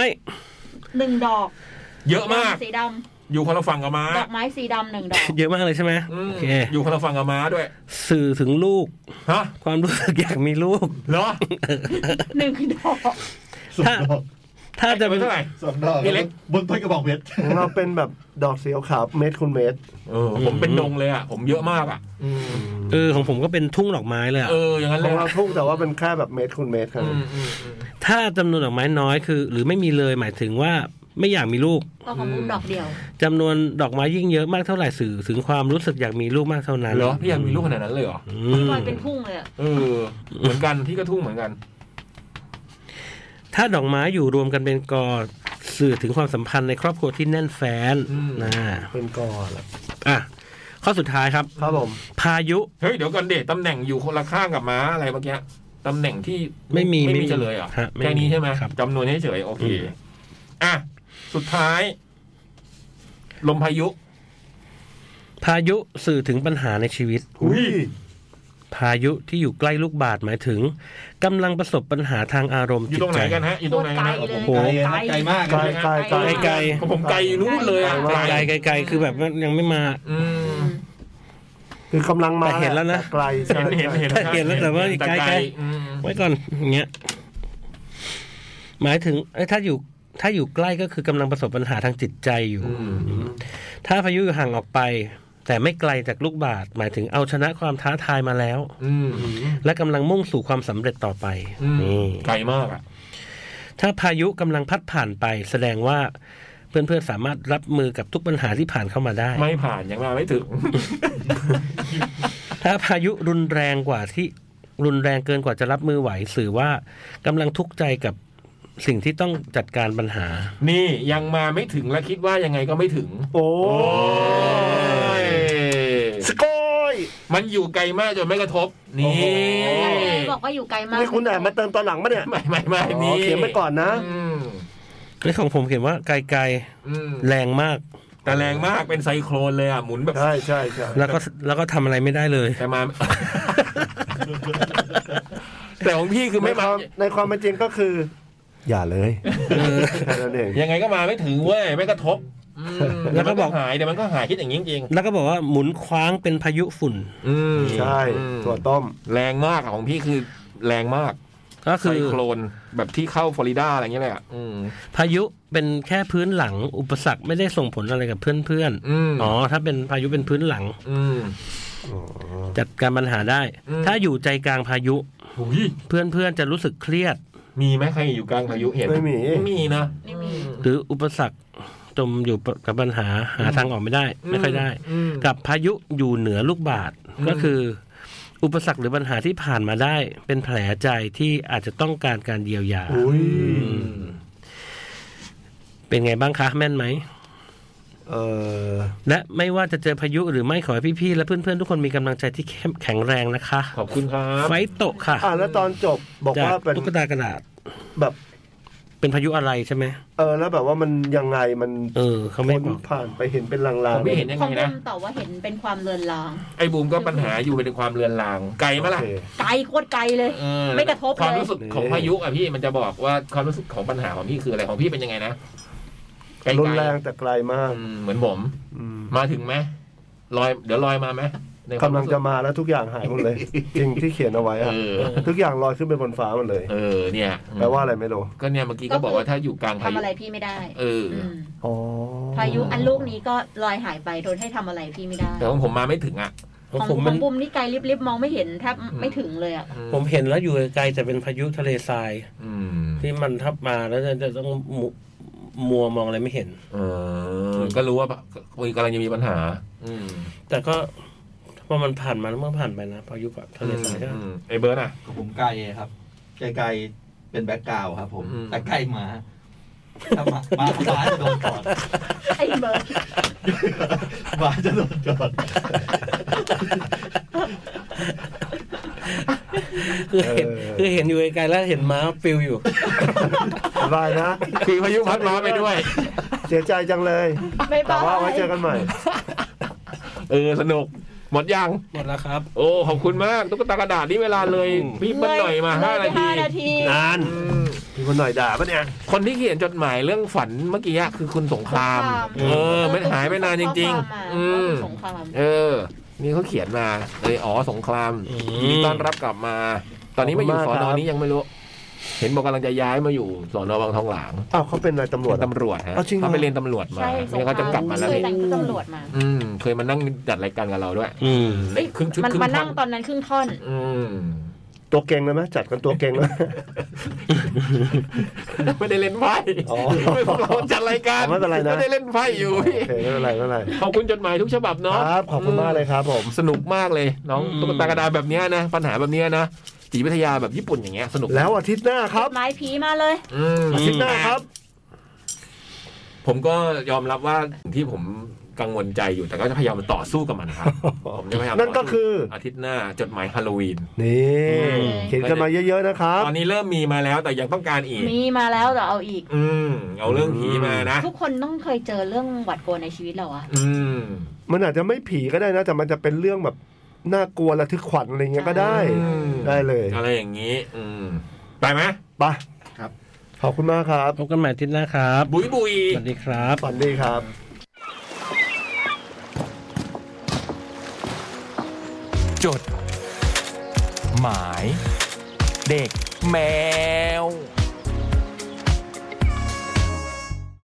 Speaker 4: หนึ่งดอก
Speaker 1: เยอะมาก
Speaker 4: สีด
Speaker 1: อยู่คนละฝั่งกับม้า
Speaker 4: ำดอกไม้สีดำหนึ่ง ดอก
Speaker 3: เยอะมากเลยใช่ไหม
Speaker 1: อืม
Speaker 3: โอเค
Speaker 1: อยู่คนละฝั่งกับม้าด้วย
Speaker 3: สื่อถึงลูก
Speaker 1: ฮะ
Speaker 3: ความรู้สึกอยากมีลูก
Speaker 1: เหรอ
Speaker 4: หนึ่งดอก
Speaker 5: สองดอก
Speaker 3: ถ้าจะ
Speaker 1: เป็นเท่าไหร่
Speaker 5: สองดอก
Speaker 1: พี่เล็ก
Speaker 5: บนต้นกระบอกเพชร
Speaker 2: ของเราเป็นแบบดอกเสียวขาวเม็ดคุณเม็ด
Speaker 1: เออผมเป็นดงเลยอ่ะ ผมเยอะมากอ่ะอืม
Speaker 3: เออของผมก็เป็นทุ่งดอกไม้เลยอะ
Speaker 1: เออ อย่างนั้น
Speaker 2: ข
Speaker 1: เล
Speaker 2: อย งเราทุกแต่ว่าเป็นแค่แบบเม็ดคุณเม็ดครับ
Speaker 1: อืมอืมอืม
Speaker 3: ถ้าจำนวนดอกไม้น้อยคือ หรือไม่มีเลยหมายถึงว่าไม่อยากมีลูก
Speaker 4: ก็ของมุมดอกเดียว
Speaker 3: จำนวนดอกไม้ยิ่งเยอะมากเท่าไหร่สื่อ ถึงความรู้สึกอยากมีลูกมากเท่านั้น
Speaker 1: เหรอพี่ยังมีลูกขนาดนั้นเลยเหรอ
Speaker 3: อืม
Speaker 4: พี่บอยเป็นพุ่งเลยอะ
Speaker 1: เออ เหมือนกันพี่ก็ทุ่งเหมือนกัน
Speaker 3: ถ้าดอกไม้อยู่รวมกันเป็นกอ สื่อถึงความสัมพันธ์ในครอบครัวที่แน่นแฟ้น
Speaker 1: อืม
Speaker 3: นะ
Speaker 2: เป็นก่อนอะ
Speaker 3: อ่ะข้อสุดท้ายครับ
Speaker 2: ครับผม
Speaker 3: พายุ
Speaker 1: เฮ้ยเดี๋ยวก่อนเดตตำแหน่งอยู่คนละข้างกับม้าอะไรเมื่อกี้ตำแหน่งที่
Speaker 3: ไม่มี
Speaker 1: ไม่
Speaker 3: ไม่มี
Speaker 1: มีเฉลยเหรอ่ะ
Speaker 3: ฮะไม่มี
Speaker 1: แค่นี้ใช่ไหม
Speaker 3: ครับ
Speaker 1: จำนวนเฉยๆโอเค
Speaker 3: อืม
Speaker 1: อ่ะสุดท้าย ลมพายุ
Speaker 3: พายุสื่อถึงปัญหาในชีวิต
Speaker 2: อุ้ย
Speaker 3: พายุที่อยู่ใกล้ลูกบาศก์หมายถึงกำลังประสบปัญหาทางอารมณ์
Speaker 1: อยู่
Speaker 3: จิต
Speaker 1: ตรงไห
Speaker 3: ใจ
Speaker 1: นกันฮะ อยู่ตรงไหนกันฮะ
Speaker 4: โคตรไกลเลย
Speaker 1: โอ้โห
Speaker 5: ไกลนะครับไกลมาก
Speaker 2: ไกล
Speaker 5: เลย
Speaker 2: ไกลไกล
Speaker 3: ไกล
Speaker 1: ของผมไกลนู้นเลยอ่ะ
Speaker 2: ไกล
Speaker 3: ไกลไกลไกลคือแบบว่ายังไม่มา
Speaker 1: อืม
Speaker 2: คือกำลังมา
Speaker 3: แต่เห็นแล้วนะ
Speaker 2: ต่ไกลใช่
Speaker 1: เห็นเห็นเห็นครับ
Speaker 3: เห็นแล้วแต่ว่าไกลไกล
Speaker 1: อืม
Speaker 3: ไว้ก่อนอย่างเงี้ยหมายถึงเอ้ยถ้าอยู่ถ้าอยู่ใกล้ก็คือกำลังประสบปัญหาทางจิตใจอยู่
Speaker 1: อืม
Speaker 3: ถ้าพายุอยู่ห่างออกไป แต่ไม่ไกลจากลูกบาศก์หมายถึงเอาชนะความท้าทายมาแล้ว
Speaker 1: อืม
Speaker 3: และกำลังมุ่งสู่ความสำเร็จต่อไป
Speaker 1: อืม
Speaker 3: นี่
Speaker 1: ไกลมากอ่ะ
Speaker 3: ถ้าพายุกำลังพัดผ่านไป แสดงว่าเพื่อนๆสามารถรับมือกับทุกปัญหาที่ผ่านเข้ามาได้
Speaker 1: ไม่ผ่านยังมาไม่ถึง
Speaker 3: ถ้าพายุรุนแรงกว่าที่รุนแรงเกินกว่าจะรับมือไหวสื่อว่ากำลังทุกข์ใจกับสิ่งที่ต้องจัดการปัญหา
Speaker 1: นี่ยังมาไม่ถึงและคิดว่ายังไงก็ไม่ถึง
Speaker 2: โอ้
Speaker 1: โอ้ย
Speaker 2: สโกอย
Speaker 1: มันอยู่ไกลมากจนไม่กระทบ นี่
Speaker 4: บอกว่าอยู่ไกลมาก
Speaker 2: นี่คุณแอบมาเติมตอนหลังปะเนี่ย
Speaker 1: ไม่ไม่ไม่
Speaker 2: อ๋อ
Speaker 1: นี่
Speaker 2: เขียนไปก่อนนะ
Speaker 1: อืม
Speaker 3: เรื่องของผมเขียนว่าไกล
Speaker 1: อืม
Speaker 3: ๆแรงมาก
Speaker 1: แต่แรงมากเป็นไซโครนเลยอ่ะ หมุนแบบ
Speaker 2: ใช่ใช่ใช่
Speaker 3: แล้วก็แล้วก็ทำอะไรไม่ได้เลย
Speaker 1: แต่มา แต่ของพี่คือ
Speaker 2: ใน
Speaker 1: ไม่
Speaker 2: ค
Speaker 1: มา
Speaker 2: วามในความเป็นจริงก็คือ อย่าเลยแค่นั้นเอง
Speaker 1: ยังไงก็มาไม่ถึงเว้ย ไม่กระทบอืม
Speaker 3: แล้วก็บอก
Speaker 1: เดี๋ยมันหายเดี๋ยวมันก็หายคิดอย่างนี้จริง
Speaker 3: แล้วก็บอกว่าหมุนคว้างเป็นพายุฝุ่น
Speaker 1: ๆอืม
Speaker 2: ใช่
Speaker 1: อืม
Speaker 2: ถั่วต้ม
Speaker 1: แรงมากอะของพี่คือแรงมาก
Speaker 3: ก็
Speaker 1: ไซ
Speaker 3: คือ
Speaker 1: โครนแบบที่เข้าฟลอริดาอะไรเงี้ยเลยอ่ะ อืม
Speaker 3: พายุเป็นแค่พื้นหลัง อุปสรรคไม่ได้ส่งผลอะไรกับเพื่อน
Speaker 1: อืม
Speaker 3: ๆอ๋อถ้าเป็นพายุเป็นพื้นหลัง
Speaker 1: อืม
Speaker 3: จัดการปัญหาได้
Speaker 1: อืม
Speaker 3: ถ้าอยู่ใจกลางพายุ
Speaker 1: หุย
Speaker 3: เพื่อนๆจะรู้สึกเครียด
Speaker 1: มีไหมใครอยู่กลางพายุเห็น
Speaker 2: ไม่มี
Speaker 1: มีนะ
Speaker 4: ไม่มี
Speaker 3: หรืออุปสรรคจมอยู่กับปัญหาหาทางออกไม่ได้ ไม่ค่อยได้
Speaker 1: อืม
Speaker 3: กับพายุอยู่เหนือลูกบาศก์
Speaker 1: อืม
Speaker 3: ก็คือ อุปสรรคหรือปัญหาที่ผ่านมาได้ เป็นแผลใจที่อาจจะต้องการการเยียวยา
Speaker 2: อุ้ย
Speaker 3: เป็นไงบ้างคะแม่นไหม
Speaker 2: เออ
Speaker 3: และไม่ว่าจะเจอพายุหรือไม่ขอให้พี่ๆและเพื่อนๆ ทุกคนมีกำลังใจที่เข้มแข็งแรงนะคะ
Speaker 1: ขอบคุณครับ
Speaker 3: ไฟโตะค่ะ
Speaker 2: อ่ะแล้วตอนจบบอก
Speaker 3: จาก
Speaker 2: ว่าเป็น
Speaker 3: ตุ๊กตากระดาษ
Speaker 2: แบบ
Speaker 3: เป็นพายุอะไรใช่ไหม
Speaker 2: เออแล้วแบบว่ามันยังไงมัน
Speaker 3: เออเขา
Speaker 2: ผ
Speaker 3: ไม่
Speaker 2: ล
Speaker 3: บอก
Speaker 2: ผ่านไปเห็นเป็นลาง
Speaker 1: ผม
Speaker 2: ๆ
Speaker 1: ไม่เห็นยัง
Speaker 4: ข
Speaker 1: ไง
Speaker 4: องบู
Speaker 1: นะ
Speaker 4: มตอบว่าเห็นเป็นความเลือนลาง
Speaker 1: ไอ้บูมก็ปัญหาอยู่เป็นความเรือนราง ไกล
Speaker 2: โอ
Speaker 1: มาล่ะ
Speaker 2: เค
Speaker 4: ไกลโคตรไกลเลย
Speaker 1: เออ
Speaker 4: ไม่กระทบเลย
Speaker 1: ความรู้สึกของ
Speaker 2: นี่
Speaker 1: พายุอ่ะพี่มันจะบอกว่าความรู้สึกของปัญหาของพี่คืออะไรของพี่เป็นยังไงนะไกลๆ
Speaker 2: รุนแรงแต่ไกลมาก
Speaker 1: อืมเหมือนผม
Speaker 2: อืม
Speaker 1: มาถึงไหมลอย เดี๋ยวลอยมาไหมในควาก
Speaker 2: ำ
Speaker 1: ม
Speaker 2: ลัง
Speaker 1: รู้สึ
Speaker 2: จะมาแล้วทุกอย่างหายหมดเลย จริงที่เขียนเอาไว้อะ
Speaker 1: เออ
Speaker 2: ทุกอย่างลอยขึ้นไปบนฟ้าหมดเลย
Speaker 1: เออ เนี่ย
Speaker 2: แปลว่าอะไรไม่รู้
Speaker 1: ก็เนี่ยเมื่อกี้ก็บอกว่าถ้าอยู่กลาง
Speaker 4: ทำ
Speaker 1: พายุ
Speaker 4: อะไรพี่ไม่ได้
Speaker 1: เอออ
Speaker 4: ม
Speaker 2: อ๋อ
Speaker 4: พายุอันลูกนี้ก็ลอยหายไปโดนให้ทำอะไรพี่ไม่ได้
Speaker 1: แต่ของผมมาไม่ถึงอ่ะ
Speaker 3: ของ
Speaker 4: ของ
Speaker 3: ผม
Speaker 4: ข
Speaker 3: มั
Speaker 4: อน งบุมนี่ไกลลิบๆมองไม่เห็นแทบไม่ถึงเลยอ่ะ
Speaker 3: ผมเห็นแล้วอยู่ไกลๆแต่เป็นพายุทะเลทราย
Speaker 1: อืม
Speaker 3: ที่มันทับมาแล้วจะต้องมุมัวมองอะไรไม่เห็น
Speaker 1: เออ ก็รู้ว่าคุยกำลังจะมีปัญหา อืม
Speaker 3: แต่ก็พอมันผ่านมาแล้วเมื่อผ่านไปนะพายุแบบทะเลทรายใช่ไหม
Speaker 1: อืมไอ้เบิร์ดอ่ะ
Speaker 5: กับผมไกลครับ ไกลๆเป็นแบ็กกราวครับ ผม
Speaker 1: อืม
Speaker 5: แต่ใกล้หมาถ้าหมาหมาหมาจะโดนก่อน
Speaker 4: ไอ้เบิร์ด
Speaker 5: หมาจะโดนก่อน
Speaker 3: คือเห็นคือเห็นอยู่ไกลๆแล้วเห็นม้าปลิวอยู่
Speaker 2: สบายนะ
Speaker 1: คือพายุพัดร้อนไปด้วย
Speaker 2: เสียใจจังเลย
Speaker 4: ไม่
Speaker 2: แต่
Speaker 4: บ้า
Speaker 2: ว่าไว้เจอกันใหม่
Speaker 1: เออ สนุก หมดยัง
Speaker 3: หมดแล้วครับ
Speaker 1: โอ้ ขอบคุณมากตุ๊กตากระดาษนี่เวลาเลย พี่เปิ้ลหน่อยมาห้านาที
Speaker 4: นาที
Speaker 2: นานมีคนหน่อยด่าปะเนี่ย
Speaker 1: คนที่เขียนจดหมายเรื่องฝันเมื่อกี้อะคือคุณสงคราม
Speaker 4: สงคราม
Speaker 1: เออ มันหายไปนานจริง ๆ อืม
Speaker 4: สงคราม
Speaker 1: เออ นี่เขาเขียนมาเลยอ๋อสงคราม
Speaker 3: อืม
Speaker 1: ยินดีต้อนรับกลับมา ตอนนี้มาอยู่
Speaker 2: ข
Speaker 1: ส
Speaker 2: อบ
Speaker 1: อน
Speaker 2: คุณ
Speaker 1: อ
Speaker 2: มากครับ
Speaker 1: นี้ยังไม่รู้ เห็นบอกกำลังจะย้ายมาอยู่สอนอวังทองหลาง
Speaker 2: อ้าวเขาเป็นนายตำรวจ
Speaker 1: เป็น
Speaker 2: อะ
Speaker 1: ตำรวจฮะ
Speaker 2: อ้าวจริงเหรอ
Speaker 1: เขาไปเรียนตำรวจมา
Speaker 4: ใช่สง
Speaker 1: เนี่ย
Speaker 4: ครา
Speaker 1: เขา
Speaker 4: ม
Speaker 1: จะกลับมาแล้ว
Speaker 4: เคย
Speaker 1: นี่
Speaker 4: แต่งชุดตำรวจมา
Speaker 1: อืม เคยมานั่งจัดรายการกับเราด้วย
Speaker 3: อืม
Speaker 1: ในครึ่งชุด
Speaker 4: มัน
Speaker 1: ครึ่ง
Speaker 4: มา
Speaker 1: ท่
Speaker 4: นั่
Speaker 1: อง น
Speaker 4: ตอนนั้นครึ่งท่อน
Speaker 1: อืม
Speaker 2: ตัวเก่งเลยไหมจัดกันตัวเก่งเลย
Speaker 1: ไม่ได้เล่นไพ่
Speaker 2: อ๋อ
Speaker 1: ไม่พวกเราจัดรายการ
Speaker 2: อ๋อไม่เป็นไรนะ
Speaker 1: ไม่ได้เล่นไพ่อยู่
Speaker 2: โอ
Speaker 1: พี่
Speaker 2: เคไม่เป็นไรไม่เป็นไร
Speaker 1: ขอบคุณจดหมายทุกฉบับเนาะ
Speaker 2: ครับ ขอบคุณมากเลยครับผม
Speaker 1: สนุกมากเลย น้อง
Speaker 3: อืม
Speaker 1: ตุ๊กตากระดาษแบบเนี้ยนะปัญหาแบบเนี้ยนะจิตวิทยาแบบญี่ปุ่นอย่างเงี้ยสนุก
Speaker 2: แล้วอาทิตย์หน้าครับ
Speaker 4: ไม้ผีมาเลย
Speaker 1: อืม
Speaker 2: อาทิตย์หน้าครับ
Speaker 1: ผมก็ยอมรับว่าที่ผมกังวลใจอยู่แต่ก็จะพยายามต่อสู้กับมันครับ ผมจะพยายาม
Speaker 2: นั่นก็คือ
Speaker 1: อาทิตย์หน้าจดหมายฮาโลวีน
Speaker 2: นี่
Speaker 1: อืม
Speaker 2: เขียนกันมาเยอะๆนะครับ
Speaker 1: ตอนนี้เริ่มมีมาแล้วแต่ยังต้องการอีก
Speaker 4: มีมาแล้วแต่เอาอีก
Speaker 1: อืม เอาเรื่องผีมานะ
Speaker 4: ทุกคนต้องเคยเจอเรื่องหวัดกลัวในชีวิตเราอะ
Speaker 1: อืม
Speaker 2: มันอาจจะไม่ผีก็ได้นะ แต่มันจะเป็นเรื่องแบบน่ากลัวระทึกขวัญอะไรเงี้ยก็ได้
Speaker 1: อืม
Speaker 2: ได้เลย
Speaker 1: อะไรอย่างนี้ อืมไปไหม
Speaker 2: ไป
Speaker 5: ครับ
Speaker 2: ขอบคุณมากครับ
Speaker 8: พบกันใหม่อาทิตย์หน้าครับ
Speaker 1: บุยบุย
Speaker 8: สวัสดีครับ
Speaker 2: ฝันดีครับ
Speaker 6: จด หมาย เด็กแมว